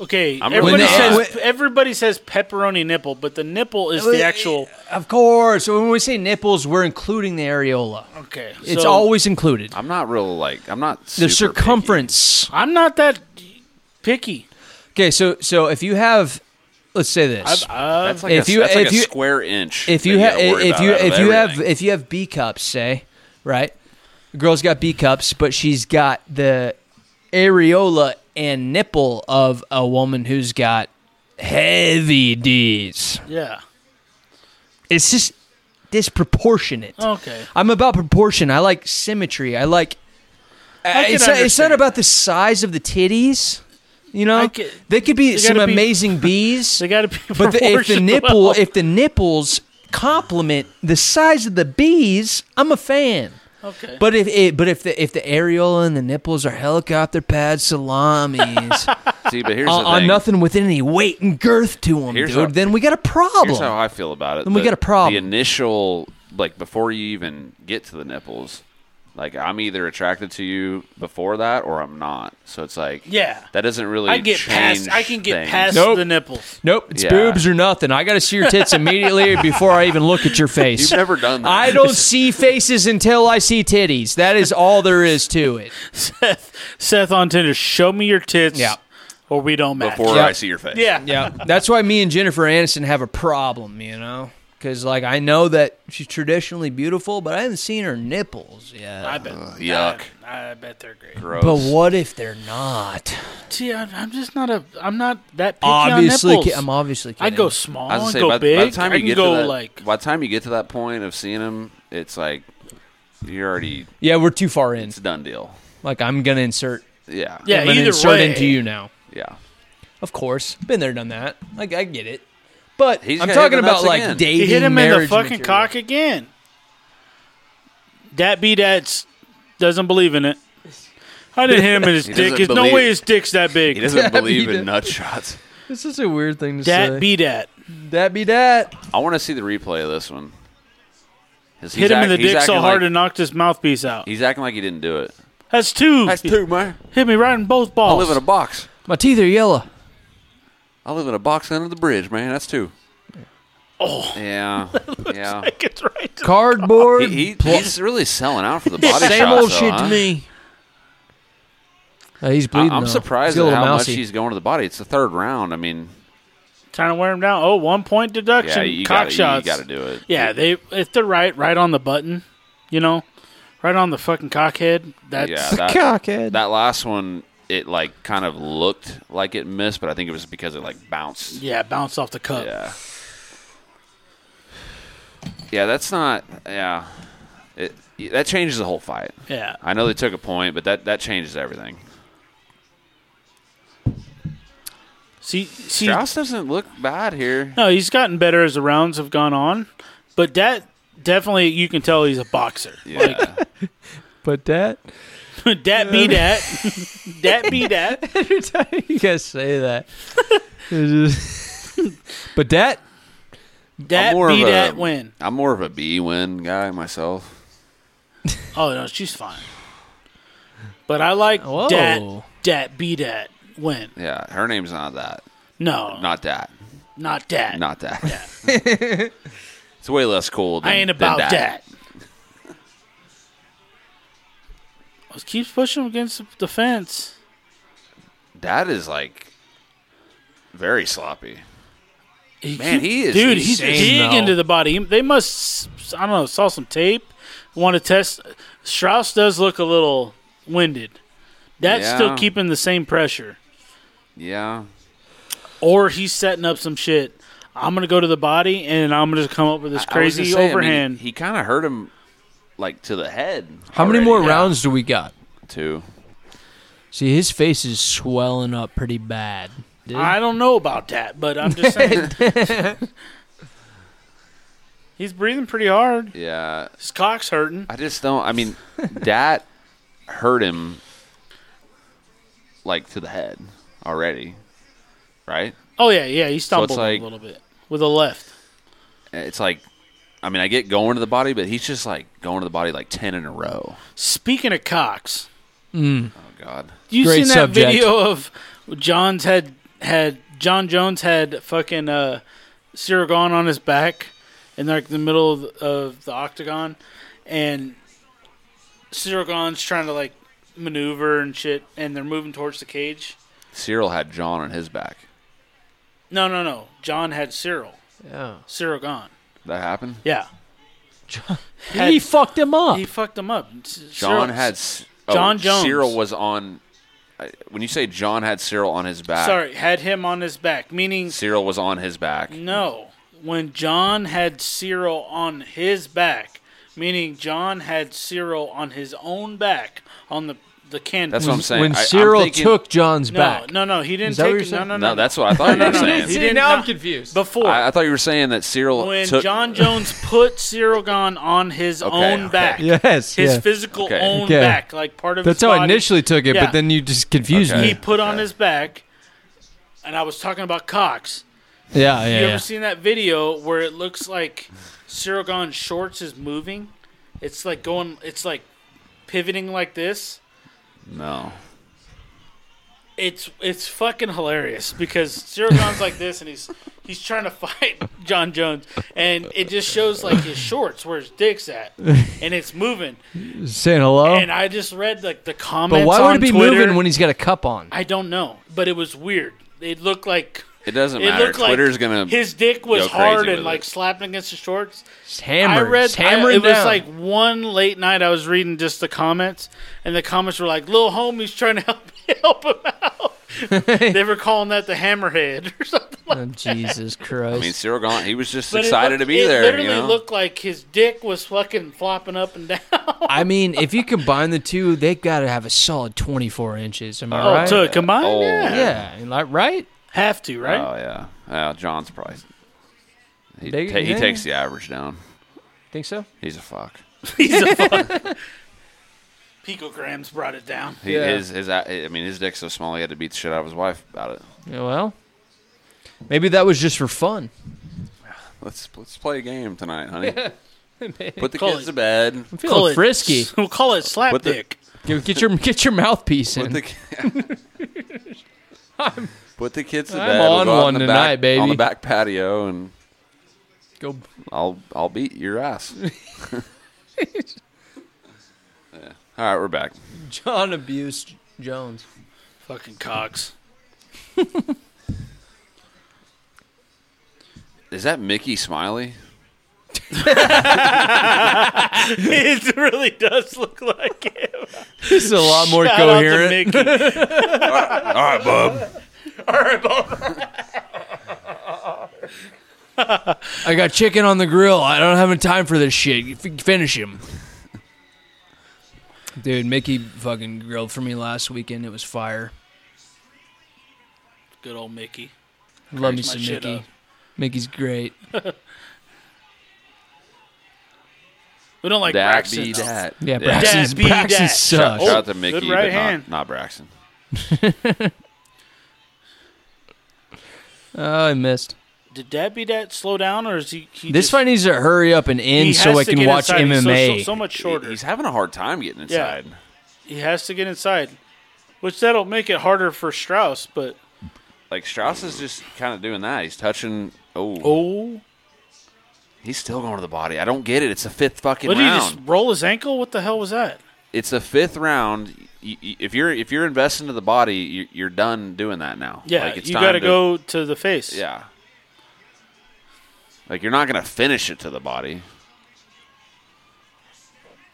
C: okay.
A: I'm really
C: everybody
A: not-
C: says everybody says pepperoni nipple, but the nipple is the actual.
B: Uh, Of course. When we say nipples, we're including the areola.
C: Okay,
B: It's
C: so
B: always included.
A: I'm not real like I'm not
B: The
A: super picky.
B: circumference.
C: I'm not that picky.
B: Okay, so so if you have let's say this.
C: I've, I've,
A: That's like
B: If
A: a,
B: you-
A: that's like
B: if
A: a
B: you-
A: square inch.
B: if
A: that
B: you have
A: gotta worry
B: if
A: about
B: you
A: out of
B: if you have
A: everything.
B: if you have B cups, say, right? The girl's got B cups, but she's got the areola and nipple of a woman who's got heavy D's.
C: yeah.
B: It's just disproportionate.
C: Okay.
B: I'm about proportion. I like symmetry. I like.
C: I
B: it's, not,
C: can
B: it's not
C: understand.
B: about the size of the titties. You know,
C: I can-
B: they could be
C: They
B: some
C: gotta be- (laughs)
B: amazing bees.
C: They gotta be
B: But the, if the
C: proportional. (laughs)
B: nipple, if the nipples complement the size of the bees, I'm a fan.
C: Okay.
B: But if it, but if the if the areola and the nipples are helicopter pad
C: (laughs)
B: salamis,
A: see, but here's
B: on,
A: the
B: on
A: thing.
B: nothing with any weight and girth to them,
A: Here's
B: dude,
A: how-
B: then we got a problem.
A: Here's how I feel about it.
B: Then we
A: The-
B: got a problem.
A: The initial, like before you even get to the nipples, like I'm either attracted to you before that or I'm not. So it's like,
C: Yeah.
A: that doesn't really.
C: I get
A: change
C: past. I can get
A: things.
C: past
B: Nope.
C: the nipples.
B: Nope, it's
A: Yeah.
B: boobs or nothing. I got to see your tits immediately before I even look at your face.
C: (laughs)
A: You've never done that.
B: I don't see faces until I see titties. That is all there is to it.
C: Seth, Seth on Tinder, show me your tits.
B: Yeah.
C: Or we don't
A: (laughs)
C: match.
A: before
B: Yeah.
A: I see your face.
C: yeah.
B: Yeah, that's why me and Jennifer Aniston have a problem, you know, because like I know that she's traditionally beautiful, but I haven't seen her nipples yet.
C: I bet.
A: yuck.
C: I, I bet they're great.
A: Gross.
B: but what if they're not?
C: See, I, I'm just not a. I'm not that picky
B: Obviously,
C: on
B: ki-
C: nipples.
B: I'm obviously.
C: I
B: Kidding.
C: can go small.
A: I was
C: I
A: gonna say,
C: go
A: by,
C: big.
A: by the time
C: I
A: you
C: can
A: get
C: go
A: to that,
C: like.
A: by the time you get to that point of seeing him, it's like you're already
B: Yeah, we're too far in.
A: it's a done deal.
B: Like I'm gonna insert.
A: Yeah,
C: Yeah,
B: I'm gonna
C: either
B: insert
C: way.
B: into you now.
A: yeah.
B: Of course, been there, done that. Like I get it. But
A: He's
B: I'm
A: gonna hit
B: talking
A: the
B: about
A: nuts
B: like
A: again.
B: dating.
C: He hit him in the
B: marriage
C: fucking
B: material.
C: cock again. That be that's doesn't believe in it. I didn't hit him in
A: (laughs)
C: his
A: He
C: dick.
A: doesn't
C: There's no
A: believe-
C: way his dick's that
A: He
C: big.
A: doesn't
B: That'd
A: believe
B: be
A: in
B: the-
A: nut shots.
B: This is a weird thing to
C: That
B: say.
C: be that.
B: that be that.
A: I want to see the replay of this one. 'Cause he's
C: Hit him in
A: act-
C: the
A: he's
C: dick so
A: acting
C: hard
A: like-
C: it knocked his mouthpiece out.
A: He's acting like he didn't do it.
C: That's two.
A: man.
C: Hit me right in both
A: I
C: balls.
A: live in a box.
B: My teeth are yellow.
A: I live in a box under the bridge, man. That's two. Oh. Yeah. yeah.
C: (laughs) Like it's right.
B: Cardboard.
A: he, he- he's really selling out for the body
B: Same
A: shots,
B: old
A: though,
B: shit
A: huh?
B: to me. Uh, he's
A: I,
B: bleeding.
A: am
B: though.
A: surprised
B: He's a
A: at
B: little
A: how
B: mousy.
A: much he's going to the body. It's the third round. I mean,
C: Trying to wear him down. Oh, one point
A: yeah,
C: deduction.
A: you
C: Cock
A: got
C: shots.
A: to do it.
C: Yeah, they if they're right, right on the button, you know, right on the fucking cockhead. That's
A: yeah.
B: The
A: That,
B: cockhead.
A: that last one, it like kind of looked like it missed, but I think it was because it like bounced.
C: yeah, bounce off the cup.
A: Yeah. Yeah, that's not. Yeah, it that changes the whole fight.
C: Yeah.
A: I know they took a point, but that that changes everything.
C: See, see,
A: Strauss doesn't look bad
C: (laughs)
A: here.
C: no, he's gotten better as the rounds have gone on, but that definitely you can tell he's a boxer. (laughs)
A: Yeah,
B: But that (laughs)
C: that be that. that (laughs) be that.
B: every time you guys
A: (laughs)
B: say that, it's just- but that
C: That
A: more
C: be
A: of a-
C: that win.
A: I'm more of a B win guy myself.
C: Oh no, she's fine. But I like
B: Whoa.
C: that. That be that win.
A: Yeah, her name's not that.
C: No, not,
A: Not that.
C: that.
A: Not that. (laughs) it's way less cool. Than,
C: I ain't
A: than
C: about that. Just keeps pushing him against the fence.
A: That is like very sloppy.
C: He
A: Man, he is
C: dude. He's
B: insane,
C: big
B: though.
C: into the body. He- They must, I don't know, saw some tape. Want to test? Strauss does look a little winded. That's still
A: Yeah.
C: keeping the same pressure,
A: Yeah.
C: or he's setting up some shit. I'm gonna go to the body, and I'm gonna just come up with this
A: I- I was
C: crazy
A: gonna say, I mean,
C: overhand.
A: he kind of hurt him like to the head.
B: how many
A: already.
B: more
A: Yeah.
B: rounds do we got?
A: Two.
B: See, his face is swelling up pretty bad. dude.
C: I don't know about that, but I'm just saying
A: (laughs)
C: (laughs) he's breathing pretty hard.
A: Yeah,
C: His cock's hurting.
A: I just don't. I mean, that hurt him like to the head already, right?
C: Oh yeah, yeah. He stumbled
A: like-
C: a little bit with a left.
A: It's like, I mean, I get going to the body, but he's just like going to the body like ten in a row.
C: Speaking of cocks,
A: Oh God,
C: you
B: Great
C: seen that
B: subject.
C: video of John's had had John Jones had fucking uh, Cyril Gone on his back in like the middle of, of the octagon, and Cyril Gone's trying to like maneuver and shit, and they're moving towards the cage.
A: Cyril had John on his back.
C: No, no, no. John had Cyril. Cyril Gone.
A: That happened.
C: Yeah,
B: he fucked him up.
C: he fucked him up. C-
A: John
C: Cyril-
A: had C- oh,
C: John Jones.
A: Cyril was on. I- When you say John had Cyril on his back,
C: Sorry, had him on his back, meaning
A: Cyril was on his back.
C: No. When John had Cyril on his back, meaning John had Cyril on his own back on the the canvas.
A: That's what I'm saying.
B: when
A: I- I'm
B: Cyril
A: thinking-
B: took John's
C: no,
B: back.
C: no, no, he didn't
B: Is that what
C: take
B: you're
C: it. No,
B: saying?
C: no, no,
A: No, that's what I
C: (laughs)
A: thought you were
C: no, he
A: saying.
C: did not-
B: confused.
C: Before
A: I, I thought you were saying that Cyril
C: when
A: took
C: John Jones put Cyril Gon on his
A: Okay,
C: own
A: okay.
C: back,
B: Yes,
C: his
B: yeah.
C: physical
A: Okay.
C: own
B: Okay.
C: back, like part of
B: That's
C: his
B: how I
C: body,
B: initially took it,
C: Yeah.
B: but then you just confused
A: Okay.
C: he
B: me.
C: put on his back. And I was talking about Cox.
B: Yeah, yeah.
C: You
B: yeah.
C: ever seen that video where it looks like Cyril Gon's shorts is moving? It's like going, it's like pivoting like this.
A: no.
C: It's it's fucking hilarious because Cyril Gon's like this and he's he's trying to fight (laughs) John Jones and it just shows like his shorts where his dick's at and it's moving.
B: Saying hello.
C: And I just read like the comments.
B: Oh. but why
C: on
B: would it be
C: Twitter.
B: moving when he's got a cup on?
C: I don't know, but it was weird. It looked like.
A: It doesn't
C: It
A: matter.
C: looked like
A: Twitter's gonna.
C: his dick was
A: go crazy
C: hard
A: with it.
C: and like slapping against his shorts.
B: It's hammered.
C: I read
B: It's hammering
C: I, it was
B: down.
C: like one late night. I was reading just the comments, and the comments were like, "Little homie's trying to help (laughs) help him out." they were calling that the hammerhead or something.
B: oh, (laughs) Jesus Christ.
A: I mean, Cyril Gaunt, he was just
C: But it
A: excited
C: looked-
A: to be
C: it
A: there.
C: Literally
A: You know,
C: looked like his dick was fucking flopping up and down. (laughs)
B: I mean, if you combine the two, they've got to have a solid 24 inches. Am I
C: Oh,
B: right?
C: to combine,
A: Oh.
C: yeah.
B: yeah, and like right.
C: have to right.
A: oh yeah, yeah. John's probably. He,
B: Big-
A: ta- he
B: yeah.
A: takes the average down.
B: Think so?
A: He's a fuck.
C: He's a fuck. (laughs) Picograms brought it down.
A: He,
B: Yeah.
A: His his I mean his dick's so small he had to beat the shit out of his wife about it.
B: Yeah, well, maybe that was just for fun.
A: Let's let's play a game tonight,
B: (laughs)
A: honey. Put the
C: Call
A: kids
C: it-
A: to bed.
B: I'm feeling
C: it-
B: frisky.
C: We'll call it slap
A: What the-
C: dick.
B: Get get your get your mouthpiece
A: Put (laughs)
B: in. (laughs)
A: the, put the kids to
B: I'm
A: bed. We'll
B: on
A: go out in
B: one
A: the back-
B: tonight, baby.
A: On the back patio, and
B: Go.
A: I'll I'll beat your ass. yeah. All right, we're back.
B: John abused Jones.
C: Fucking cocks.
A: Is that Mickey Smiley?
C: (laughs) it really does look like him.
B: This is a lot
C: (laughs)
B: more
C: Shout out to
B: coherent.
C: Mickey.
A: All right, bub.
B: I got chicken on the grill. I don't have time for this shit. F- finish him. Dude, Mickey fucking grilled for me last weekend. It was fire.
C: Good old Mickey.
B: Love me
C: Cracks my
B: some
C: shit
B: Mickey.
C: up.
B: Mickey's great.
C: We don't like
A: that
C: Braxton.
A: be
C: though.
A: that.
B: Yeah,
A: Shout
B: Braxton's,
C: Dad be
B: Braxton
C: dad.
B: sucks.
C: Oh,
A: out to
C: good
A: Mickey,
C: right
A: but
C: hand.
A: not, not Braxton.
B: Oh, I missed.
C: Did Dad be that slow down or is he? he
B: This
C: just,
B: fight needs to hurry up and
C: he
B: end
C: has
B: so I
C: to
B: can
C: get
B: watch
C: inside. He's so-
B: MMA.
C: So, so much shorter.
A: He's having a hard time getting
C: Yeah.
A: inside.
C: he has to get inside, which that'll make it harder for Strauss. But
A: Like Strauss is just kind of doing that. He's touching. Oh,
C: oh,
A: he's still going to the body. I don't get it. It's the fifth fucking
C: what did he
A: round.
C: just roll his ankle? What the hell was that?
A: it's the fifth round. Y- y- If you're if you're investing to the body, you- you're done doing that now.
C: Yeah,
A: like, it's
C: you
A: time
C: got to go to the face.
A: Yeah, like you're not gonna finish it to the body.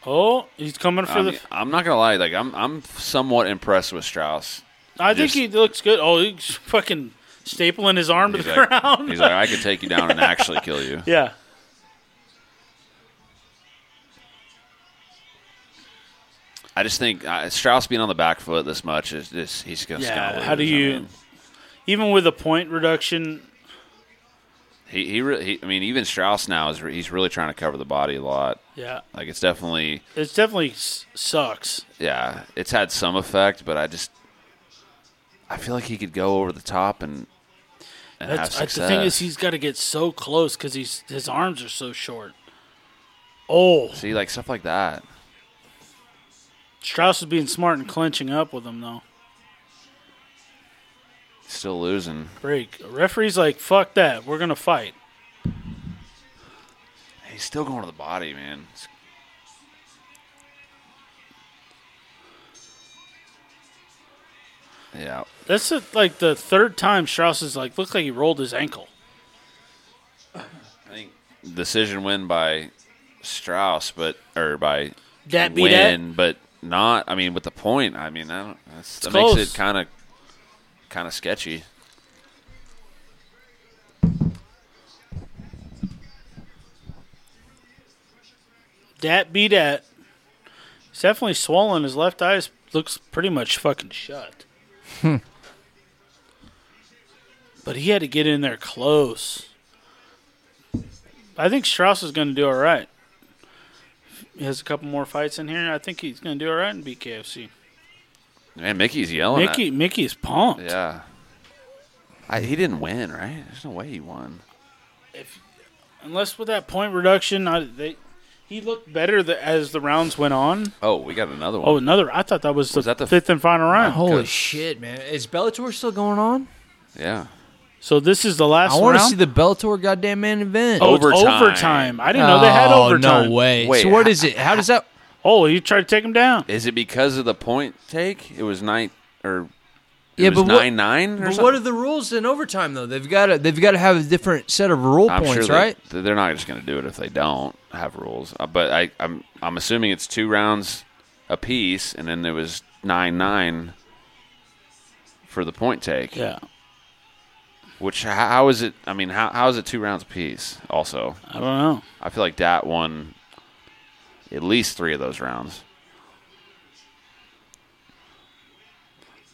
C: Oh, he's coming for
A: I
C: the.
A: mean, I'm not gonna lie. Like I'm I'm somewhat impressed with Strauss.
C: I think
A: just-
C: he looks good. Oh, he's fucking stapling his arm to
A: He's
C: the
A: like,
C: ground.
A: he's like "Ah, I could take you down and actually kill you.
C: (laughs) yeah.
A: I just think uh, Strauss being on the back foot this much is just he's just
C: Yeah,
A: gonna lose.
C: how do
A: I
C: you-
A: mean,
C: even with a point reduction,
A: He he, re- he I mean, even Strauss now is re- he's really trying to cover the body a lot.
C: yeah,
A: Like it's definitely
C: it's definitely s- sucks.
A: yeah, it's had some effect, but I just I feel like he could go over the top and and have
C: That's, I,
A: success.
C: the thing is, he's got to get so close because he's his arms are so short. Oh,
A: See, like stuff like that.
C: Strauss is being smart and clinching up with him though.
A: Still losing.
C: Break. referee's like, "Fuck that. We're gonna fight."
A: He's still going to the body, man. It's- Yeah,
C: That's uh, like the third time Strauss is like, looked like he rolled his ankle.
A: I think decision win by Strauss, but or by
C: That be that.
A: win, but not. I mean, with the point. I mean, I don't, that's, that makes it
C: close.
A: kind of kind of sketchy.
C: That be that. He's definitely swollen. His left eye is- looks pretty much fucking shut. but he had to get in there close. I think Strauss is going to do all right. He has a couple more fights in here. I think he's going to do all right in BKFC.
A: Man, Mickey's yelling. at-
C: Mickey, Mickey's pumped.
A: yeah. I, he didn't win, right? There's no way he won.
C: if unless with that point reduction, I, they he looked better the, as the rounds went on.
A: Oh, we got another one.
C: Oh, another! I thought that was,
A: Was
C: the,
A: that the
C: fifth and final round.
B: Holy
A: Good.
B: shit, man! Is Bellator still going on?
A: yeah.
C: So this is the last
B: I
C: round.
B: want to see the Bellator goddamn main event.
C: oh, it's
A: Overtime.
C: overtime. I didn't know they had
B: Oh,
C: overtime.
B: No way.
A: Wait,
B: so what
A: ha-
B: is it? How does that?
C: Oh, you tried to take him down.
A: Is it because of the point take? It was nine or it
B: Yeah,
A: was
B: but what-
A: nine nine or
B: But
A: something.
B: what are the rules in overtime though? They've got to they've got to have a different set of rule
A: I'm
B: points,
A: sure
B: right?
A: They, they're not just going to do it if they don't have rules. Uh, but I, I'm I'm assuming it's two rounds apiece, and then there was nine nine for the point take.
C: Yeah,
A: Which how, how is it? I mean, how how is it two rounds apiece? Also,
C: I don't know.
A: I feel like Dat won at least three of those rounds.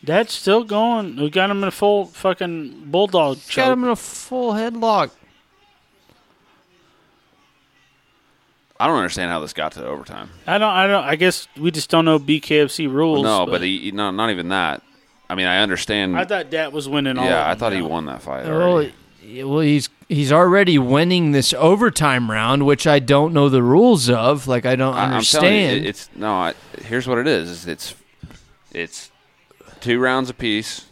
C: Dad's still going. We got him in a full fucking bulldog
B: Got him
C: choke.
B: in a full headlock.
A: I don't understand how this got to overtime.
C: I don't. I don't. I guess we just don't know BKFC rules.
A: no, but he, he- no, not even that. I mean, I understand.
C: I thought Dad was winning. all
A: yeah,
C: of
A: I
C: them,
A: thought he
C: yeah.
A: won that fight.
B: Well,
A: already.
B: yeah, well, he's he's already winning this overtime round, which I don't know the rules of. Like I don't
A: I- I'm
B: understand.
A: telling you, it- it's no. I, here's what it is: is it's it's two rounds apiece.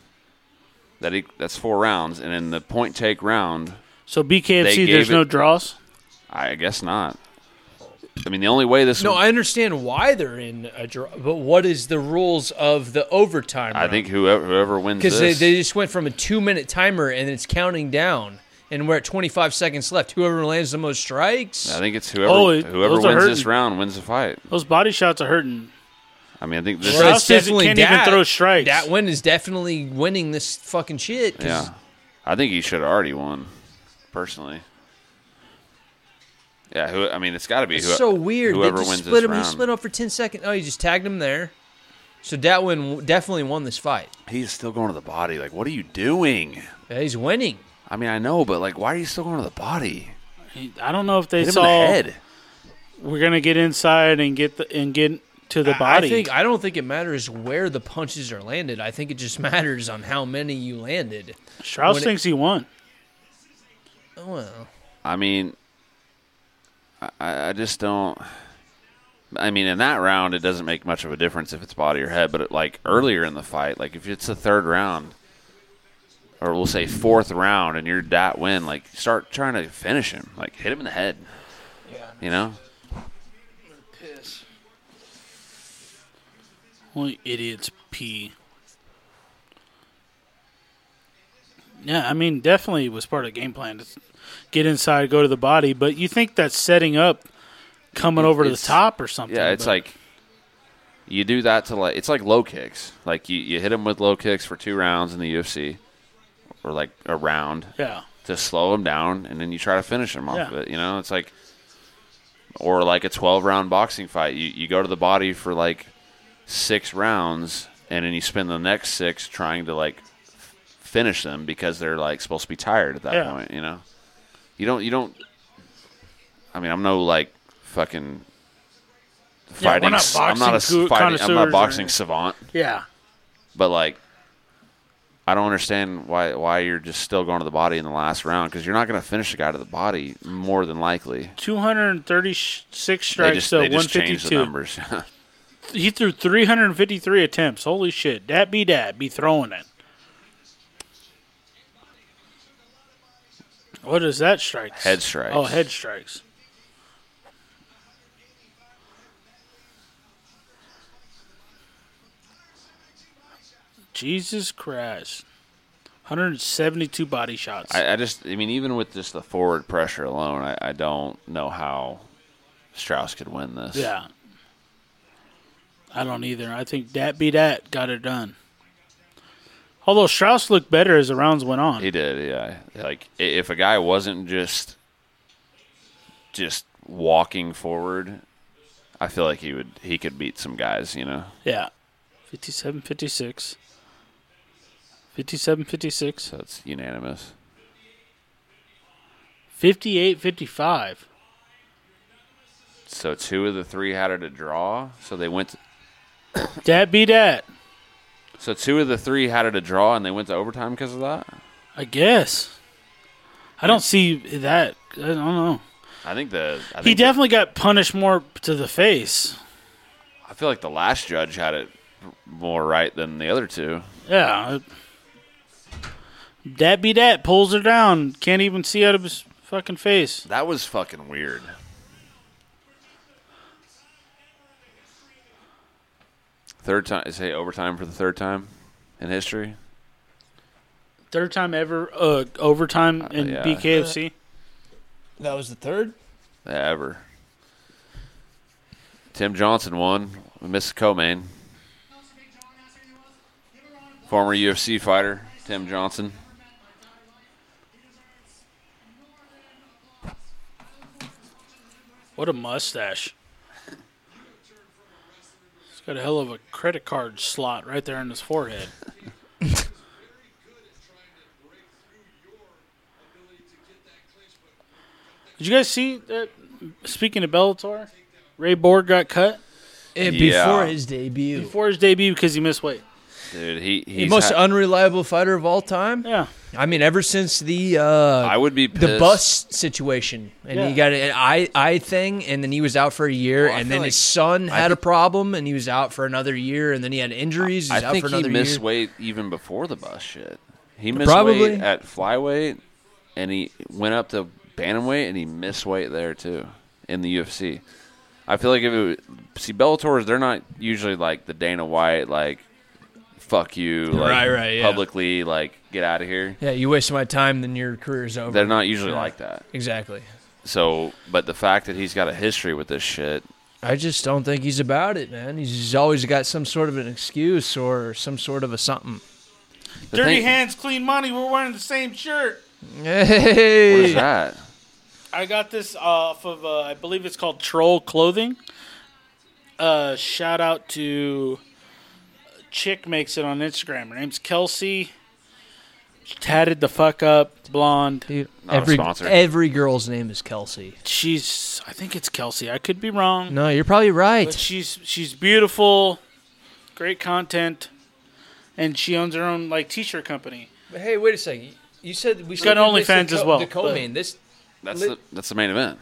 A: That e that's four rounds, and in the point take round,
C: So
A: They
C: BKFC,
A: gave
C: there's no
A: it-
C: draws.
A: I guess not. I mean, the only way this.
B: no, I understand why they're in a draw, but what is the rules of the overtime?
A: I think whoever whoever wins
B: because they,
A: this,
B: they just went from a two minute timer and it's counting down, and we're at twenty five seconds left. Whoever lands the most strikes.
A: I think it's whoever
C: Oh, it-
A: whoever
C: those are
A: wins this
C: hurting.
A: round wins the fight.
C: Those body shots are hurting.
A: I mean, I think this.
B: So
C: Strauss
B: it's
C: says it
B: definitely
C: can't even
B: that-
C: throw strikes.
B: That win is definitely winning this fucking shit. 'cause
A: Yeah, I think he should have already won, personally. Yeah, who, I mean, it's got to be
B: It's
A: who-
B: so weird.
A: Whoever
B: they just
A: wins
B: split
A: this
B: him.
A: round,
B: He split up for ten seconds. Oh, he just tagged him there. So Datwin w- definitely won this fight.
A: he's still going to the body. Like, what are you doing?
B: Yeah, He's winning.
A: I mean, I know, but like, why are you still going to the body?
C: He- I don't know if they
A: Hit him
C: saw.
A: in the head.
C: We're gonna get inside and get the and get to the
B: I-
C: body.
B: I think I don't think it matters where the punches are landed. I think it just (laughs) matters on how many you landed.
C: Strauss
B: when it-
C: thinks he won.
B: Well,
A: I mean, I, I I just don't. I mean, in that round, it doesn't make much of a difference if it's body or head. But it, like earlier in the fight, like if it's the third round, or we'll say fourth round, and you're that win, like start trying to finish him, like hit him in the head. Yeah. You know.
C: Only idiots pee. Yeah, I mean, definitely was part of the game plan to get inside, go to the body. But you think that's setting up coming
A: It-
C: over to the
A: it's-
C: top or something?
A: Yeah, it's
C: but
A: like you do that to like it's like low kicks. Like you, you hit him with low kicks for two rounds in the UFC, or like a round,
C: yeah,
A: to slow him down, and then you try to finish him off
C: Yeah.
A: of it. You know, it's like, or like a 12 round boxing fight. You, you go to the body for like six rounds, and then you spend the next six trying to like f- finish them because they're like supposed to be tired at that
C: Yeah.
A: point. You know, you don't you don't. I mean, I'm no like fucking
C: Yeah, we're
A: fighting.
C: not
A: s- I'm not a s-
C: boxing goo-
A: fighting. I'm
C: connoisseurs or
A: not boxing
C: anything.
A: savant,
C: Yeah.
A: but like. I don't understand why why you're just still going to the body in the last round because you're not going to finish the guy to the body more than likely.
C: 236
A: They
C: strikes
A: just,
C: to
A: they just changed the
C: 152.
A: numbers. (laughs)
C: He threw 353 attempts. Holy shit. That be that. Be throwing it. What is that strikes?
A: Head strikes.
C: Oh, head strikes. Jesus Christ. 172 body shots.
A: I, I just, I mean, even with just the forward pressure alone, I, I don't know how Strauss could win this.
C: Yeah. I don't either. I think that be that got it done. Although Strauss looked better as the rounds went on.
A: he did. Yeah, like i- if a guy wasn't just just walking forward, I feel like he would he could beat some guys. You know,
C: yeah. 57 56. 57 56.
A: so it's unanimous.
C: 58 55.
A: So two of the three had it a draw. So they went.
C: That be that.
A: so two of the three had it a draw, and they went to overtime because of that.
C: I guess. I don't see that. I don't know.
A: I think the I think
C: He
A: the-
C: definitely got punished more to the face.
A: I feel like the last judge had it more right than the other two.
C: Yeah. That be that. Pulls her down. Can't even see out of his fucking face.
A: That was fucking weird. Third time, say overtime for the third time in history.
C: Third time ever uh, overtime in
A: yeah.
C: BKFC.
B: That was the third.
A: Ever. Tim Johnson won. We missed the co-main. Former UFC fighter Tim Johnson.
C: What a mustache. He's got a hell of a credit card slot right there on his forehead. Did you guys see that? Speaking of Bellator, Ray Borg got cut
A: Yeah.
B: Eh, Before his debut.
C: before his debut because he missed weight.
A: Dude, he he's
B: the most
A: ha-
B: unreliable fighter of all time.
C: Yeah.
B: I mean, ever since the uh,
A: I would be pissed.
B: the bus situation, and
C: Yeah.
B: he got an eye eye thing, and then he was out for a year,
A: Oh, I
B: and
A: feel
B: then
A: like-
B: his son had a problem, and he was out for another year, and then he had injuries. He's
A: I
B: out
A: think
B: for
A: he
B: another
A: missed
B: year.
A: weight even before the bus shit. He missed
B: Probably.
A: weight at flyweight, and he went up to bantamweight, and he missed weight there too in the UFC. I feel like if it was, see Bellator's, they're not usually like the Dana White like fuck you like
B: Right, right, yeah.
A: publicly like get out of here.
B: Yeah, you wasted my time, then your career's over.
A: They're not usually like that.
B: exactly.
A: So, but the fact that he's got a history with this shit,
B: I just don't think he's about it, man. He's he's always got some sort of an excuse or some sort of a something.
A: the
C: Dirty
A: thing-
C: hands, clean money. We're wearing the same shirt.
A: What is
B: Hey,
A: that?
C: I got this off of uh, I believe it's called Troll Clothing. Uh, shout out to uh, chick makes it on Instagram. Her name's Kelsey. She tatted the fuck up, blonde.
B: (laughs) dude,
A: Not a
B: every
A: sponsor.
B: every girl's name is Kelsey.
C: She's I think it's Kelsey. I could be wrong,
B: No, you're probably
C: but
B: right.
C: she's she's beautiful, great content, and she owns her own like t-shirt company.
B: hey, wait a second. You said we
C: got still did this OnlyFans to co- as well, the co-main.
B: This
A: That's
B: Lit-
A: the that's the main event.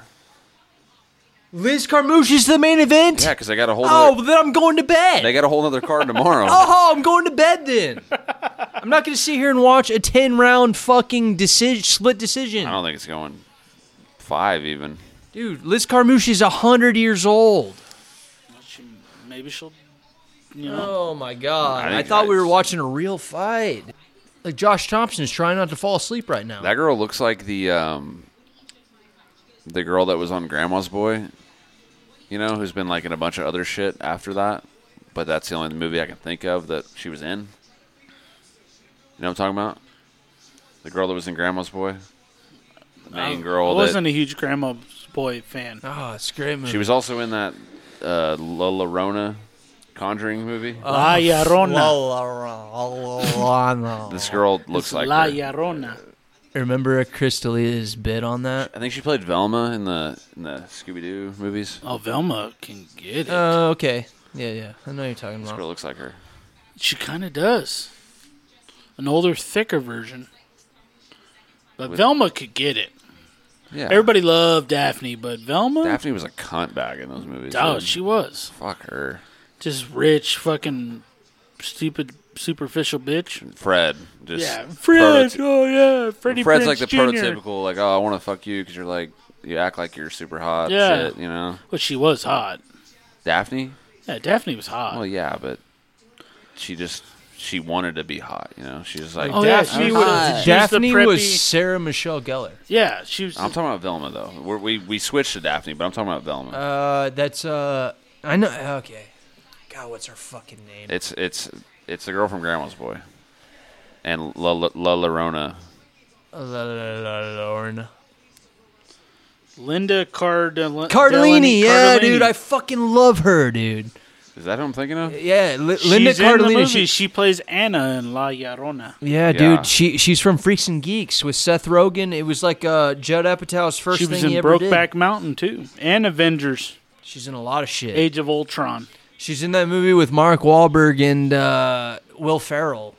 B: Liz Carmouche is the main event.
A: Yeah, because they got a whole.
B: Oh,
A: nother-
B: well, then I'm going to bed.
A: they got a whole other
B: (laughs)
A: card tomorrow.
B: oh, I'm going to
A: (laughs)
B: bed then. I'm not going to sit here and watch a 10 round fucking decision, split decision.
A: I don't think it's going five even.
B: Dude, Liz Carmouche is 100 years old.
C: She, maybe she'll, you know.
B: Oh my God.
A: I
B: I,
A: think
B: thought we
A: that's-
B: were watching a real fight. Like Josh Thompson's trying not to fall asleep right now.
A: That girl looks like the um, the girl that was on Grandma's Boy, you know, who's been like in a bunch of other shit after that. But that's the only movie I can think of that she was in. You know what I'm talking about? The girl that was in Grandma's Boy, the main
C: I
A: girl.
C: wasn't
A: That,
C: a huge grandma's boy fan.
B: oh, it's a great movie.
A: she was also in that uh, La Llorona Conjuring movie.
C: La Llorona.
A: (laughs) this girl looks
C: It's
A: like
C: La
A: her.
C: Llorona.
B: Remember Crystalia's bit on that?
A: I think she played Velma in the in the Scooby Doo movies.
C: Oh, Velma can get it.
A: Uh,
B: Oh, okay. Yeah, yeah. I know you're talking
A: This
B: about.
A: girl looks like her.
C: she kind of does. An older, thicker version. But
A: With-
C: Velma could get it.
A: Yeah.
C: Everybody loved Daphne, but Velma?
A: Daphne was a cunt bag in those movies.
C: Oh,
A: dude.
C: she was.
A: Fuck her.
C: Just rich, fucking stupid, superficial bitch.
A: Fred. Just
C: yeah. Fred.
A: prototy-
C: oh, yeah. Freddie
A: Fred's
C: Prinze
A: like the
C: Jr..
A: prototypical, like, oh, I want to fuck you because you're like, you act like you're super hot.
C: Yeah.
A: Shit, you know?
C: But she was hot.
A: Daphne?
C: Yeah, Daphne was hot.
A: Well, yeah, but she just, she wanted to be hot, you know? She was like,
C: Oh, yeah,
B: Daphne
C: she
B: was-
C: was, she was the
B: Daphne
C: preppy.
B: was Sarah Michelle Gellar.
C: yeah, she was.
A: I'm talking about Velma, though. We're, we we switched to Daphne, but I'm talking about Velma.
B: Uh, that's uh, I know. Okay, God, what's her fucking name?
A: it's it's it's the girl from Grandma's Boy and La, La, La Llorona.
B: La- la- la- la- Lorna.
C: Linda Cardellini.
B: Cardellini, yeah,
C: Cardellini.
B: dude, I fucking love her, dude.
A: Is that who I'm thinking of?
B: Yeah, Li-
C: She's
B: Linda
C: in the
B: Cardellini.
C: movie.
B: she-
C: She, plays Anna in La Llorona.
B: yeah,
A: Yeah.
B: dude, she she's from Freaks and Geeks with Seth Rogen. It was like uh, Judd Apatow's first
C: she was
B: thing
C: in
B: he ever did.
C: Brokeback Mountain too, and Avengers:
B: She's in a lot of shit.
C: Age of Ultron.
B: She's in that movie with Mark Wahlberg and uh, Will Ferrell.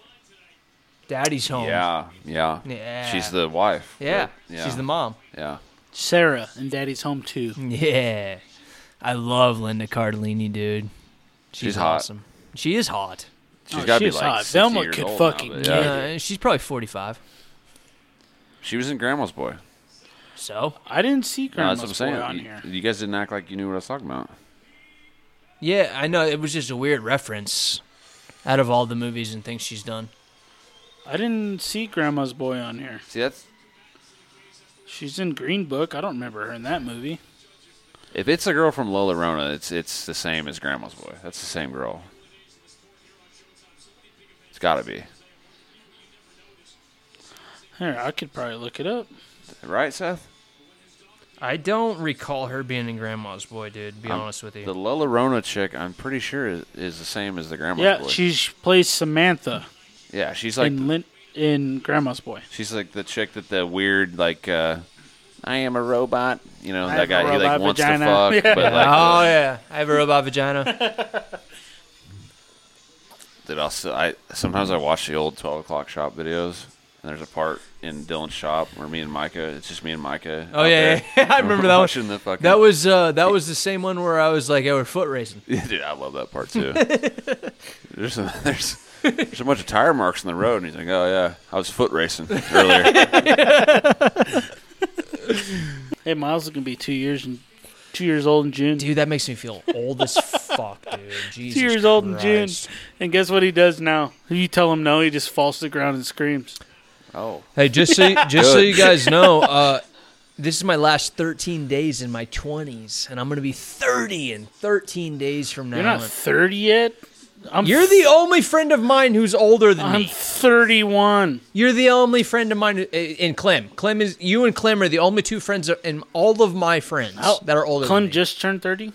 B: Daddy's home.
A: Yeah, yeah,
B: Yeah.
A: She's the wife.
B: Yeah.
A: right? yeah.
B: She's the mom.
A: yeah.
C: Oh, Sarah in Daddy's Home too.
B: (laughs) Yeah. I love Linda Cardellini, dude. She's,
A: She's hot.
B: awesome. She is hot.
A: She's
C: Oh,
A: got to be
C: she's
A: like
C: hot.
A: 60
C: Velma
A: years
C: could
A: old
C: fucking
A: now, but
C: Yeah.
A: yeah.
C: get
B: Uh, she's probably 45.
A: She was in Grandma's Boy.
B: So?
C: I didn't see
A: No,
C: Grandma's
A: that's what I'm
C: Boy on
A: saying.
C: here.
A: You, you guys didn't act like you knew what I was talking about.
B: Yeah, I know. It was just a weird reference out of all the movies and things she's done.
C: I didn't see Grandma's Boy on here.
A: See, that's
C: She's in Green Book. I don't remember her in that movie.
A: if it's a girl from Lola Rona, it's it's the same as Grandma's Boy. That's the same girl. It's got to be
C: Here, I could probably look it up.
A: right, Seth.
B: I don't recall her being in Grandma's Boy, dude, to be
A: I'm-
B: honest with you.
A: The Lola Rona chick, I'm pretty sure is, is the same as the Grandma's
C: yeah,
A: Boy.
C: she sh- plays Samantha
A: yeah, she's like
C: in Lin- in Grandma's Boy.
A: She's like the chick that the weird like uh I am a robot, you know,
C: I
A: that
C: am a
A: guy he like
C: robot
A: wants
C: vagina.
A: to
C: (laughs)
A: fuck,
C: Yeah.
A: but like
B: oh, yeah. I have a robot
C: (laughs)
B: vagina.
A: that also I sometimes I watch the old twelve o'clock shop videos and there's a part in Dylan's shop where me and Micah it's just me and Micah.
B: Oh, yeah, yeah, I remember
C: (laughs)
B: that one.
A: watching the fucking (laughs)
B: That was uh, that was the same one where I was like, "I were foot racing."
A: Dude, I love that part
B: (laughs)
A: too. there's some there's there's a bunch of tire marks on the road and he's like, Oh yeah, I was foot racing
B: (laughs)
A: earlier.
C: Hey, Miles is gonna be two years and two years old in June.
B: Dude, that makes me feel old
C: (laughs)
B: as fuck, dude. Jesus
C: two years old in June.
B: Christ.
C: And guess what he does now? If you tell him no, he just falls to the ground and screams.
A: oh.
B: Hey, just so just so
A: Good.
B: you guys know, uh, this is my last 13 days in my 20s, and I'm gonna be 30 in 13 days from now.
C: You're not
B: on.
C: 30 yet. I'm
B: You're the only friend of mine who's older than
C: I'm
B: me.
C: 31.
B: You're the only friend of mine who- in Clem. Clem is you and Clem are the only two friends of, in all of my friends that are older.
C: Oh, Clem
B: than me.
C: just turned 30.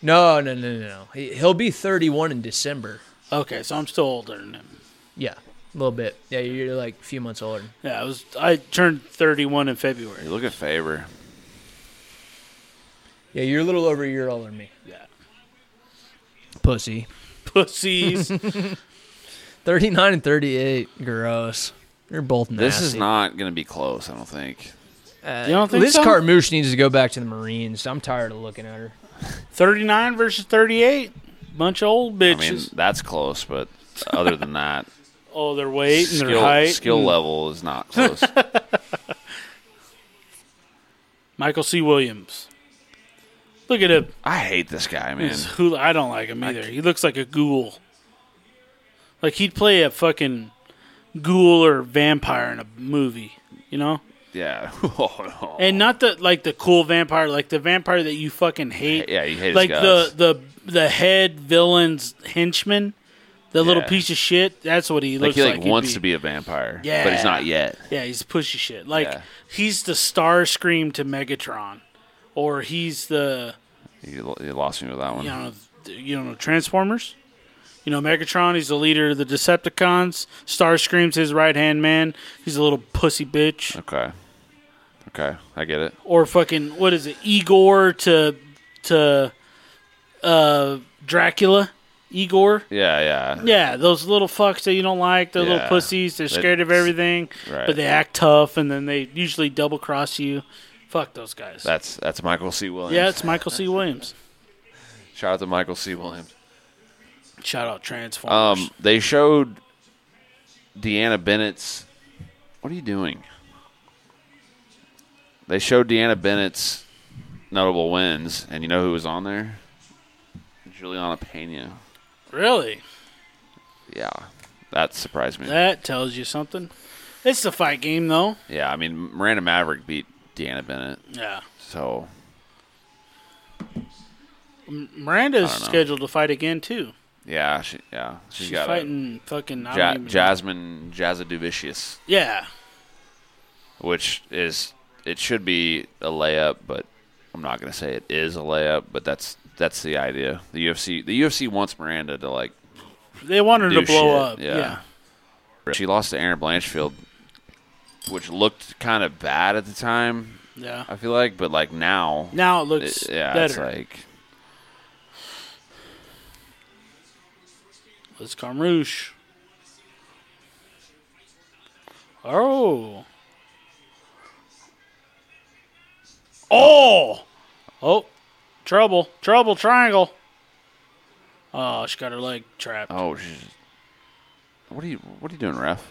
B: no, no, no, no, no. He, he'll be 31 in December.
C: Okay, so I'm still older than him.
B: Yeah, a little bit. Yeah, you're like a few months older.
C: Yeah, I was. I turned 31 in February.
A: You look at Faber.
B: Yeah, you're a little over a year older than me.
C: Yeah,
B: Pussy.
C: (laughs)
A: (laughs)
C: pussies.
B: 39 and 38. Gross. You're both nasty.
A: This is not gonna be close, I don't think.
B: Uh,
C: You don't think
B: Liz
C: so?
B: Carmouche needs to go back to the Marines. I'm tired of looking at her.
C: 39 versus 38. Bunch of old
A: I mean,
C: bitches.
A: that's close, but other than
C: (laughs)
A: that,
C: oh, their weight and their
A: skill,
C: height.
A: skill
C: and-
A: level is not
C: (laughs)
A: close.
C: Michael C. Williams. Look at him.
A: I hate this guy, man.
C: He's hula- I don't like him either. He looks like a ghoul. Like he'd play a fucking ghoul or vampire in a movie, you know?
A: Yeah. (laughs) Oh,
C: And not the like the cool vampire, like the vampire that you fucking hate.
A: yeah, you hate
C: like
A: his
C: the
A: guts.
C: the the head villain's henchman, the little
A: Yeah.
C: piece of shit. That's what he
A: like
C: looks
A: he
C: like.
A: like
C: he'd
A: wants to be a vampire, but
C: Yeah.
A: he's not yet.
C: Yeah, he's pushy shit. Like
A: Yeah.
C: he's the star scream to Megatron, or he's the
A: You, lo- you lost me with that one.
C: you know you don't know Transformers. You know, Megatron, he's the leader of the Decepticons. Starscream's his right hand man. He's a little pussy bitch.
A: Okay. Okay, I get it.
C: Or fucking what is it, Igor to to uh Dracula? Igor?
A: Yeah, yeah.
C: Yeah, those little fucks that you don't like, they're
A: Yeah.
C: little pussies, they're
A: They-
C: scared of everything,
A: Right.
C: but they act tough and then they usually double cross you. Fuck those guys.
A: That's that's Michael C. Williams.
C: yeah, it's Michael C. Williams.
A: Shout out to Michael C. Williams.
C: Shout out Transformers.
A: Um, they showed Deanna Bennett's. What are you doing? They showed Deanna Bennett's notable wins, and you know who was on there? Juliana Pena.
C: really?
A: Yeah, that surprised me.
C: That tells you something. It's the fight game though.
A: yeah, I mean Miranda Maverick beat Deanna Bennett,
C: Yeah.
A: so
C: Miranda's
A: I don't know.
C: scheduled to fight again too.
A: yeah, she yeah
C: She's,
A: she's got a,
C: fighting fucking I
A: ja-
C: don't even-
A: Jasmine Jazaduvicius,
C: Yeah.
A: which is it should be a layup, but I'm not gonna say it is a layup, but that's that's the idea. The UFC the UFC wants Miranda to like
C: They want her
A: do
C: to blow
A: shit.
C: up. Yeah.
A: yeah, she lost to Aaron Blanchfield, which looked kind of bad at the time.
C: Yeah.
A: I feel like, but like now,
C: Now it looks
A: it, yeah, it's
C: better.
A: like
C: Let's come Rouge. Oh. Oh. Oh. Trouble. Trouble. Triangle. Oh, she got her leg trapped.
A: Oh, she's- what are you? What are you doing, ref?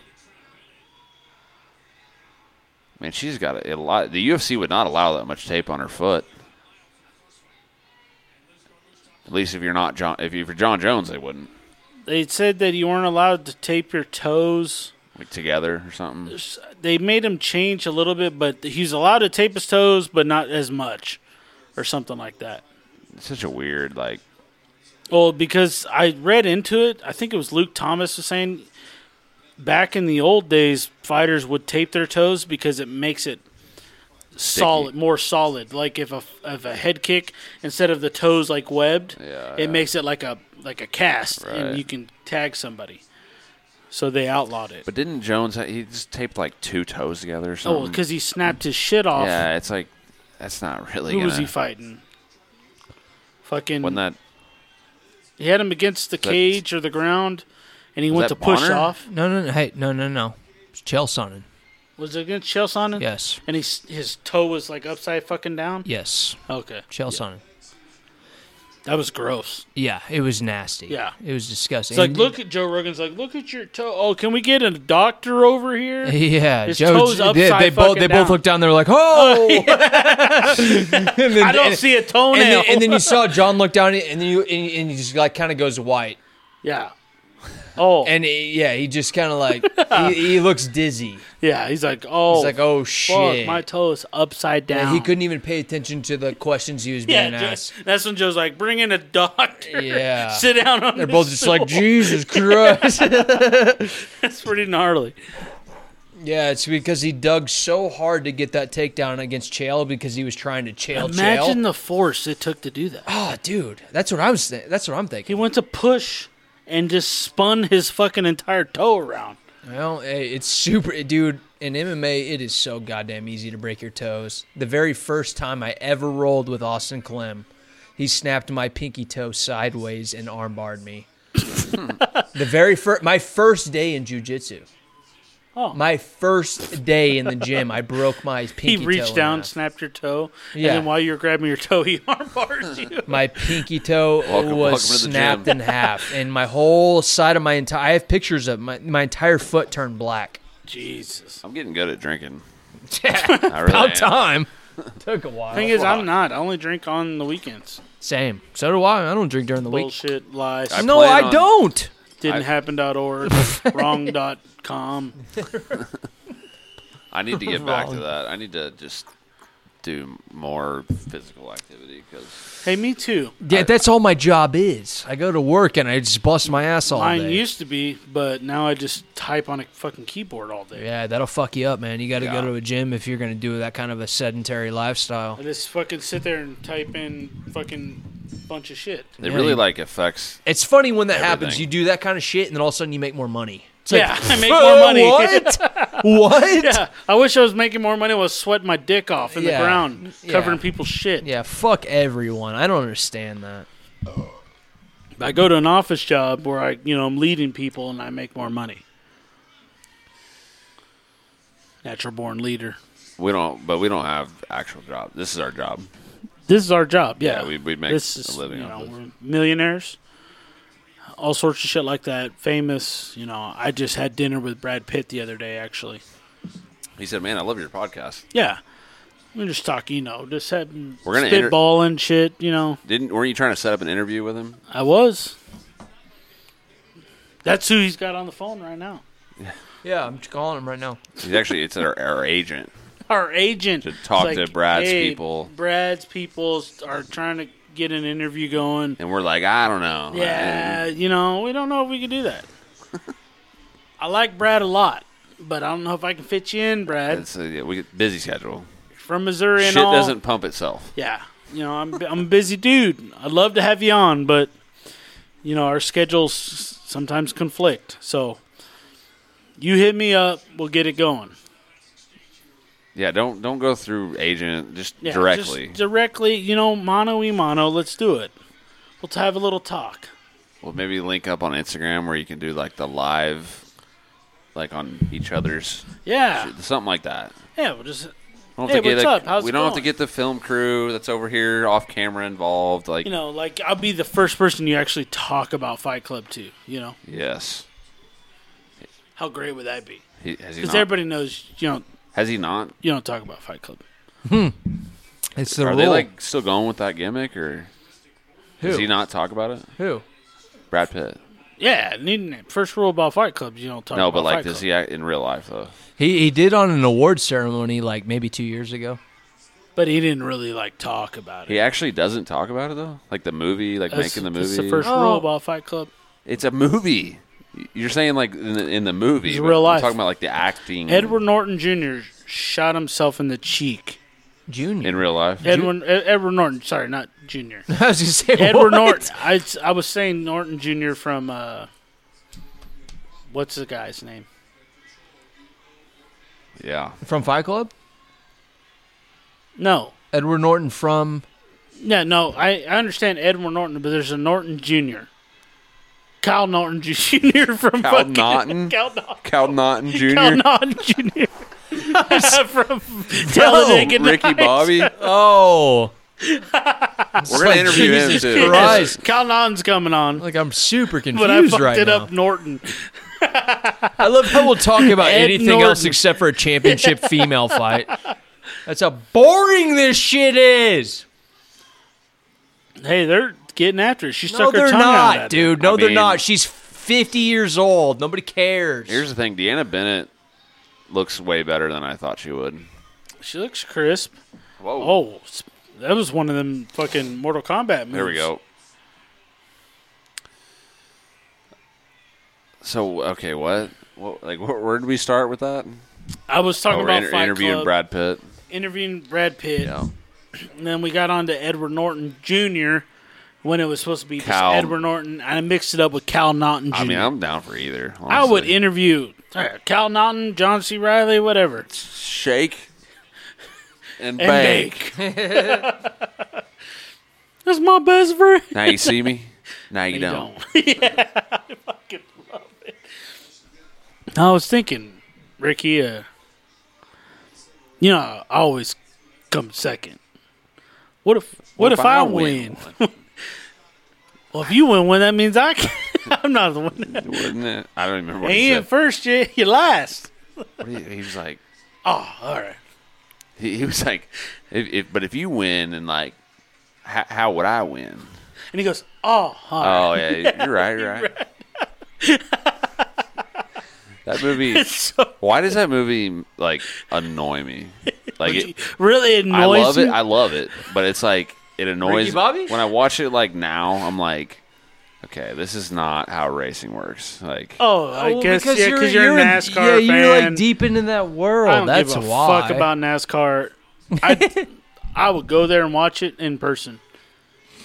A: Man, she's got a, a lot. The UFC would not allow that much tape on her foot. At least if you're not John, if you're John Jones, they wouldn't
C: They said that you weren't allowed to tape your toes.
A: like together or something.
C: They made him change a little bit, but he's allowed to tape his toes, but not as much, or something like that.
A: It's such a weird like.
C: Well, because I read into it, I think it was Luke Thomas was saying back in the old days, fighters would tape their toes because it makes it solid, more solid. Like if a if a head kick instead of the toes like webbed,
A: Yeah,
C: it
A: yeah.
C: makes it like a like a cast,
A: Right.
C: and you can tag somebody. So they outlawed it.
A: But didn't Jones? ha- He just taped like two toes together or
C: oh,
A: something.
C: because he snapped his shit off.
A: yeah, it's like that's not really.
C: Who
A: gonna,
C: was he fighting? Fucking.
A: Wasn't that
C: he had him against the
A: that-
C: cage or the ground, and he went to
A: that
C: push
A: Bonner?
C: off.
B: No, no, no. Hey, no, no, no. It's Chael Sonnen.
C: Was it against Chael Sonnen?
B: Yes.
C: And he's, his toe was like upside fucking down?
B: Yes.
C: Okay.
B: Chael Sonnen.
C: That was gross.
B: Yeah, it was nasty.
C: Yeah.
B: It was disgusting.
C: It's like,
B: And-
C: look at Joe Rogan's like, look at your toe. Oh, can we get a doctor over here?
B: uh, Yeah,
C: His
B: Joe.
C: toes
B: they,
C: upside
B: they both
C: fucking
B: they
C: down.
B: both looked down. They were
C: (laughs)
B: like, "Oh!" (laughs) and then,
C: I don't
B: and,
C: see a
B: And
C: toenail.
B: then, and then you
C: (laughs)
B: saw John look down, and then you and, and he just like kind of goes white,
C: yeah. Oh.
B: and he- yeah, he just kind of like he, he looks dizzy.
C: yeah. He's like, oh.
B: He's like, "Oh
C: fuck,
B: shit!"
C: my toe is upside down.
B: he couldn't even pay attention to the questions he was
C: (laughs) Yeah,
B: being
C: Joe-
B: asked.
C: that's when Joe's like, bring in a doctor.
B: Yeah.
C: (laughs) Sit down on
B: They're both just
C: (laughs)
B: like,
C: stool."
B: "Jesus Christ!" (laughs)
C: That's pretty gnarly.
B: yeah, it's because he dug so hard to get that takedown against Chael because he was trying to Chael
C: Imagine
B: Chael.
C: the force it took to do that.
B: Oh, dude, that's what I was. Th- that's what I'm
C: He
B: thinking.
C: went to push and just spun his fucking entire toe around.
B: Well, hey, it's super, dude. In MMA, it is so goddamn easy to break your toes. The very first time I ever rolled with Austin Clem, he snapped my pinky toe sideways and armbarred me. (laughs) the very first, my first day in jujitsu.
C: Oh.
B: My first day in the gym, I broke my
C: (laughs) He
B: pinky. toe
C: reached
B: in
C: down,
B: half.
C: snapped your toe,
B: Yeah.
C: and then while you were grabbing your toe, (laughs) he armbars
B: (laughs)
C: you.
B: My pinky toe
A: Welcome-
B: was
A: welcome to the
B: snapped
A: gym.
B: in half, and my whole side of my entire—I have pictures of my my entire foot turned black.
C: (laughs) Jesus.
A: I'm getting good at
C: (laughs)
A: drinking.
B: About
A: I really am.
B: time. (laughs) Took a while.
C: Thing is, I'm not. I only drink on the weekends.
B: Same. So do I. I don't drink during the week.
C: Bullshit, lies,
A: I
B: no,
A: plan
B: I
A: on-
B: don't. (laughs)
C: didn't happen.org, wrong.com.
A: I need to
C: (laughs)
A: get back to
B: Wrong.
A: that. I need to just do more physical activity because
C: Hey, me too.
B: Yeah, that's all my job is. I go to work and I just bust my ass all
C: Mine
B: day.
C: used to be, but now I just type on a fucking keyboard all day.
B: yeah, that'll fuck you up, man. You got to
A: Yeah.
B: go to a gym if you're going to do that kind of a sedentary lifestyle.
C: I just fucking sit there and type in fucking bunch of shit.
A: It
B: Yeah,
A: really
B: you-
A: like affects.
B: It's funny when that happens.
A: Everything.
B: You do that kind of shit, and then all of a sudden you make more money. It's
C: Yeah, (laughs) I make
B: "Whoa,
C: more money."
B: (laughs) What? what?
C: (laughs) Yeah, I wish I was making more money. I was sweating my dick off in
B: Yeah.
C: the ground,
B: Yeah.
C: covering people's shit.
B: Yeah, fuck everyone. I don't understand that.
C: I go to an office job where I, you know, I'm leading people and I make more money. Natural born leader.
A: We don't, but we don't have actual job. This is our job.
C: This is our job. Yeah,
A: Yeah, we- we make
C: this
A: a
C: is,
A: living
C: You
A: off
C: know,
A: this.
C: we're millionaires. All sorts of shit like that. Famous. You know, I just had dinner with Brad Pitt the other day. Actually,
A: He said, "Man, I love your podcast."
C: yeah. We just talk, you know, just having
A: We're gonna inter-
C: spitballing shit. You know,
A: Didn't weren't you trying to set up an interview with him?
C: I was. That's who he's got on the phone right now.
B: Yeah, I'm calling him right now.
A: He's actually it's our, our agent.
C: Our agent
A: To talk
C: It's
A: to Brad's
C: "Hey,
A: people."
C: Brad's people are trying to get an interview going.
A: And we're like, I don't know.
C: Yeah, you know, we don't know if we can
A: (laughs)
C: do that. I like Brad a lot, but I don't know if I can fit you in, Brad.
A: It's a yeah, we get busy schedule.
C: From Missouri and
A: Shit
C: all.
A: doesn't pump itself.
C: Yeah, you know, I'm I'm a busy dude. I'd love to have you on, but you know, our schedules s- sometimes conflict. So you hit me up, we'll get it going.
A: Yeah, don't don't go through agent just
C: Yeah,
A: directly.
C: just directly. You know, mono e mono. Let's do it. Let's have a little talk.
A: Well, maybe link up on Instagram where you can do like the live, like on each other's
C: Yeah,
A: something like that.
C: yeah. We'll just
A: We don't
C: Hey,
A: have to get
C: what's
A: a-
C: up? How's
A: we
C: it
A: don't have to
C: going?
A: get the film crew that's over here off camera involved. Like
C: you know, like I'll be the first person you actually talk about Fight Club to. You know,
A: yes,
C: how great would that be?
A: he, has he
C: Because
A: not?
C: everybody knows you don't
A: has he not?
C: you don't talk about Fight Club.
B: It's the
A: Are
B: rule.
A: they like still going with that gimmick or
B: who?
A: does he not talk about it?
B: Who?
A: Brad Pitt.
C: Yeah, needing it. First rule about Fight Club, you don't talk.
A: no,
C: about
A: but like
C: Oh, Fight
A: does
C: Club.
A: he act in real life though?
B: He he did on an award ceremony like maybe two years ago.
C: But he didn't really like talk about it.
A: He actually doesn't talk about it though. Like the movie, like
C: That's-
A: making the
C: that's
A: movie.
C: the first
B: Oh.
C: rule about Fight Club.
A: It's a movie. You're saying like in the, in the movie,
C: It's
A: but
C: real
A: I'm
C: life.
A: talking about like the acting.
C: Edward Norton Jr. shot himself in the cheek.
B: Junior.
A: in real life.
C: Edwin, Ed- Edward Norton, sorry, not Jr.
B: (laughs) I was gonna say
C: (laughs) Edward
B: what?
C: Norton. I, s- I was saying Norton Jr. from uh, what's the guy's name?
A: yeah,
B: from Fight Club.
C: No,
B: Edward Norton from
C: yeah, no. I, I understand Edward Norton, but there's a Norton Jr. Kyle Norton (laughs) Jr. from
A: Cal
C: fucking- (laughs)
A: Naughton?
C: Cal Norton.
A: Cal Naughton Jr.
C: (laughs) Cal Naughton Jr. (laughs) from
A: (laughs)
C: Talladega
A: Ricky
C: Nights.
A: Bobby.
B: oh,
A: We're gonna interview him
B: Jesus
A: too.
B: Christ.
C: Kyle Naughton's coming on.
B: like I'm super confused
C: But I fucked
B: right
C: it
B: now.
C: up, Norton.
B: I love how we'll talk about
C: (laughs) Ed
B: anything
C: Norton.
B: else except for a
C: (laughs)
B: championship female fight. That's how boring this shit is.
C: Hey, they're getting after it. She
B: No,
C: stuck her
B: they're
C: tongue out.
B: not,
C: at
B: dude.
A: I
B: No, they're
A: mean-
B: not. She's 50 years old. Nobody cares.
A: Here's the thing: Deanna Bennett looks way better than I thought she would.
C: it. She looks crisp.
A: Whoa!
C: Oh, s- that was one of them fucking Mortal Kombat moves.
A: there we go. So okay, what? what like where, where did we start with that?
C: I was talking
A: we're
C: about
A: inter-
C: Fight
A: interviewing
C: Club,
A: Brad Pitt.
C: interviewing Brad Pitt,
A: Yeah.
C: and then we got on to Edward Norton Jr. When it was supposed to be
A: Cal-
C: just Edward Norton, and I mixed it up with Cal Naughton Jr.
A: I mean, I'm down for either.
C: I would
A: honestly.
C: interview uh, Cal Naughton, John C. Riley, whatever.
A: shake
C: (laughs)
A: and,
C: And
A: bake.
C: bake. That's my best friend.
A: Now you see me. Now you,
C: You
A: don't.
C: don't. (laughs) yeah, I fucking love it. I was thinking, Ricky, uh, you know, I always come second. What if what, if, I, win? well, if you win one, that means I can. (laughs) I'm not the winner.
A: Wouldn't it? I don't remember what
C: Ain't
A: he
C: in
A: said.
C: first, you you last.
A: What he, he was like,
C: Oh, all right.
A: he, he was like, if, if, but if you win, and like, how, how would I win?
C: And he goes, oh,
A: Oh
B: (laughs)
C: all right.
A: yeah, you're right, you're right. (laughs) that movie.
C: (laughs) So
A: Why does that movie like annoy me? Like it,
C: really annoys
A: I love
C: you.
A: it. I love it. But it's like it annoys
B: Ricky Bobby?
A: when I watch it. Like now, I'm like, okay, this is not how racing works. Like,
C: Oh, I
B: Well,
C: guess yeah, because you're, a
B: in-
C: NASCAR
B: yeah, you're
C: fan.
B: like deep into that world.
C: I don't
B: That's
C: give a
B: why.
C: fuck about NASCAR. I I would go there and watch it in person.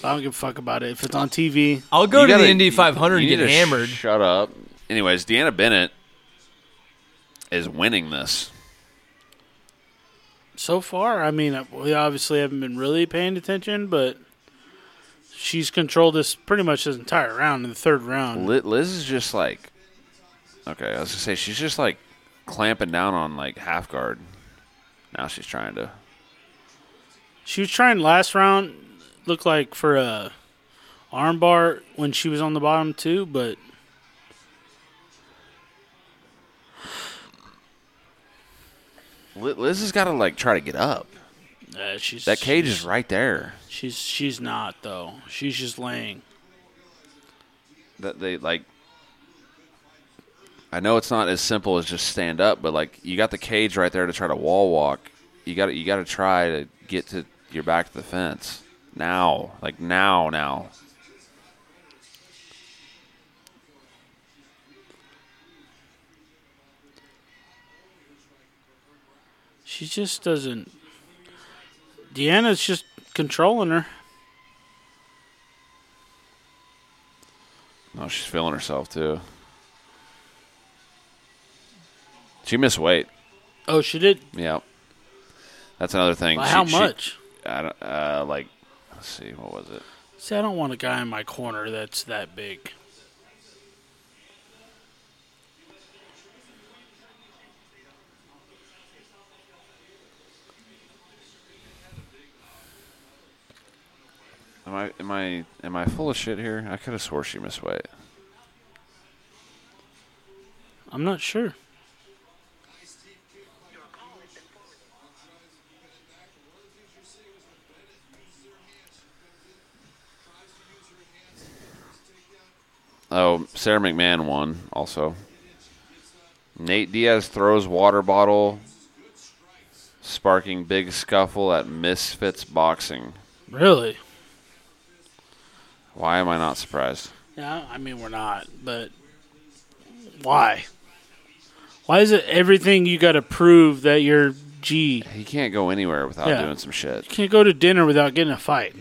C: I don't give a fuck about it. If it's on TV,
B: I'll go
A: You
B: to
A: gotta-
B: the Indy 500 and
A: you
B: get
A: need to
B: hammered.
A: Shut up. Anyways, Deanna Bennett is winning this.
C: so far, I mean, we obviously haven't been really paying attention, but she's controlled this pretty much this entire round in the third round.
A: Li- Liz is just like, okay, I was gonna say she's just like clamping down on like half guard. Now she's trying to.
C: She was trying last round, looked like for a armbar when she was on the bottom too, but
A: Li- Liz has got to like try to get up.
C: uh, she's
A: That cage is right there.
C: She's she's not though. She's just laying.
A: That they like. I know it's not as simple as just stand up, but like you got the cage right there to try to wall walk. You got to you got to try to get to your back to the fence now. Like now, now.
C: She just doesn't. Deanna's just controlling her.
A: No, Oh, she's feeling herself too. She missed weight.
C: Oh, she did.
A: Yeah, that's another thing.
C: By
A: She-
C: how
A: she-
C: much?
A: I don't, uh, like, let's see, what was it?
C: See, I don't want a guy in my corner that's that big.
A: Am I am I am I full of shit here? I could have swore she missed weight.
C: I'm not sure.
A: Oh, Sarah McMahon won also. Nate Diaz throws water bottle, sparking big scuffle at Misfits Boxing.
C: Really?
A: Why am I not surprised?
C: Yeah, I mean we're not, but why? Why is it everything you got to prove that you're G?
A: He can't go anywhere without
C: Yeah.
A: doing some shit.
C: Can't go to dinner without getting a fight.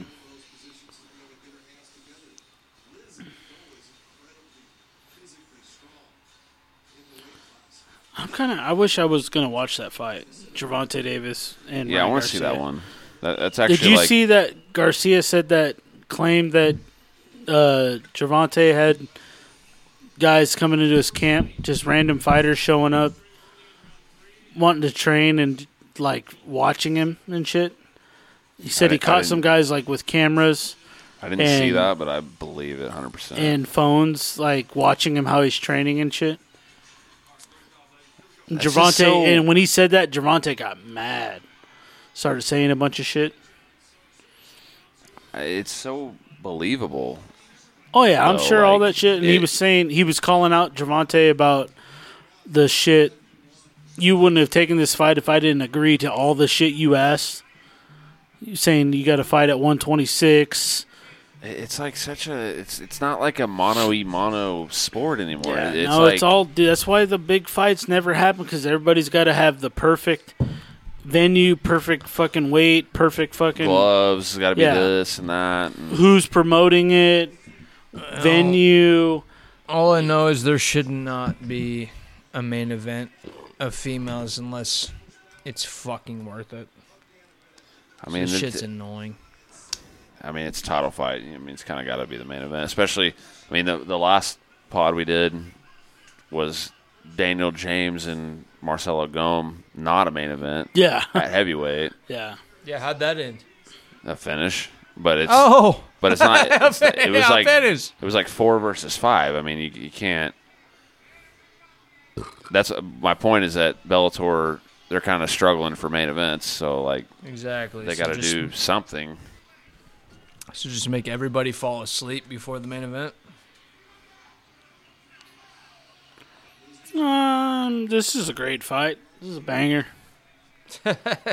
C: I'm kind of. I wish I was gonna watch that fight, Javante Davis and
A: Yeah, I
C: Ryan
A: want to see
C: Garcia.
A: that one. That, that's
C: Did
A: actually
C: you
A: like,
C: see that Garcia said that claimed that uh, Javante had guys coming into his camp, just random fighters showing up, wanting to train and like watching him and shit. He said he
A: didn't- I
C: caught
A: didn't-
C: some guys like with cameras
A: I didn't see
C: and-
A: that, but I believe it 100%.
C: and phones, like watching him how he's training and shit. And
A: That's just
C: Javante,
A: so-
C: and when he said that, Javante got mad, started saying a bunch of shit.
A: it's so believable.
C: Oh yeah, I'm
A: So,
C: sure all
A: like,
C: that shit. And he
A: it-
C: was saying he was calling out Javante about the shit. You wouldn't have taken this fight if I didn't agree to all the shit you asked. You saying you got to fight at 126.
A: It's like such a. It's it's not like a mono e mono sport anymore.
C: Yeah,
A: it's
C: no,
A: like
C: it's all. Dude, that's why the big fights never happen because everybody's got to have the perfect venue, perfect fucking weight, perfect fucking
A: gloves. Got to be
C: Yeah.
A: this and that. And
C: who's promoting it, venue.
B: All I know is there should not be a main event of females unless it's fucking worth it.
A: I mean,
B: this
A: it-
B: shit's annoying.
A: I mean, it's a title fight. I mean, it's kind of got to be the main event. Especially, I mean, the the last pod we did was Daniel James and Marcelo Gome, not a main event
C: Yeah, (laughs)
A: at heavyweight,
C: yeah.
B: Yeah, how'd that end?
A: a finish. But it's
B: Oh, (laughs)
A: but it's
C: (laughs)
A: not. It's, it was
B: I'll (laughs)
A: like
B: finish.
A: It was like four versus five. I mean, you, you can't. That's uh, my point. Is that Bellator? They're kind of struggling for main events, so like
B: exactly.
A: they
B: So
A: got to
B: just-
A: do something.
B: so. Just make everybody fall asleep before the main event. (laughs)
C: Um, this is a great fight. This is a banger.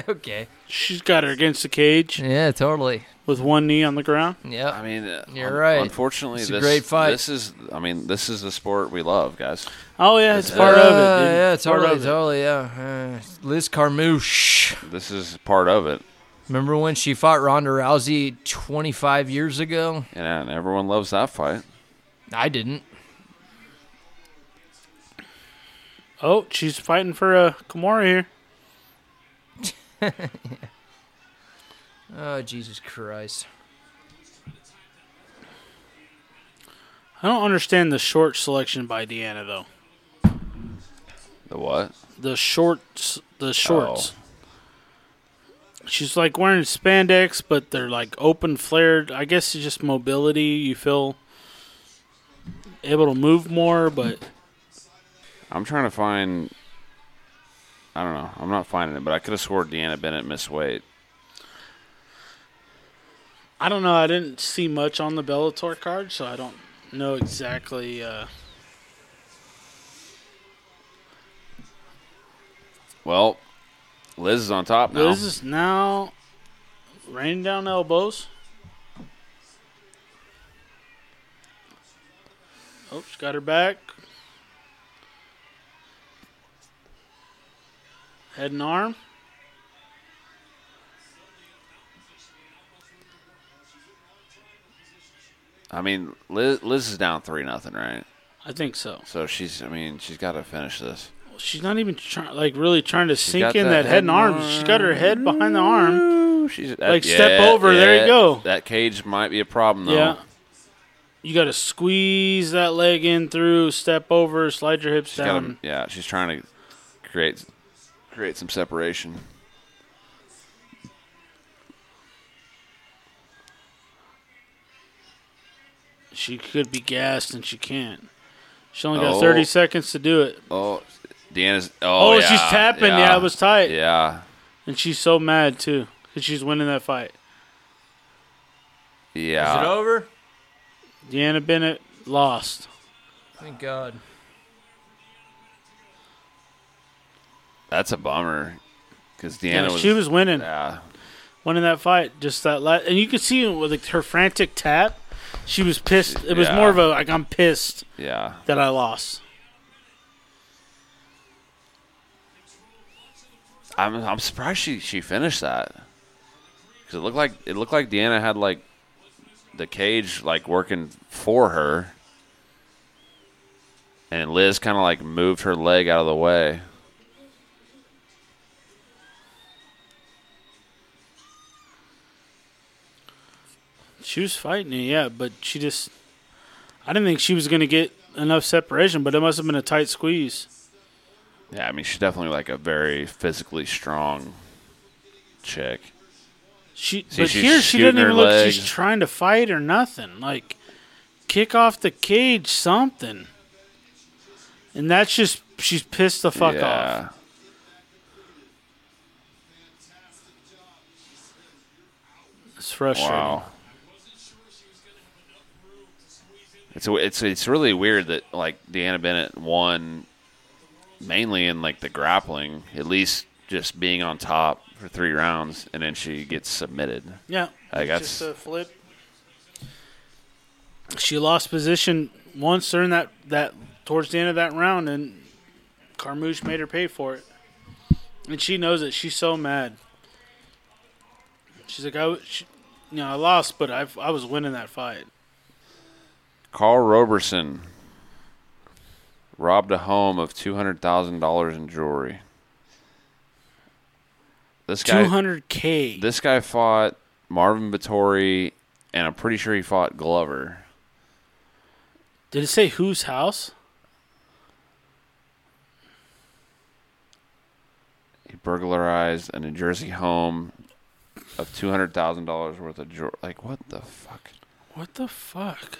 B: okay.
C: She's got her against the cage
B: Yeah, totally.
C: with one knee on the ground.
A: I
B: Yeah.
A: mean, uh,
B: You're right.
A: Unfortunately,
B: It's a
A: this
B: great fight.
A: This is. I mean, this is the sport we love, guys.
C: Oh yeah, it's part of it. dude.
B: Uh, Yeah,
C: Part
B: totally,
C: of it.
B: totally. Yeah. Uh, Liz Carmouche.
A: This is part of it.
B: Remember when she fought Ronda Rousey 25 years ago?
A: and everyone loves that fight.
B: I didn't.
C: Oh, she's fighting for a Kimura here.
B: Oh, Jesus Christ.
C: I don't understand the short selection by Deanna though.
A: The what?
C: The shorts, the shorts. She's like wearing spandex, but they're like open, flared. I guess it's just mobility. You feel able to move more, but
A: I'm trying to find. I don't know. I'm not finding it, but I could have swore Deanna Bennett missed weight.
C: I don't know. I didn't see much on the Bellator card, so I don't know exactly. Uh,
A: Well, Liz is on top now.
C: This is now raining down elbows. Oops, got her back. Head and arm.
A: I mean, Liz, Liz is down three nothing, right?
C: I think so.
A: So she's. I mean, she's got to finish this.
C: She's not even trying, like really trying to
A: got
C: sink in that, head and arm. She's got her head behind the arm.
A: Ooh, she's that-
C: Like, step over, there you
A: yeah,
C: go.
A: That cage might be a problem though.
C: Yeah. You got to squeeze that leg in through, step over, slide your hips
A: She's got
C: down.
A: to. Yeah, she's trying to create create some separation.
C: She could be gassed and she can't. She only got
A: Oh.
C: 30 seconds to do it.
A: Oh, Deanna's. Oh,
C: Oh,
A: yeah,
C: she's tapping. Yeah, it was tight.
A: Yeah,
C: And she's so mad, too, because she's winning that fight.
A: yeah.
B: Is it over?
C: Deanna Bennett lost.
B: Thank God.
A: That's a bummer because Deanna
C: Yeah,
A: was.
C: she was winning,
A: Yeah,
C: winning that fight. Just that last. And you could see with like, her frantic tap, she was pissed. It was
A: Yeah.
C: more of a, like, I'm pissed
A: yeah.
C: that I lost.
A: I'm I'm surprised she she finished that because it looked like it looked like Deanna had like the cage like working for her, and Liz kind of like moved her leg out of the way.
C: She was fighting it, yeah, but she just. I didn't think she was going to get enough separation, but it must have been a tight squeeze.
A: Yeah, I mean she's definitely like a very physically strong chick.
C: She,
A: See,
C: but
A: she's
C: here she
A: shooting
C: doesn't even
A: her
C: look.
A: leg.
C: She's trying to fight or nothing. Like, kick off the cage, something. And that's just she's pissed the fuck off.
A: yeah.
C: It's frustrating.
A: Wow. It's a, it's it's really weird that like Deanna Bennett won mainly in like the grappling, at least just being on top for three rounds, and then she gets submitted.
C: Yeah,
A: Like,
C: it's just a flip. She lost position once during that that towards the end of that round, and Carmouche made her pay for it. And she knows it. She's so mad. She's like, I, w- she, you know, I lost, but I I was winning that fight.
A: Carl Roberson robbed a home of two hundred thousand dollars in jewelry. This guy,
C: Two hundred k.
A: This guy fought Marvin Vittori, and I'm pretty sure he fought Glover.
C: Did it say whose house?
A: He burglarized a New Jersey home of two hundred thousand dollars worth of jewelry. Like what the fuck?
C: What the fuck?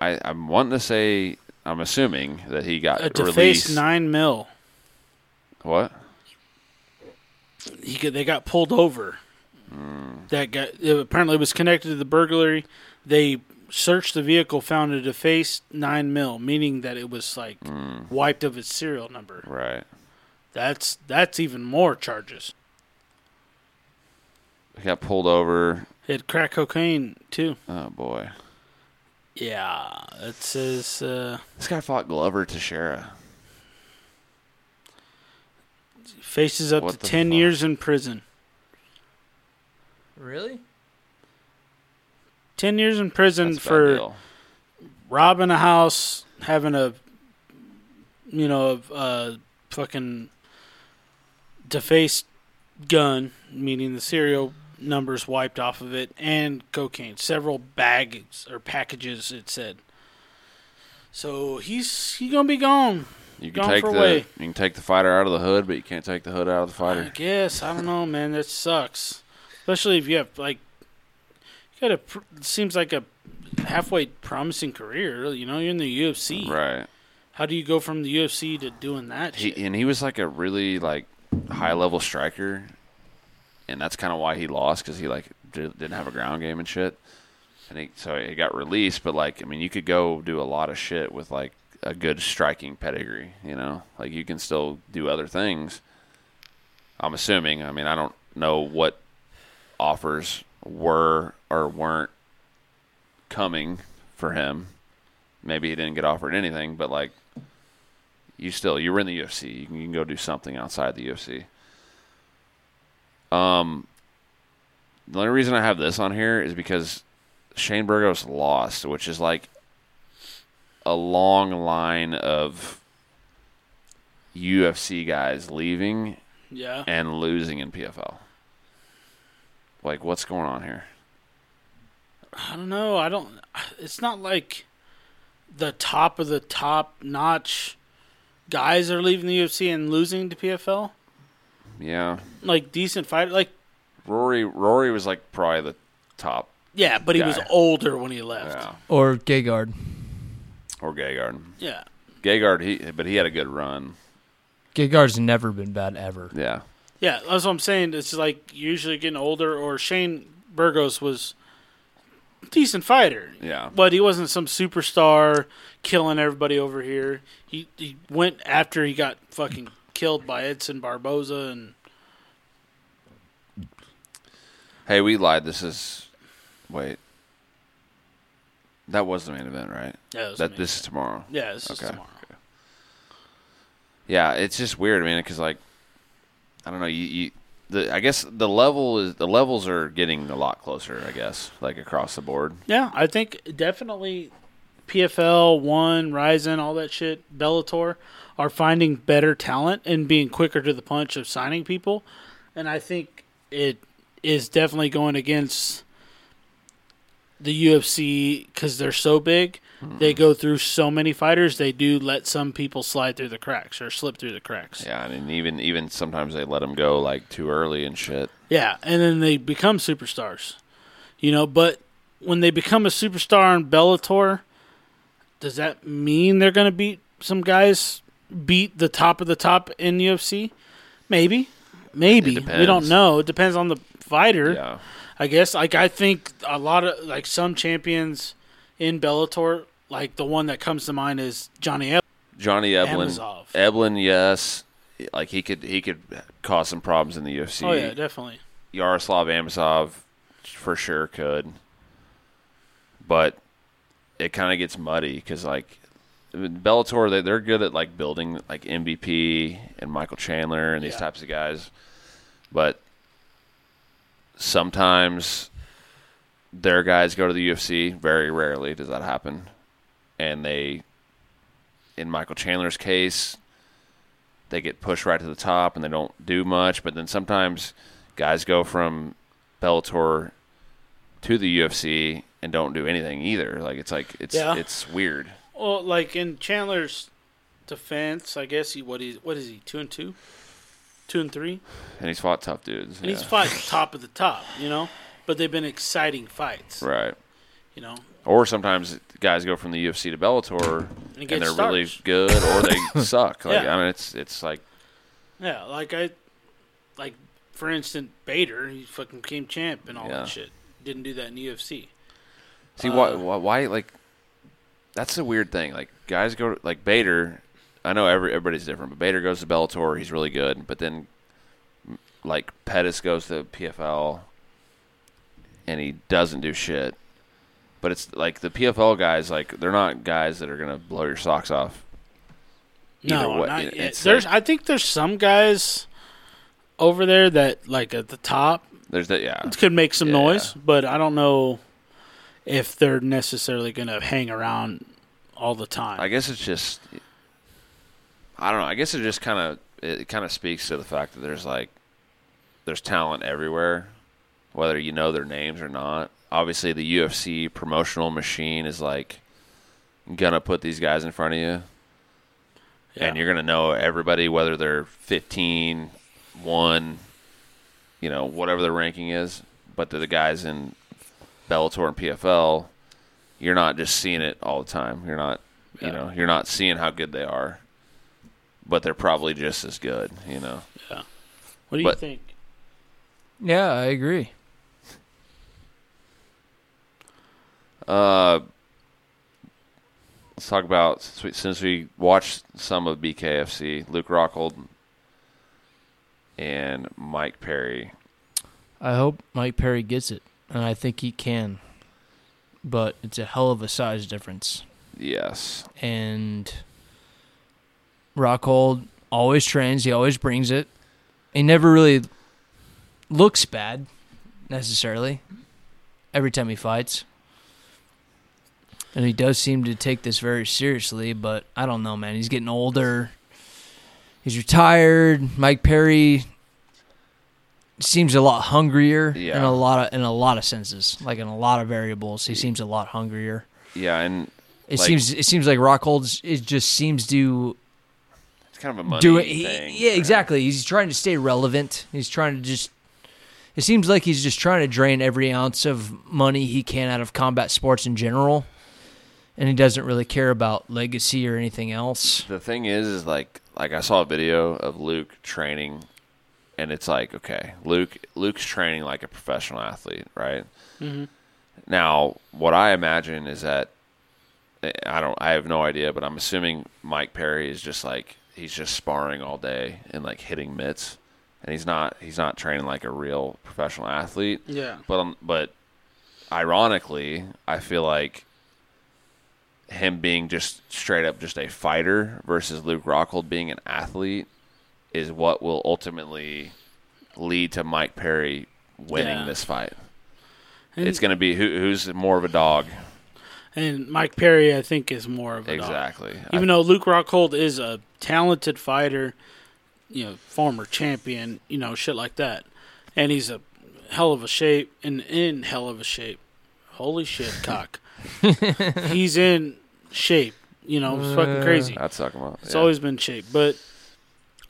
A: I I'm wanting to say I'm assuming that he got
C: A
A: released.
C: defaced Uh, nine mil.
A: what?
C: he got, they got pulled over.
A: Hmm.
C: That guy it apparently was connected to the burglary. They searched the vehicle, found a defaced nine mil, meaning that it was like
A: Hmm.
C: wiped of its serial number.
A: Right.
C: That's that's even more charges.
A: He got pulled over.
C: He had crack cocaine too.
A: Oh boy.
C: Yeah, it says uh,
A: This guy fought Glover Teixeira.
C: Faces up
A: What
C: to
A: the
C: 10
A: fuck?
C: years in prison.
B: Really?
C: 10 years in prison
A: That's a bad
C: for
A: deal.
C: robbing a house, having a, you know, a, a fucking defaced gun, meaning the serial numbers wiped off of it, and cocaine, several bags or packages. It said. So he's he gonna be gone.
A: You
C: Gone
A: can take
C: for
A: the
C: away.
A: you can take the fighter out of the hood, but you can't take the hood out of the
C: I
A: fighter.
C: guess I don't know, man. That sucks, especially if you have like, you got a pr- seems like a halfway promising career. You know, you're in the UFC.
A: Right.
C: How do you go from the UFC to doing that?
A: He
C: shit?
A: and he was like a really like high level striker, and that's kind of why he lost because he like di- didn't have a ground game and shit, and he so he got released. But like I mean, you could go do a lot of shit with like a good striking pedigree. You know, like you can still do other things. I'm assuming. I mean, I don't know what offers were or weren't coming for him. Maybe he didn't get offered anything, but like you still you were in the UFC. You can, you can go do something outside the UFC. Um, the only reason I have this on here is because Shane Burgos lost, which is like a long line of UFC guys leaving
C: yeah.
A: and losing in PFL. Like, what's going on here?
C: I don't know. I don't. It's not like the top of the top notch guys are leaving the UFC and losing to PFL.
A: Yeah,
C: Like decent fighter. Like
A: Rory. Rory was like probably the top.
C: yeah, but he was
A: Guy.
C: older when he left.
A: Yeah,
B: Or Gegard.
A: or Gegard.
C: Yeah.
A: Gegard. He, but he had a good run.
B: Gegard's never been bad ever.
A: Yeah.
C: Yeah, that's what I'm saying. It's like usually getting older. Or Shane Burgos was a decent fighter,
A: Yeah.
C: but he wasn't some superstar killing everybody over here. He he went after he got fucking killed by Edson Barboza and
A: Hey, we lied. This is wait. That was the main event, right?
C: yeah, it was
A: that
C: amazing.
A: this is tomorrow.
C: yeah, this
A: okay.
C: is tomorrow.
A: Yeah, it's just weird, man. Because like, I don't know. You, you the I guess the level is the levels are getting a lot closer. I guess like across the board.
C: Yeah, I think definitely PFL, One, Ryzen, all that shit, Bellator are finding better talent and being quicker to the punch of signing people. And I think it is definitely going against the UFC because they're so big. They go through so many fighters, they do let some people slide through the cracks or slip through the cracks.
A: Yeah, I mean, even even sometimes they let them go like too early and shit.
C: Yeah, and then they become superstars. You know, but when they become a superstar in Bellator, does that mean they're going to beat some guys beat the top of the top in UFC? Maybe. Maybe.
A: It
C: We don't
A: depends.
C: know. It depends on the fighter.
A: Yeah,
C: I guess like I think a lot of like some champions in Bellator, like the one that comes to mind is Johnny Ep-
A: Johnny Eblin.
C: Amazov.
A: Eblin, yes. Like he could he could cause some problems in the UFC.
C: Oh yeah, definitely.
A: Yaroslav Amosov for sure could, but it kind of gets muddy because like Bellator, they they're good at like building like MVP and Michael Chandler and these
C: Yeah.
A: types of guys, but sometimes their guys go to the UFC. Very rarely does that happen, and they, in Michael Chandler's case, they get pushed right to the top and they don't do much. But then sometimes guys go from Bellator to the UFC and don't do anything either. Like it's like it's
C: Yeah.
A: it's weird.
C: Well, like in Chandler's defense, I guess he what is what is he two and two, two and three,
A: And he's fought tough dudes.
C: and he's
A: Yeah. (laughs)
C: fought top of the top, you know. But they've been exciting fights,
A: right.
C: you know.
A: Or sometimes guys go from the UFC to Bellator
C: And,
A: and
C: they're
A: they're really good or
C: (laughs)
A: they suck. Like
C: Yeah.
A: I mean it's it's like
C: yeah, like I, like for instance Bader, he fucking became champ and all
A: Yeah.
C: that shit. Didn't do that in UFC.
A: See why,
C: Uh,
A: why? Why? Like, that's the weird thing. Like, guys go to, like Bader. I know every, everybody's different, but Bader goes to Bellator. He's really good. But then, m- like Pettis goes to PFL, and he doesn't do shit. But it's like the PFL guys. Like, they're not guys that are gonna blow your socks off. Either
C: No,
A: way,
C: not
A: it-
C: yet.
A: it's
C: There's,
A: like-
C: I think there's some guys over there that like at the top
A: There's that. Yeah.
C: could make some
A: Yeah.
C: noise, but I don't know if they're necessarily going to hang around all the time.
A: I guess it's just. I don't know. I guess it just kind of it kind of speaks to the fact that there's like there's talent everywhere, whether you know their names or not. Obviously, the UFC promotional machine is like gonna put these guys in front of you.
C: Yeah.
A: and you're going to know everybody whether they're 15 1 you know whatever their ranking is but to the guys in Bellator and PFL you're not just seeing it all the time you're not
C: Yeah.
A: you know you're not seeing how good they are but they're probably just as good you know
C: what do you
A: but-
C: think?
D: Yeah, I agree.
A: uh let's talk about since we, since we watched some of BKFC Luke Rockhold and Mike Perry
B: I hope Mike Perry gets it, and I think he can. But it's a hell of a size difference,
A: yes
B: and Rockhold always trains. He always brings it. He never really looks bad necessarily every time he fights. And he does seem to take this very seriously, but I don't know, man. He's getting older. He's retired. Mike Perry seems a lot hungrier in
A: Yeah.
B: a lot of in a lot of senses, like in a lot of variables. He seems a lot hungrier.
A: yeah and
B: It
A: Like-
B: seems it seems like Rockhold it just seems to
A: It's kind of a money
B: do it. he-
A: thing.
B: yeah, exactly. He's trying to stay relevant. He's trying to just. It seems like he's just trying to drain every ounce of money he can out of combat sports in general, and he doesn't really care about legacy or anything else.
A: The thing is, is like, like I saw a video of Luke training, and it's like, okay, Luke, Luke's training like a professional athlete, right? Now, what I imagine is that eh, I don't, I have no idea, but I'm assuming Mike Perry is just like he's just sparring all day and like hitting mitts, and he's not, he's not training like a real professional athlete.
C: Yeah.
A: But um, but ironically, I feel like him being just straight up just a fighter versus Luke Rockhold being an athlete is what will ultimately lead to Mike Perry winning
C: Yeah.
A: this fight.
C: And,
A: it's going to be who, who's more of a dog.
C: and Mike Perry, I think, is more of a dog.
A: Exactly. I-
C: Even though Luke Rockhold is a talented fighter, you know, former champion, you know, shit like that, and he's a hell of a shape and in hell of a shape. Holy shit, cock! he's in shape. You know, it's fucking crazy.
A: I'd suck him up.
C: It's
A: yeah.
C: always been shape, but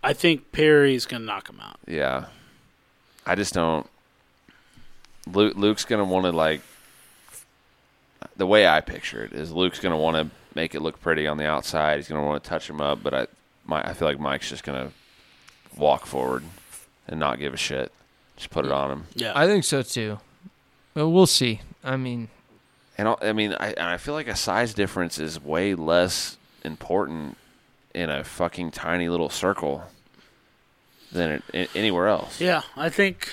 C: I think Perry's gonna knock him out.
A: Yeah. I just don't. Luke, Luke's gonna want to like. The way I picture it is Luke's gonna want to make it look pretty on the outside. He's gonna want to touch him up, but I, my, I feel like Mike's just gonna walk forward and not give a shit. Just put it on him.
C: Yeah,
D: I think so too. Well, we'll see. I mean,
A: And I, I mean, I, and I feel like a size difference is way less important in a fucking tiny little circle than it, anywhere else.
C: yeah, I think.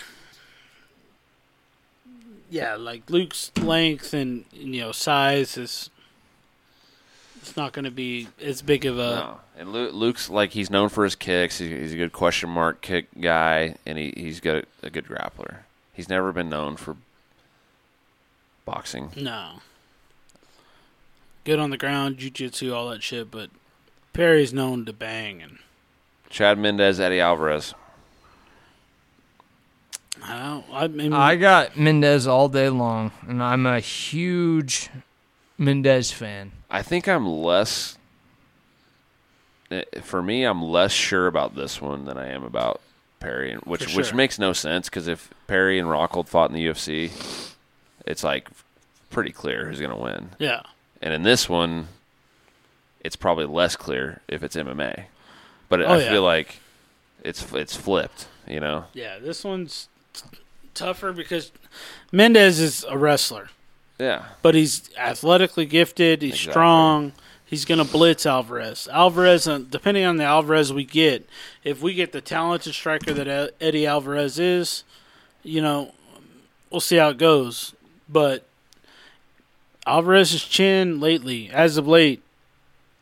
C: Yeah, like Luke's length and you know size is. It's not going to be as big of a
A: No. And Lu Luke's like he's known for his kicks. He's, he's a good question mark kick guy, and he he's got a good grappler. He's never been known for boxing.
C: no. Good on the ground, jujitsu, all that shit, but Perry's known to bang, and
A: Chad Mendez, Eddie Alvarez.
C: I don't. I mean,
B: I got Mendez all day long, and I'm a huge Mendez fan.
A: I think I'm less. eh, For me, I'm less sure about this one than I am about Perry, and which
C: For
A: which
C: sure.
A: makes no sense because if Perry and Rockhold fought in the UFC, it's like pretty clear who's gonna win.
C: yeah,
A: And in this one, it's probably less clear if it's MMA. But
C: Oh,
A: I
C: yeah.
A: feel like it's it's flipped, you know.
C: yeah. This one's t- tougher because Mendez is a wrestler.
A: Yeah.
C: but he's athletically gifted. He's
A: Exactly.
C: strong. He's going to blitz Alvarez. Alvarez, uh, depending on the Alvarez we get, if we get the talented striker that E- Eddie Alvarez is, you know, we'll see how it goes. But Alvarez's chin lately, as of late,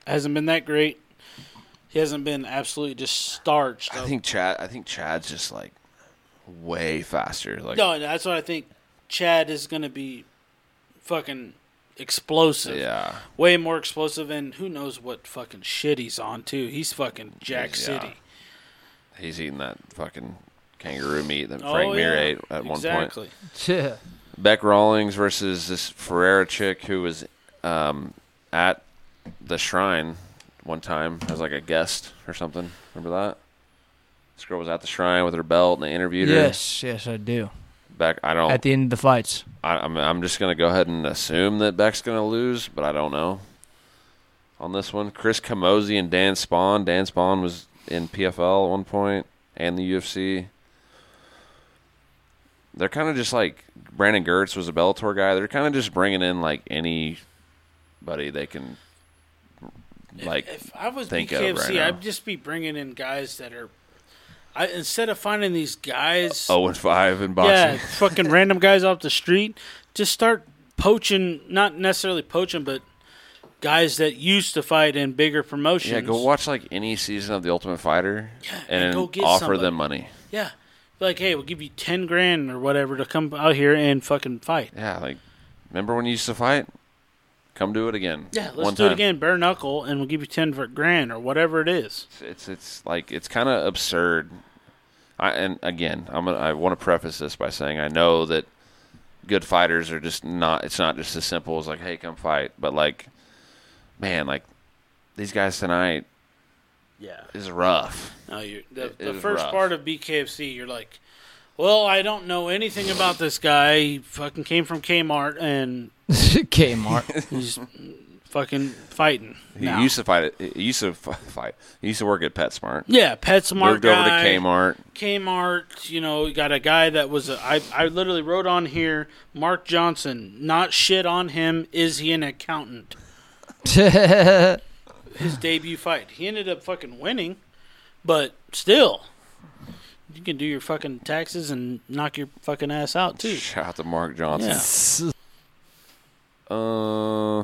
C: hasn't been that great. He hasn't been absolutely just starched.
A: I
C: up.
A: think Chad I think Chad's just like way faster. Like,
C: no, that's what I think. Chad is going to be fucking explosive.
A: yeah,
C: Way more explosive, and who knows what fucking shit he's on, too. He's fucking Jack
A: Yeah.
C: City.
A: he's eating that fucking kangaroo meat that
C: Oh,
A: Frank Mir
C: yeah.
A: ate at one point.
C: Exactly.
E: Yeah.
A: Beck Rawlings versus this Ferrera chick who was um, at the shrine one time as like a guest or something. Remember that? This girl was at the shrine with her belt and they interviewed
E: Yes, yes, I do.
A: her. Beck, I don't.
E: At the end of the fights,
A: I, I'm, I'm just gonna go ahead and assume that Beck's gonna lose, but I don't know. On this one, Chris Camozzi and Dan Spawn. Dan Spawn was in PFL at one point and the UFC. They're kind of just like Brandon Gertz was a Bellator guy. They're kind of just bringing in like anybody they can. Like,
C: if I was
A: think of
C: BKFC,
A: right now.
C: I'd just be bringing in guys that are. I instead of finding these guys,
A: zero and five in
C: yeah,
A: Oh, boxing.
C: (laughs) fucking random guys off the street, just start poaching. Not necessarily poaching, but guys that used to fight in bigger promotions.
A: Yeah, go watch like any season of The Ultimate Fighter and,
C: and go get
A: offer
C: somebody.
A: them money.
C: Yeah, Be like hey, we'll give you ten grand or whatever to come out here and fucking fight.
A: Yeah, like remember when you used to fight? Come do it again.
C: Yeah, let's
A: One
C: do
A: time.
C: it again, bare knuckle, and we'll give you ten for grand or whatever it is.
A: It's it's, it's like it's kind of absurd. I and again, I'm gonna, I want to preface this by saying I know that good fighters are just not. It's not just as simple as like, hey, come fight. But like, man, like these guys tonight
C: Yeah.
A: is rough.
C: No, you the,
A: It- it
C: the
A: was
C: first
A: rough.
C: part of BKFC, you're like, well, I don't know anything about this guy. He fucking came from Kmart and
E: (laughs) Kmart.
A: (laughs)
C: he's fucking fighting.
A: He
C: now.
A: used to fight. It. He used to (laughs) fi- fight. He used to work at PetSmart.
C: yeah, PetSmart
A: Moved over to
C: guy.
A: Kmart.
C: Kmart, you know, you got a guy that was. A, I I literally wrote on here, Mark Johnson. Not shit on him. Is he an
E: (laughs)
C: accountant? His debut fight, he ended up fucking winning, but still, you can do your fucking taxes and knock your fucking ass out too.
A: Shout out to Mark Johnson.
C: Yeah.
A: Uh,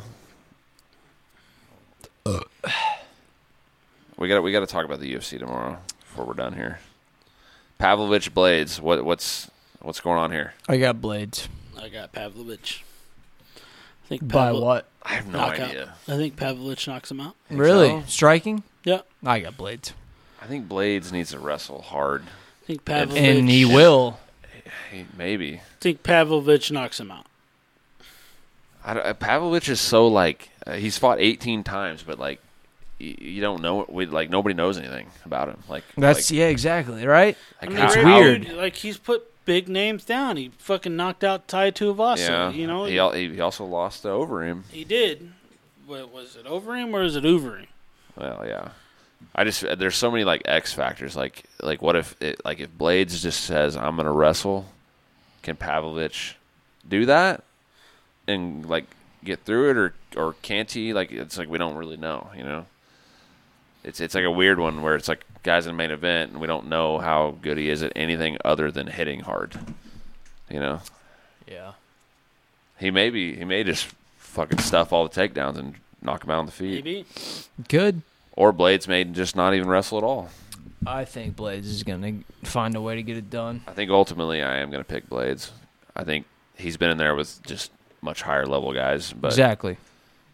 A: we got we got to talk about the UFC tomorrow before we're done here. Pavlovich Blades, what what's what's going on here?
E: I got blades.
C: I got Pavlovich. I think
E: By
C: Pavlo-
E: what?
A: I have no
C: Knockout.
A: idea.
C: I think Pavlovich knocks him out.
E: Really?
A: so?
E: Striking?
C: Yeah,
E: I got blades.
A: I think Blades needs to wrestle hard.
C: I think Pavlovich.
E: And he will.
A: Hey, maybe.
C: I think Pavlovich knocks him out.
A: I, don't- uh, Pavlovich is so like uh, he's fought 18 times, but like y- you don't know we, like nobody knows anything about him. Like
E: That's
A: like,
E: yeah, exactly, right?
A: like,
C: I mean,
A: how-
C: Ray-
A: how-
E: weird.
C: dude, like he's put big names down. He fucking knocked out Tai Tuivasa.
A: Yeah,
C: you know
A: he, al- he also lost to over him.
C: he did. What was it over him or is it over him?
A: Well, yeah. I just there's so many like X factors. Like like what if it, like if Blades just says I'm gonna wrestle, can Pavlovich do that and like get through it or or can't he? Like it's like we don't really know. You know. It's it's like a weird one where it's like guys in the main event and we don't know how good he is at anything other than hitting hard. You know.
E: Yeah.
A: He may be he may just fucking stuff all the takedowns and knock him out on the feet.
C: Maybe.
E: Good.
A: Or Blades may just not even wrestle at all.
E: I think Blades is gonna find a way to get it done.
A: I think ultimately I am going to pick Blades. I think he's been in there with just much higher level guys, but
E: exactly.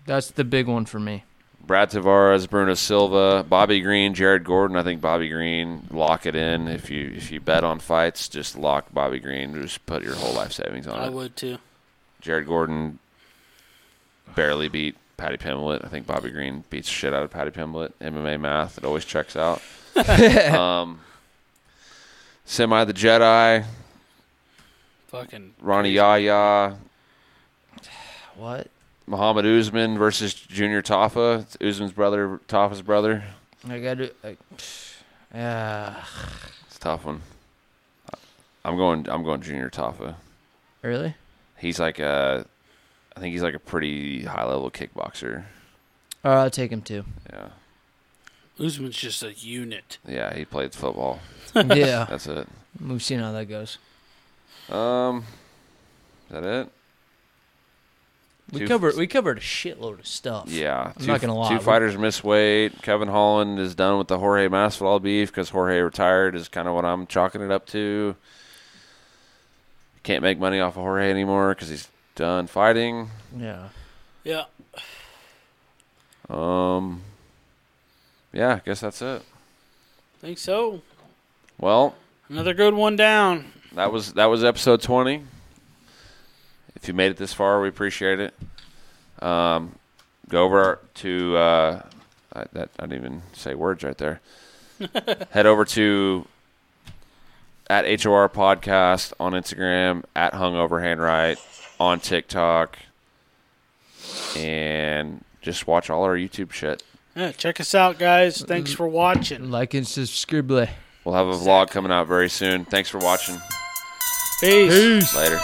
E: That's the big one for me.
A: Brad Tavares, Bruno Silva, Bobby Green, Jared Gordon. I think Bobby Green lock it in. If you if you bet on fights, just lock Bobby Green. Just put your whole life savings on
C: I
A: it.
C: would too.
A: Jared Gordon barely beat Patty Pimblett. I think Bobby Green beats the shit out of Patty Pimblett. MMA math, it always checks out. um, Semi the Jedi,
C: Fucking
A: Ronnie Yahya,
E: What?
A: Muhammad Usman versus Junior Tafa. It's Usman's brother, Tafa's brother.
E: I gotta I- Yeah.
A: It's a tough one. I'm going. I'm going Junior Tafa.
E: Really?
A: He's like a, I think he's like a pretty high level kickboxer.
E: All right, Uh, I'll take him (laughs) too.
A: Yeah,
C: Usman's just a unit.
A: yeah. He played football.
E: yeah.
A: That's it.
E: We've seen how that goes.
A: Um, is that it?
E: We
A: Two-
E: covered we covered a shitload of stuff.
A: Yeah,
E: I'm not gonna lie.
A: Two fighters miss weight. Kevin Holland is done with the Jorge Masvidal beef because Jorge retired. Is kind of what I'm chalking it up to. Can't make money off of Jorge anymore because he's done fighting.
E: Yeah.
C: Yeah.
A: Um, yeah, I guess that's it.
C: Think so.
A: Well,
C: Another good one down.
A: that was that was episode twenty. If you made it this far, we appreciate it. Um, go over to uh, I, that I didn't even say words right there. Head over to at HOR podcast on Instagram, at Hungover Handwrite on TikTok, and just watch all our YouTube shit.
C: Yeah, check us out, guys. Thanks for watching.
E: Like and subscribe.
A: We'll have a vlog coming out very soon. Thanks for watching.
C: Peace.
A: Later.